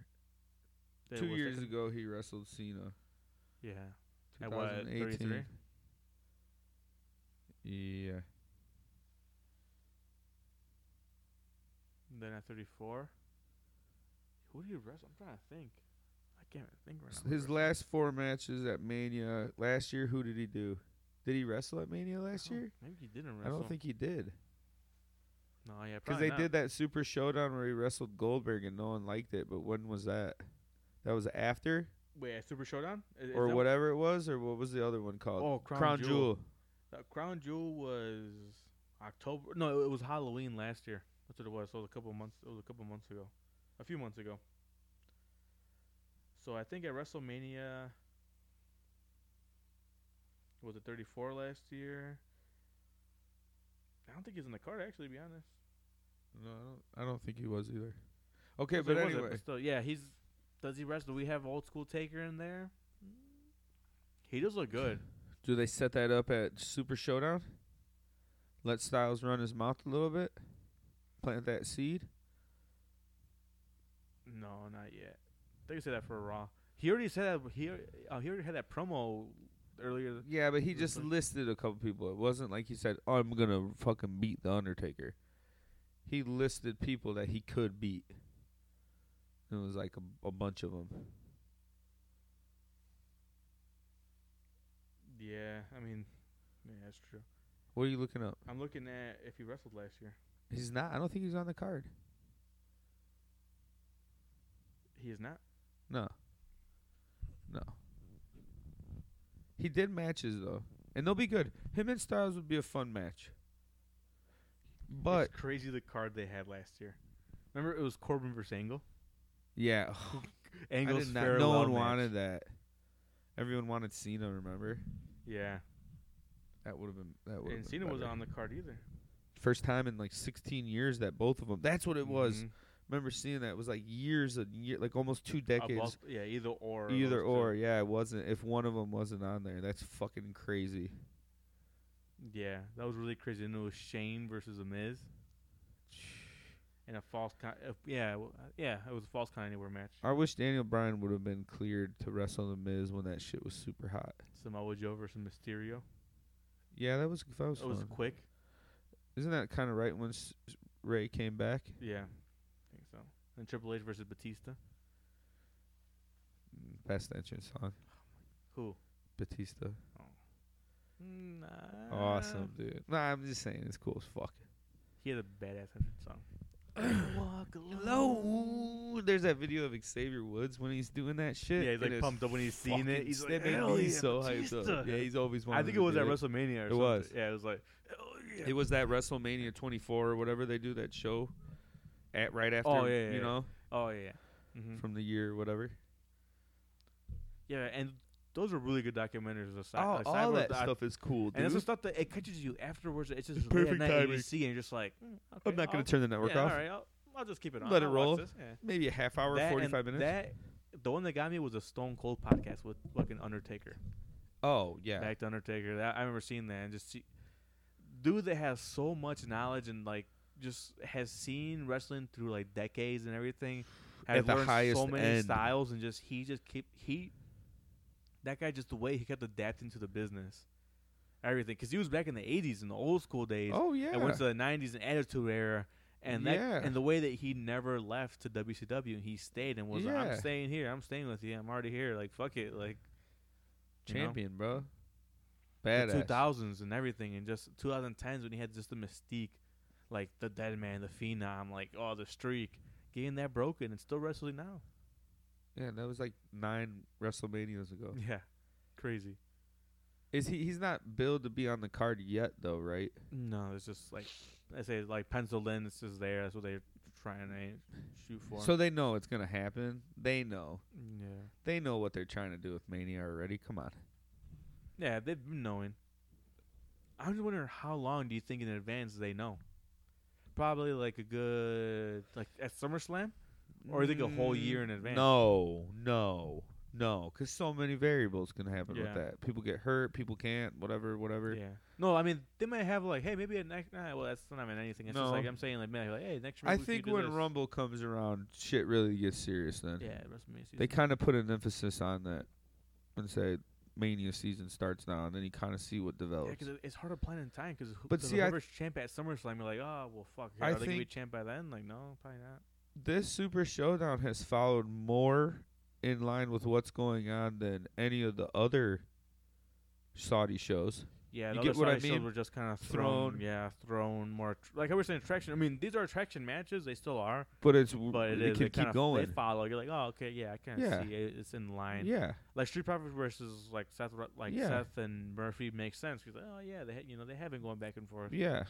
Speaker 2: There
Speaker 1: two
Speaker 2: was
Speaker 1: years
Speaker 2: Taker-
Speaker 1: ago, he wrestled Cena.
Speaker 2: yeah. At what,
Speaker 1: 2018.
Speaker 2: 33?
Speaker 1: yeah.
Speaker 2: Then at 34, who do you wrestle? I'm trying to think. I can't even think right
Speaker 1: S-
Speaker 2: now. who
Speaker 1: His
Speaker 2: wrestled.
Speaker 1: last four matches at Mania last year, who did he do? Did he wrestle at Mania last
Speaker 2: Oh,
Speaker 1: year?
Speaker 2: Maybe he didn't
Speaker 1: I
Speaker 2: wrestle.
Speaker 1: don't think he did.
Speaker 2: No, yeah,
Speaker 1: Because
Speaker 2: probably
Speaker 1: they
Speaker 2: not.
Speaker 1: did that Super Showdown where he wrestled Goldberg and no one liked it. But when was that? That was after?
Speaker 2: Wait, at Super Showdown I- is
Speaker 1: or
Speaker 2: that-
Speaker 1: whatever it was? Or what was the other one called?
Speaker 2: Oh, Crown Jewel. uh, Crown Jewel was October. No, it was Halloween last year. That's what it was. So it was a couple months. It was a couple months ago, a few months ago. So I think at WrestleMania was it 34 last year. I don't think he's in the card actually. To be honest.
Speaker 1: No, I don't, I don't think he was either. Okay,
Speaker 2: Oh, So
Speaker 1: but
Speaker 2: it wasn't,
Speaker 1: anyway.
Speaker 2: still, yeah, he's does he wrestle? Do we have old school Taker in there? He does look good.
Speaker 1: Do they set that up at Super Showdown? Let Styles run his mouth a little bit? Plant that seed?
Speaker 2: no, not yet. They can say that for Raw. He already said that. He al- uh, he already had that promo earlier.
Speaker 1: Yeah, but he
Speaker 2: Good
Speaker 1: just
Speaker 2: point.
Speaker 1: listed a couple people. It wasn't like he said, oh, I'm going to fucking beat The Undertaker. He listed people that he could beat. And it was like a, a bunch of them.
Speaker 2: Yeah, I mean, yeah, that's true.
Speaker 1: What are you looking up?
Speaker 2: I'm looking at if he wrestled last year.
Speaker 1: He's not. I don't think he's on the card.
Speaker 2: He is not.
Speaker 1: No. No. He did matches though, and they'll be good. Him and Styles would be a fun match. But
Speaker 2: it's crazy the card they had last year. Remember it was Corbin versus Angle.
Speaker 1: yeah, I
Speaker 2: Angle's
Speaker 1: did not, no
Speaker 2: farewell
Speaker 1: one
Speaker 2: match.
Speaker 1: wanted that. Everyone wanted Cena. Remember
Speaker 2: Yeah,
Speaker 1: that would have been that would.
Speaker 2: and Cena was on the card either.
Speaker 1: first time in like 16 years that both of them. That's what it was.
Speaker 2: Mhm.
Speaker 1: Remember seeing that it was like years and year, like almost two
Speaker 2: A
Speaker 1: decades.
Speaker 2: bulk- yeah, either or.
Speaker 1: Either
Speaker 2: those two.
Speaker 1: or, yeah, it wasn't. If one of them wasn't on there, that's fucking crazy.
Speaker 2: Yeah, that was really crazy. And it was Shane versus The Miz, and a false con. Uh, yeah, w- uh, yeah, it was a false count anywhere match.
Speaker 1: I wish Daniel Bryan would have been cleared to wrestle the Miz when that shit was super hot.
Speaker 2: Samoa Joe versus Mysterio.
Speaker 1: Yeah, that was that was,
Speaker 2: It was
Speaker 1: fun.
Speaker 2: quick.
Speaker 1: Isn't that kind of right when S- S- Ray came back?
Speaker 2: Yeah, I think so. And Triple H versus Batista.
Speaker 1: Best entrance song,
Speaker 2: Who?
Speaker 1: Batista.
Speaker 2: Nah.
Speaker 1: Awesome, dude. Nah, I'm just saying it's cool as fuck.
Speaker 2: He had a badass entrance song. Walk
Speaker 1: Hello. There's that video of Xavier Woods when he's doing that shit.
Speaker 2: Yeah, he's, like,
Speaker 1: and it's
Speaker 2: pumped up when he's seen it.
Speaker 1: fucking-
Speaker 2: He's like,
Speaker 1: that made
Speaker 2: "Hell
Speaker 1: me
Speaker 2: yeah,
Speaker 1: so hyped
Speaker 2: Batista."
Speaker 1: up. Yeah, he's always.
Speaker 2: I
Speaker 1: wanted
Speaker 2: think
Speaker 1: to
Speaker 2: it was
Speaker 1: do
Speaker 2: at
Speaker 1: that.
Speaker 2: WrestleMania. Or
Speaker 1: It
Speaker 2: something.
Speaker 1: was.
Speaker 2: Yeah, it was like. Oh yeah.
Speaker 1: It was that WrestleMania 24 or whatever they do that show, at right after
Speaker 2: Oh, yeah, yeah,
Speaker 1: you
Speaker 2: yeah.
Speaker 1: know
Speaker 2: Oh yeah, yeah. hmm
Speaker 1: from the year or whatever.
Speaker 2: yeah, and those are really good documentaries. The side,
Speaker 1: Oh,
Speaker 2: like,
Speaker 1: all
Speaker 2: Cyborg
Speaker 1: that
Speaker 2: doc-
Speaker 1: stuff is cool,
Speaker 2: And
Speaker 1: dude.
Speaker 2: that's the stuff that it catches you afterwards. It's just
Speaker 1: It's
Speaker 2: late at
Speaker 1: perfect
Speaker 2: night and you
Speaker 1: timing.
Speaker 2: just see it and you're just like, "Mm, okay,
Speaker 1: I'm not
Speaker 2: I'll-
Speaker 1: gonna turn the network
Speaker 2: yeah,
Speaker 1: off.
Speaker 2: All right, I'll, I'll just keep it on.
Speaker 1: Let it
Speaker 2: I'll watch
Speaker 1: roll.
Speaker 2: this, yeah.
Speaker 1: Maybe a half hour,
Speaker 2: That and
Speaker 1: forty five minutes.
Speaker 2: That the one that got me was a Stone Cold podcast with fucking Undertaker.
Speaker 1: oh yeah,
Speaker 2: Back to Undertaker. That I remember seeing that and just see dude that has so much knowledge and like just has seen wrestling through like decades and everything. Has
Speaker 1: At the
Speaker 2: learned so
Speaker 1: highest
Speaker 2: many
Speaker 1: end.
Speaker 2: styles and just he just keep he that guy just the way he kept adapting to the business, everything because he was back in the '80s in the old school days
Speaker 1: oh yeah.
Speaker 2: and went to the '90s and Attitude Era, and that
Speaker 1: Yeah.
Speaker 2: and the way that he never left to WCW, he stayed and was like,
Speaker 1: Yeah.
Speaker 2: "I'm staying here. I'm staying with you. I'm already here. Like fuck it. Like you know?
Speaker 1: Champion, bro.
Speaker 2: the
Speaker 1: Badass.
Speaker 2: 2000s and everything, and just 2010s when he had just the mystique, like the Dead Man, the Phenom, like oh the streak, getting that broken and still wrestling now.
Speaker 1: Yeah, that was like nine WrestleManias ago.
Speaker 2: Yeah, crazy.
Speaker 1: Is he? He's not billed to be on the card yet, though, right?
Speaker 2: No, it's just like I say, like penciled in. It's just there. That's what they're trying to shoot for.
Speaker 1: So they know it's gonna happen. They know.
Speaker 2: yeah,
Speaker 1: They know what they're trying to do with Mania already. Come on.
Speaker 2: yeah, they've been knowing. I'm just wondering how long do you think in advance they know? Probably like a good like at SummerSlam, or they think a whole
Speaker 1: Mm,
Speaker 2: year in advance.
Speaker 1: No, no, no, because so many variables can happen
Speaker 2: Yeah.
Speaker 1: with that. People get hurt. People can't. Whatever, whatever.
Speaker 2: Yeah. No, I mean they might have like, hey, maybe at next. Nah, well, that's not even anything. It's just
Speaker 1: No.
Speaker 2: like I'm saying, like, maybe like, hey, next.
Speaker 1: I
Speaker 2: week we could
Speaker 1: think
Speaker 2: do
Speaker 1: when
Speaker 2: this.
Speaker 1: Rumble comes around, shit really gets serious. Then
Speaker 2: Yeah, WrestleMania season.
Speaker 1: they kind of put an emphasis on that and say Mania season starts now, and then you kind of see what
Speaker 2: Yeah,
Speaker 1: develops.
Speaker 2: because it's hard to plan in time. Because
Speaker 1: But see, I-
Speaker 2: whoever's champ at SummerSlam, you're like, oh, well, fuck. Are
Speaker 1: I
Speaker 2: they gonna be
Speaker 1: think-
Speaker 2: champ by then? Like, no, probably not.
Speaker 1: this Super Showdown has followed more in line with what's going on than any of the other Saudi shows.
Speaker 2: Yeah,
Speaker 1: You
Speaker 2: the
Speaker 1: get
Speaker 2: other
Speaker 1: what I
Speaker 2: side shows
Speaker 1: mean?
Speaker 2: Were just kind of thrown,
Speaker 1: Thrown-
Speaker 2: yeah, thrown more. Tr- like I was saying, attraction. I mean, these are attraction matches. They still are,
Speaker 1: But it's
Speaker 2: but it
Speaker 1: it
Speaker 2: is,
Speaker 1: can
Speaker 2: they
Speaker 1: keep
Speaker 2: kinda- They
Speaker 1: going.
Speaker 2: follow. You're like, oh, okay, yeah, I kind of
Speaker 1: Yeah.
Speaker 2: see it. It's in line.
Speaker 1: Yeah,
Speaker 2: like Street Profits versus like Seth, Ro- like
Speaker 1: Yeah.
Speaker 2: Seth and Murphy makes sense because oh yeah, they ha- you know they have been going back and forth.
Speaker 1: yeah.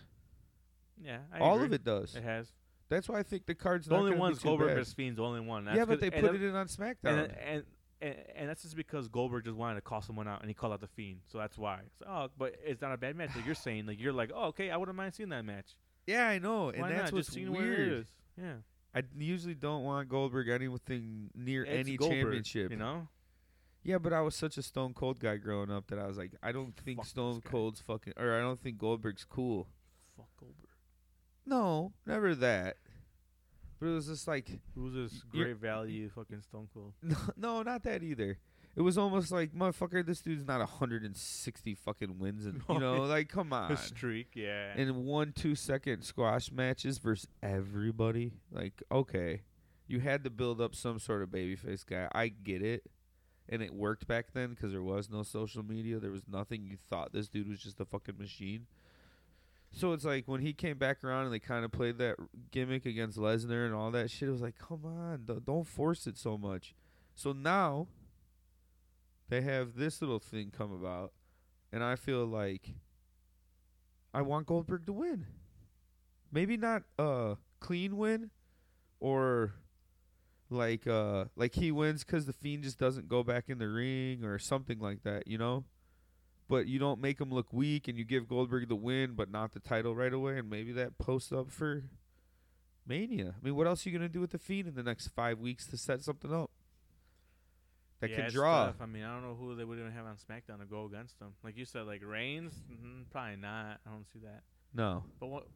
Speaker 2: Yeah, I
Speaker 1: All
Speaker 2: agree.
Speaker 1: of it does.
Speaker 2: It has.
Speaker 1: That's why I think the card's
Speaker 2: The
Speaker 1: not
Speaker 2: only
Speaker 1: gonna be
Speaker 2: one's
Speaker 1: too
Speaker 2: Goldberg
Speaker 1: bad.
Speaker 2: versus Fiend's the only one. That's
Speaker 1: yeah, but
Speaker 2: 'cause-
Speaker 1: they
Speaker 2: and
Speaker 1: put
Speaker 2: that-
Speaker 1: it in on
Speaker 2: and,
Speaker 1: SmackDown.
Speaker 2: and, and and that's just because Goldberg just wanted to call someone out and he called out the Fiend, so that's why. So, oh, but it's not a bad match. Like you're saying, like you're like, oh, okay, I wouldn't mind seeing that match.
Speaker 1: yeah, I know, and
Speaker 2: why
Speaker 1: that's
Speaker 2: not?
Speaker 1: what's
Speaker 2: just seeing where it
Speaker 1: weird.
Speaker 2: is. Yeah,
Speaker 1: I usually don't want Goldberg anything near
Speaker 2: It's
Speaker 1: any
Speaker 2: Goldberg,
Speaker 1: championship.
Speaker 2: you know.
Speaker 1: Yeah, but I was such a Stone Cold guy growing up that I was like, I don't think
Speaker 2: Fuck this
Speaker 1: Stone
Speaker 2: guy.
Speaker 1: Cold's fucking, or I don't think Goldberg's cool.
Speaker 2: Fuck Goldberg.
Speaker 1: No, never that. But it was just like,
Speaker 2: Who's this
Speaker 1: You're-
Speaker 2: great value? Fucking Stone Cold.
Speaker 1: no, no, not that either. It was almost like, motherfucker, this dude's not 160 fucking wins, and you
Speaker 2: No,
Speaker 1: know, like, come on.
Speaker 2: The streak, yeah.
Speaker 1: And one two second squash matches versus everybody. Like, okay, you had to build up some sort of babyface guy. I get it, and it worked back then because there was no social media, there was nothing. You thought this dude was just a fucking machine. So it's like when he came back around and they kind of played that gimmick against Lesnar and all that shit. It was like, come on, d- don't force it so much. So now they have this little thing come about, and I feel like I want Goldberg to win. Maybe not a clean win, or like uh like he wins because the fiend just doesn't go back in the ring or something like that, you know. But you don't make him look weak, and you give Goldberg the win, but not the title right away, and maybe that posts up for Mania. I mean, what else are you gonna do with the fiend in the next five weeks to set something up that
Speaker 2: yeah,
Speaker 1: can
Speaker 2: it's
Speaker 1: draw?
Speaker 2: tough. I mean, I don't know who they would even have on SmackDown to go against them. Like you said, like Reigns, mm, probably not. I don't see that.
Speaker 1: No,
Speaker 2: But what?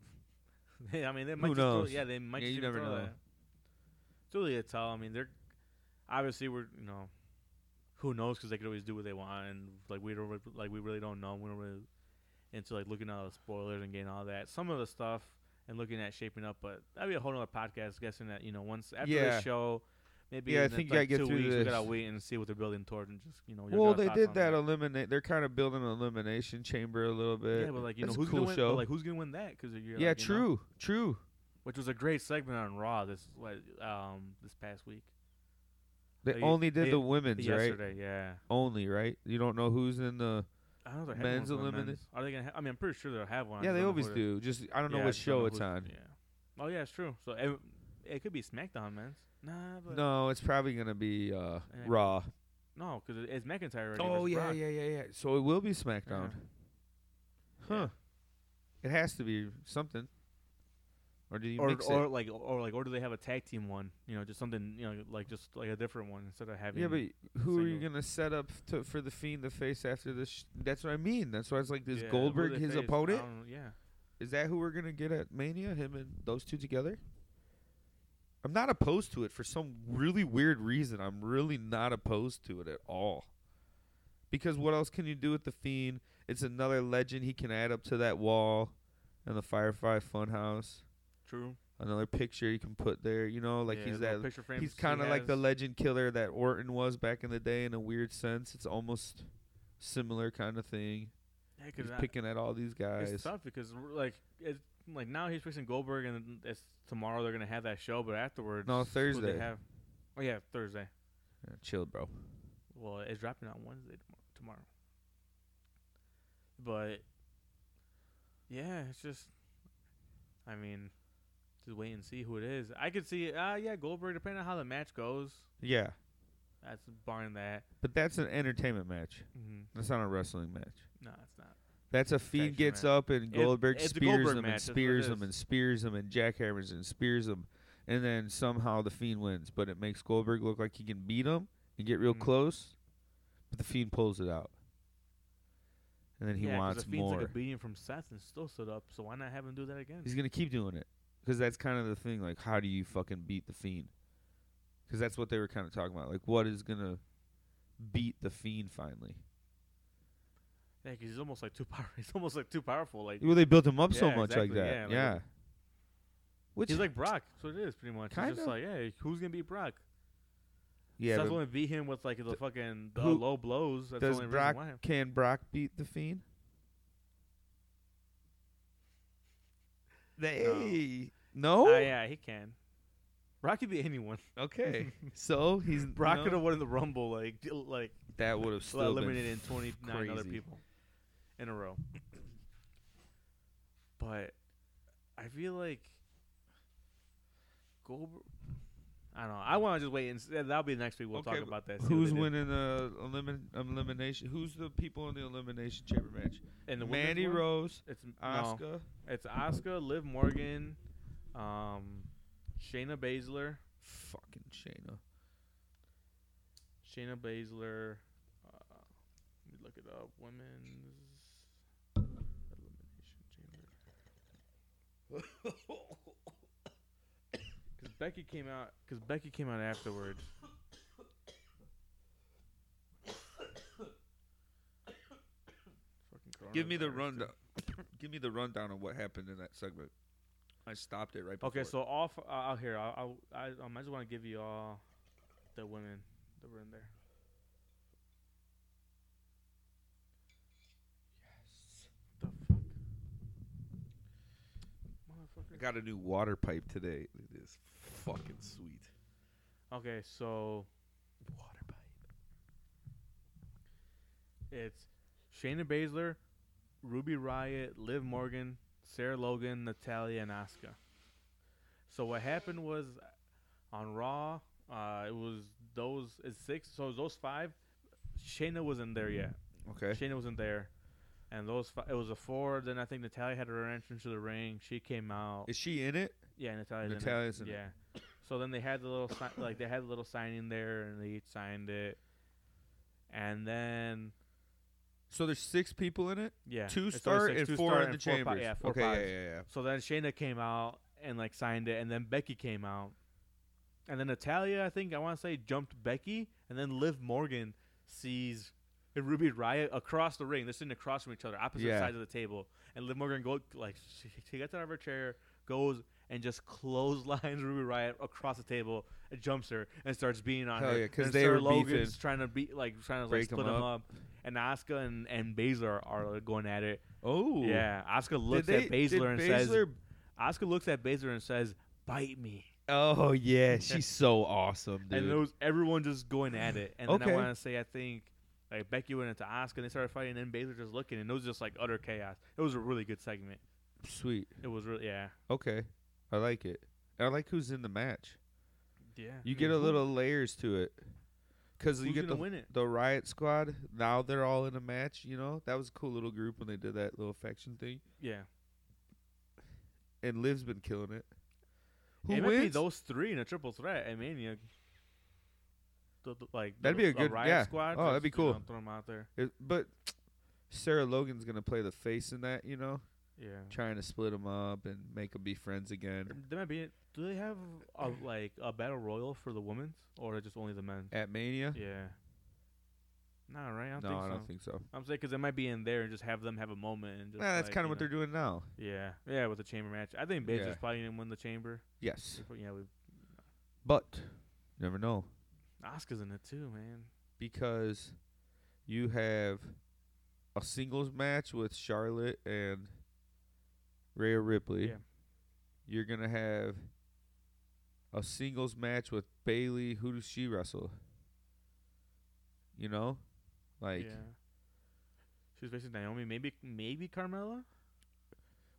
Speaker 2: I mean, they might. just
Speaker 1: knows?
Speaker 2: Throw, yeah, they might.
Speaker 1: Yeah,
Speaker 2: just
Speaker 1: you
Speaker 2: even
Speaker 1: never
Speaker 2: throw
Speaker 1: know.
Speaker 2: That. It's really a tell. I mean, they're obviously we're you know, who knows? Because they could always do what they want, and like we don't re- like we really don't know. We don't really into like looking at all the spoilers and getting all that. Some of the stuff and looking at shaping up, but that'd be a whole other podcast. Guessing that you know once after
Speaker 1: Yeah.
Speaker 2: this show. Maybe
Speaker 1: Yeah, I
Speaker 2: in the-
Speaker 1: think you
Speaker 2: like
Speaker 1: gotta get
Speaker 2: two
Speaker 1: through
Speaker 2: weeks we
Speaker 1: this.
Speaker 2: gotta wait and see what they're building toward and just you know. your
Speaker 1: Well,
Speaker 2: general
Speaker 1: they
Speaker 2: thoughts
Speaker 1: did
Speaker 2: on
Speaker 1: that eliminate. They're kind of building an elimination chamber a little bit.
Speaker 2: Yeah, but like you
Speaker 1: That's
Speaker 2: know
Speaker 1: a
Speaker 2: who's
Speaker 1: cool
Speaker 2: gonna win, but,
Speaker 1: show.
Speaker 2: like who's gonna win that? Because you're
Speaker 1: yeah,
Speaker 2: like, you know,
Speaker 1: true, true.
Speaker 2: which was a great segment on Raw this like, um this past week.
Speaker 1: They
Speaker 2: Like,
Speaker 1: only did
Speaker 2: they-
Speaker 1: the women's, right?
Speaker 2: Yesterday, yeah.
Speaker 1: Only, right? You don't know who's in the.
Speaker 2: I don't know if they
Speaker 1: Men's
Speaker 2: had one for the
Speaker 1: eliminate-
Speaker 2: men's. Are they gonna? Ha- I mean, I'm pretty sure they'll have one. I
Speaker 1: yeah,
Speaker 2: just
Speaker 1: they
Speaker 2: don't know
Speaker 1: always
Speaker 2: who it-
Speaker 1: do. Just I don't know
Speaker 2: Yeah, I
Speaker 1: what
Speaker 2: just don't
Speaker 1: show
Speaker 2: know
Speaker 1: it's
Speaker 2: who's-
Speaker 1: on.
Speaker 2: Yeah. Oh yeah, it's true. So ev- It could be SmackDown, man. Nah, but no,
Speaker 1: No, it's probably gonna be uh,
Speaker 2: Yeah.
Speaker 1: Raw.
Speaker 2: because it's McIntyre. Already
Speaker 1: Oh
Speaker 2: versus
Speaker 1: yeah,
Speaker 2: Brock.
Speaker 1: yeah, yeah, yeah. So it will be SmackDown. Huh. It has to be something. Or do you
Speaker 2: Or
Speaker 1: mix
Speaker 2: or
Speaker 1: it?
Speaker 2: like or like or do they have a tag team one? You know, just something you know, like just like a different one instead of having.
Speaker 1: Yeah, but who are you
Speaker 2: single.
Speaker 1: gonna set up to, for the Fiend to face after this? Sh- That's what I mean. That's why it's like this
Speaker 2: Yeah, who
Speaker 1: Goldberg,
Speaker 2: they
Speaker 1: his
Speaker 2: face, I
Speaker 1: opponent.
Speaker 2: don't- Yeah.
Speaker 1: Is that who we're gonna get at Mania? Him and those two together? I'm not opposed to it for some really weird reason. I'm really not opposed to it at all. Because what else can you do with the Fiend? It's another legend he can add up to that wall and the Firefly Funhouse.
Speaker 2: True.
Speaker 1: Another picture you can put there, you know, like
Speaker 2: Yeah,
Speaker 1: he's
Speaker 2: the little
Speaker 1: that
Speaker 2: picture frames
Speaker 1: he's
Speaker 2: he
Speaker 1: kind of like the
Speaker 2: has.
Speaker 1: legend killer that Orton was back in the day in a weird sense. It's almost similar kind of thing.
Speaker 2: Yeah, 'cause
Speaker 1: He's
Speaker 2: I-
Speaker 1: picking at all these guys.
Speaker 2: It's tough because r- like it's like now he's facing Goldberg and it's tomorrow they're gonna have that show, but afterwards
Speaker 1: No,
Speaker 2: who they
Speaker 1: Thursday.
Speaker 2: have- oh yeah, Thursday.
Speaker 1: Yeah, chill, bro.
Speaker 2: Well, it's dropping on Wednesday tomo- tomorrow. But yeah, it's just I mean, just wait and see who it is. I could see uh yeah, Goldberg depending on how the match goes.
Speaker 1: Yeah.
Speaker 2: That's barring that.
Speaker 1: But that's an entertainment match.
Speaker 2: Mm-hmm.
Speaker 1: That's not a wrestling match.
Speaker 2: No, it's not.
Speaker 1: That's a fiend
Speaker 2: Protection
Speaker 1: gets
Speaker 2: match.
Speaker 1: up and
Speaker 2: It-
Speaker 1: Goldberg
Speaker 2: it's a
Speaker 1: spears
Speaker 2: Goldberg
Speaker 1: him
Speaker 2: match,
Speaker 1: and
Speaker 2: that's what it
Speaker 1: spears
Speaker 2: is.
Speaker 1: him and spears him and jackhammers and spears him, and then somehow the fiend wins. But it makes Goldberg look like he can beat him and get real
Speaker 2: Mhm.
Speaker 1: close, but the fiend pulls it out, and then he
Speaker 2: yeah, 'cause
Speaker 1: wants
Speaker 2: the Fiend's
Speaker 1: more.
Speaker 2: Like a beating from Seth and still stood up, so why not have him do that again?
Speaker 1: He's gonna keep doing it because that's kind of the thing. Like, how do you fucking beat the fiend? Because that's what they were kind of talking about. Like, what is gonna beat the fiend finally?
Speaker 2: Yeah, 'cause he's almost like too power. He's almost like too powerful. Like
Speaker 1: Well, they built him up so
Speaker 2: Yeah,
Speaker 1: much
Speaker 2: exactly,
Speaker 1: like that.
Speaker 2: yeah,
Speaker 1: Yeah.
Speaker 2: like-
Speaker 1: Which
Speaker 2: he's like Brock. So it is pretty much. He's just
Speaker 1: Kinda.
Speaker 2: like, yeah, who's gonna beat Brock?
Speaker 1: yeah,
Speaker 2: Seth's
Speaker 1: but
Speaker 2: only beat him with like the fucking the
Speaker 1: who-
Speaker 2: low blows. That's
Speaker 1: does
Speaker 2: the only
Speaker 1: Brock
Speaker 2: reason why.
Speaker 1: can Brock beat the Fiend? They no.
Speaker 2: Ah, yeah, he can. Brock could beat anyone.
Speaker 1: Okay, so he's
Speaker 2: Brock
Speaker 1: no,
Speaker 2: could have won the Rumble, like d- like
Speaker 1: that would have still been
Speaker 2: eliminated twenty nine other
Speaker 1: crazy.
Speaker 2: people in a row. But I feel like Goldberg. I don't know. I want to just wait and s- that'll be next week. We'll
Speaker 1: Okay,
Speaker 2: talk
Speaker 1: but
Speaker 2: about that. see what
Speaker 1: Who's
Speaker 2: they do.
Speaker 1: winning the elimin- elimination? Who's the people in the elimination chamber match?
Speaker 2: And the women's
Speaker 1: Mandy
Speaker 2: one?
Speaker 1: Rose,
Speaker 2: It's no.
Speaker 1: Asuka.
Speaker 2: It's Oscar, Liv Morgan, um, Shayna Baszler,
Speaker 1: Fucking Shayna.
Speaker 2: Shayna Baszler. Uh, let me look it up. Women's elimination chamber. Because Becky came out. Because Becky came out afterwards. Fucking
Speaker 1: Give me the
Speaker 2: coronavirus, dude.
Speaker 1: rundown. Give me the rundown of what happened in that segment. I stopped it right before.
Speaker 2: Okay, so all f- uh, out here, I I, I, um, I just want to give you all the women that were in there. Yes. The fuck,
Speaker 1: I
Speaker 2: motherfucker.
Speaker 1: got a new water pipe today. It is fucking sweet.
Speaker 2: Okay, so
Speaker 1: Water pipe.
Speaker 2: it's Shayna Baszler, Ruby Riot, Liv Morgan, Sarah Logan, Natalia, and Asuka. So what happened was on Raw, uh, it was those it's six, so it was those five. Shayna wasn't there yet.
Speaker 1: Okay.
Speaker 2: Shayna wasn't there, and those fi- it was a four. Then I think Natalia had her entrance to the ring. She came out.
Speaker 1: Is she in it?
Speaker 2: yeah, Natalia.
Speaker 1: Natalia's in it.
Speaker 2: yeah. So then they had the little sign, like they had a little sign in there, and they each signed it. And then
Speaker 1: So there's six people in it.
Speaker 2: yeah,
Speaker 1: Two
Speaker 2: it's always
Speaker 1: star
Speaker 2: six,
Speaker 1: and
Speaker 2: two
Speaker 1: four
Speaker 2: star
Speaker 1: in the
Speaker 2: and four
Speaker 1: chambers.
Speaker 2: pa- yeah, four
Speaker 1: okay.
Speaker 2: pies.
Speaker 1: Yeah, yeah, yeah.
Speaker 2: So then Shayna came out and like signed it, and then Becky came out, and then Natalia, I think I want to say jumped Becky, and then Liv Morgan sees Ruby Riot across the ring. They're sitting across from each other, opposite
Speaker 1: Yeah.
Speaker 2: sides of the table, and Liv Morgan go like she, she gets out of her chair, goes and just clotheslines Ruby Riot across the table, and jumps her and starts beating on
Speaker 1: Hell
Speaker 2: her.
Speaker 1: yeah, 'cause
Speaker 2: And
Speaker 1: they
Speaker 2: Sarah
Speaker 1: were beefing.
Speaker 2: Logan's trying to beat like trying to like
Speaker 1: Break 'em
Speaker 2: split them
Speaker 1: up.
Speaker 2: up. And Asuka and, and Baszler are going at it.
Speaker 1: Oh.
Speaker 2: Yeah, Asuka looks
Speaker 1: did
Speaker 2: at
Speaker 1: they, did
Speaker 2: Baszler and says,
Speaker 1: Baszler-
Speaker 2: Oscar looks at Baszler and says, "Bite me,"
Speaker 1: "Oh yeah, she's so awesome, dude."
Speaker 2: and there was everyone just going at it. And then
Speaker 1: Okay.
Speaker 2: I want to say, I think like Becky went into Oscar and they started fighting, and then Baszler just looking, and it was just like utter chaos. It was a really good segment.
Speaker 1: Sweet.
Speaker 2: It was really yeah.
Speaker 1: Okay, I like it. I I like who's in the match.
Speaker 2: Yeah,
Speaker 1: You get a little layers to it. Because you
Speaker 2: Mm-hmm. Who's
Speaker 1: get
Speaker 2: gonna
Speaker 1: the,
Speaker 2: win it?
Speaker 1: the Riot Squad. Now they're all in a match, you know? That was a cool little group when they did that little faction thing.
Speaker 2: Yeah,
Speaker 1: And Liv's been killing it. Who
Speaker 2: it might be
Speaker 1: wins?
Speaker 2: those three in a triple threat at Mania. Th- th- like
Speaker 1: That'd be a good-
Speaker 2: riot
Speaker 1: yeah.
Speaker 2: squad.
Speaker 1: Oh, that'd
Speaker 2: just,
Speaker 1: be
Speaker 2: you
Speaker 1: cool.
Speaker 2: know, throw 'em out there.
Speaker 1: It- but Sarah Logan's going to play the face in that, you know?
Speaker 2: Yeah,
Speaker 1: Trying to split them up and make them be friends again
Speaker 2: they might be. Do they have a, like a battle royal for the women's or just only the men?
Speaker 1: at Mania.
Speaker 2: Yeah. Nah, right? I don't
Speaker 1: no,
Speaker 2: think
Speaker 1: I
Speaker 2: so.
Speaker 1: don't think so.
Speaker 2: I'm saying because they might be in there and just have them have a moment and just.
Speaker 1: Nah, that's
Speaker 2: like,
Speaker 1: kind of
Speaker 2: you
Speaker 1: what they're
Speaker 2: know.
Speaker 1: doing now.
Speaker 2: Yeah, yeah, with the chamber match. I think Baszler's
Speaker 1: Yeah.
Speaker 2: probably gonna win the chamber.
Speaker 1: Yes.
Speaker 2: Yeah, we,
Speaker 1: But never know.
Speaker 2: Oscar's in it too, man.
Speaker 1: because you have a singles match with Charlotte and Rhea Ripley.
Speaker 2: Yeah.
Speaker 1: You're gonna have a singles match with Bailey. Who does she wrestle? You know, like,
Speaker 2: yeah. She's facing Naomi. Maybe, maybe Carmella.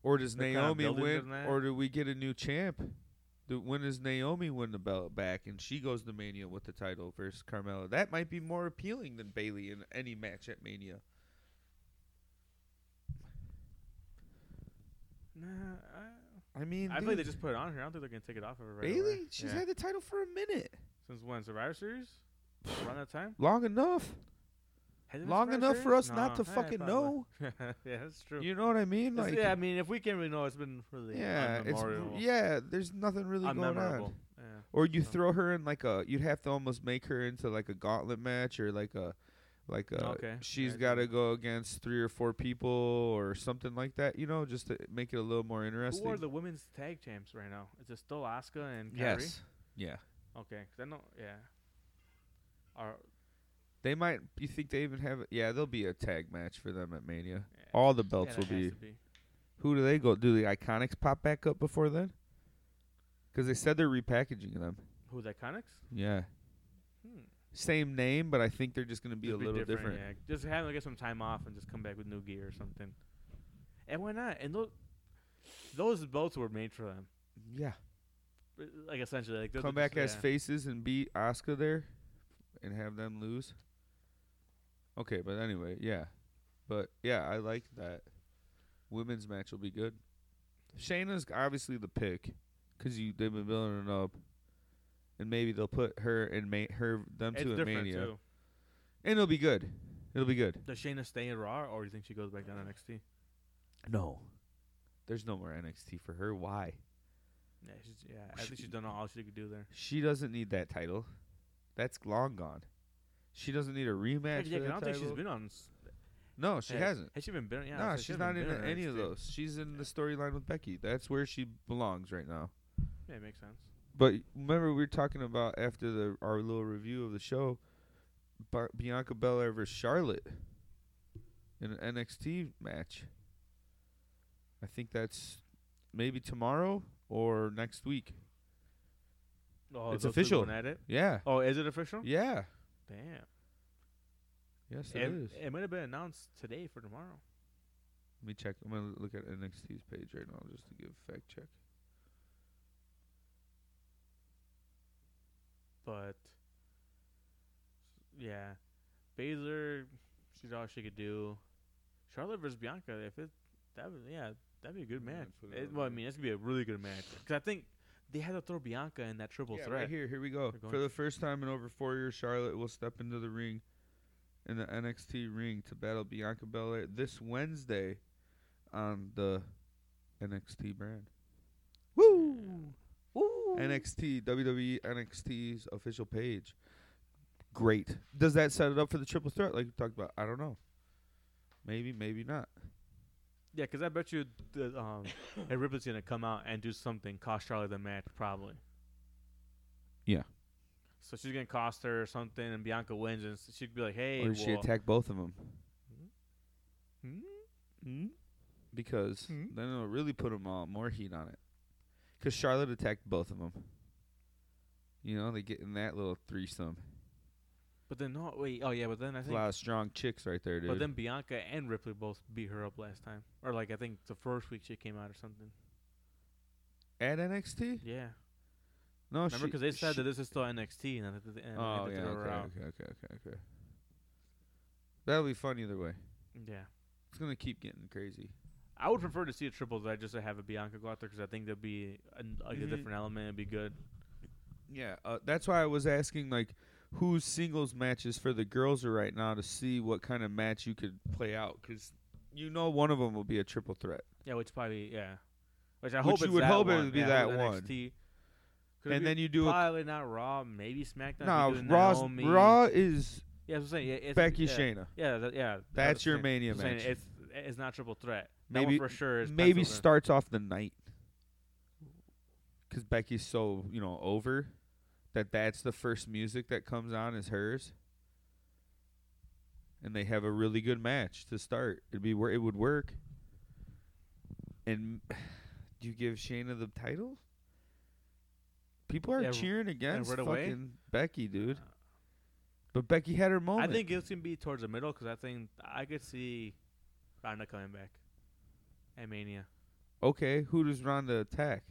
Speaker 1: or does
Speaker 2: They're kinda
Speaker 1: Naomi
Speaker 2: building
Speaker 1: win,
Speaker 2: to that.
Speaker 1: or do we get a new champ? Do, when does Naomi win the belt back, and she goes to Mania with the title versus Carmella? That might be more appealing than Bailey in any match at Mania.
Speaker 2: Nah,
Speaker 1: I mean,
Speaker 2: I, I think they
Speaker 1: dude.
Speaker 2: just put it on her. I don't think they're gonna take it off of her. Right away.
Speaker 1: Bailey, she's
Speaker 2: Yeah.
Speaker 1: had the title for a minute.
Speaker 2: since when Survivor Series. Around that time,
Speaker 1: Long enough.
Speaker 2: Has it been
Speaker 1: Long
Speaker 2: Survivor
Speaker 1: enough for
Speaker 2: Series?
Speaker 1: us not
Speaker 2: No.
Speaker 1: to
Speaker 2: Yeah,
Speaker 1: fucking
Speaker 2: probably.
Speaker 1: know.
Speaker 2: yeah, that's true.
Speaker 1: You know what I mean?
Speaker 2: It's-
Speaker 1: Like,
Speaker 2: yeah, I mean, if we can't really know, it's been really
Speaker 1: yeah, it's
Speaker 2: unmemorial.
Speaker 1: yeah. There's nothing really going
Speaker 2: unmemorable.
Speaker 1: on.
Speaker 2: Yeah.
Speaker 1: Or you
Speaker 2: So-
Speaker 1: throw her in like a. You'd have to almost make her into like a gauntlet match or like a, like a.
Speaker 2: Okay,
Speaker 1: She's
Speaker 2: yeah,
Speaker 1: got to
Speaker 2: true.
Speaker 1: go against three or four people or something like that. You know, just to make it a little more interesting.
Speaker 2: Who are the women's tag champs right now? Is it still Asuka and Kyrie?
Speaker 1: yes. Yeah.
Speaker 2: Okay, 'cause I know. Yeah. Are
Speaker 1: They might. You think they even have? Yeah, there'll be a tag match for them at Mania.
Speaker 2: yeah.
Speaker 1: All the
Speaker 2: Yeah,
Speaker 1: belts
Speaker 2: that
Speaker 1: will
Speaker 2: has
Speaker 1: be.
Speaker 2: to be.
Speaker 1: Who do they go? Do the Iconics pop back up before then? Because they said they're repackaging them.
Speaker 2: Who the Iconics?
Speaker 1: Yeah.
Speaker 2: Hmm.
Speaker 1: Same name, but I think they're just going to be
Speaker 2: Just
Speaker 1: a little different.
Speaker 2: Yeah. Just have them get some time off and just come back with new gear or something. And why not? And those those belts were made for them.
Speaker 1: Yeah.
Speaker 2: Uh, Like essentially, like those
Speaker 1: Come
Speaker 2: are
Speaker 1: back as
Speaker 2: just, yeah.
Speaker 1: faces and beat Oscar there and have them lose. Okay, but anyway, yeah. But yeah, I like that. Women's match will be good. Shayna's obviously the pick because you they've been building it up, and maybe they'll put her and ma- her them
Speaker 2: It's
Speaker 1: two in
Speaker 2: different
Speaker 1: Mania,
Speaker 2: too.
Speaker 1: and it'll be good. It'll be good.
Speaker 2: Does Shayna stay in Raw, or do you think she goes back down to NXT?
Speaker 1: No. There's no more NXT for her. Why?
Speaker 2: Yeah, she's, yeah. I
Speaker 1: She-
Speaker 2: think she's done all she could do there.
Speaker 1: She doesn't need that title. That's long gone. She doesn't need a rematch.
Speaker 2: Heck,
Speaker 1: for
Speaker 2: yeah, 'cause I
Speaker 1: that
Speaker 2: don't think she's
Speaker 1: title.
Speaker 2: been on. s-
Speaker 1: No, she
Speaker 2: has-
Speaker 1: hasn't.
Speaker 2: Has she been? Been? Yeah, I was
Speaker 1: no,
Speaker 2: like, she
Speaker 1: she's
Speaker 2: hasn't
Speaker 1: not
Speaker 2: been
Speaker 1: in
Speaker 2: on
Speaker 1: any of
Speaker 2: NXT.
Speaker 1: those. She's in the storyline with Becky. That's where she belongs right now.
Speaker 2: Yeah, it makes sense.
Speaker 1: But remember, we were talking about after the our little review of the show, Ba- Bianca Belair versus Charlotte in an NXT match. I think that's maybe tomorrow or next week.
Speaker 2: Oh,
Speaker 1: It's
Speaker 2: those two
Speaker 1: official.
Speaker 2: going At it.
Speaker 1: Yeah,
Speaker 2: Oh, is it official?
Speaker 1: yeah,
Speaker 2: Damn.
Speaker 1: yes, it is.
Speaker 2: It, it might have been announced today for tomorrow.
Speaker 1: Let me check. I'm gonna look at NXT's page right now just to give fact check.
Speaker 2: But yeah, Baszler, she's all she could do. Charlotte versus Bianca, if it that would, yeah, that'd be a good
Speaker 1: Yeah,
Speaker 2: match.
Speaker 1: put it
Speaker 2: It-
Speaker 1: on
Speaker 2: well, I
Speaker 1: there.
Speaker 2: mean, that's gonna be a really good match because I think they had to throw Bianca in that triple
Speaker 1: yeah,
Speaker 2: threat.
Speaker 1: right here. Here we go.
Speaker 2: We're going
Speaker 1: For the
Speaker 2: to-
Speaker 1: first time in over four years, Charlotte will step into the ring, in the NXT ring, to battle Bianca Belair this Wednesday, on the NXT brand.
Speaker 2: Woo! Woo!
Speaker 1: NXT WWE NXT's official page. Great. Does that set it up for the triple threat like we talked about? I don't know. Maybe, maybe not.
Speaker 2: Yeah, because I bet you the, um, Ed Ripley's gonna come out and do something, cost Charlotte the match probably.
Speaker 1: Yeah.
Speaker 2: So she's gonna cost her or something, and Bianca wins, and s- she'd be like, "Hey,
Speaker 1: or
Speaker 2: well,
Speaker 1: did she attack both of them?
Speaker 2: hmm?
Speaker 1: Because
Speaker 2: Hmm?
Speaker 1: then it'll really put them all more heat on it. Because Charlotte attacked both of them. You know, they get in that little threesome.
Speaker 2: But then no, wait, oh yeah, but then I
Speaker 1: That's a
Speaker 2: think,
Speaker 1: lot of strong chicks right there, dude.
Speaker 2: but then Bianca and Ripley both beat her up last time, or like I think the first week she came out or something.
Speaker 1: At NXT?
Speaker 2: Yeah,
Speaker 1: No,
Speaker 2: Remember,
Speaker 1: Oh, she-
Speaker 2: because they said
Speaker 1: she-
Speaker 2: that this is still NXT, and I think that they- and I
Speaker 1: Oh
Speaker 2: think
Speaker 1: yeah,
Speaker 2: that
Speaker 1: okay,
Speaker 2: they were out.
Speaker 1: okay, okay, okay, okay. That'll be fun either way.
Speaker 2: Yeah,
Speaker 1: It's gonna keep getting crazy.
Speaker 2: I would prefer to see a triple that just to have a Bianca go out there because I think that'd be an, like
Speaker 1: Mhm.
Speaker 2: a different element. It'd be good.
Speaker 1: Yeah, uh, that's why I was asking like whose singles matches for the girls are right now to see what kind of match you could play out because you know one of them will be a triple threat.
Speaker 2: Yeah, which probably yeah, which I
Speaker 1: Which
Speaker 2: hope
Speaker 1: you
Speaker 2: it's
Speaker 1: would
Speaker 2: that
Speaker 1: hope it
Speaker 2: one.
Speaker 1: would be
Speaker 2: yeah,
Speaker 1: that
Speaker 2: with
Speaker 1: one.
Speaker 2: NXT. 'Cause
Speaker 1: and
Speaker 2: we-
Speaker 1: then you do a
Speaker 2: probably not Raw, maybe SmackDown.
Speaker 1: nah,
Speaker 2: if you're doing
Speaker 1: Raw's,
Speaker 2: Naomi.
Speaker 1: Raw is
Speaker 2: Yeah, that's what I'm saying. Yeah, it's,
Speaker 1: Becky
Speaker 2: yeah,
Speaker 1: Shayna.
Speaker 2: Yeah, that, yeah.
Speaker 1: That's
Speaker 2: what I'm
Speaker 1: your
Speaker 2: saying.
Speaker 1: mania
Speaker 2: I'm saying
Speaker 1: match.
Speaker 2: It's it's not triple threat.
Speaker 1: Maybe-
Speaker 2: that one for sure is
Speaker 1: Maybe
Speaker 2: penciled in.
Speaker 1: starts off the night because Becky's so you know over that that's the first music that comes on is hers, and they have a really good match to start. It'd be where it would work. And do you give Shayna the title? People are
Speaker 2: Yeah, r-
Speaker 1: cheering against
Speaker 2: right
Speaker 1: fucking
Speaker 2: away?
Speaker 1: Becky, dude. But Becky had her
Speaker 2: I
Speaker 1: moment.
Speaker 2: think it's gonna be towards the middle because I think I could see Ronda coming back at Mania.
Speaker 1: Okay, who does Ronda attack?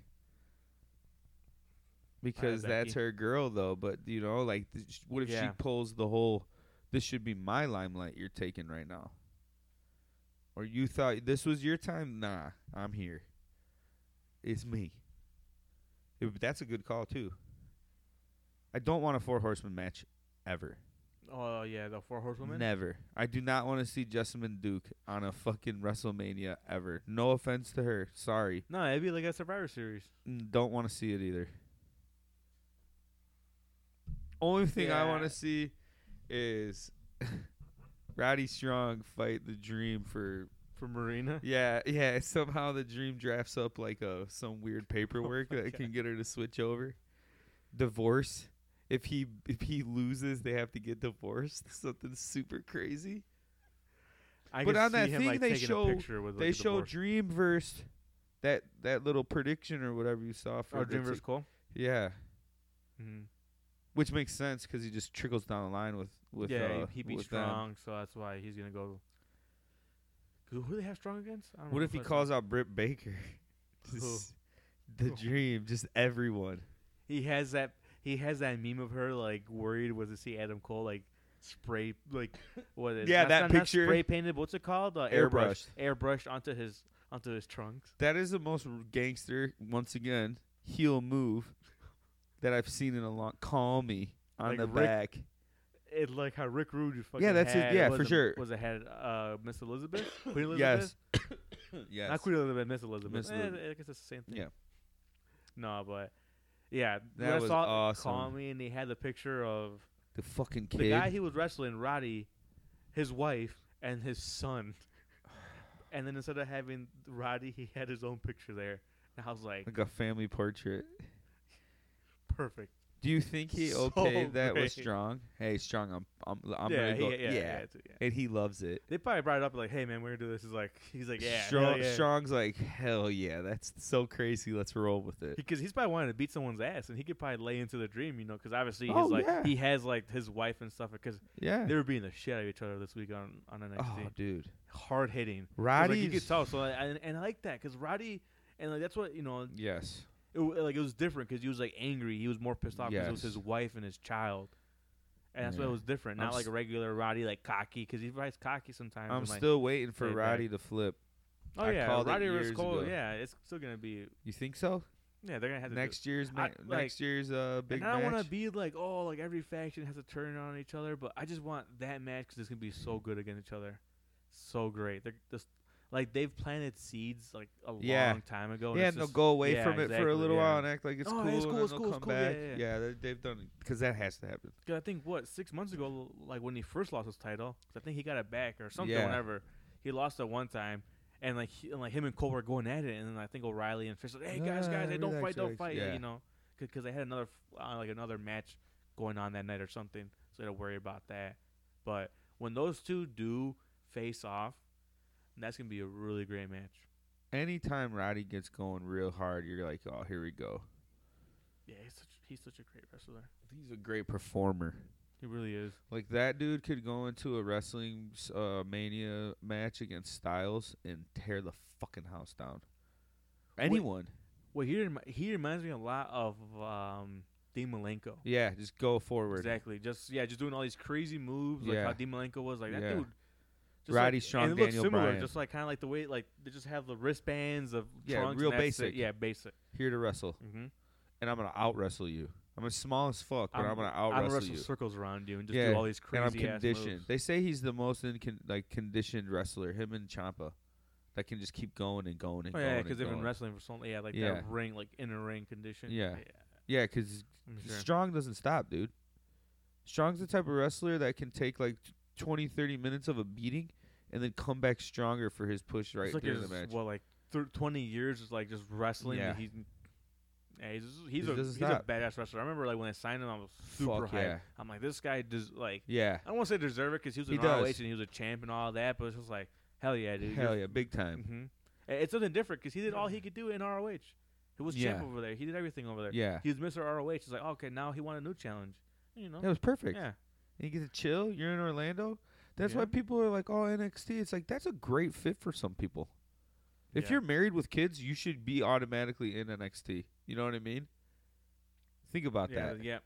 Speaker 1: Because that's
Speaker 2: Becky.
Speaker 1: her girl, though. But you know, like, th- sh- what if she
Speaker 2: Yeah.
Speaker 1: pulls the whole? This should be my limelight you're taking right now. Or you thought this was your time? Nah, I'm here. It's me. It- that's a good call too. I don't want a four horseman match ever.
Speaker 2: Oh yeah, the four horsewomen.
Speaker 1: Never. I do not want to see Jessamine Duke on a fucking WrestleMania ever. No offense to her. Sorry.
Speaker 2: no, it'd be like a Survivor Series.
Speaker 1: Mm, Don't want to see it either. Only thing I want
Speaker 2: Yeah.
Speaker 1: to see is Roddy Strong fight the Dream for
Speaker 2: For Marina.
Speaker 1: yeah yeah. Somehow the Dream drafts up like a some weird paperwork
Speaker 2: Oh my
Speaker 1: that
Speaker 2: God.
Speaker 1: can get her to switch over. Divorce. If he if he loses, they have to get divorced. Something super crazy.
Speaker 2: I
Speaker 1: But
Speaker 2: could
Speaker 1: on
Speaker 2: see
Speaker 1: that
Speaker 2: him,
Speaker 1: thing
Speaker 2: like,
Speaker 1: they
Speaker 2: taking a
Speaker 1: show-
Speaker 2: picture with, like,
Speaker 1: they
Speaker 2: a
Speaker 1: show
Speaker 2: divorce.
Speaker 1: Dream versus that that little prediction or whatever you saw for
Speaker 2: oh,
Speaker 1: the
Speaker 2: Dream
Speaker 1: t-
Speaker 2: versus Cole.
Speaker 1: yeah.
Speaker 2: Mhm.
Speaker 1: Which makes sense because he just trickles down the line with with
Speaker 2: yeah,
Speaker 1: uh,
Speaker 2: he, he beat
Speaker 1: with them.
Speaker 2: Strong, so that's why he's gonna go. 'Cause Who they have Strong against? I don't
Speaker 1: What
Speaker 2: know
Speaker 1: if he
Speaker 2: that's-
Speaker 1: calls out Britt Baker?
Speaker 2: Who?
Speaker 1: Just the dream, just everyone.
Speaker 2: He has that. He has that meme of her like worried was to see Adam Cole like spray like what is
Speaker 1: Yeah,
Speaker 2: not-
Speaker 1: that
Speaker 2: not-
Speaker 1: picture.
Speaker 2: not spray painted. What's it called? Uh,
Speaker 1: Airbrushed.
Speaker 2: Airbrushed onto his onto his trunks.
Speaker 1: That is the most gangster once again heel move that I've seen in a long. Call me on
Speaker 2: Like
Speaker 1: the
Speaker 2: Rick-
Speaker 1: back.
Speaker 2: It like how Rick Rude just fucking
Speaker 1: that's it.
Speaker 2: had-
Speaker 1: Yeah,
Speaker 2: was
Speaker 1: for
Speaker 2: it-
Speaker 1: sure.
Speaker 2: Was it had uh, Miss Elizabeth? Queen
Speaker 1: Yes,
Speaker 2: Elizabeth?
Speaker 1: yes.
Speaker 2: Not Queen Elizabeth. Miss Elizabeth.
Speaker 1: Miss
Speaker 2: Eh,
Speaker 1: Elizabeth.
Speaker 2: I guess it's the same thing.
Speaker 1: Yeah.
Speaker 2: No, but yeah, when
Speaker 1: That
Speaker 2: I
Speaker 1: was
Speaker 2: saw
Speaker 1: awesome.
Speaker 2: Call me, and he had the picture of
Speaker 1: the fucking
Speaker 2: the guy
Speaker 1: kid.
Speaker 2: he was wrestling, Roddy, his wife, and his son. And then instead of having Roddy, he had his own picture there. And I was like,
Speaker 1: Like a family portrait.
Speaker 2: perfect.
Speaker 1: Do you think he
Speaker 2: So
Speaker 1: okayed that was
Speaker 2: great.
Speaker 1: strong? Hey, strong. I'm I'm I'm
Speaker 2: yeah,
Speaker 1: gonna go.
Speaker 2: he- yeah, yeah, yeah, too, yeah.
Speaker 1: and he loves it.
Speaker 2: They probably brought it up like, hey man, we're gonna do this. He's like, he's like, yeah,
Speaker 1: Strong,
Speaker 2: hell yeah.
Speaker 1: Strong's like, hell yeah, that's so crazy. Let's roll with it.
Speaker 2: Because he's probably wanting to beat someone's ass, and he could probably lay into the dream, you know. Because obviously, he's
Speaker 1: Oh,
Speaker 2: like,
Speaker 1: yeah.
Speaker 2: he has like his wife and stuff. Because
Speaker 1: Yeah.
Speaker 2: they were beating the shit out of each other this week on on NXT,
Speaker 1: Oh, dude.
Speaker 2: hard hitting.
Speaker 1: Roddy.
Speaker 2: Roddy, you could tell. So like, and, and I like that because Roddy, and like that's what you know.
Speaker 1: Yes.
Speaker 2: it, wa- like it was different because he was like angry. He was more pissed off because it was
Speaker 1: Yes.
Speaker 2: his wife and his child, and that's why
Speaker 1: Yeah.
Speaker 2: it was different.
Speaker 1: I'm
Speaker 2: Not like
Speaker 1: s-
Speaker 2: a regular Roddy, like cocky because he rides cocky sometimes.
Speaker 1: I'm
Speaker 2: and, like,
Speaker 1: still waiting for
Speaker 2: stay back.
Speaker 1: Roddy to flip.
Speaker 2: oh
Speaker 1: I
Speaker 2: yeah,
Speaker 1: called it
Speaker 2: Roddy versus
Speaker 1: years
Speaker 2: Cole.
Speaker 1: ago.
Speaker 2: Yeah, it's still gonna be.
Speaker 1: You think so?
Speaker 2: Yeah, they're gonna have to do it.
Speaker 1: Next year's ma-
Speaker 2: I- like-
Speaker 1: next year's uh big
Speaker 2: and I don't
Speaker 1: match.
Speaker 2: to be like, oh, like every faction has to turn on each other, but I just want that match because it's gonna be so good against each other, so great. They're just like they've planted seeds like a
Speaker 1: Yeah.
Speaker 2: long time ago. and
Speaker 1: yeah,
Speaker 2: it's
Speaker 1: and they'll
Speaker 2: just-
Speaker 1: go away
Speaker 2: yeah,
Speaker 1: from it for
Speaker 2: exactly,
Speaker 1: a little
Speaker 2: yeah.
Speaker 1: while and act like it's
Speaker 2: Oh,
Speaker 1: cool.
Speaker 2: yeah, it's
Speaker 1: and
Speaker 2: cool,
Speaker 1: then
Speaker 2: it's
Speaker 1: they'll
Speaker 2: cool, it's
Speaker 1: come
Speaker 2: cool, yeah,
Speaker 1: back.
Speaker 2: yeah, yeah.
Speaker 1: they, they've done it because that has to happen.
Speaker 2: Cause I think what six months ago, like when he first lost his title, 'cause I think he got it back or something.
Speaker 1: Yeah.
Speaker 2: Whenever he lost it one time, and like he, and like him and Cole were going at it, and then I think O'Reilly and Fish like, "Hey guys, guys,
Speaker 1: Ah,
Speaker 2: hey, don't
Speaker 1: relax,
Speaker 2: fight, don't
Speaker 1: relax."
Speaker 2: fight,"
Speaker 1: Yeah.
Speaker 2: you know, because they had another f- uh, like another match going on that night or something, so they don't worry about that. But when those two do face off, that's gonna be a really great match.
Speaker 1: Anytime Roddy gets going real hard, you're like, oh, here we go.
Speaker 2: Yeah, he's such he's such a great wrestler.
Speaker 1: He's a great performer.
Speaker 2: He really is.
Speaker 1: Like that dude could go into a wrestling s- uh, mania match against Styles and tear the fucking house down. Anyone?
Speaker 2: Well, he remi- he reminds me a lot of um Dean Malenko.
Speaker 1: Yeah, just go forward.
Speaker 2: Exactly. Just yeah, just doing all these crazy moves like
Speaker 1: Yeah.
Speaker 2: how Dean Malenko was like that
Speaker 1: Yeah.
Speaker 2: dude.
Speaker 1: Roddy
Speaker 2: like,
Speaker 1: Strong,
Speaker 2: and it looks
Speaker 1: Daniel
Speaker 2: similar,
Speaker 1: Bryan.
Speaker 2: just like kind of like the way like they just have the wristbands of
Speaker 1: Yeah,
Speaker 2: trunks
Speaker 1: real
Speaker 2: and that's it.
Speaker 1: basic.
Speaker 2: Yeah, basic.
Speaker 1: Here to wrestle,
Speaker 2: Mm-hmm.
Speaker 1: and I'm gonna out wrestle you. I'm as small as fuck, but I'm, gonna out
Speaker 2: I'm
Speaker 1: wrestle
Speaker 2: wrestle
Speaker 1: you.
Speaker 2: circles around you and just
Speaker 1: Yeah,
Speaker 2: do all these
Speaker 1: and I'm
Speaker 2: crazy ass
Speaker 1: conditioned.
Speaker 2: moves.
Speaker 1: They say he's the most in con- like conditioned wrestler. Him and Champa, that can just keep going and going and
Speaker 2: Oh,
Speaker 1: going.
Speaker 2: yeah,
Speaker 1: because
Speaker 2: because they've been wrestling for so long. Yeah, like
Speaker 1: Yeah.
Speaker 2: that ring, like inner ring condition.
Speaker 1: Yeah. Yeah, because
Speaker 2: I'm sure.
Speaker 1: Strong doesn't stop, dude. Strong's the type of wrestler that can take like t- 20, 30 minutes of a beating and then come back stronger for his push right
Speaker 2: it's like
Speaker 1: during the
Speaker 2: his,
Speaker 1: match.
Speaker 2: Well, like thir- twenty years is like just wrestling.
Speaker 1: Yeah.
Speaker 2: Yeah. He's yeah, he's he's,
Speaker 1: He
Speaker 2: a,
Speaker 1: doesn't
Speaker 2: he's
Speaker 1: stop.
Speaker 2: a badass wrestler. I remember like when I signed him, I was super
Speaker 1: Fuck
Speaker 2: hyped.
Speaker 1: yeah.
Speaker 2: I'm like, this guy does like
Speaker 1: Yeah.
Speaker 2: I don't want to say deserve it because he was
Speaker 1: He
Speaker 2: in ROH
Speaker 1: does.
Speaker 2: and he was a champ and all that, but it's just like hell yeah, dude.
Speaker 1: Hell yeah, big time.
Speaker 2: hmm It's something different because he did all he could do in ROH. He was
Speaker 1: Yeah.
Speaker 2: champ over there. He did everything over there.
Speaker 1: Yeah.
Speaker 2: He was Mr. ROH. It's like "Oh, okay, now he want a new challenge. You know.
Speaker 1: That was perfect.
Speaker 2: Yeah.
Speaker 1: And you get to chill. You're in Orlando. That's why
Speaker 2: Yeah.
Speaker 1: people are like, oh, NXT. It's like, that's a great fit for some people. If
Speaker 2: Yeah.
Speaker 1: you're married with kids, you should be automatically in NXT. You know what I mean? Think about
Speaker 2: yeah,
Speaker 1: that.
Speaker 2: yeah.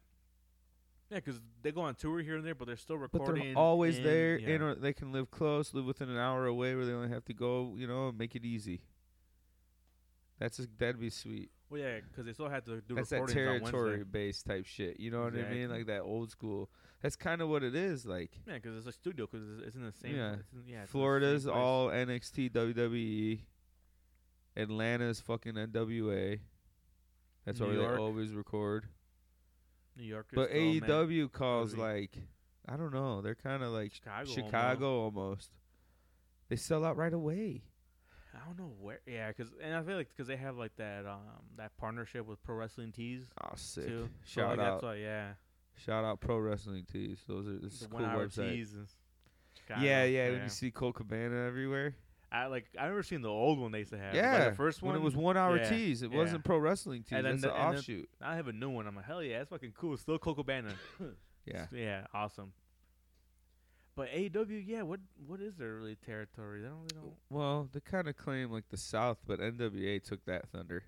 Speaker 2: Yeah, because they go on tour here and there, but they're still
Speaker 1: But
Speaker 2: recording.
Speaker 1: they're always
Speaker 2: in-
Speaker 1: there.
Speaker 2: yeah.
Speaker 1: In or they can live close, live within an hour away, where they only have to go. You know, and make it easy. That's a, that'd be sweet.
Speaker 2: Well, yeah, because they still had to do
Speaker 1: That's that
Speaker 2: recordings on
Speaker 1: territory
Speaker 2: Wednesday.
Speaker 1: based type shit. You know what I mean?
Speaker 2: Exactly.
Speaker 1: Like that old school. That's kind of what it is. Like
Speaker 2: Yeah, because it's a studio, because it's, it's in the same.
Speaker 1: Yeah.
Speaker 2: It's in, yeah it's in the same
Speaker 1: Florida's
Speaker 2: place.
Speaker 1: all NXT WWE. E. Atlanta's fucking NWA. That's
Speaker 2: New
Speaker 1: where
Speaker 2: York.
Speaker 1: they always record.
Speaker 2: New York.
Speaker 1: but E AEW calls
Speaker 2: Every-
Speaker 1: like I don't know. They're kind of like
Speaker 2: Chicago. almost.
Speaker 1: Chicago almost. They sell out right away.
Speaker 2: I don't know where. Yeah, because and I feel like because they have like that um that partnership with Pro Wrestling Tees
Speaker 1: Oh, sick!
Speaker 2: too. So,
Speaker 1: Shout
Speaker 2: like,
Speaker 1: out,
Speaker 2: That's why, yeah.
Speaker 1: shout out, Pro Wrestling Tees. Those are this is
Speaker 2: the
Speaker 1: a cool
Speaker 2: one hour
Speaker 1: website.
Speaker 2: tees. is Chicago,
Speaker 1: Yeah, yeah. When you see Cole Cabana everywhere,
Speaker 2: I like I remember seeing the old one they used to have. like
Speaker 1: Yeah,
Speaker 2: the first
Speaker 1: when
Speaker 2: one.
Speaker 1: it was one hour
Speaker 2: yeah,
Speaker 1: tees, it
Speaker 2: yeah.
Speaker 1: wasn't Pro Wrestling Tees.
Speaker 2: And then
Speaker 1: That's
Speaker 2: the-
Speaker 1: an
Speaker 2: and then-
Speaker 1: offshoot.
Speaker 2: I have a new one. I'm like hell yeah, that's fucking cool. It's still Coco Banner.
Speaker 1: yeah,
Speaker 2: Yeah, awesome. But AEW, yeah, what what is their really territory? They don't, they don't.
Speaker 1: Well, they kind of claim like the South, but NWA took that thunder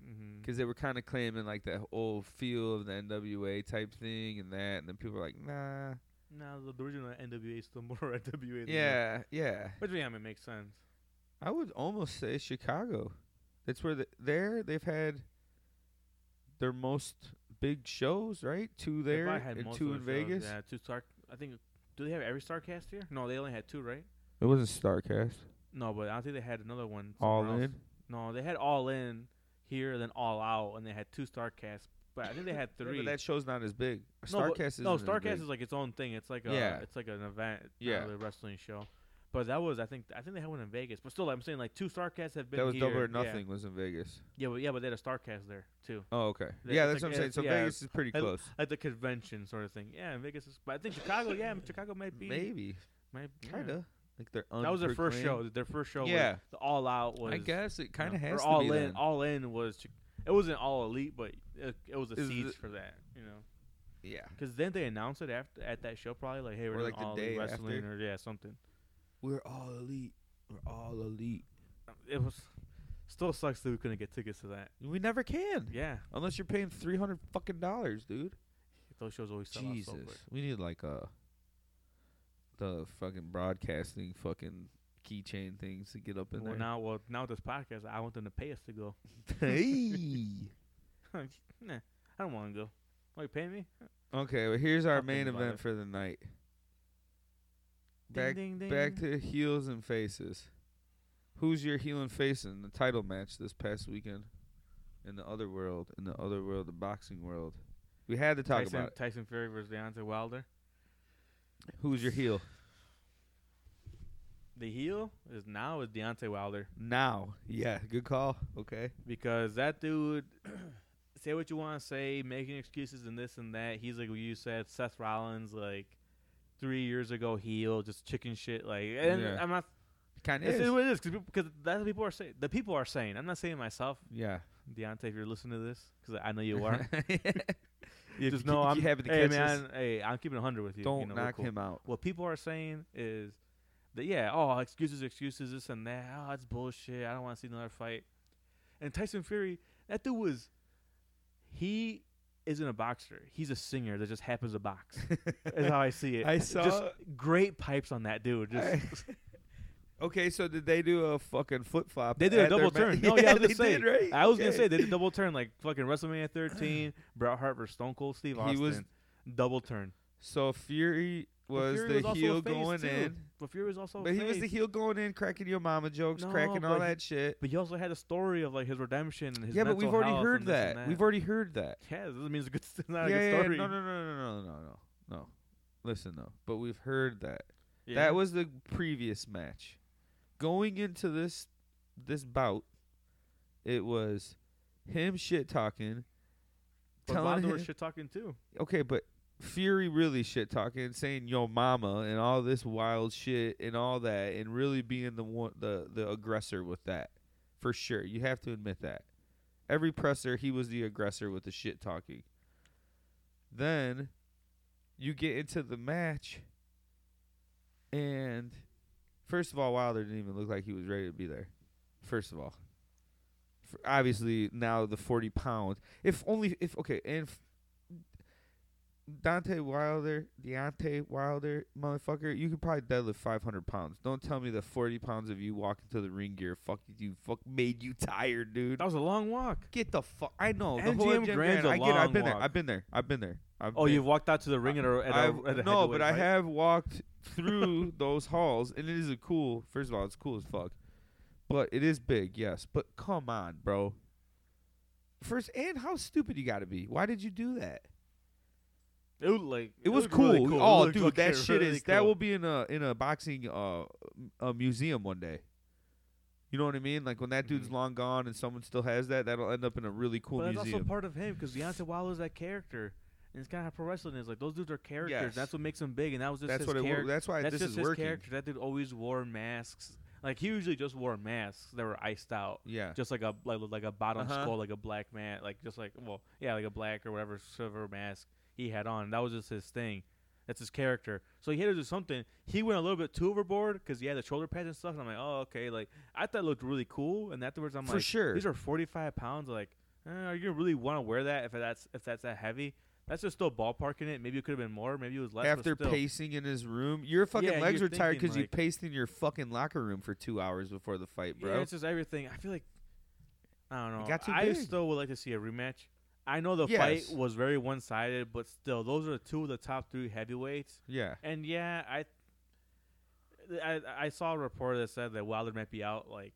Speaker 2: Mm-hmm.
Speaker 1: because they were kind of claiming like that old feel of the NWA type thing and that, and then people were like, nah,
Speaker 2: No, the, the original NWA is still more NWA. Than that.
Speaker 1: yeah, yeah.
Speaker 2: which yeah, I mean, it makes sense.
Speaker 1: I would almost say Chicago. That's where the, there they've had their most big shows, right? Two
Speaker 2: If
Speaker 1: there
Speaker 2: I had
Speaker 1: and
Speaker 2: most
Speaker 1: two in
Speaker 2: of the shows,
Speaker 1: Vegas.
Speaker 2: Yeah, two Stark. I think do they have every Starcast here? No, they only had two, right?
Speaker 1: It wasn't Starcast.
Speaker 2: No, but I don't think they had another one.
Speaker 1: All
Speaker 2: somewhere else.
Speaker 1: in.
Speaker 2: No, they had All In here, then All Out, and they had two Starcasts. But I think they had
Speaker 1: Yeah,
Speaker 2: three.
Speaker 1: but that show's not as big.
Speaker 2: No, but-
Speaker 1: Starcast is
Speaker 2: no, Starcast is like its own thing. It's like a
Speaker 1: Yeah.
Speaker 2: it's like an event, not
Speaker 1: Yeah.
Speaker 2: really a wrestling show. But that was I think I think they had one in Vegas. But still, I'm saying like two Starcasts have been
Speaker 1: that was
Speaker 2: here.
Speaker 1: double or
Speaker 2: yeah.
Speaker 1: nothing was in Vegas.
Speaker 2: Yeah, but yeah, but they had a Starcast there too,
Speaker 1: Oh, okay.
Speaker 2: They-
Speaker 1: yeah, that's
Speaker 2: it's
Speaker 1: what I'm
Speaker 2: like-
Speaker 1: saying.
Speaker 2: it's-
Speaker 1: So
Speaker 2: yeah,
Speaker 1: Vegas is pretty
Speaker 2: I-
Speaker 1: close.
Speaker 2: like the convention sort of thing. Yeah, in Vegas, is, but I think Chicago. Yeah, Chicago might be
Speaker 1: Maybe,
Speaker 2: might yeah.
Speaker 1: kind of. Like they're
Speaker 2: That was their first
Speaker 1: unproclaimed.
Speaker 2: show. Their first show.
Speaker 1: Yeah.
Speaker 2: was, the All Out was.
Speaker 1: I guess it
Speaker 2: you
Speaker 1: kind of
Speaker 2: know, or
Speaker 1: has to
Speaker 2: all
Speaker 1: be.
Speaker 2: in.
Speaker 1: then.
Speaker 2: All in was. Chi- It wasn't all elite, but it, it was the
Speaker 1: Is
Speaker 2: seeds
Speaker 1: the-
Speaker 2: for that. You know,
Speaker 1: yeah,
Speaker 2: because then they announced it after at that show probably like hey
Speaker 1: Or
Speaker 2: we're
Speaker 1: like
Speaker 2: doing
Speaker 1: the
Speaker 2: all
Speaker 1: day
Speaker 2: elite wrestling
Speaker 1: after.
Speaker 2: or yeah something.
Speaker 1: we're all elite. We're all elite.
Speaker 2: It was still sucks that we couldn't get tickets to that.
Speaker 1: We never can
Speaker 2: Yeah,
Speaker 1: unless you're paying three hundred fucking dollars, dude.
Speaker 2: those shows always sell
Speaker 1: Jesus,
Speaker 2: out so quick.
Speaker 1: we need like a the fucking broadcasting fucking keychain things to get up in
Speaker 2: Well
Speaker 1: there.
Speaker 2: now, well now with this podcast, I want them to pay us to go.
Speaker 1: hey.
Speaker 2: nah, I don't want to go. Why you paying me?
Speaker 1: Okay, well here's our
Speaker 2: I'll think
Speaker 1: main
Speaker 2: about
Speaker 1: event
Speaker 2: it.
Speaker 1: for the night.
Speaker 2: Ding,
Speaker 1: Back
Speaker 2: ding, ding.
Speaker 1: back to heels and faces. Who's your heel and face in the title match this past weekend? In the other world, in the other world, the boxing world. We had to talk
Speaker 2: Tyson,
Speaker 1: about it.
Speaker 2: Tyson Fury versus Deontay Wilder.
Speaker 1: Who's your heel?
Speaker 2: The heel is now is Deontay Wilder
Speaker 1: Now. Yeah, good call. Okay.
Speaker 2: because that dude. say what you want to say, making excuses and this and that. He's like what you said, Seth Rollins like three years ago heel, just chicken shit. Like, and
Speaker 1: Yeah.
Speaker 2: I'm not
Speaker 1: Kind
Speaker 2: It's, it's
Speaker 1: of.
Speaker 2: what it is because that's what people are saying. The people are saying. I'm not saying myself,
Speaker 1: Yeah.
Speaker 2: Deontay. If you're listening to this, because I know you are.
Speaker 1: If
Speaker 2: just
Speaker 1: you
Speaker 2: know
Speaker 1: keep-
Speaker 2: I'm.
Speaker 1: you happen to
Speaker 2: hey
Speaker 1: catch
Speaker 2: man,
Speaker 1: this,
Speaker 2: hey, I'm keeping 100 with you.
Speaker 1: don't
Speaker 2: you know, we're
Speaker 1: knock
Speaker 2: cool.
Speaker 1: him out.
Speaker 2: What people are saying is that yeah, oh excuses, excuses, this and that. Oh, that's bullshit. I don't want to see another fight. And Tyson Fury, that dude was, he isn't a boxer. He's a singer that just happens to box. is how I see it.
Speaker 1: I
Speaker 2: just
Speaker 1: saw-
Speaker 2: great pipes on that dude. Just
Speaker 1: okay, so did they do a fucking flip flop?
Speaker 2: They did a double turn. No, yeah, I was
Speaker 1: they
Speaker 2: gonna say.
Speaker 1: did, right?
Speaker 2: I was gonna
Speaker 1: Okay.
Speaker 2: say they did double turn like fucking WrestleMania 13, Bret Hart versus Stone Cold Steve
Speaker 1: He
Speaker 2: Austin.
Speaker 1: was-
Speaker 2: double turn.
Speaker 1: So Fury was
Speaker 2: Fury
Speaker 1: the
Speaker 2: was also a
Speaker 1: heel
Speaker 2: face,
Speaker 1: going
Speaker 2: too.
Speaker 1: in,
Speaker 2: But Fury was also, a
Speaker 1: but he was the
Speaker 2: face.
Speaker 1: heel going in, cracking your mama jokes,
Speaker 2: No,
Speaker 1: cracking all
Speaker 2: but he-
Speaker 1: that shit.
Speaker 2: But he also had a story of like his redemption and his
Speaker 1: Yeah, but
Speaker 2: mental
Speaker 1: we've already
Speaker 2: health
Speaker 1: heard
Speaker 2: and this
Speaker 1: that.
Speaker 2: and
Speaker 1: We've already heard that.
Speaker 2: yeah, that doesn't mean it's a good. It's not
Speaker 1: yeah,
Speaker 2: a good
Speaker 1: yeah,
Speaker 2: story.
Speaker 1: no, no, no, no, no, no, no, no, no. Listen though, but we've heard that.
Speaker 2: Yeah.
Speaker 1: That was the previous match. Going into this this bout, it was him shit talking,
Speaker 2: But
Speaker 1: telling
Speaker 2: Lando
Speaker 1: him,
Speaker 2: was shit talking too.
Speaker 1: okay, but Fury really shit talking, saying yo mama and all this wild shit and all that, and really being the one the the aggressor with that, for sure. You have to admit that. Every presser, he was the aggressor with the shit talking. Then, you get into the match, and first of all, Wilder didn't even look like he was ready to be there. First of all, F obviously now the forty pound. If only if okay and. F- Dante Wilder, Deontay Wilder, motherfucker, you could probably deadlift 500 pounds. Don't tell me that 40 pounds of you walking to the ring gear fuck you, fuck made you tired, dude.
Speaker 2: That was a long walk.
Speaker 1: Get the fuck! I know the
Speaker 2: MGM
Speaker 1: whole MGM
Speaker 2: Grand's
Speaker 1: Grand.
Speaker 2: a
Speaker 1: I get. it. I've
Speaker 2: long
Speaker 1: been there.
Speaker 2: walk.
Speaker 1: I've been there. I've been there. I've
Speaker 2: Oh,
Speaker 1: been-
Speaker 2: you've walked out to the ring at a, at
Speaker 1: I've-
Speaker 2: a, at a
Speaker 1: no, but
Speaker 2: heavyweight
Speaker 1: I
Speaker 2: fight.
Speaker 1: have walked through those halls, and it is a cool. First of all, it's cool as fuck, but it is big, yes. But come on, bro. First, and how stupid you got to be? Why did you do that?
Speaker 2: It was like
Speaker 1: It was
Speaker 2: looked
Speaker 1: cool.
Speaker 2: really It
Speaker 1: Oh,
Speaker 2: looked
Speaker 1: dude,
Speaker 2: fucking
Speaker 1: that shit
Speaker 2: really
Speaker 1: is that
Speaker 2: cool.
Speaker 1: will be in a in a boxing uh m- a museum one day. You know what I mean? Like when that dude's
Speaker 2: Mhm.
Speaker 1: long gone and someone still has that, that'll end up in a really cool
Speaker 2: but it's
Speaker 1: museum.
Speaker 2: also part of him because Deontay Wilder's that character, and it's kind of how pro wrestling is. Like those dudes are characters.
Speaker 1: Yes.
Speaker 2: That's what makes them big, and that was just
Speaker 1: that's
Speaker 2: his
Speaker 1: what it. wo-
Speaker 2: character.
Speaker 1: That's why
Speaker 2: That's
Speaker 1: this
Speaker 2: just
Speaker 1: is
Speaker 2: his
Speaker 1: working.
Speaker 2: character. That dude always wore masks. Like he usually just wore masks that were iced out,
Speaker 1: Yeah.
Speaker 2: just like a like, like a bottom
Speaker 1: Uh-huh.
Speaker 2: skull, like a black man, like just like well, yeah, like a black or whatever silver mask he had on. That was just his thing. That's his character. So he had to do something. He went a little bit too overboard because he had the shoulder pads and stuff. And I'm like, oh okay. Like I thought it looked really cool, and afterwards I'm
Speaker 1: For
Speaker 2: like,
Speaker 1: sure.
Speaker 2: these are 45 pounds. Like, eh, are you gonna really want to wear that if that's if that's that heavy? That's just still ballparking it. Maybe it could have been more. Maybe it was less. but
Speaker 1: after
Speaker 2: still.
Speaker 1: pacing in his room. Your fucking
Speaker 2: Yeah,
Speaker 1: legs
Speaker 2: you're
Speaker 1: were tired
Speaker 2: thinking,
Speaker 1: because you
Speaker 2: like-
Speaker 1: paced in your fucking locker room for two hours before the fight, bro.
Speaker 2: Yeah, it's just everything. I feel like I don't know.
Speaker 1: got too
Speaker 2: I
Speaker 1: big.
Speaker 2: still would like to see a rematch. I know the
Speaker 1: Yes.
Speaker 2: fight was very one sided, but still, those are two of the top three heavyweights.
Speaker 1: yeah.
Speaker 2: And yeah, I I, I saw a report that said that Wilder might be out like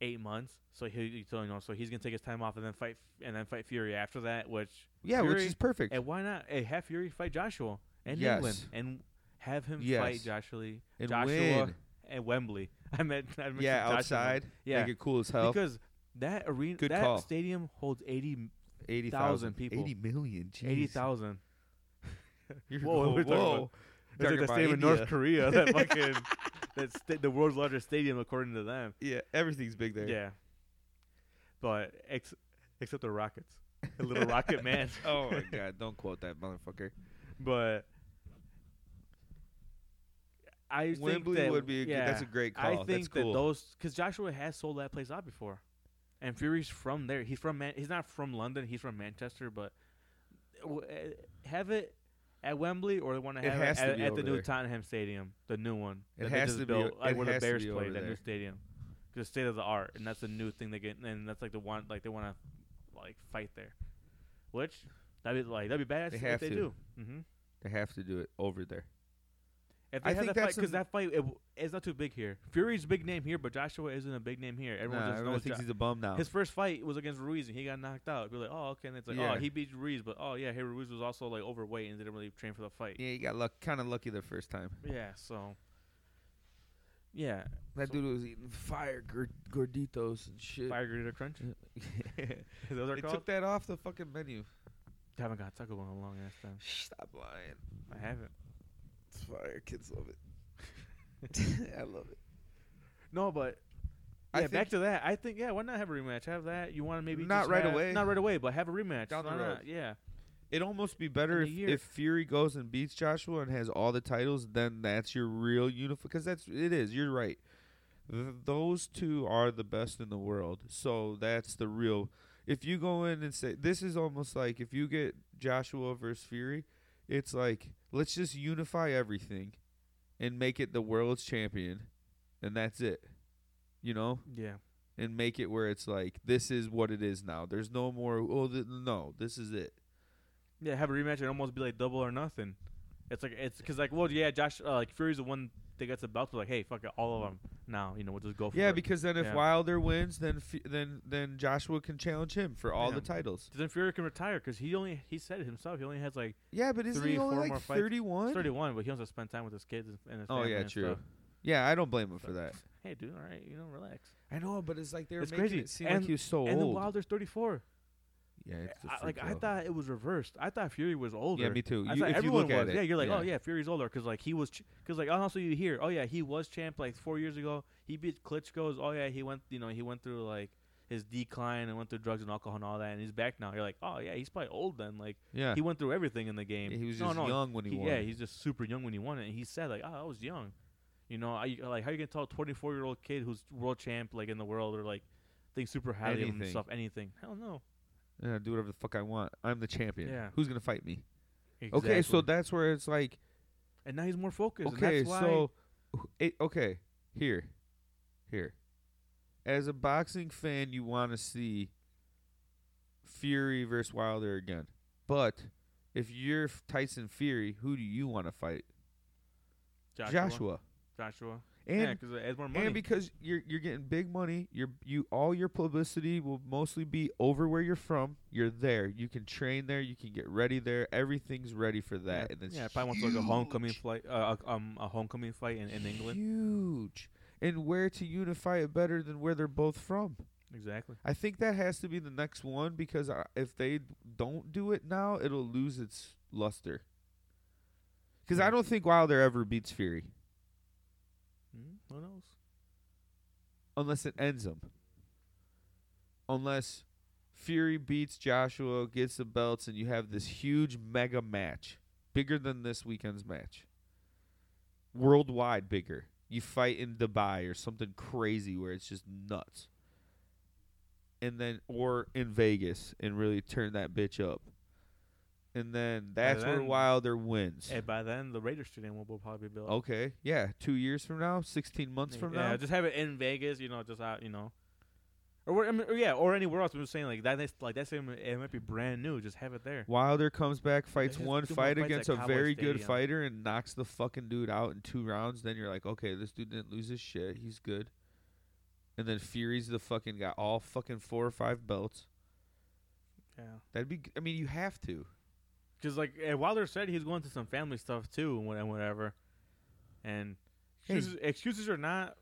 Speaker 2: eight months, so he he- so, you know, so he's gonna take his time off and then fight and then fight Fury after that, which
Speaker 1: Yeah, which
Speaker 2: Fury-
Speaker 1: is perfect.
Speaker 2: and why not? Hey, have Fury fight Joshua and
Speaker 1: Yes.
Speaker 2: England and have him
Speaker 1: Yes.
Speaker 2: fight Joshua
Speaker 1: And
Speaker 2: Joshua
Speaker 1: win.
Speaker 2: and Wembley. I meant I meant
Speaker 1: Yeah,
Speaker 2: Joshua.
Speaker 1: outside.
Speaker 2: Yeah,
Speaker 1: Make it cool as hell.
Speaker 2: because that arena,
Speaker 1: Good
Speaker 2: that
Speaker 1: call.
Speaker 2: stadium holds 80
Speaker 1: 80,000
Speaker 2: people.
Speaker 1: 80 million. Jeez.
Speaker 2: 80,000.
Speaker 1: You're-
Speaker 2: Whoa,
Speaker 1: whoa.
Speaker 2: we're talking about- It's
Speaker 1: Talking
Speaker 2: like the
Speaker 1: about
Speaker 2: stadium in North
Speaker 1: India.
Speaker 2: Korea. That fucking, that's sta- the world's largest stadium according to them.
Speaker 1: Yeah, everything's big there.
Speaker 2: Yeah, but ex- except the Rockets, the little Rocket Man.
Speaker 1: oh my god, don't quote that motherfucker.
Speaker 2: but I think
Speaker 1: Wembley
Speaker 2: that-
Speaker 1: would be a good,
Speaker 2: yeah.
Speaker 1: that's a great
Speaker 2: I
Speaker 1: call.
Speaker 2: think
Speaker 1: that's cool.
Speaker 2: that those because Joshua has sold that place out before, and Fury's from there. He's from Man- he's not from London. He's from Manchester, but w- eh, have it at Wembley or they want to
Speaker 1: It
Speaker 2: have
Speaker 1: has
Speaker 2: it,
Speaker 1: to
Speaker 2: at,
Speaker 1: be
Speaker 2: at the
Speaker 1: over
Speaker 2: new
Speaker 1: there.
Speaker 2: Tottenham Stadium, the new one.
Speaker 1: It
Speaker 2: that they
Speaker 1: has
Speaker 2: just
Speaker 1: to be o-
Speaker 2: built, like
Speaker 1: it
Speaker 2: where the
Speaker 1: has to
Speaker 2: Bears
Speaker 1: be
Speaker 2: play.
Speaker 1: over
Speaker 2: That new
Speaker 1: there.
Speaker 2: stadium, the state of the art, and that's the new thing they get, and that's like the one like they want to like fight there, which that'd be like that'd be badass
Speaker 1: They
Speaker 2: if
Speaker 1: have
Speaker 2: they
Speaker 1: to.
Speaker 2: do. hmm
Speaker 1: they have to do it over there.
Speaker 2: If they
Speaker 1: I
Speaker 2: have
Speaker 1: think
Speaker 2: that fight,
Speaker 1: that's
Speaker 2: because
Speaker 1: an-
Speaker 2: that fight it, w- it's not too big here. Fury's a big name here, but Joshua isn't a big name here. Everyone
Speaker 1: Nah,
Speaker 2: just
Speaker 1: everyone
Speaker 2: knows
Speaker 1: thinks
Speaker 2: Jo-
Speaker 1: he's a bum now.
Speaker 2: his first fight was against Ruiz and he got knocked out. Be like, oh okay, and it's like,
Speaker 1: Yeah.
Speaker 2: oh he beat Ruiz, but oh yeah, hey Ruiz was also like overweight and didn't really train for the fight.
Speaker 1: yeah, he got luck, kind of lucky the first time.
Speaker 2: Yeah, so yeah,
Speaker 1: That
Speaker 2: So-
Speaker 1: dude was eating fire gor- gorditos and shit.
Speaker 2: fire grater crunch. Those are
Speaker 1: they
Speaker 2: called.
Speaker 1: took that off the fucking menu.
Speaker 2: I haven't got taco Bell in a long ass time.
Speaker 1: Stop lying.
Speaker 2: I haven't.
Speaker 1: It's fire. Kids love it. I love it.
Speaker 2: No, but
Speaker 1: I
Speaker 2: yeah, back
Speaker 1: think-
Speaker 2: to that. I think yeah, why not have a rematch? Have that. You want to maybe
Speaker 1: Not
Speaker 2: just
Speaker 1: right
Speaker 2: have-
Speaker 1: away.
Speaker 2: Not right away, but have a rematch.
Speaker 1: Down the
Speaker 2: Why
Speaker 1: road.
Speaker 2: not? Yeah.
Speaker 1: It'd almost be better
Speaker 2: In a
Speaker 1: if,
Speaker 2: year.
Speaker 1: if Fury goes and beats Joshua and has all the titles. Then that's your real unified. Because that's it is. You're right. Th- those two are the best in the world. So that's the real. if you go in and say this is almost like if you get Joshua versus Fury, it's like let's just unify everything and make it the world's champion and that's it. You know?
Speaker 2: Yeah.
Speaker 1: And make it where it's like this is what it is now. There's no more oh th- no, this is it.
Speaker 2: Yeah, have a rematch and almost be like double or nothing. It's like it's because like well yeah, Josh uh, like Fury's the one that gets the belt. But like hey, fuck it, all of them now. You know we'll just go for
Speaker 1: Yeah,
Speaker 2: it.
Speaker 1: because then if
Speaker 2: Yeah.
Speaker 1: Wilder wins, then F- then then Joshua can challenge him for all
Speaker 2: Yeah.
Speaker 1: the titles.
Speaker 2: then Fury can retire because he only he said it himself. He only has like
Speaker 1: Yeah, but isn't
Speaker 2: Three,
Speaker 1: he only
Speaker 2: four
Speaker 1: like
Speaker 2: more fights.
Speaker 1: 31?
Speaker 2: thirty one, but he wants to spend time with his kids and- and his
Speaker 1: Oh
Speaker 2: family
Speaker 1: yeah,
Speaker 2: and
Speaker 1: true.
Speaker 2: stuff.
Speaker 1: Yeah, I don't blame him for
Speaker 2: So-
Speaker 1: that.
Speaker 2: Hey dude, all right, you know relax.
Speaker 1: I know, but it's like they were
Speaker 2: It's
Speaker 1: making
Speaker 2: crazy.
Speaker 1: it seem like he was so
Speaker 2: and
Speaker 1: old.
Speaker 2: then Wilder's thirty four.
Speaker 1: yeah, it's a
Speaker 2: I, like
Speaker 1: freak
Speaker 2: I
Speaker 1: out.
Speaker 2: thought it was reversed. I thought Fury was older.
Speaker 1: Yeah, me too.
Speaker 2: I
Speaker 1: You,
Speaker 2: thought
Speaker 1: if you
Speaker 2: everyone
Speaker 1: look
Speaker 2: was.
Speaker 1: at it,
Speaker 2: yeah, you're like, oh yeah, Fury's older because like he was because like also you hear, oh yeah, he was champ like four years ago. He beat Klitschko's. Oh yeah, he went you know he went through like his decline and went through drugs and alcohol and all that, and he's back now. You're like, oh yeah, he's probably old then. Like
Speaker 1: yeah.
Speaker 2: he went through everything in the
Speaker 1: Yeah,
Speaker 2: game.
Speaker 1: He, was
Speaker 2: no,
Speaker 1: just
Speaker 2: no,
Speaker 1: young when he,
Speaker 2: he-
Speaker 1: won.
Speaker 2: yeah, he's just super young when he won it. And he said like, oh, I was young. You know, I like how you gonna tell a 24 year old kid who's world champ like in the world or like think super highly of
Speaker 1: Anything.
Speaker 2: himself anything? Hell no.
Speaker 1: yeah, do whatever the fuck I want. I'm the champion.
Speaker 2: Yeah.
Speaker 1: Who's gonna fight me? Okay, so
Speaker 2: Exactly.
Speaker 1: that's where it's like,
Speaker 2: and now he's more focused. and
Speaker 1: okay,
Speaker 2: that's why-
Speaker 1: so, wh- it, okay, here, here, as a boxing fan, you want to see Fury versus Wilder again, but if you're F- Tyson Fury, who do you want to fight? Joshua.
Speaker 2: Joshua. yeah,
Speaker 1: And
Speaker 2: because it adds more money.
Speaker 1: And because you're you're getting big money, your you all your publicity will mostly be over where you're from. You're there. You can train there. You can get ready there. Everything's ready for that.
Speaker 2: yeah,
Speaker 1: and it's
Speaker 2: yeah, probably wants like a homecoming
Speaker 1: huge.
Speaker 2: flight, uh, a- um, a homecoming fight in, in England.
Speaker 1: Huge. And where to unify it better than where they're both from.
Speaker 2: Exactly.
Speaker 1: I think that has to be the next one because I, if they don't do it now, it'll lose its luster. Because I
Speaker 2: Yeah.
Speaker 1: don't think Wilder ever beats Fury
Speaker 2: Mm, who knows?
Speaker 1: unless it ends him. Unless Fury beats Joshua, gets the belts, and you have this huge mega match, bigger than this weekend's match, worldwide bigger. You fight in Dubai or something crazy where it's just nuts, and then or in Vegas and really turn that bitch up, and then that's where
Speaker 2: then-
Speaker 1: Wilder wins.
Speaker 2: And by then, the Raiders Stadium will, will probably be built.
Speaker 1: Okay, yeah, two years from now, sixteen months from
Speaker 2: yeah,
Speaker 1: now,
Speaker 2: just have it in Vegas. You know, just out. You know, or where, I mean, or yeah, or anywhere else. I'm just saying like that. That's, like that stadium, it might be brand new. Just have it there.
Speaker 1: Wilder comes back, fights
Speaker 2: just
Speaker 1: one
Speaker 2: do more
Speaker 1: fight
Speaker 2: fights at
Speaker 1: against a
Speaker 2: Cowboy
Speaker 1: very good
Speaker 2: Stadium.
Speaker 1: fighter and knocks the fucking dude out in two rounds. Then you're like, okay, this dude didn't lose his shit. He's good. And then Fury's the fucking got all fucking four or five belts.
Speaker 2: Yeah.
Speaker 1: That'd be. g- I mean, you have to.
Speaker 2: Because like eh, Wilder said, he's going through some family stuff too, and what- and whatever. And
Speaker 1: Hey.
Speaker 2: excuses, excuses or not,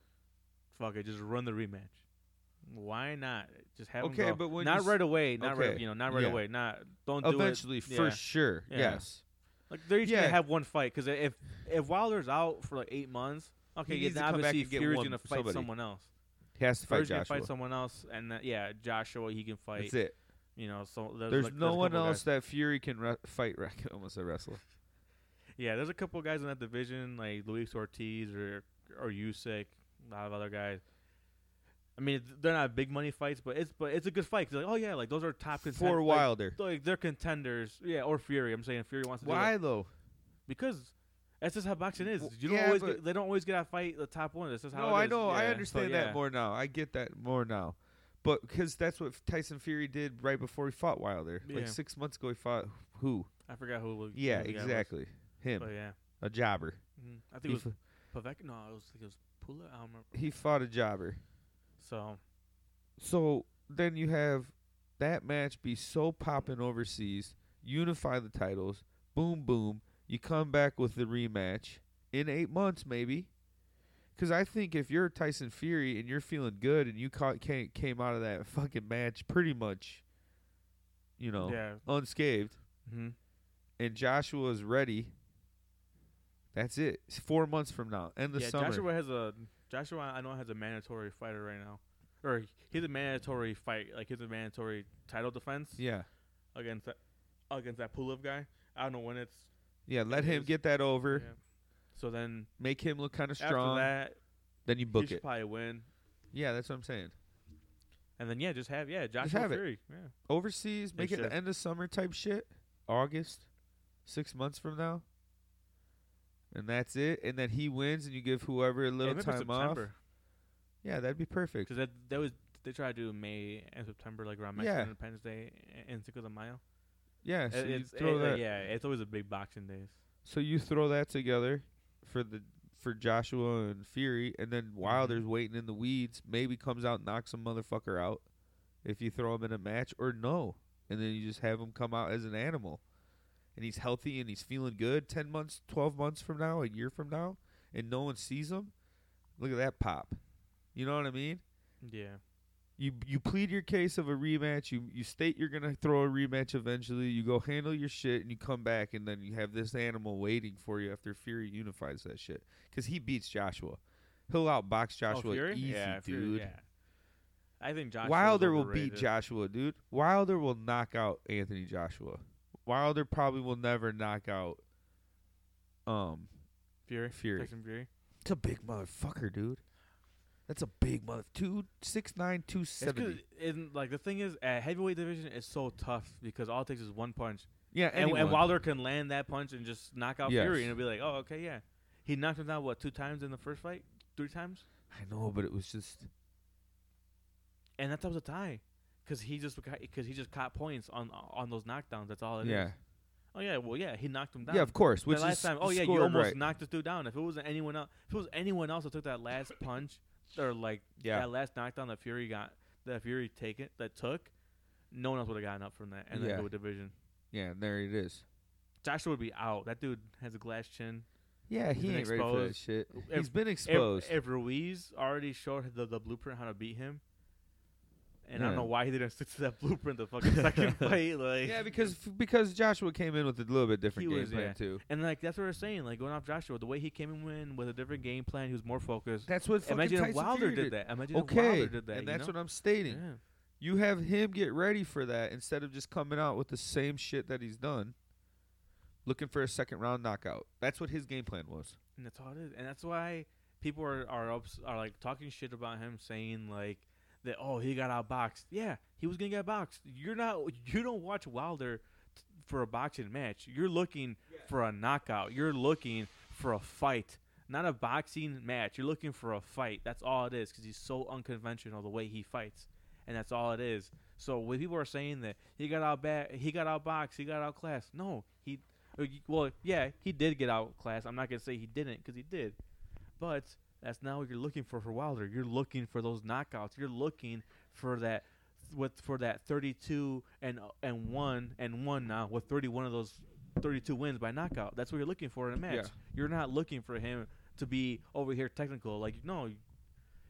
Speaker 2: fuck it, just run the rematch. Why not? Just have 'em
Speaker 1: Okay,
Speaker 2: go.
Speaker 1: but when you
Speaker 2: not
Speaker 1: s-
Speaker 2: right away, not right,
Speaker 1: okay,
Speaker 2: you know, not right
Speaker 1: yeah.
Speaker 2: away, not don't do
Speaker 1: Eventually,
Speaker 2: it.
Speaker 1: for
Speaker 2: yeah.
Speaker 1: sure.
Speaker 2: Yeah.
Speaker 1: Yes.
Speaker 2: Like they're each
Speaker 1: Yeah.
Speaker 2: gonna have one fight because if if Wilder's out for like eight months, okay,
Speaker 1: He
Speaker 2: yeah,
Speaker 1: needs to
Speaker 2: then
Speaker 1: come back
Speaker 2: obviously
Speaker 1: and get
Speaker 2: Fury's
Speaker 1: one-
Speaker 2: gonna fight
Speaker 1: somebody.
Speaker 2: someone else.
Speaker 1: He has to fight
Speaker 2: Fury's gonna
Speaker 1: Joshua.
Speaker 2: fight someone else, and then, yeah, Joshua he can fight.
Speaker 1: That's it.
Speaker 2: You know, so there's,
Speaker 1: There's,
Speaker 2: like,
Speaker 1: no
Speaker 2: there's a
Speaker 1: one
Speaker 2: couple guys.
Speaker 1: else that Fury can re- fight. Re- almost a wrestler.
Speaker 2: Yeah, there's a couple guys in that division, like Luis Ortiz or or Usyk, a lot of other guys. I mean, it's- they're not big money fights, but it's but it's a good fight. 'cause, like, oh yeah, like those are top contenders.
Speaker 1: For Wilder.
Speaker 2: like, like, they're contenders. Yeah, or Fury. I'm saying Fury wants to do
Speaker 1: Why
Speaker 2: it
Speaker 1: though?
Speaker 2: because that's just how boxing is.
Speaker 1: W-
Speaker 2: You don't
Speaker 1: yeah,
Speaker 2: always
Speaker 1: but-
Speaker 2: get, they don't always get to fight the top one. That's just how.
Speaker 1: No,
Speaker 2: it
Speaker 1: I
Speaker 2: is.
Speaker 1: know. I
Speaker 2: Yeah, so,
Speaker 1: understand
Speaker 2: yeah.
Speaker 1: that more now. I get that more now. But because that's what Tyson Fury did right before he fought Wilder.
Speaker 2: Yeah.
Speaker 1: Like six months ago, he fought who?
Speaker 2: I forgot who. who
Speaker 1: Yeah,
Speaker 2: the guy was,
Speaker 1: exactly. Him,
Speaker 2: But yeah,
Speaker 1: a jobber.
Speaker 2: Mhm. I
Speaker 1: He,
Speaker 2: think it was
Speaker 1: f-
Speaker 2: Pavek. No, it was I think it was Pula. I don't remember.
Speaker 1: he fought a jobber.
Speaker 2: So
Speaker 1: So then you have that match be so popping overseas, unify the titles, boom, boom. You come back with the rematch in eight months, maybe. Because I think if you're Tyson Fury and you're feeling good and you caught, came, came out of that fucking match pretty much, you know,
Speaker 2: yeah.
Speaker 1: unscathed,
Speaker 2: hmm
Speaker 1: and Joshua is ready, that's it. It's four months from now, end of
Speaker 2: yeah,
Speaker 1: summer.
Speaker 2: Joshua has a Joshua. I know has a mandatory fighter right now, or he's a mandatory fight. Like he's a mandatory title defense
Speaker 1: yeah.
Speaker 2: against that against that Pulev guy. I don't know when it's.
Speaker 1: Yeah, let
Speaker 2: It
Speaker 1: him
Speaker 2: is-
Speaker 1: get that over.
Speaker 2: yeah. So then
Speaker 1: Make him look kind of strong.
Speaker 2: after that,
Speaker 1: then you
Speaker 2: he
Speaker 1: book
Speaker 2: should
Speaker 1: it.
Speaker 2: probably win.
Speaker 1: Yeah, that's what I'm saying.
Speaker 2: And then yeah, just have yeah, Joshua
Speaker 1: have it.
Speaker 2: Fury. Yeah.
Speaker 1: Overseas, make it
Speaker 2: should.
Speaker 1: the end of summer type shit. August, six months from now. And that's it. And then he wins, and you give whoever a little time off. Yeah, that'd be perfect.
Speaker 2: Because that that was they try to do May and September like around Mexican
Speaker 1: Yeah.
Speaker 2: Independence Day and- and Cinco de Mayo.
Speaker 1: Yeah, so
Speaker 2: It-
Speaker 1: you
Speaker 2: it's,
Speaker 1: throw
Speaker 2: it-
Speaker 1: that.
Speaker 2: yeah, it's always a big boxing days.
Speaker 1: So you throw that together for the for Joshua and Fury, and then Wilder's waiting in the weeds. Maybe comes out, and knocks some motherfucker out. If you throw him in a match, or no, and then you just have him come out as an animal, and he's healthy and he's feeling good. Ten months, twelve months from now, a year from now, and no one sees him. Look at that pop. You know what I mean?
Speaker 2: Yeah.
Speaker 1: You you plead your case of a rematch. You you state you're gonna throw a rematch eventually. You go handle your shit and you come back and then you have this animal waiting for you after Fury unifies that shit because he beats Joshua. He'll outbox Joshua
Speaker 2: oh, Fury?
Speaker 1: easy,
Speaker 2: yeah, Fury,
Speaker 1: dude.
Speaker 2: yeah. I think Joshua
Speaker 1: Wilder will beat Joshua, dude. Wilder will knock out Anthony Joshua. Wilder probably will never knock out. Um,
Speaker 2: Fury.
Speaker 1: Fury.
Speaker 2: Tyson Fury.
Speaker 1: it's a big motherfucker, dude. That's a big mother. Two six nine two
Speaker 2: It's 'cause
Speaker 1: seventy.
Speaker 2: in like the thing is, at heavyweight division is so tough because all it takes is one punch,
Speaker 1: Yeah,
Speaker 2: and, and
Speaker 1: anyone.
Speaker 2: Wilder can land that punch and just knock out
Speaker 1: Yes.
Speaker 2: Fury, and it'll be like, oh okay, yeah, he knocked him down what two times in the first fight, three times,
Speaker 1: I know, but it was just.
Speaker 2: and that was a tie, because he just because he just caught points on on those knockdowns. That's all it is.
Speaker 1: Yeah.
Speaker 2: Oh yeah, well yeah, he knocked him down.
Speaker 1: Yeah, of course.
Speaker 2: That
Speaker 1: Which
Speaker 2: last
Speaker 1: is
Speaker 2: time,
Speaker 1: the
Speaker 2: oh yeah, you
Speaker 1: score,
Speaker 2: almost
Speaker 1: right.
Speaker 2: knocked this dude down. If it wasn't anyone else, if it was anyone else that took that last punch or like
Speaker 1: Yeah.
Speaker 2: that last knockdown that Fury got, that Fury take it that took, no one else would have gotten up from that and
Speaker 1: Yeah.
Speaker 2: then go division.
Speaker 1: Yeah, and there it is.
Speaker 2: Joshua would be out. That dude has a glass chin.
Speaker 1: Yeah, he
Speaker 2: been
Speaker 1: ain't ready for that
Speaker 2: exposed.
Speaker 1: shit.
Speaker 2: If-
Speaker 1: He's been
Speaker 2: If-
Speaker 1: exposed.
Speaker 2: If, Ruiz already showed the, the blueprint how to beat him, and I
Speaker 1: Yeah.
Speaker 2: don't know why he didn't stick to that blueprint the fucking second fight. Like
Speaker 1: yeah, because because Joshua came in with a little bit different
Speaker 2: He
Speaker 1: game
Speaker 2: was,
Speaker 1: plan
Speaker 2: yeah.
Speaker 1: too.
Speaker 2: and like that's what we're saying. Like going off Joshua, the way he came in with a different game plan, he was more focused.
Speaker 1: That's what fucking
Speaker 2: Imagine
Speaker 1: Tyson
Speaker 2: if Wilder
Speaker 1: Fury
Speaker 2: did, that. Imagine if
Speaker 1: Okay,
Speaker 2: Wilder did that.
Speaker 1: and
Speaker 2: you
Speaker 1: that's
Speaker 2: know?
Speaker 1: what I'm stating. You have him get ready for that instead of just coming out with the same shit that he's done, looking for a second round knockout. That's what his game plan was.
Speaker 2: And that's all it is. And that's why people are are, ups, are like talking shit about him, saying like that. Oh, he got outboxed. Yeah, he was gonna get boxed. You're not. You don't watch Wilder t- for a boxing match. You're looking for a knockout. You're looking for a fight. Not a boxing match. You're looking for a fight. That's all it is because he's so unconventional the way he fights, and that's all it is. So when people are saying that he got out back, he got outboxed, he got outclassed. No, he uh, y- well, yeah, he did get outclassed. I'm not gonna say he didn't because he did, but that's not what you're looking for for Wilder. You're looking for those knockouts. You're looking for that with for that 32 and and one and one now with 31 of those 32 wins by knockout. That's what you're looking for in a match.
Speaker 1: Yeah.
Speaker 2: You're not looking for him to be over here technical. Like no,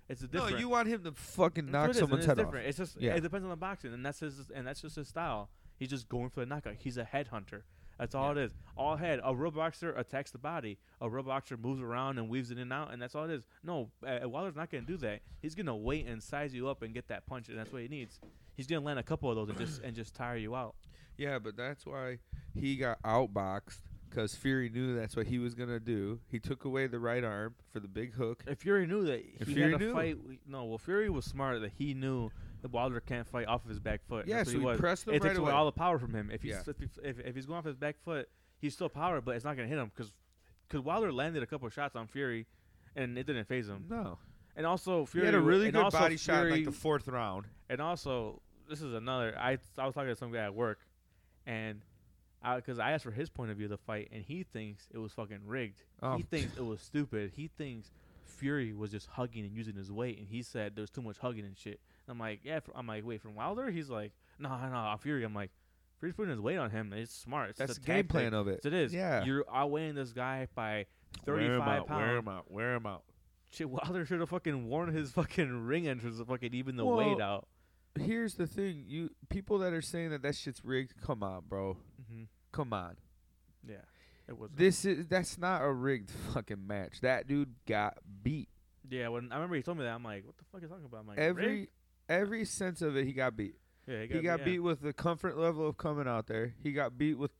Speaker 2: it's a different.
Speaker 1: No, you want him to fucking
Speaker 2: That's
Speaker 1: knock
Speaker 2: what it is, and
Speaker 1: someone's
Speaker 2: it's
Speaker 1: head
Speaker 2: different.
Speaker 1: off.
Speaker 2: It's just
Speaker 1: Yeah.
Speaker 2: it depends on the boxing, and that's his and that's just his style. He's just going for the knockout. He's a headhunter. That's all it is. All head. A real boxer attacks the body. A real boxer moves around and weaves it in and out, and that's all it is. No, uh, Wilder's not going to do that. He's going to wait and size you up and get that punch, and that's what he needs. He's going to land a couple of those and just and just tire you out.
Speaker 1: Yeah, but that's why he got outboxed because Fury knew that's what he was gonna do. He took away the right arm for the big hook.
Speaker 2: If Fury knew that
Speaker 1: If
Speaker 2: he
Speaker 1: Fury
Speaker 2: had a
Speaker 1: knew.
Speaker 2: fight, no. Well, Fury was smart that he knew that Wilder can't fight off of his back foot.
Speaker 1: Yeah,
Speaker 2: That's what
Speaker 1: so
Speaker 2: he
Speaker 1: he
Speaker 2: was.
Speaker 1: pressed him
Speaker 2: it
Speaker 1: right
Speaker 2: takes away
Speaker 1: away.
Speaker 2: all the power from him. If he's
Speaker 1: Yeah.
Speaker 2: if, if, if he's going off his back foot, he's still powered, but it's not going to hit him because Wilder landed a couple of shots on Fury, and it didn't phase him.
Speaker 1: No,
Speaker 2: And also
Speaker 1: he
Speaker 2: Fury
Speaker 1: had a
Speaker 2: wa-
Speaker 1: really
Speaker 2: and
Speaker 1: good
Speaker 2: also
Speaker 1: body shot in
Speaker 2: Fury-
Speaker 1: like the fourth round.
Speaker 2: and also this is another. I I was talking to some guy at work, and because I, asked for his point of view of the fight, and he thinks it was fucking rigged.
Speaker 1: Oh.
Speaker 2: He thinks it was stupid. He thinks Fury was just hugging and using his weight, and he said there's too much hugging and shit. And I'm like, yeah. fr- I'm like, wait, from Wilder? He's like, no, nah, no, nah, Fury. I'm like, Fury's putting his weight on him. It's smart. It's
Speaker 1: That's
Speaker 2: a
Speaker 1: the game
Speaker 2: tactic.
Speaker 1: plan of it.
Speaker 2: So it is.
Speaker 1: Yeah.
Speaker 2: You're outweighing this guy by 35 pounds.
Speaker 1: out. Wear him out.
Speaker 2: Shit, Wilder should have fucking worn his fucking ring entrance to fucking even the
Speaker 1: Well,
Speaker 2: weight out.
Speaker 1: Here's the thing: you people that are saying that that shit's rigged, come on, bro,
Speaker 2: hmm
Speaker 1: come on.
Speaker 2: Yeah. It was
Speaker 1: This is that's not a rigged fucking match. That dude got beat.
Speaker 2: Yeah, when I remember he told me that, I'm like, what the fuck is talking about? I'm like, "Rigged?"
Speaker 1: Every every sense of it, he got beat.
Speaker 2: yeah,
Speaker 1: He got beat with the comfort level of coming out there. He got beat with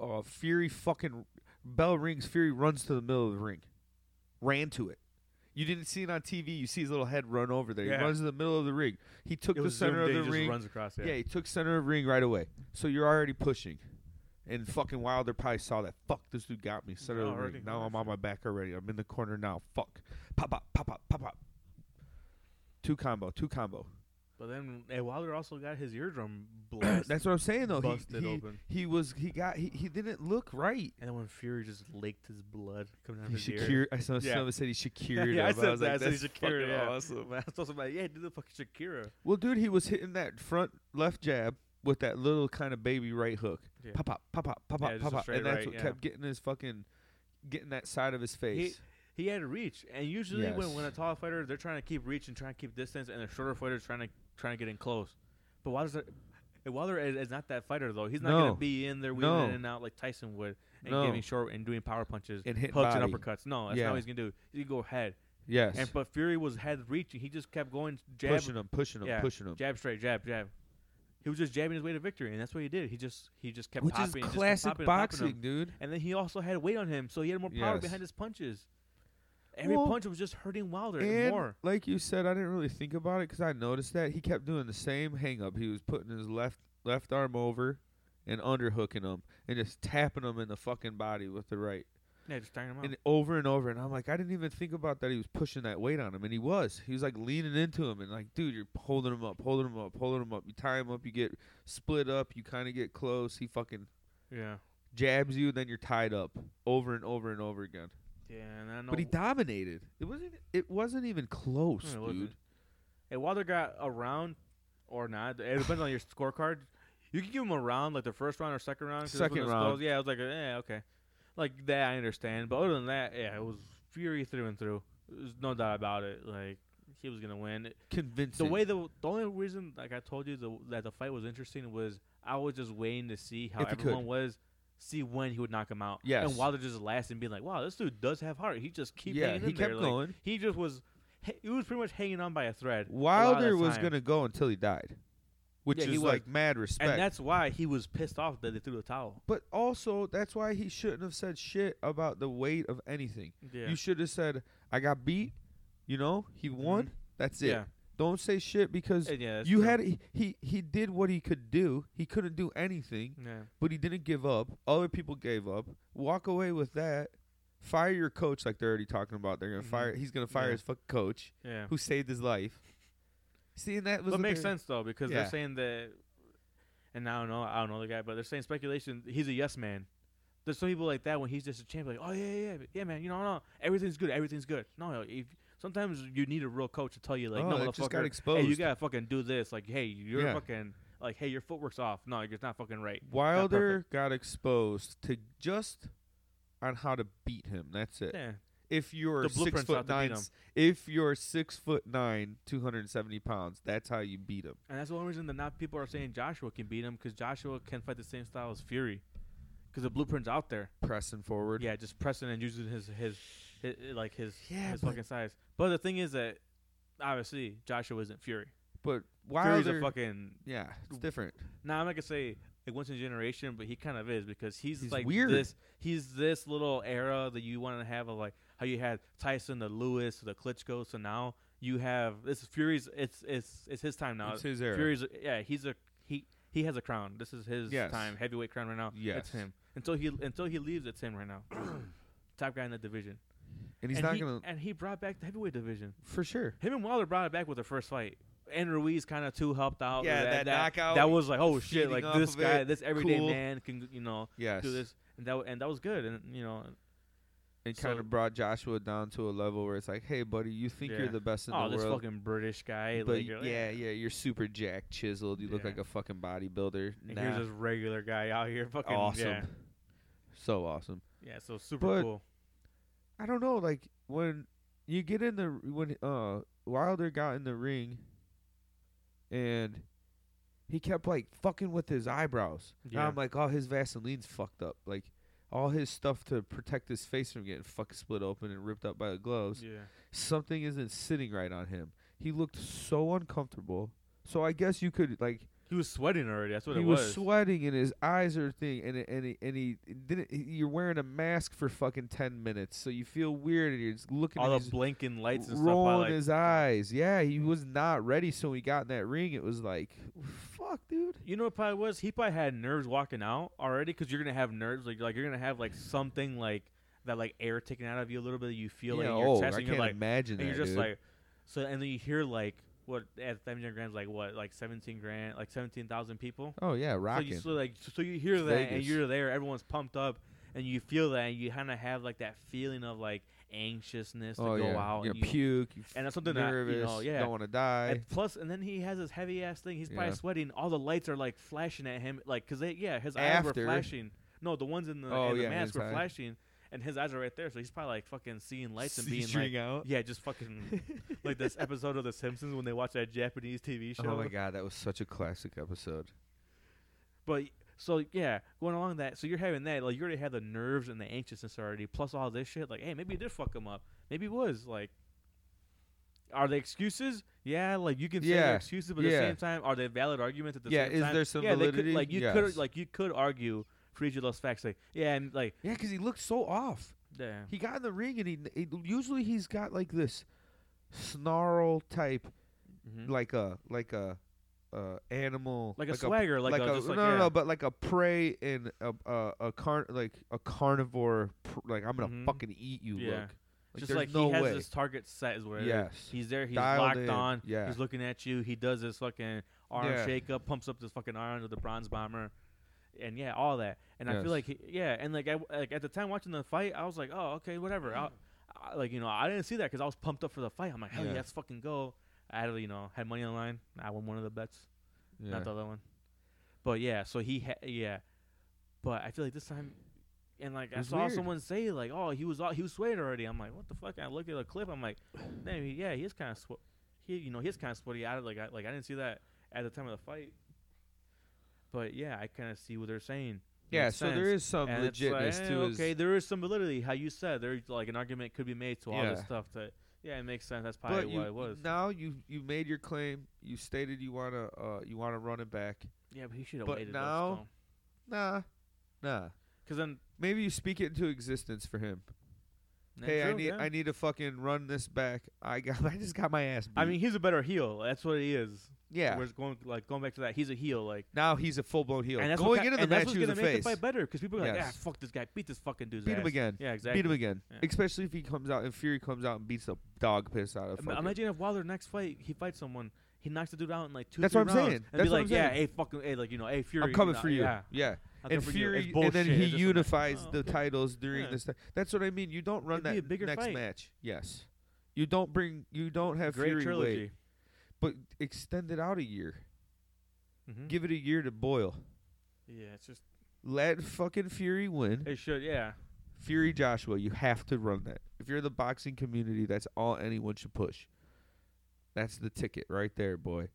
Speaker 1: uh, Fury fucking bell rings. Fury runs to the middle of the ring, ran to it. You didn't see it on TV. You see his little head run over there.
Speaker 2: Yeah.
Speaker 1: He runs in the middle of the ring. He took
Speaker 2: it
Speaker 1: the
Speaker 2: was zoomed
Speaker 1: center of
Speaker 2: in,
Speaker 1: the
Speaker 2: he
Speaker 1: ring.
Speaker 2: Just runs across.
Speaker 1: yeah.
Speaker 2: Yeah.
Speaker 1: he took center of ring right away. So you're already pushing. And fucking Wild, they probably saw that. Fuck, this dude got me. Center of the
Speaker 2: Already
Speaker 1: ring. Now
Speaker 2: got
Speaker 1: I'm
Speaker 2: it.
Speaker 1: on my back already. I'm in the corner now. Fuck. Pop up, pop up, pop up. Two combo, two combo.
Speaker 2: But then eh, Wilder also got his eardrum blasted.
Speaker 1: That's what I'm saying though. He-
Speaker 2: busted
Speaker 1: he,
Speaker 2: open.
Speaker 1: he was he got he, he didn't look right.
Speaker 2: And then when Fury just laked his blood coming out
Speaker 1: He
Speaker 2: of his
Speaker 1: Shakir,
Speaker 2: ear.
Speaker 1: I saw
Speaker 2: Yeah.
Speaker 1: someone said he Shakired
Speaker 2: yeah, I
Speaker 1: him.
Speaker 2: said
Speaker 1: was
Speaker 2: that.
Speaker 1: like,
Speaker 2: I said
Speaker 1: that's fucking
Speaker 2: Shakira, yeah.
Speaker 1: awesome.
Speaker 2: I told somebody, yeah, do the fucking Shakira.
Speaker 1: Well, dude, he was hitting that front left jab with that little kind of baby right hook.
Speaker 2: Yeah.
Speaker 1: Pop up, pop up, pop
Speaker 2: Yeah,
Speaker 1: up,
Speaker 2: just
Speaker 1: pop
Speaker 2: a
Speaker 1: up,
Speaker 2: straight
Speaker 1: and that's
Speaker 2: right,
Speaker 1: what
Speaker 2: yeah.
Speaker 1: kept getting his fucking getting that side of his face.
Speaker 2: He had to reach, and usually when, when a
Speaker 1: Yes.
Speaker 2: tall fighter, they're trying to keep reach and trying to keep distance, and the shorter fighter's trying to trying to get in close. But Wilder's a- Wilder is, is not that fighter though. He's not
Speaker 1: No.
Speaker 2: gonna be in there wheeling
Speaker 1: No.
Speaker 2: in and out like Tyson would, and
Speaker 1: No.
Speaker 2: giving short and doing power punches,
Speaker 1: And hitting
Speaker 2: hooks
Speaker 1: body.
Speaker 2: and uppercuts. No, that's
Speaker 1: Yeah.
Speaker 2: not what he's gonna do. He go ahead,
Speaker 1: yes,
Speaker 2: and but Fury was head reaching. He just kept going jab,
Speaker 1: pushing him, pushing him,
Speaker 2: yeah,
Speaker 1: pushing him.
Speaker 2: jab straight, jab, jab. He was just jabbing his way to victory, and that's what he did. He just he just kept
Speaker 1: Which
Speaker 2: popping,
Speaker 1: is
Speaker 2: and just kept
Speaker 1: classic
Speaker 2: popping and popping him.
Speaker 1: boxing, dude.
Speaker 2: And then he also had weight on him, so he had more power
Speaker 1: Yes.
Speaker 2: behind his punches. Every
Speaker 1: Well,
Speaker 2: punch was just hurting Wilder
Speaker 1: And
Speaker 2: more.
Speaker 1: like you said, I didn't really think about it because I noticed that he kept doing the same hang up. He was putting his left left arm over and underhooking him and just tapping him in the fucking body with the right.
Speaker 2: Yeah, just tiring him out.
Speaker 1: and over and over. And I'm like, I didn't even think about that. He was pushing that weight on him, and he was. He was like leaning into him, and like, dude, you're holding him up, holding him up, holding him up. You tie him up, you get split up, you kind of get close. He fucking
Speaker 2: yeah,
Speaker 1: jabs you, then you're tied up over and over and over again.
Speaker 2: yeah. And I know
Speaker 1: But he dominated. It wasn't. It wasn't even close,
Speaker 2: Yeah, it wasn't.
Speaker 1: dude.
Speaker 2: Hey, Wilder got a round or not. It depends on your scorecard. You can give him a round, like the first round or second round. 'cause that's
Speaker 1: Second
Speaker 2: when it was
Speaker 1: round.
Speaker 2: close. Yeah, I was like, yeah, okay. Like that, I understand. But other than that, yeah, it was Fury through and through. There's no doubt about it. Like he was gonna win.
Speaker 1: Convincing.
Speaker 2: the way the the only reason like I told you the, that the fight was interesting was I was just waiting to see how
Speaker 1: If he could.
Speaker 2: everyone was, see when he would knock him out.
Speaker 1: Yes.
Speaker 2: and Wilder just last and being like, "Wow, this dude does have heart. He just keep
Speaker 1: yeah,
Speaker 2: hanging
Speaker 1: he
Speaker 2: in
Speaker 1: kept
Speaker 2: there. Like,
Speaker 1: going.
Speaker 2: he just was, he he was pretty much hanging on by a thread. a lot of the
Speaker 1: Wilder was
Speaker 2: time.
Speaker 1: gonna go until he died, which
Speaker 2: Yeah, he
Speaker 1: is
Speaker 2: was.
Speaker 1: like mad respect.
Speaker 2: and that's why he was pissed off that they threw the towel.
Speaker 1: but also, that's why he shouldn't have said shit about the weight of anything.
Speaker 2: Yeah, Mm-hmm.
Speaker 1: You should have said, "I got beat." You know, he won. That's it.
Speaker 2: yeah,
Speaker 1: Don't say shit because
Speaker 2: And yeah. that's
Speaker 1: you
Speaker 2: true.
Speaker 1: had he, he he did what he could do. He couldn't do anything,
Speaker 2: yeah.
Speaker 1: but he didn't give up. Other people gave up. Walk away with that. Fire your coach like they're already talking about. They're gonna
Speaker 2: Mhm.
Speaker 1: fire. He's gonna fire
Speaker 2: Yeah.
Speaker 1: his fucking coach
Speaker 2: Yeah,
Speaker 1: who saved his life. See, and that was
Speaker 2: but
Speaker 1: the
Speaker 2: makes
Speaker 1: thing.
Speaker 2: sense though because
Speaker 1: Yeah.
Speaker 2: they're saying that, and I don't know, I don't know the guy, but they're saying speculation. He's a yes man. There's some people like that when he's just a champ, like, oh yeah, yeah, yeah, yeah, man, you know, no, everything's good, everything's good. No, if, sometimes you need a real coach to tell you, like,
Speaker 1: oh,
Speaker 2: no,
Speaker 1: it just got
Speaker 2: motherfucker,
Speaker 1: exposed.
Speaker 2: hey, you gotta fucking do this. Like, hey, you're
Speaker 1: Yeah.
Speaker 2: fucking, like, hey, your footwork's off. No, like, it's not fucking right.
Speaker 1: Wilder got exposed to just on how to beat him. That's it.
Speaker 2: Yeah,
Speaker 1: if you're
Speaker 2: The
Speaker 1: six
Speaker 2: blueprint's
Speaker 1: foot
Speaker 2: out to beat
Speaker 1: nine,
Speaker 2: him.
Speaker 1: s- if you're six foot nine, two hundred and seventy pounds, that's how you beat him.
Speaker 2: and that's the only reason that not people are saying Joshua can beat him because Joshua can fight the same style as Fury, because the blueprint's out there.
Speaker 1: Pressing forward.
Speaker 2: Yeah, just pressing and using his his, his, eh, like his
Speaker 1: Yeah,
Speaker 2: his
Speaker 1: but-
Speaker 2: fucking size. But the thing is that obviously Joshua isn't Fury.
Speaker 1: But
Speaker 2: Fury's
Speaker 1: Wilder,
Speaker 2: a fucking
Speaker 1: yeah, it's different.
Speaker 2: now I'm not gonna say like once in a generation, but he kind of is because he's,
Speaker 1: He's
Speaker 2: like
Speaker 1: weird.
Speaker 2: this he's this little era that you want to have of like how you had Tyson, the Lewis, the Klitschko, so now you have this is Fury's it's it's it's his time now.
Speaker 1: it's his era.
Speaker 2: Fury's yeah, he's a he he has a crown. This is his
Speaker 1: Yes.
Speaker 2: time, heavyweight crown right now.
Speaker 1: Yes.
Speaker 2: It's him. Until he until he leaves, it's him right now. Top guy in the division.
Speaker 1: and he's
Speaker 2: and
Speaker 1: not
Speaker 2: he,
Speaker 1: gonna
Speaker 2: And he brought back the heavyweight division.
Speaker 1: for sure.
Speaker 2: Him and Wilder brought it back with their first fight. And Ruiz kind of too helped out.
Speaker 1: Yeah, that knockout,
Speaker 2: That was like, oh shit!
Speaker 1: feeding
Speaker 2: Like
Speaker 1: off
Speaker 2: this
Speaker 1: of
Speaker 2: guy,
Speaker 1: it,
Speaker 2: this everyday
Speaker 1: cool.
Speaker 2: man can, you know,
Speaker 1: Yes,
Speaker 2: do this. And that and that was good. And you know,
Speaker 1: and kind
Speaker 2: so-
Speaker 1: of brought Joshua down to a level where it's like, hey, buddy, you think
Speaker 2: Yeah.
Speaker 1: you're the best in
Speaker 2: oh,
Speaker 1: the
Speaker 2: this
Speaker 1: world,
Speaker 2: fucking British guy.
Speaker 1: but
Speaker 2: like,
Speaker 1: yeah,
Speaker 2: you're like,
Speaker 1: yeah, you're super jack chiseled. You look
Speaker 2: Yeah.
Speaker 1: like a fucking bodybuilder.
Speaker 2: And
Speaker 1: Nah,
Speaker 2: here's this regular guy out here, fucking
Speaker 1: awesome,
Speaker 2: Yeah,
Speaker 1: so awesome.
Speaker 2: yeah. So super
Speaker 1: But-
Speaker 2: cool.
Speaker 1: I don't know, like when you get in the when uh Wilder got in the ring and he kept like fucking with his eyebrows. Now
Speaker 2: Yeah.
Speaker 1: I'm like, oh his Vaseline's fucked up. Like all his stuff to protect his face from getting fucking split open and ripped up by the gloves.
Speaker 2: Yeah,
Speaker 1: Something isn't sitting right on him. He looked so uncomfortable. So I guess you could like
Speaker 2: He was sweating already. That's what
Speaker 1: he
Speaker 2: it
Speaker 1: was.
Speaker 2: was.
Speaker 1: sweating and his eyes are thing and it- and he, and he didn't. he- You're wearing a mask for fucking ten minutes, so you feel weird and you're just looking.
Speaker 2: All
Speaker 1: at
Speaker 2: the
Speaker 1: his-
Speaker 2: blinking lights and stuff.
Speaker 1: rolling
Speaker 2: I, like,
Speaker 1: his eyes. Yeah, he was not ready. So when he got in that ring, it was like, fuck, dude.
Speaker 2: You know what probably was? He probably had nerves walking out already because you're gonna have nerves like like you're gonna have like something like that like air taken out of you a little bit. That you feel
Speaker 1: yeah,
Speaker 2: like in your
Speaker 1: oh,
Speaker 2: chest
Speaker 1: I can't
Speaker 2: and you're like
Speaker 1: imagine
Speaker 2: and
Speaker 1: that.
Speaker 2: you're just
Speaker 1: dude.
Speaker 2: like so and then you hear like what at seventeen grand's like what like seventeen grand like seventeen thousand people.
Speaker 1: oh yeah,
Speaker 2: So
Speaker 1: rocking.
Speaker 2: you so like so you hear
Speaker 1: It's
Speaker 2: that and
Speaker 1: Vegas.
Speaker 2: you're there. Everyone's pumped up and you feel that and you kind of have like that feeling of like anxiousness to
Speaker 1: oh
Speaker 2: go
Speaker 1: yeah,
Speaker 2: out.
Speaker 1: you
Speaker 2: and you-
Speaker 1: puke. You
Speaker 2: and that's
Speaker 1: f-
Speaker 2: something that, you
Speaker 1: nervous.
Speaker 2: know, yeah.
Speaker 1: don't want to die.
Speaker 2: And plus, and then he has his heavy ass thing. He's
Speaker 1: Yeah.
Speaker 2: probably sweating. All the lights are like flashing at him, like because they yeah, his eyes
Speaker 1: After.
Speaker 2: were flashing. No, the ones in the,
Speaker 1: Oh,
Speaker 2: in the
Speaker 1: yeah,
Speaker 2: mask were
Speaker 1: inside.
Speaker 2: flashing, and his eyes are right there. So he's probably like fucking seeing lights and being
Speaker 1: Seizing
Speaker 2: like,
Speaker 1: out.
Speaker 2: yeah, just fucking like this episode of The Simpsons when they watch that Japanese TV show.
Speaker 1: Oh my god, that was such a classic episode.
Speaker 2: But so yeah, going along that, so you're having that like you already had the nerves and the anxiousness already, plus all this shit. Like, hey, maybe it did fuck him up. Maybe it was like. Are they excuses? Yeah, like you can say
Speaker 1: Yeah,
Speaker 2: they're excuses, but at
Speaker 1: yeah.
Speaker 2: the same time, are they valid arguments at the
Speaker 1: Yeah,
Speaker 2: same
Speaker 1: is
Speaker 2: time?
Speaker 1: there some
Speaker 2: yeah, they could-
Speaker 1: validity?
Speaker 2: like you
Speaker 1: Yes.
Speaker 2: could, like you could argue for each of those facts. Like, yeah, and like,
Speaker 1: Yeah, because he looked so off.
Speaker 2: damn.
Speaker 1: He got in the ring and he, he usually he's got like this snarl type,
Speaker 2: Mhm.
Speaker 1: like a like a uh, animal,
Speaker 2: like a swagger, like, a, just
Speaker 1: no,
Speaker 2: like,
Speaker 1: no,
Speaker 2: yeah.
Speaker 1: no, but like a prey and a a, a car like a carnivore, pr- like I'm gonna
Speaker 2: Mhm.
Speaker 1: fucking eat you.
Speaker 2: Yeah.
Speaker 1: Look, like,
Speaker 2: just
Speaker 1: there's
Speaker 2: like
Speaker 1: no
Speaker 2: he has
Speaker 1: way.
Speaker 2: this target set is where it is.
Speaker 1: yes,
Speaker 2: he's there, he's
Speaker 1: Dialed
Speaker 2: locked
Speaker 1: in,
Speaker 2: on,
Speaker 1: yeah.
Speaker 2: he's looking at you. He does this fucking arm
Speaker 1: Yeah.
Speaker 2: shake up, pumps up this fucking arm to the bronze bomber, and yeah, all that. And I
Speaker 1: Yes.
Speaker 2: feel like he, yeah, and like I like at the time watching the fight, I was like, oh okay, whatever. I'll, I, like you know, I didn't see that because I was pumped up for the fight. I'm like, hell yeah,
Speaker 1: Yeah.
Speaker 2: let's fucking go. I had you know had money on the line. I won one of the bets,
Speaker 1: yeah.
Speaker 2: not the other one. But yeah, so he ha- yeah, but I feel like this time. And like
Speaker 1: It
Speaker 2: I
Speaker 1: was
Speaker 2: saw
Speaker 1: weird.
Speaker 2: someone say like, "Oh, he was all, he was sweating already." I'm like, "What the fuck?" I looked at the clip. I'm like, "Man, he- yeah, he's kind of swe- he you know he's kind of sweaty." I like I, like I didn't see that at the time of the fight, but yeah, I kind of see what they're saying.
Speaker 1: yeah.
Speaker 2: Makes
Speaker 1: So there
Speaker 2: sense.
Speaker 1: is some
Speaker 2: And it's like,
Speaker 1: legitness
Speaker 2: eh,
Speaker 1: to his.
Speaker 2: okay, there is some validity. How you said there's like an argument could be made to all this
Speaker 1: Yeah.
Speaker 2: stuff. That yeah, it makes sense. That's
Speaker 1: but
Speaker 2: probably
Speaker 1: you,
Speaker 2: what it was.
Speaker 1: now you you made your claim. You stated you wanna uh you wanna run it back.
Speaker 2: yeah, but he should have
Speaker 1: but
Speaker 2: waited.
Speaker 1: now- Nah, nah.
Speaker 2: because then
Speaker 1: Maybe you speak it into existence for him.
Speaker 2: yeah,
Speaker 1: hey, I
Speaker 2: true,
Speaker 1: need
Speaker 2: yeah.
Speaker 1: I need to fucking run this back. I got I just got my ass beat.
Speaker 2: I mean, he's a better heel. That's what he is.
Speaker 1: yeah.
Speaker 2: Whereas going like going back to that, he's a heel. Like
Speaker 1: Now he's a full blown heel.
Speaker 2: and that's
Speaker 1: Going
Speaker 2: what, ki-
Speaker 1: into the
Speaker 2: and
Speaker 1: match,
Speaker 2: that's
Speaker 1: he
Speaker 2: what's
Speaker 1: was a
Speaker 2: gonna make
Speaker 1: face.
Speaker 2: the fight better because people are like,
Speaker 1: Yes.
Speaker 2: ah, fuck this guy, beat this fucking dude's
Speaker 1: Beat him
Speaker 2: ass."
Speaker 1: again.
Speaker 2: Yeah, exactly.
Speaker 1: Beat him again,
Speaker 2: Yeah.
Speaker 1: especially if he comes out and Fury comes out and beats the dog piss out of.
Speaker 2: Im-
Speaker 1: fucking-
Speaker 2: Imagine if Wilder next fight he fights someone, he knocks the dude out in like two.
Speaker 1: That's
Speaker 2: three
Speaker 1: what I'm
Speaker 2: rounds,
Speaker 1: saying.
Speaker 2: And
Speaker 1: That's
Speaker 2: be
Speaker 1: what
Speaker 2: like,
Speaker 1: I'm
Speaker 2: yeah,
Speaker 1: saying.
Speaker 2: hey, fucking, hey, like you know, hey, Fury,
Speaker 1: I'm coming
Speaker 2: know,
Speaker 1: for you.
Speaker 2: Yeah,
Speaker 1: yeah.
Speaker 2: I'll come
Speaker 1: And
Speaker 2: for you. It's
Speaker 1: Fury, and then
Speaker 2: bullshit.
Speaker 1: he
Speaker 2: It's just a match.
Speaker 1: unifies
Speaker 2: Oh,
Speaker 1: the
Speaker 2: okay.
Speaker 1: titles during
Speaker 2: Yeah.
Speaker 1: this. ti- That's what I mean. You don't run
Speaker 2: It'd be a
Speaker 1: that
Speaker 2: bigger
Speaker 1: next
Speaker 2: fight.
Speaker 1: match. Yes, you don't bring. You don't have
Speaker 2: Great
Speaker 1: Fury
Speaker 2: trilogy.
Speaker 1: wait, but extend it out a year.
Speaker 2: Mhm.
Speaker 1: Give it a year to boil.
Speaker 2: Yeah, it's just
Speaker 1: Let fucking Fury win.
Speaker 2: it should. Yeah,
Speaker 1: Fury Joshua, you have to run that. If you're the boxing community, that's all anyone should push. That's the ticket right there, boy.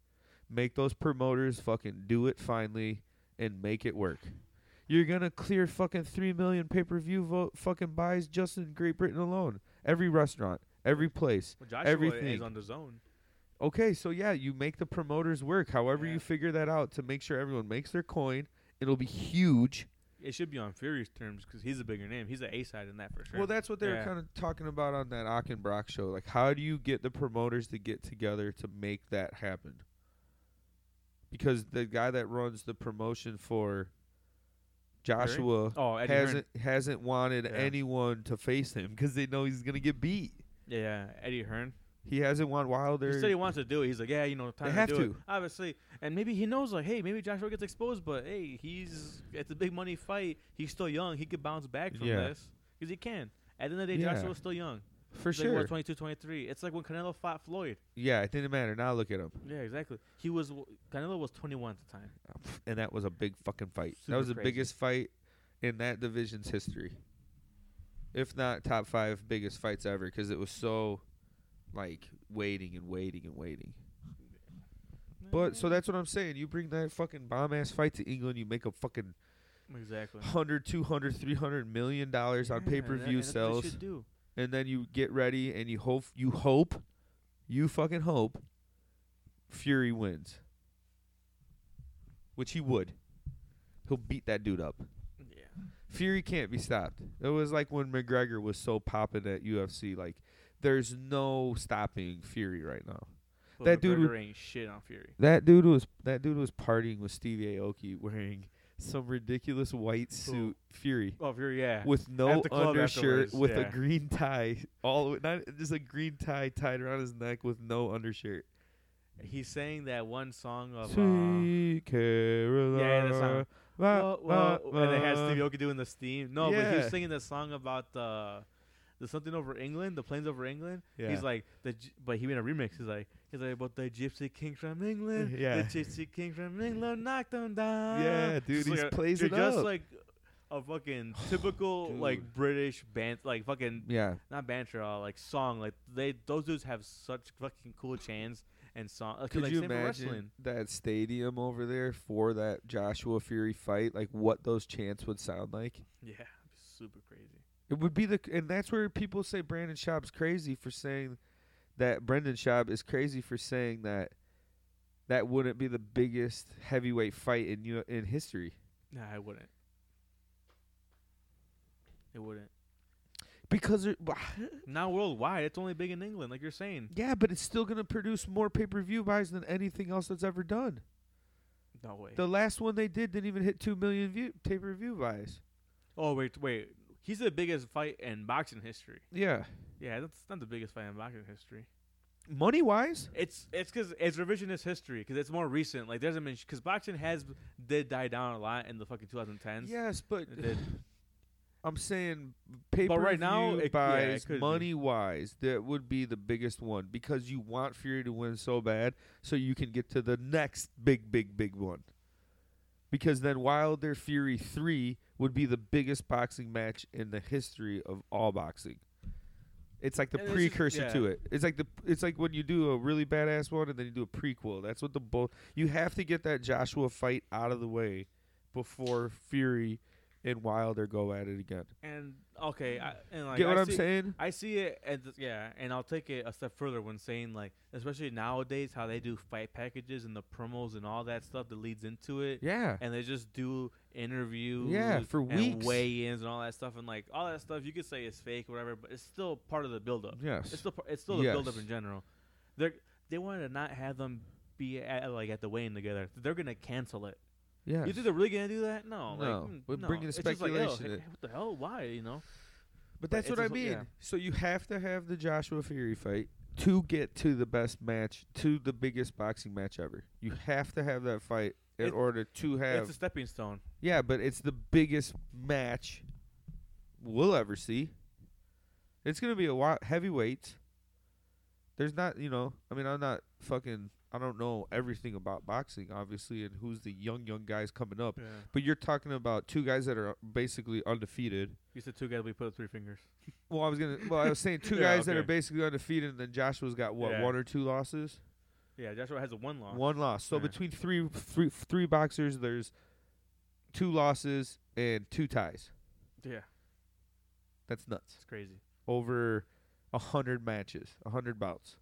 Speaker 1: Make those promoters fucking do it finally and make it work. You're gonna clear fucking three million pay per view vote fucking buys just in Great Britain alone. Every restaurant, every place.
Speaker 2: well, Joshua is
Speaker 1: Everything.
Speaker 2: on the zone.
Speaker 1: Okay, so yeah, you make the promoters work. However,
Speaker 2: Yeah.
Speaker 1: you figure that out to make sure everyone makes their coin. It'll be huge.
Speaker 2: It should be on Fury's terms because he's a bigger name. He's an A side in that for sure.
Speaker 1: Well, that's what they were
Speaker 2: Yeah.
Speaker 1: kind of talking about on that Ock and Brock show. Like, how do you get the promoters to get together to make that happen? Because the guy that runs the promotion for Joshua
Speaker 2: oh, Eddie Hearn.
Speaker 1: hasn't hasn't wanted
Speaker 2: Yeah.
Speaker 1: anyone to face him because they know he's gonna get beat.
Speaker 2: Yeah, yeah, Eddie Hearn.
Speaker 1: He hasn't want Wilder.
Speaker 2: He said he wants to do it. He's like, yeah, you know, time
Speaker 1: have
Speaker 2: to do it.
Speaker 1: to.
Speaker 2: Obviously, and maybe he knows, like, hey, maybe Joshua gets exposed, but hey, he's it's a big money fight. He's still young. He could bounce back from
Speaker 1: Yeah.
Speaker 2: this because he can. At the end of the day,
Speaker 1: Yeah.
Speaker 2: Joshua's still young.
Speaker 1: for
Speaker 2: He's like, what,
Speaker 1: sure.
Speaker 2: 22, 23. It's like when Canelo fought Floyd.
Speaker 1: yeah, it didn't matter. Now look at him,
Speaker 2: Yeah, exactly. He was Canelo was 21 at the time.
Speaker 1: and that was a big fucking fight. that
Speaker 2: Super
Speaker 1: was the
Speaker 2: crazy.
Speaker 1: biggest fight in that division's history, if not top five biggest fights ever, because it was so like waiting and waiting and waiting. But so that's what I'm saying. You bring that fucking bomb ass fight to England, you make a fucking
Speaker 2: exactly.
Speaker 1: 100, 200, 300 million dollars on
Speaker 2: Yeah,
Speaker 1: pay
Speaker 2: and
Speaker 1: per
Speaker 2: that-
Speaker 1: view
Speaker 2: and that's what they
Speaker 1: sales,
Speaker 2: should do.
Speaker 1: and then you get ready and you hope, you hope, you fucking hope, Fury wins. which he would. He'll beat that dude up.
Speaker 2: Yeah.
Speaker 1: Fury can't be stopped. It was like when McGregor was so popping at UFC. Like, there's no stopping Fury right now.
Speaker 2: But
Speaker 1: That dude would-
Speaker 2: McGregor ain't shit on Fury.
Speaker 1: That dude was that dude was partying with Steve Aoki wearing some ridiculous white suit. Fury
Speaker 2: Oh, Fury, yeah.
Speaker 1: with no
Speaker 2: the club
Speaker 1: undershirt,
Speaker 2: afterwards,
Speaker 1: with a
Speaker 2: yeah.
Speaker 1: green tie, all the way, not just a green tie tied around his neck with no undershirt.
Speaker 2: He sang that one song of. Uh,
Speaker 1: Sweet Caroline.
Speaker 2: yeah, that song.
Speaker 1: Wah,
Speaker 2: well, well,
Speaker 1: wah,
Speaker 2: and it has
Speaker 1: wah.
Speaker 2: Steve Aoki doing the steam. No, but he
Speaker 1: Yeah.
Speaker 2: was singing the song about the the something over England, the plains over England.
Speaker 1: Yeah.
Speaker 2: He's like the, Gy- but he made a remix. He's like, he's like, but the gypsy king from England,
Speaker 1: Yeah.
Speaker 2: the gypsy king from England knocked him down.
Speaker 1: Yeah, dude,
Speaker 2: Just
Speaker 1: he
Speaker 2: like a-
Speaker 1: plays
Speaker 2: dude,
Speaker 1: it
Speaker 2: just
Speaker 1: up.
Speaker 2: like a fucking typical like
Speaker 1: Dude.
Speaker 2: British band, like fucking
Speaker 1: yeah,
Speaker 2: not banter, uh, like song. Like they, those dudes have such fucking cool chants and song. uh, 'cause,
Speaker 1: could
Speaker 2: like,
Speaker 1: you
Speaker 2: same for
Speaker 1: imagine
Speaker 2: wrestling.
Speaker 1: that stadium over there for that Joshua Fury fight? Like what those chants would sound like?
Speaker 2: Yeah, it'd be super crazy.
Speaker 1: It would be the, and that's where people say Brandon Schaub's crazy for saying that Brendan Schaub is crazy for saying that that wouldn't be the biggest heavyweight fight in U- in history
Speaker 2: Nah, I wouldn't. It wouldn't.
Speaker 1: because it,
Speaker 2: Not worldwide. It's only big in England, like you're saying.
Speaker 1: yeah, but it's still gonna produce more pay per view buys than anything else that's ever done.
Speaker 2: No way.
Speaker 1: The last one they did didn't even hit two million view pay per view buys.
Speaker 2: oh wait, wait. He's the biggest fight in boxing history.
Speaker 1: Yeah,
Speaker 2: Yeah, that's not the biggest fight in boxing history.
Speaker 1: money wise,
Speaker 2: It's it's because it's revisionist history because it's more recent. Like there's a because boxing has did die down a lot in the fucking 2010s.
Speaker 1: yes, but
Speaker 2: It did.
Speaker 1: I'm saying pay per
Speaker 2: But right now,
Speaker 1: view
Speaker 2: it- yeah, it
Speaker 1: buys
Speaker 2: could be.
Speaker 1: money wise, that would be the biggest one because you want Fury to win so bad so you can get to the next big, big, big one. Because then Wilder Fury three would be the biggest boxing match in the history of all boxing. It's like the
Speaker 2: And it's just-
Speaker 1: precursor to
Speaker 2: yeah.
Speaker 1: it. It's like the it's like when you do a really badass one and then you do a prequel. That's what the both you have to get that Joshua fight out of the way before Fury and Wilder go at it again.
Speaker 2: And okay, I, and like
Speaker 1: Get what
Speaker 2: I
Speaker 1: I'm
Speaker 2: see-
Speaker 1: saying?
Speaker 2: I see it, and th- yeah, and I'll take it a step further when saying like, especially nowadays, how they do fight packages and the promos and all that stuff that leads into it,
Speaker 1: Yeah.
Speaker 2: and they just do interviews,
Speaker 1: for
Speaker 2: and
Speaker 1: weeks.
Speaker 2: weigh-ins and all that stuff, and like all that stuff, you could say is fake, whatever, but it's still part of the buildup.
Speaker 1: Yes.
Speaker 2: It's still par- it's still the buildup
Speaker 1: Yes.
Speaker 2: in general. They they wanted to not have them be at, like at the weigh-in together. They're gonna cancel it.
Speaker 1: yeah.
Speaker 2: You think they're really gonna do that? No,
Speaker 1: No.
Speaker 2: like, mm,
Speaker 1: We're
Speaker 2: no.
Speaker 1: bringing
Speaker 2: It's just like, yo,
Speaker 1: speculation in.
Speaker 2: what the hell? Why? You know?
Speaker 1: But
Speaker 2: But
Speaker 1: that's what
Speaker 2: it's
Speaker 1: I
Speaker 2: also-
Speaker 1: mean.
Speaker 2: yeah.
Speaker 1: So you have to have the Joshua Fury fight to get to the best match, to the biggest boxing match ever. You have to have that fight in
Speaker 2: It-
Speaker 1: order to have.
Speaker 2: It's a stepping stone.
Speaker 1: yeah, but it's the biggest match we'll ever see. It's gonna be a wa- heavyweight. There's not, you know, I mean, I'm not fucking. I don't know everything about boxing, obviously, and who's the young young guys coming up.
Speaker 2: Yeah.
Speaker 1: But you're talking about two guys that are basically undefeated.
Speaker 2: You said two guys. We put up three fingers.
Speaker 1: Well, I was gonna. Well, I was saying two
Speaker 2: Yeah,
Speaker 1: guys that are
Speaker 2: okay.
Speaker 1: basically undefeated, and then Joshua's got what
Speaker 2: Yeah.
Speaker 1: one or two losses,
Speaker 2: Yeah, Joshua has a one loss.
Speaker 1: one loss. So
Speaker 2: Yeah.
Speaker 1: between three, three, three boxers, there's two losses and two ties.
Speaker 2: Yeah,
Speaker 1: That's nuts.
Speaker 2: it's crazy.
Speaker 1: Over a hundred matches, a hundred bouts.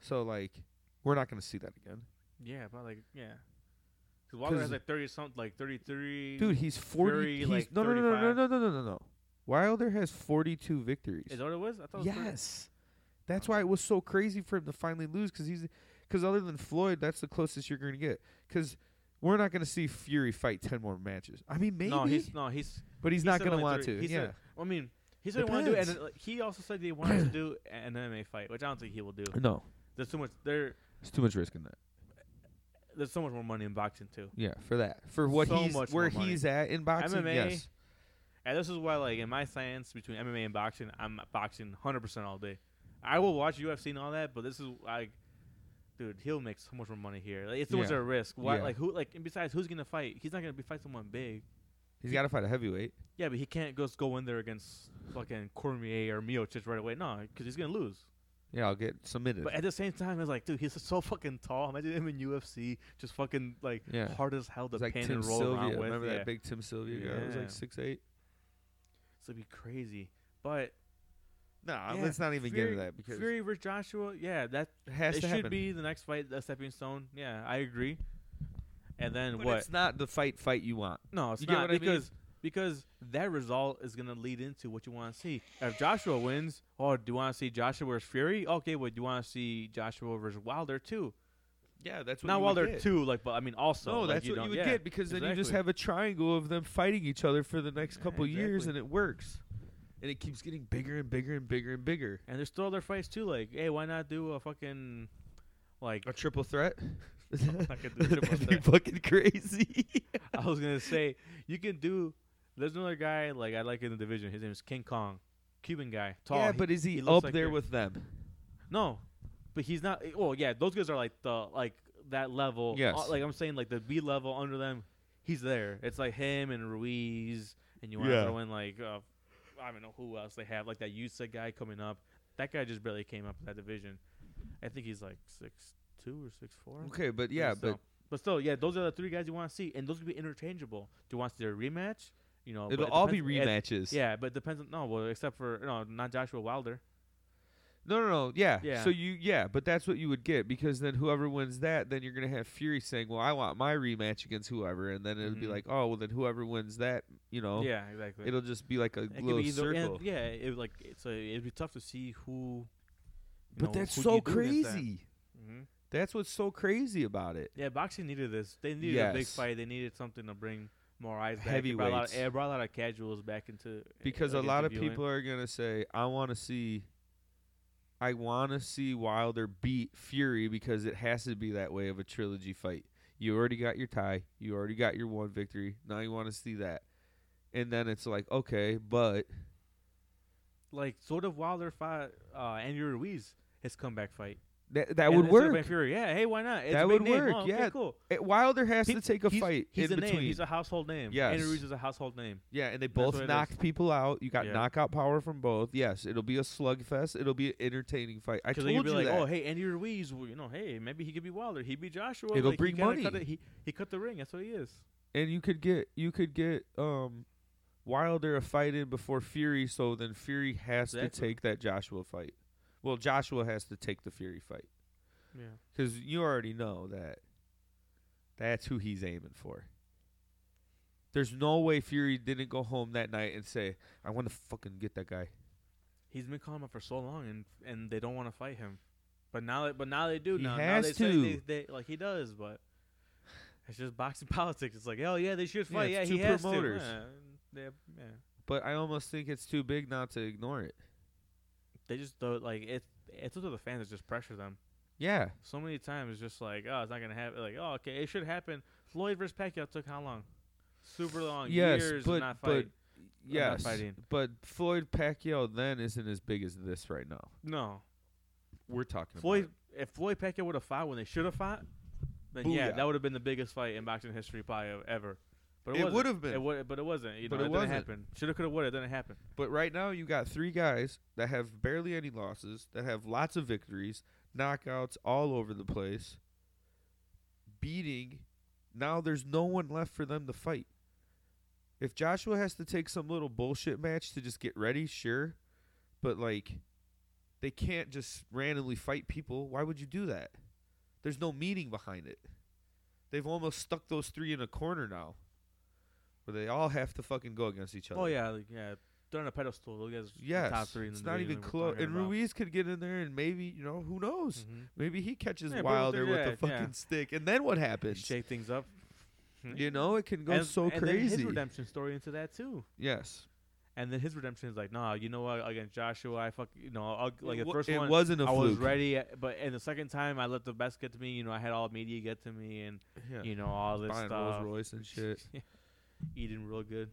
Speaker 1: So like, we're not gonna see that again,
Speaker 2: Yeah, but like yeah, because Wilder
Speaker 1: 'Cause-
Speaker 2: has like thirty something, like thirty three.
Speaker 1: dude. He's forty.
Speaker 2: Fury,
Speaker 1: he's,
Speaker 2: like,
Speaker 1: no, no, no, no,
Speaker 2: 35.
Speaker 1: no, no, no, no, no. Wilder has forty-two victories.
Speaker 2: is that what it was? I thought. It was 30.
Speaker 1: Yes. That's why it was so crazy for him to finally lose because he's because other than Floyd, that's the closest you're going to get because we're not going to see Fury fight ten more matches. I mean, maybe,
Speaker 2: No, he's no, he's.
Speaker 1: but he's
Speaker 2: he
Speaker 1: not
Speaker 2: said
Speaker 1: going to
Speaker 2: only
Speaker 1: want
Speaker 2: three.
Speaker 1: to.
Speaker 2: He
Speaker 1: Yeah,
Speaker 2: said- I mean, he said he wanted to do, and
Speaker 1: Depends.
Speaker 2: uh, like, he also said he wanted to do an MMA fight, which I don't think he will do.
Speaker 1: no,
Speaker 2: There's too much. There,
Speaker 1: it's too much risk in that.
Speaker 2: there's so much more money in boxing too.
Speaker 1: Yeah, for that, for what
Speaker 2: So
Speaker 1: he's
Speaker 2: much
Speaker 1: where
Speaker 2: more money.
Speaker 1: he's at in boxing.
Speaker 2: MMA,
Speaker 1: yes,
Speaker 2: And this is why, like, in my science between MMA and boxing, I'm boxing 100% all day. I will watch UFC and all that, but this is like, dude, he'll make so much more money here. Like, it's so much
Speaker 1: Yeah.
Speaker 2: of a risk. Why,
Speaker 1: Yeah.
Speaker 2: like, who, like, and besides, who's gonna fight? He's not gonna be fight someone big.
Speaker 1: he's got to fight a heavyweight.
Speaker 2: Yeah, but he can't just go in there against fucking Cormier or Miocic right away. No, because he's gonna lose.
Speaker 1: Yeah, I'll get submitted.
Speaker 2: But at the same time, it's like, dude, he's so fucking tall. Imagine him in UFC, just fucking like
Speaker 1: Yeah.
Speaker 2: hard as hell to
Speaker 1: It's like
Speaker 2: pin
Speaker 1: Tim
Speaker 2: and roll around
Speaker 1: Sylvia.
Speaker 2: with.
Speaker 1: Remember
Speaker 2: yeah.
Speaker 1: that big Tim Sylvia guy? It was
Speaker 2: Yeah.
Speaker 1: like six eight.
Speaker 2: So it'd be crazy. But
Speaker 1: No,
Speaker 2: Yeah.
Speaker 1: let's not even
Speaker 2: Fury,
Speaker 1: get into that because
Speaker 2: Fury versus Joshua, yeah, that
Speaker 1: it has
Speaker 2: it
Speaker 1: to
Speaker 2: should
Speaker 1: happen.
Speaker 2: be the next fight, the stepping stone. Yeah, I agree. and then
Speaker 1: But
Speaker 2: what?
Speaker 1: it's not the fight fight you want.
Speaker 2: no, it's
Speaker 1: you get
Speaker 2: not
Speaker 1: what I mean?
Speaker 2: because because that result is gonna lead into what you want to see. If Joshua wins, oh, do you want to see Joshua versus Fury? Okay, well, do you want to see Joshua versus Wilder too?
Speaker 1: Yeah, that's what
Speaker 2: not
Speaker 1: you would
Speaker 2: Wilder
Speaker 1: get.
Speaker 2: too, like, but I mean also.
Speaker 1: no,
Speaker 2: like,
Speaker 1: that's
Speaker 2: you
Speaker 1: what
Speaker 2: don't,
Speaker 1: you would
Speaker 2: yeah.
Speaker 1: get because then you just
Speaker 2: exactly.
Speaker 1: have a triangle of them fighting each other for the next
Speaker 2: Yeah,
Speaker 1: couple years,
Speaker 2: exactly.
Speaker 1: and it works. And it keeps getting bigger and bigger and bigger and bigger.
Speaker 2: And there's still other fights too. Like, hey, why not do a fucking like
Speaker 1: A triple threat.
Speaker 2: I could do a triple
Speaker 1: That'd be
Speaker 2: threat.
Speaker 1: fucking crazy.
Speaker 2: I was gonna say you can do. There's another guy like I like in the division. His name is King Kong, Cuban guy, tall.
Speaker 1: yeah, but is he,
Speaker 2: looks
Speaker 1: up
Speaker 2: like
Speaker 1: there
Speaker 2: you're-
Speaker 1: with them?
Speaker 2: no, but he's not. Well, yeah, those guys are like the like that level. uh,
Speaker 1: Yes.
Speaker 2: like I'm saying, like the B level under them, he's there. It's like him and Ruiz, and you want to
Speaker 1: Yeah.
Speaker 2: throw in like uh, I don't know who else they have, like that Yusa guy coming up. That guy just barely came up in that division. I think he's like six two or six four.
Speaker 1: Okay, but
Speaker 2: But
Speaker 1: yeah,
Speaker 2: still.
Speaker 1: but
Speaker 2: but still, yeah, those are the three guys you want to see, and those could be interchangeable. Do you want to see a rematch? You know, but
Speaker 1: it'll
Speaker 2: it
Speaker 1: all be
Speaker 2: depends- it-
Speaker 1: rematches.
Speaker 2: Yeah, but it depends on no, well, except for no, not Joshua Wilder.
Speaker 1: No, no, no. Yeah.
Speaker 2: Yeah.
Speaker 1: So you, yeah, but that's what you would get because then whoever wins that, then you're gonna have Fury saying, "Well, I want my rematch against whoever," and then it'll be
Speaker 2: Mhm.
Speaker 1: like, "Oh, well, then whoever wins that, you know,
Speaker 2: Yeah, exactly.
Speaker 1: Oh. it'll just be like a
Speaker 2: It could be
Speaker 1: little
Speaker 2: either- and,
Speaker 1: circle."
Speaker 2: yeah, it would, like it's a, it'd be tough to see who. you
Speaker 1: But
Speaker 2: know,
Speaker 1: that's
Speaker 2: who
Speaker 1: so
Speaker 2: you do against that.
Speaker 1: crazy.
Speaker 2: Mhm.
Speaker 1: That's what's so crazy about it.
Speaker 2: Yeah, boxing needed this. They needed a big
Speaker 1: Yes.
Speaker 2: fight. They needed something to bring more eyes back. It brought a lot,
Speaker 1: Heavyweights.
Speaker 2: it brought a lot of casuals back into
Speaker 1: because a
Speaker 2: like, into
Speaker 1: lot of
Speaker 2: viewing.
Speaker 1: people are gonna say, "I want to see, I want to see Wilder beat Fury because it has to be that way of a trilogy fight. You already got your tie, you already got your one victory. Now you want to see that, and then it's like, okay, but
Speaker 2: like sort of Wilder fought uh, Andrew Ruiz his comeback fight.
Speaker 1: that that
Speaker 2: And
Speaker 1: would
Speaker 2: instead of Van
Speaker 1: work.
Speaker 2: Fury, yeah. Hey, why not? It's
Speaker 1: That
Speaker 2: a big
Speaker 1: would
Speaker 2: name.
Speaker 1: work,
Speaker 2: Oh, okay,
Speaker 1: yeah.
Speaker 2: cool.
Speaker 1: It- Wilder has to
Speaker 2: He-
Speaker 1: take a
Speaker 2: he's-
Speaker 1: fight
Speaker 2: He's
Speaker 1: in
Speaker 2: a
Speaker 1: between.
Speaker 2: name. He's a household name.
Speaker 1: Yes.
Speaker 2: Andy Ruiz is a household name.
Speaker 1: yeah, and they
Speaker 2: what
Speaker 1: both
Speaker 2: it is.
Speaker 1: knocked people out. You got
Speaker 2: Yeah.
Speaker 1: knockout power from both. Yes, it'll be a slugfest. It'll be an entertaining fight. I
Speaker 2: Because
Speaker 1: told
Speaker 2: then
Speaker 1: you
Speaker 2: you'd be like,
Speaker 1: that.
Speaker 2: oh, hey, Andy Ruiz, well, you know, hey, maybe he could be Wilder. He be Joshua.
Speaker 1: It'll
Speaker 2: like,
Speaker 1: bring
Speaker 2: he kinda
Speaker 1: money.
Speaker 2: Cut it- he, he cut the ring. That's what he is.
Speaker 1: and you could get you could get um Wilder a fight in before Fury, so then Fury has to
Speaker 2: Exactly.
Speaker 1: take that Joshua fight. Well, Joshua has to take the Fury fight
Speaker 2: Yeah.
Speaker 1: because you already know that that's who he's aiming for. There's no way Fury didn't go home that night and say, "I want to fucking get that guy."
Speaker 2: He's been calling him up for so long, and and they don't want to fight him. But now, but now they do.
Speaker 1: He
Speaker 2: now, now
Speaker 1: has
Speaker 2: they say
Speaker 1: to.
Speaker 2: They, they, like he does, but it's just boxing politics. It's like, oh yeah, they should
Speaker 1: Yeah,
Speaker 2: fight.
Speaker 1: it's
Speaker 2: Yeah,
Speaker 1: two
Speaker 2: he has
Speaker 1: promoters.
Speaker 2: to. Yeah, they, yeah.
Speaker 1: But I almost think it's too big not to ignore it.
Speaker 2: they just don't like it. It's up to the fans to just pressure them.
Speaker 1: Yeah,
Speaker 2: so many times it's just like, oh, it's not gonna happen. Like, oh, okay, it should happen. Floyd versus Pacquiao took how long? Super long.
Speaker 1: Yes,
Speaker 2: years
Speaker 1: but-
Speaker 2: of not
Speaker 1: but-
Speaker 2: fight. not
Speaker 1: yes,
Speaker 2: fighting.
Speaker 1: but Floyd Pacquiao then isn't as big as this right now.
Speaker 2: No,
Speaker 1: We're talking
Speaker 2: Floyd. If Floyd Pacquiao would have fought when they should have fought, then yeah,
Speaker 1: Booyah.
Speaker 2: that would have been the biggest fight in boxing history probably of- ever. But
Speaker 1: It
Speaker 2: wasn't.
Speaker 1: would've been.
Speaker 2: It would, but it wasn't. You
Speaker 1: But it
Speaker 2: know, it,
Speaker 1: wasn't.
Speaker 2: didn't happen. Should have, could have, would have. Didn't happen.
Speaker 1: But right now, you got three guys that have barely any losses, that have lots of victories, knockouts all over the place, beating. Now there's no one left for them to fight. If Joshua has to take some little bullshit match to just get ready, sure. But, like, they can't just randomly fight people. Why would you do that? There's no meaning behind it. They've almost stuck those three in a corner now where they all have to fucking go against each other.
Speaker 2: Oh yeah, like, yeah. They're on a pedestal. Those guys, are
Speaker 1: Yes,
Speaker 2: the top three. In
Speaker 1: it's
Speaker 2: the
Speaker 1: not
Speaker 2: division
Speaker 1: even
Speaker 2: we're
Speaker 1: close.
Speaker 2: talking
Speaker 1: And
Speaker 2: about.
Speaker 1: Ruiz could get in there, and maybe you know who knows?
Speaker 2: Mhm.
Speaker 1: Maybe he catches
Speaker 2: Yeah, but with
Speaker 1: Wilder
Speaker 2: the-
Speaker 1: with
Speaker 2: yeah,
Speaker 1: a fucking
Speaker 2: yeah.
Speaker 1: stick, and then what happens?
Speaker 2: shake things up.
Speaker 1: You know, it can go
Speaker 2: and,
Speaker 1: so
Speaker 2: and then
Speaker 1: crazy.
Speaker 2: his redemption story into that too.
Speaker 1: yes,
Speaker 2: And then his redemption is like, nah, you know what? Against Joshua, I fuck, you know, I'll, like
Speaker 1: it,
Speaker 2: the
Speaker 1: wa-
Speaker 2: first
Speaker 1: it
Speaker 2: one,
Speaker 1: wasn't
Speaker 2: I
Speaker 1: a fluke.
Speaker 2: was ready, uh, but and the second time, I let the best get to me. You know, I had all media get to me, and
Speaker 1: Yeah.
Speaker 2: you know, all this
Speaker 1: Buying Rolls
Speaker 2: stuff,
Speaker 1: Royce and shit.
Speaker 2: eating real good.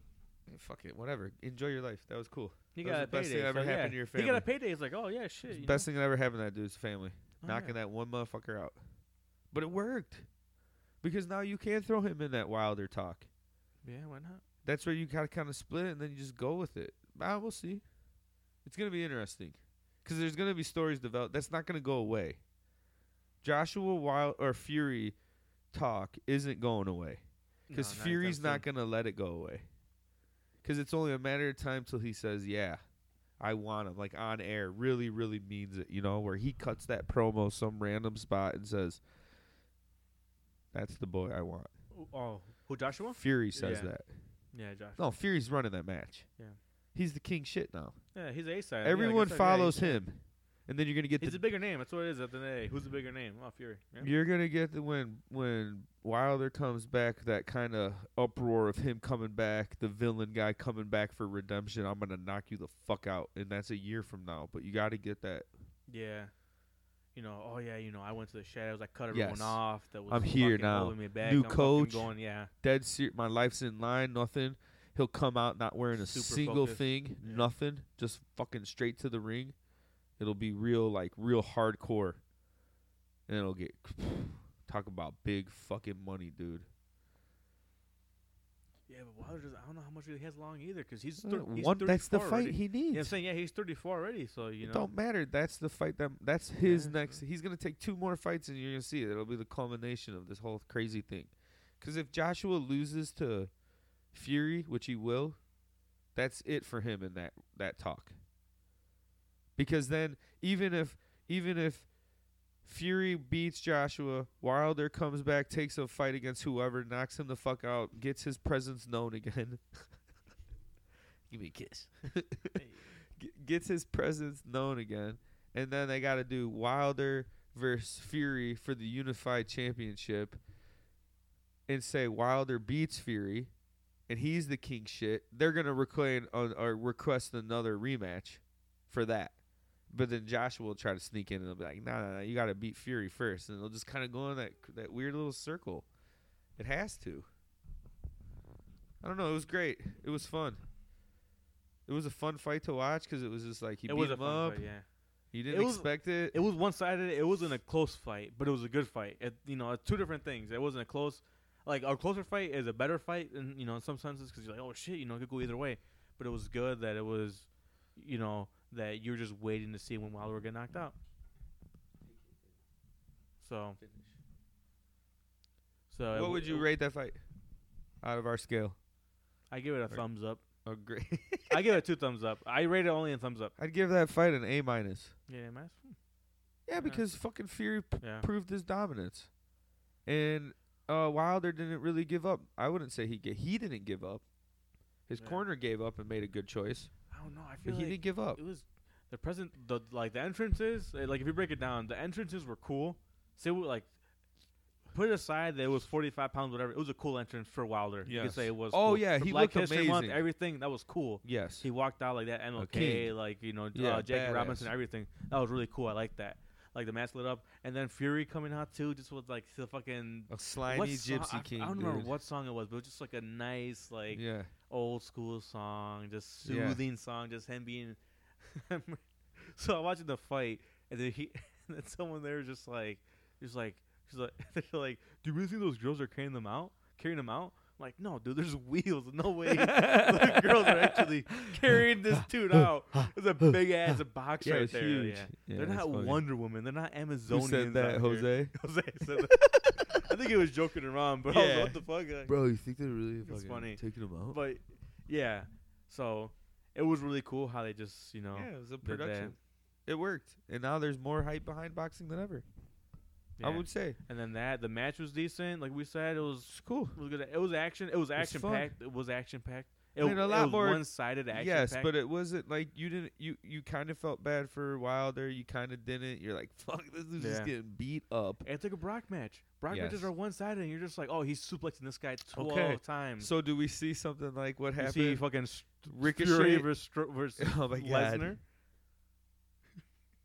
Speaker 1: Fuck it, whatever. Enjoy your life. That was cool.
Speaker 2: He
Speaker 1: That was
Speaker 2: got a
Speaker 1: the best
Speaker 2: payday.
Speaker 1: thing that ever
Speaker 2: so,
Speaker 1: happened
Speaker 2: yeah.
Speaker 1: to your
Speaker 2: He got a
Speaker 1: family.
Speaker 2: payday. It's like, oh yeah, shit.
Speaker 1: It's
Speaker 2: you
Speaker 1: the
Speaker 2: know?
Speaker 1: best thing that ever happened to that dude's family.
Speaker 2: Oh,
Speaker 1: Knocking
Speaker 2: yeah.
Speaker 1: that one motherfucker out. But it worked because now you can throw him in that Wilder talk.
Speaker 2: Yeah, why not?
Speaker 1: that's where you gotta kind of split it and then you just go with it. Ah, we'll see. It's gonna be interesting because there's gonna be stories developed. That's not gonna go away. Joshua Wild or Fury talk isn't going away because
Speaker 2: No, not
Speaker 1: Fury's
Speaker 2: anytime
Speaker 1: not gonna let it go away. Because it's only a matter of time till he says, "Yeah, I want him." Like on air, really, really means it. You know, where he cuts that promo some random spot and says, "That's the boy I want."
Speaker 2: soon. Oh, who Joshua?
Speaker 1: Fury says
Speaker 2: Yeah.
Speaker 1: that.
Speaker 2: Yeah, Joshua.
Speaker 1: No, Fury's running that match.
Speaker 2: Yeah.
Speaker 1: He's the king shit now.
Speaker 2: Yeah, he's A side.
Speaker 1: Everyone follows him. And then you're gonna get
Speaker 2: He's
Speaker 1: the
Speaker 2: a bigger name. That's what it is at the end of the day. Who's the bigger name? Oh, Fury. Yeah.
Speaker 1: You're gonna get the when when Wilder comes back, that kind of uproar of him coming back, the villain guy coming back for redemption. I'm gonna knock you the fuck out, and that's a year from now. But you got to get that.
Speaker 2: Yeah. You know, oh yeah, you know, I went to the shadows. I cut everyone
Speaker 1: Yes.
Speaker 2: off. That was
Speaker 1: I'm here
Speaker 2: fucking
Speaker 1: now.
Speaker 2: Holding me back.
Speaker 1: New
Speaker 2: I'm fucking
Speaker 1: coach.
Speaker 2: Going, yeah.
Speaker 1: Dead ser- my life's in line. Nothing. He'll come out not wearing a
Speaker 2: Super
Speaker 1: single
Speaker 2: focused.
Speaker 1: thing.
Speaker 2: Yeah.
Speaker 1: Nothing. Just fucking straight to the ring. It'll be real like real hardcore, and it'll get talk about big fucking money, dude.
Speaker 2: Yeah, but Wilder, doesn't- I don't know how much he has long either, because he's, thir- he's
Speaker 1: One, Uh, that's the
Speaker 2: 34
Speaker 1: fight
Speaker 2: already.
Speaker 1: he needs.
Speaker 2: Yeah, I'm saying, yeah, he's 34 already, so you
Speaker 1: It
Speaker 2: know.
Speaker 1: don't matter. That's the fight that that's his
Speaker 2: Yeah,
Speaker 1: next. He's gonna take two more fights, and you're gonna see it. It'll be the culmination of this whole crazy thing. Because if Joshua loses to Fury, which he will, that's it for him in that that talk. Because then, even if even if Fury beats Joshua, Wilder comes back, takes a fight against whoever, knocks him the fuck out, gets his presence known again. Give me a kiss g- gets his presence known again, and then they got to do Wilder versus Fury for the unified championship, and say Wilder beats Fury, and he's the king shit. They're gonna reclaim uh, or request another rematch for that, but then Joshua will try to sneak in and they'll be like, "No, no, no, you got to beat Fury first. and they'll just kind of go in that that weird little circle. It has to. I don't know. It was great. It was fun. It was a fun fight to watch because it was just like he
Speaker 2: it
Speaker 1: beat
Speaker 2: was a
Speaker 1: him
Speaker 2: fun
Speaker 1: up.
Speaker 2: fight, yeah.
Speaker 1: You didn't
Speaker 2: It was-
Speaker 1: expect it.
Speaker 2: It was one sided. It wasn't a close fight, but it was a good fight. It, you know, it's two different things. It wasn't a close, like a closer fight is a better fight, and you know, in some senses, because you're like, oh shit, you know, it could go either way. But it was good that it was, you know, that you were just waiting to see when Wilder would get knocked out. So, so it
Speaker 1: what
Speaker 2: w-
Speaker 1: would you
Speaker 2: it-
Speaker 1: rate that fight out of our scale?
Speaker 2: I give it a thumbs up.
Speaker 1: Oh, great.
Speaker 2: I give it two thumbs up. I rate it only in thumbs up.
Speaker 1: I'd give that fight an A minus.
Speaker 2: Yeah, nice.
Speaker 1: Yeah,
Speaker 2: Yeah.
Speaker 1: because fucking Fury p-
Speaker 2: Yeah.
Speaker 1: proved his dominance, and uh, Wilder didn't really give up. I wouldn't say he ga- he didn't give up. His
Speaker 2: Yeah.
Speaker 1: corner gave up and made a good choice,
Speaker 2: I don't know. I
Speaker 1: but
Speaker 2: feel
Speaker 1: he
Speaker 2: like
Speaker 1: didn't give up.
Speaker 2: It was the present, the like the entrances. eh, Like if you break it down, the entrances were cool. Say we like put it aside that it was forty five pounds, whatever. It was a cool entrance for Wilder. You could
Speaker 1: Yes.
Speaker 2: say it was.
Speaker 1: Oh,
Speaker 2: cool.
Speaker 1: yeah,
Speaker 2: For
Speaker 1: he
Speaker 2: Black
Speaker 1: looked
Speaker 2: History Month,
Speaker 1: amazing.
Speaker 2: everything that was cool.
Speaker 1: Yes,
Speaker 2: He walked out like that MLK,
Speaker 1: king.
Speaker 2: like you know
Speaker 1: Yeah,
Speaker 2: uh, Jackie Robinson,
Speaker 1: badass.
Speaker 2: everything. That was really cool. I like that. Like the mask lit up, and then Fury coming out too, just with like the fucking.
Speaker 1: a
Speaker 2: what
Speaker 1: slimy
Speaker 2: song-
Speaker 1: gypsy
Speaker 2: I,
Speaker 1: king.
Speaker 2: I don't remember
Speaker 1: dude.
Speaker 2: what song it was, but it was just like a nice like
Speaker 1: yeah,
Speaker 2: old school song, just
Speaker 1: Yeah.
Speaker 2: soothing song, just him being. so I'm watching the fight, and then he, and then someone there was just like, just like, she's like, they're like, do you really think those girls are carrying them out, carrying them out? I'm like, no, dude, there's wheels, no way. the girls are actually carrying this dude out. It's a big ass box
Speaker 1: yeah,
Speaker 2: right
Speaker 1: it's
Speaker 2: there.
Speaker 1: huge.
Speaker 2: yeah.
Speaker 1: Yeah,
Speaker 2: they're
Speaker 1: that's
Speaker 2: not
Speaker 1: funny.
Speaker 2: Wonder Woman. They're not Amazonians.
Speaker 1: Who said that,
Speaker 2: out here.
Speaker 1: Jose?
Speaker 2: Jose said that. I think he was joking around, but I was
Speaker 1: Yeah.
Speaker 2: like, what the fuck? Like,
Speaker 1: Bro, you think they're really
Speaker 2: It's fucking funny.
Speaker 1: taking him out?
Speaker 2: but yeah, so it was really cool how they just you know
Speaker 1: Yeah, it was a
Speaker 2: that-
Speaker 1: production. It worked, and now there's more hype behind boxing than ever. I
Speaker 2: yeah.
Speaker 1: would say
Speaker 2: and then that the match was decent. Like we said, it was
Speaker 1: it's cool.
Speaker 2: it was good. It was action. It was action packed. It was action packed. It,
Speaker 1: mean, a
Speaker 2: w- it
Speaker 1: lot
Speaker 2: was
Speaker 1: more-
Speaker 2: one sided action.
Speaker 1: Yes, but it wasn't like you didn't you you kind of felt bad for Wilder. You kind of didn't. You're like, fuck, this dude's just
Speaker 2: Yeah.
Speaker 1: getting beat up.
Speaker 2: it's like a Brock match. Brock matches
Speaker 1: Yes.
Speaker 2: are one sided, and you're just like, oh, he's suplexing this guy twelve
Speaker 1: Okay.
Speaker 2: times.
Speaker 1: So do we see something like what
Speaker 2: you
Speaker 1: happened?
Speaker 2: Mm. see fucking St- Fury
Speaker 1: Ricochet.
Speaker 2: versus, Stro- versus
Speaker 1: oh my god.
Speaker 2: Lesnar.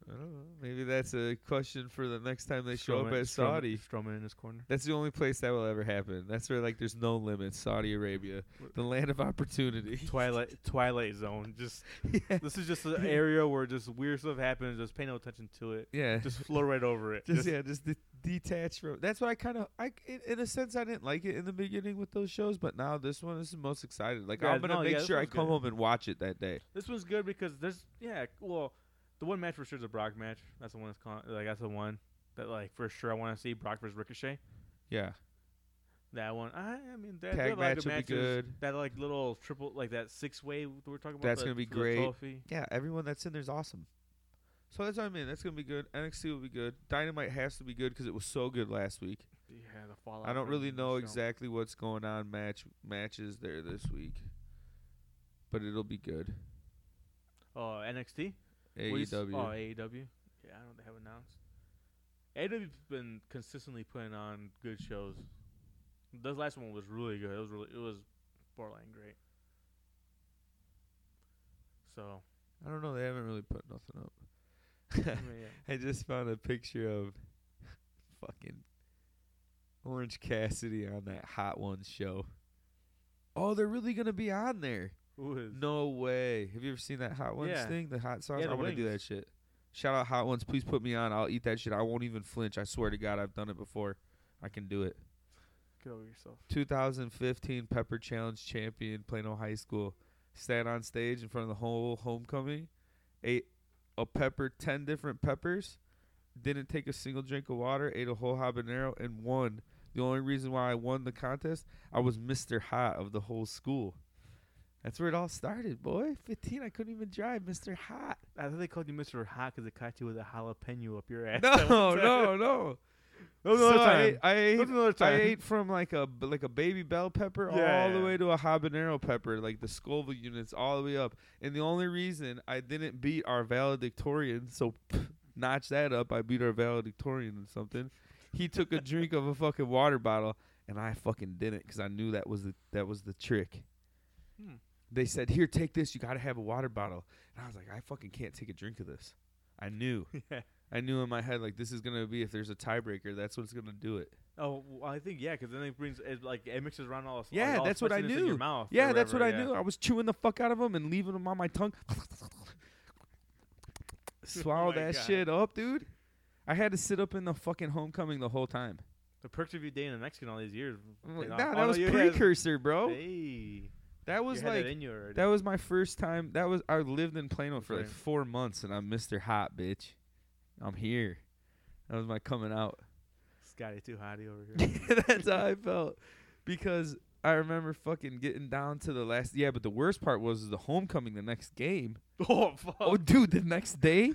Speaker 1: I don't know. Maybe that's a question for the next time they show up
Speaker 2: Strowman-
Speaker 1: at
Speaker 2: Strowman-
Speaker 1: Saudi.
Speaker 2: Strowman in his corner.
Speaker 1: That's the only place that will ever happen. That's where like there's no limits. Saudi Arabia, the land of opportunity.
Speaker 2: Twilight Twilight Zone. Just
Speaker 1: yeah.
Speaker 2: this is just an area where just weird stuff happens. Just pay no attention to it.
Speaker 1: yeah.
Speaker 2: just flow right over it.
Speaker 1: just
Speaker 2: Just,
Speaker 1: yeah, just de- detach from. That's what I kind of I in, in a sense I didn't like it in the beginning with those shows, but now this one is the most excited. Like
Speaker 2: Yeah,
Speaker 1: I'm gonna
Speaker 2: no,
Speaker 1: make
Speaker 2: yeah, this
Speaker 1: sure I
Speaker 2: one's
Speaker 1: come
Speaker 2: good.
Speaker 1: home and watch it that day.
Speaker 2: This one's good because there's yeah, well, the one match for sure is a Brock match. That's the one that's con- like that's the one that like for sure I want to see Brock versus Ricochet.
Speaker 1: Yeah,
Speaker 2: That one, I, I mean, that
Speaker 1: Tag
Speaker 2: like
Speaker 1: match
Speaker 2: the
Speaker 1: will be
Speaker 2: matches,
Speaker 1: good.
Speaker 2: That like little triple, like that six way we we're talking about.
Speaker 1: That's
Speaker 2: the-
Speaker 1: gonna be
Speaker 2: the
Speaker 1: great.
Speaker 2: Trophy.
Speaker 1: yeah. Everyone that's in there's awesome. So that's what I mean. That's gonna be good. NXT will be good. Dynamite has to be good because it was so good last week.
Speaker 2: Yeah, the fallout.
Speaker 1: I don't
Speaker 2: from
Speaker 1: really
Speaker 2: the
Speaker 1: know
Speaker 2: show.
Speaker 1: exactly what's going on match matches there this week, but it'll be good. E
Speaker 2: Oh, NXT. What do you s-
Speaker 1: AEW.
Speaker 2: Oh, AEW. Yeah, I don't know what they have announced. AEW's been consistently putting on good shows. This last one was really good. It was really, it was borderline great. So,
Speaker 1: I don't know. They haven't really put nothing up.
Speaker 2: I mean, yeah.
Speaker 1: I just found a picture of fucking Orange Cassidy on that Hot Ones show. Oh, they're really gonna be on there.
Speaker 2: Who is?
Speaker 1: No way. Have you ever seen that Hot Ones
Speaker 2: Yeah.
Speaker 1: thing? The hot sauce?
Speaker 2: Yeah,
Speaker 1: I
Speaker 2: the
Speaker 1: want to do that
Speaker 2: wings.
Speaker 1: shit. Shout out Hot Ones. Please put me on. I'll eat that shit. I won't even flinch. I swear to God, I've done it before. I can do it.
Speaker 2: Get over yourself.
Speaker 1: 2015 Pepper Challenge champion, Plano High School, sat on stage in front of the whole homecoming, ate a pepper, 10 different peppers, didn't take a single drink of water, ate a whole habanero, and won. The only reason why I won the contest, I was Mr. Hot of the whole school. That's where it all started, boy. 15, I couldn't even drive, Mr. Hot.
Speaker 2: I thought they called you Mr. Hot because it caught you with a jalapeno up your ass.
Speaker 1: No,
Speaker 2: that one time.
Speaker 1: no, no.
Speaker 2: That was another
Speaker 1: So I
Speaker 2: time.
Speaker 1: ate- I ate
Speaker 2: that was another
Speaker 1: I
Speaker 2: time.
Speaker 1: ate from like a b- like a baby bell pepper
Speaker 2: Yeah,
Speaker 1: all the
Speaker 2: yeah.
Speaker 1: way to a habanero pepper, like the Scoville units all the way up. And the only reason I didn't beat our valedictorian, so notch that up, I beat our valedictorian and something. He took a drink of a fucking water bottle, and I fucking didn't because I knew that was the that was the trick.
Speaker 2: Hmm.
Speaker 1: They said, "Here, take this. You got to have a water bottle," and I was like, "I fucking can't take a drink of this." I knew,
Speaker 2: Yeah.
Speaker 1: I knew in my head like this is gonna be if there's a tiebreaker, that's what's gonna do it.
Speaker 2: Oh, well, I think yeah, because then it brings it like it mixes around all. like,
Speaker 1: Yeah,
Speaker 2: all
Speaker 1: that's what I
Speaker 2: spiciness in your
Speaker 1: knew.
Speaker 2: mouth or
Speaker 1: Yeah, that's what I
Speaker 2: whatever, yeah. Oh
Speaker 1: knew. I was chewing the fuck out of them and leaving them on my tongue. Swallow
Speaker 2: my
Speaker 1: that
Speaker 2: God.
Speaker 1: shit up, dude. I had to sit up in the fucking homecoming the whole time.
Speaker 2: The perks of you dating a Mexican all these years.
Speaker 1: I'm
Speaker 2: paid
Speaker 1: like,
Speaker 2: off.
Speaker 1: nah,
Speaker 2: Oh,
Speaker 1: that
Speaker 2: no,
Speaker 1: was
Speaker 2: you had-
Speaker 1: precursor, bro.
Speaker 2: Hey,
Speaker 1: That was
Speaker 2: you had
Speaker 1: like
Speaker 2: that in you already.
Speaker 1: that was my first time. That was I lived in Plano for like
Speaker 2: Right.
Speaker 1: four months, and I'm Mr. Hot, bitch. I'm here. That was my coming out.
Speaker 2: Scotty too hotty over here.
Speaker 1: That's how I felt because I remember fucking getting down to the last. Yeah, but the worst part was the homecoming the next game.
Speaker 2: oh fuck!
Speaker 1: Oh, dude, the next day,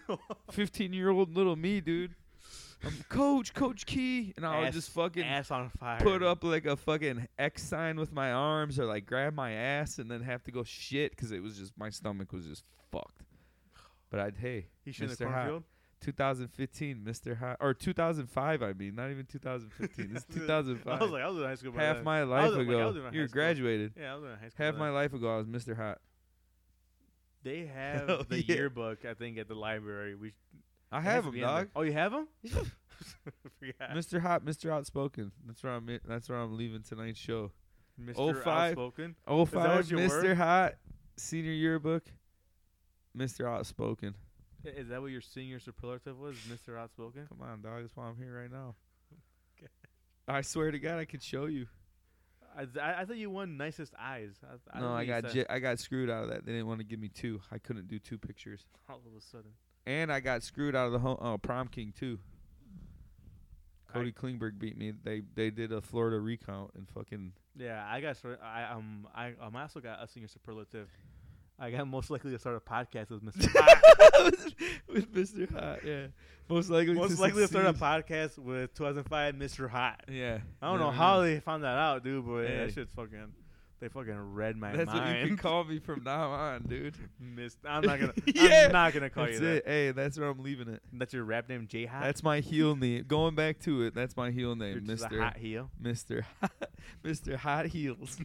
Speaker 1: fifteen-year-old little me, dude. I'm coach, Coach Key, and I would
Speaker 2: Ass-
Speaker 1: just fucking
Speaker 2: ass on fire.
Speaker 1: put up like a fucking X sign with my arms, or like grab my ass, and then have to go shit because it was just my stomach was just fucked. But I'd hey,
Speaker 2: He should in the
Speaker 1: Mr. Hot.
Speaker 2: cornfield.
Speaker 1: 2015, Mr. Hot, or 2005, I mean, not even 2015. It's
Speaker 2: Yeah, I was-
Speaker 1: 2005.
Speaker 2: I was like, I was in high school. by
Speaker 1: half
Speaker 2: then.
Speaker 1: my
Speaker 2: was
Speaker 1: life
Speaker 2: in- like, I
Speaker 1: ago,
Speaker 2: was in high
Speaker 1: you were
Speaker 2: school.
Speaker 1: graduated.
Speaker 2: Yeah, I was in high school.
Speaker 1: Half
Speaker 2: by
Speaker 1: my
Speaker 2: then.
Speaker 1: life ago, I was Mr. Hot.
Speaker 2: They have
Speaker 1: Hell
Speaker 2: the
Speaker 1: yeah.
Speaker 2: yearbook, I think, at the library. We. sh-
Speaker 1: I
Speaker 2: it
Speaker 1: have
Speaker 2: has to
Speaker 1: him,
Speaker 2: be in there.
Speaker 1: dog.
Speaker 2: Oh, you have them? Forgot.
Speaker 1: Mr. Hot, Mr. Outspoken. That's where I'm. That's where I'm leaving tonight's show. Oh,
Speaker 2: Mr.
Speaker 1: five.
Speaker 2: Outspoken.
Speaker 1: Oh
Speaker 2: that
Speaker 1: five,
Speaker 2: what you were?
Speaker 1: Mr. Hot, senior yearbook, Mr. Outspoken.
Speaker 2: I- Is that what your senior superlative was, Mr. Outspoken?
Speaker 1: Come on, dog. That's why I'm here right now.
Speaker 2: Okay.
Speaker 1: I swear to God, I could show you.
Speaker 2: I, I, I thought you won nicest eyes. I, I
Speaker 1: no,
Speaker 2: don't
Speaker 1: I
Speaker 2: think you
Speaker 1: got
Speaker 2: said-
Speaker 1: j- I got screwed out of that. They didn't want to give me two. I couldn't do two pictures,
Speaker 2: all of a sudden.
Speaker 1: and I got screwed out of the home, uh, prom king too.
Speaker 2: I-
Speaker 1: Cody Klingberg beat me. They they did a Florida recount and fucking
Speaker 2: Yeah, I got. Sort I um. I um. I also got a senior superlative. I got most likely to start a podcast with Mr. Hot.
Speaker 1: with Mr. Hot. Yeah, most likely.
Speaker 2: most
Speaker 1: to
Speaker 2: likely to start a
Speaker 1: succeed.
Speaker 2: podcast with 2005 Mr. Hot.
Speaker 1: Yeah,
Speaker 2: I don't know
Speaker 1: Never
Speaker 2: how they found that out, dude, but
Speaker 1: Hey.
Speaker 2: that shit's fucking. They fucking read my
Speaker 1: That's
Speaker 2: mind.
Speaker 1: what you can call me from now on, dude.
Speaker 2: Miss, I'm not gonna.
Speaker 1: Yeah.
Speaker 2: I'm not gonna call
Speaker 1: that's
Speaker 2: you that.
Speaker 1: it. Hey, that's where I'm leaving it.
Speaker 2: That's your rap name, J Hot.
Speaker 1: That's my heel name. Going back to it, that's my heel
Speaker 2: You're
Speaker 1: name,
Speaker 2: just a
Speaker 1: Mister
Speaker 2: hot heel.
Speaker 1: Mister Mister Hot Heels.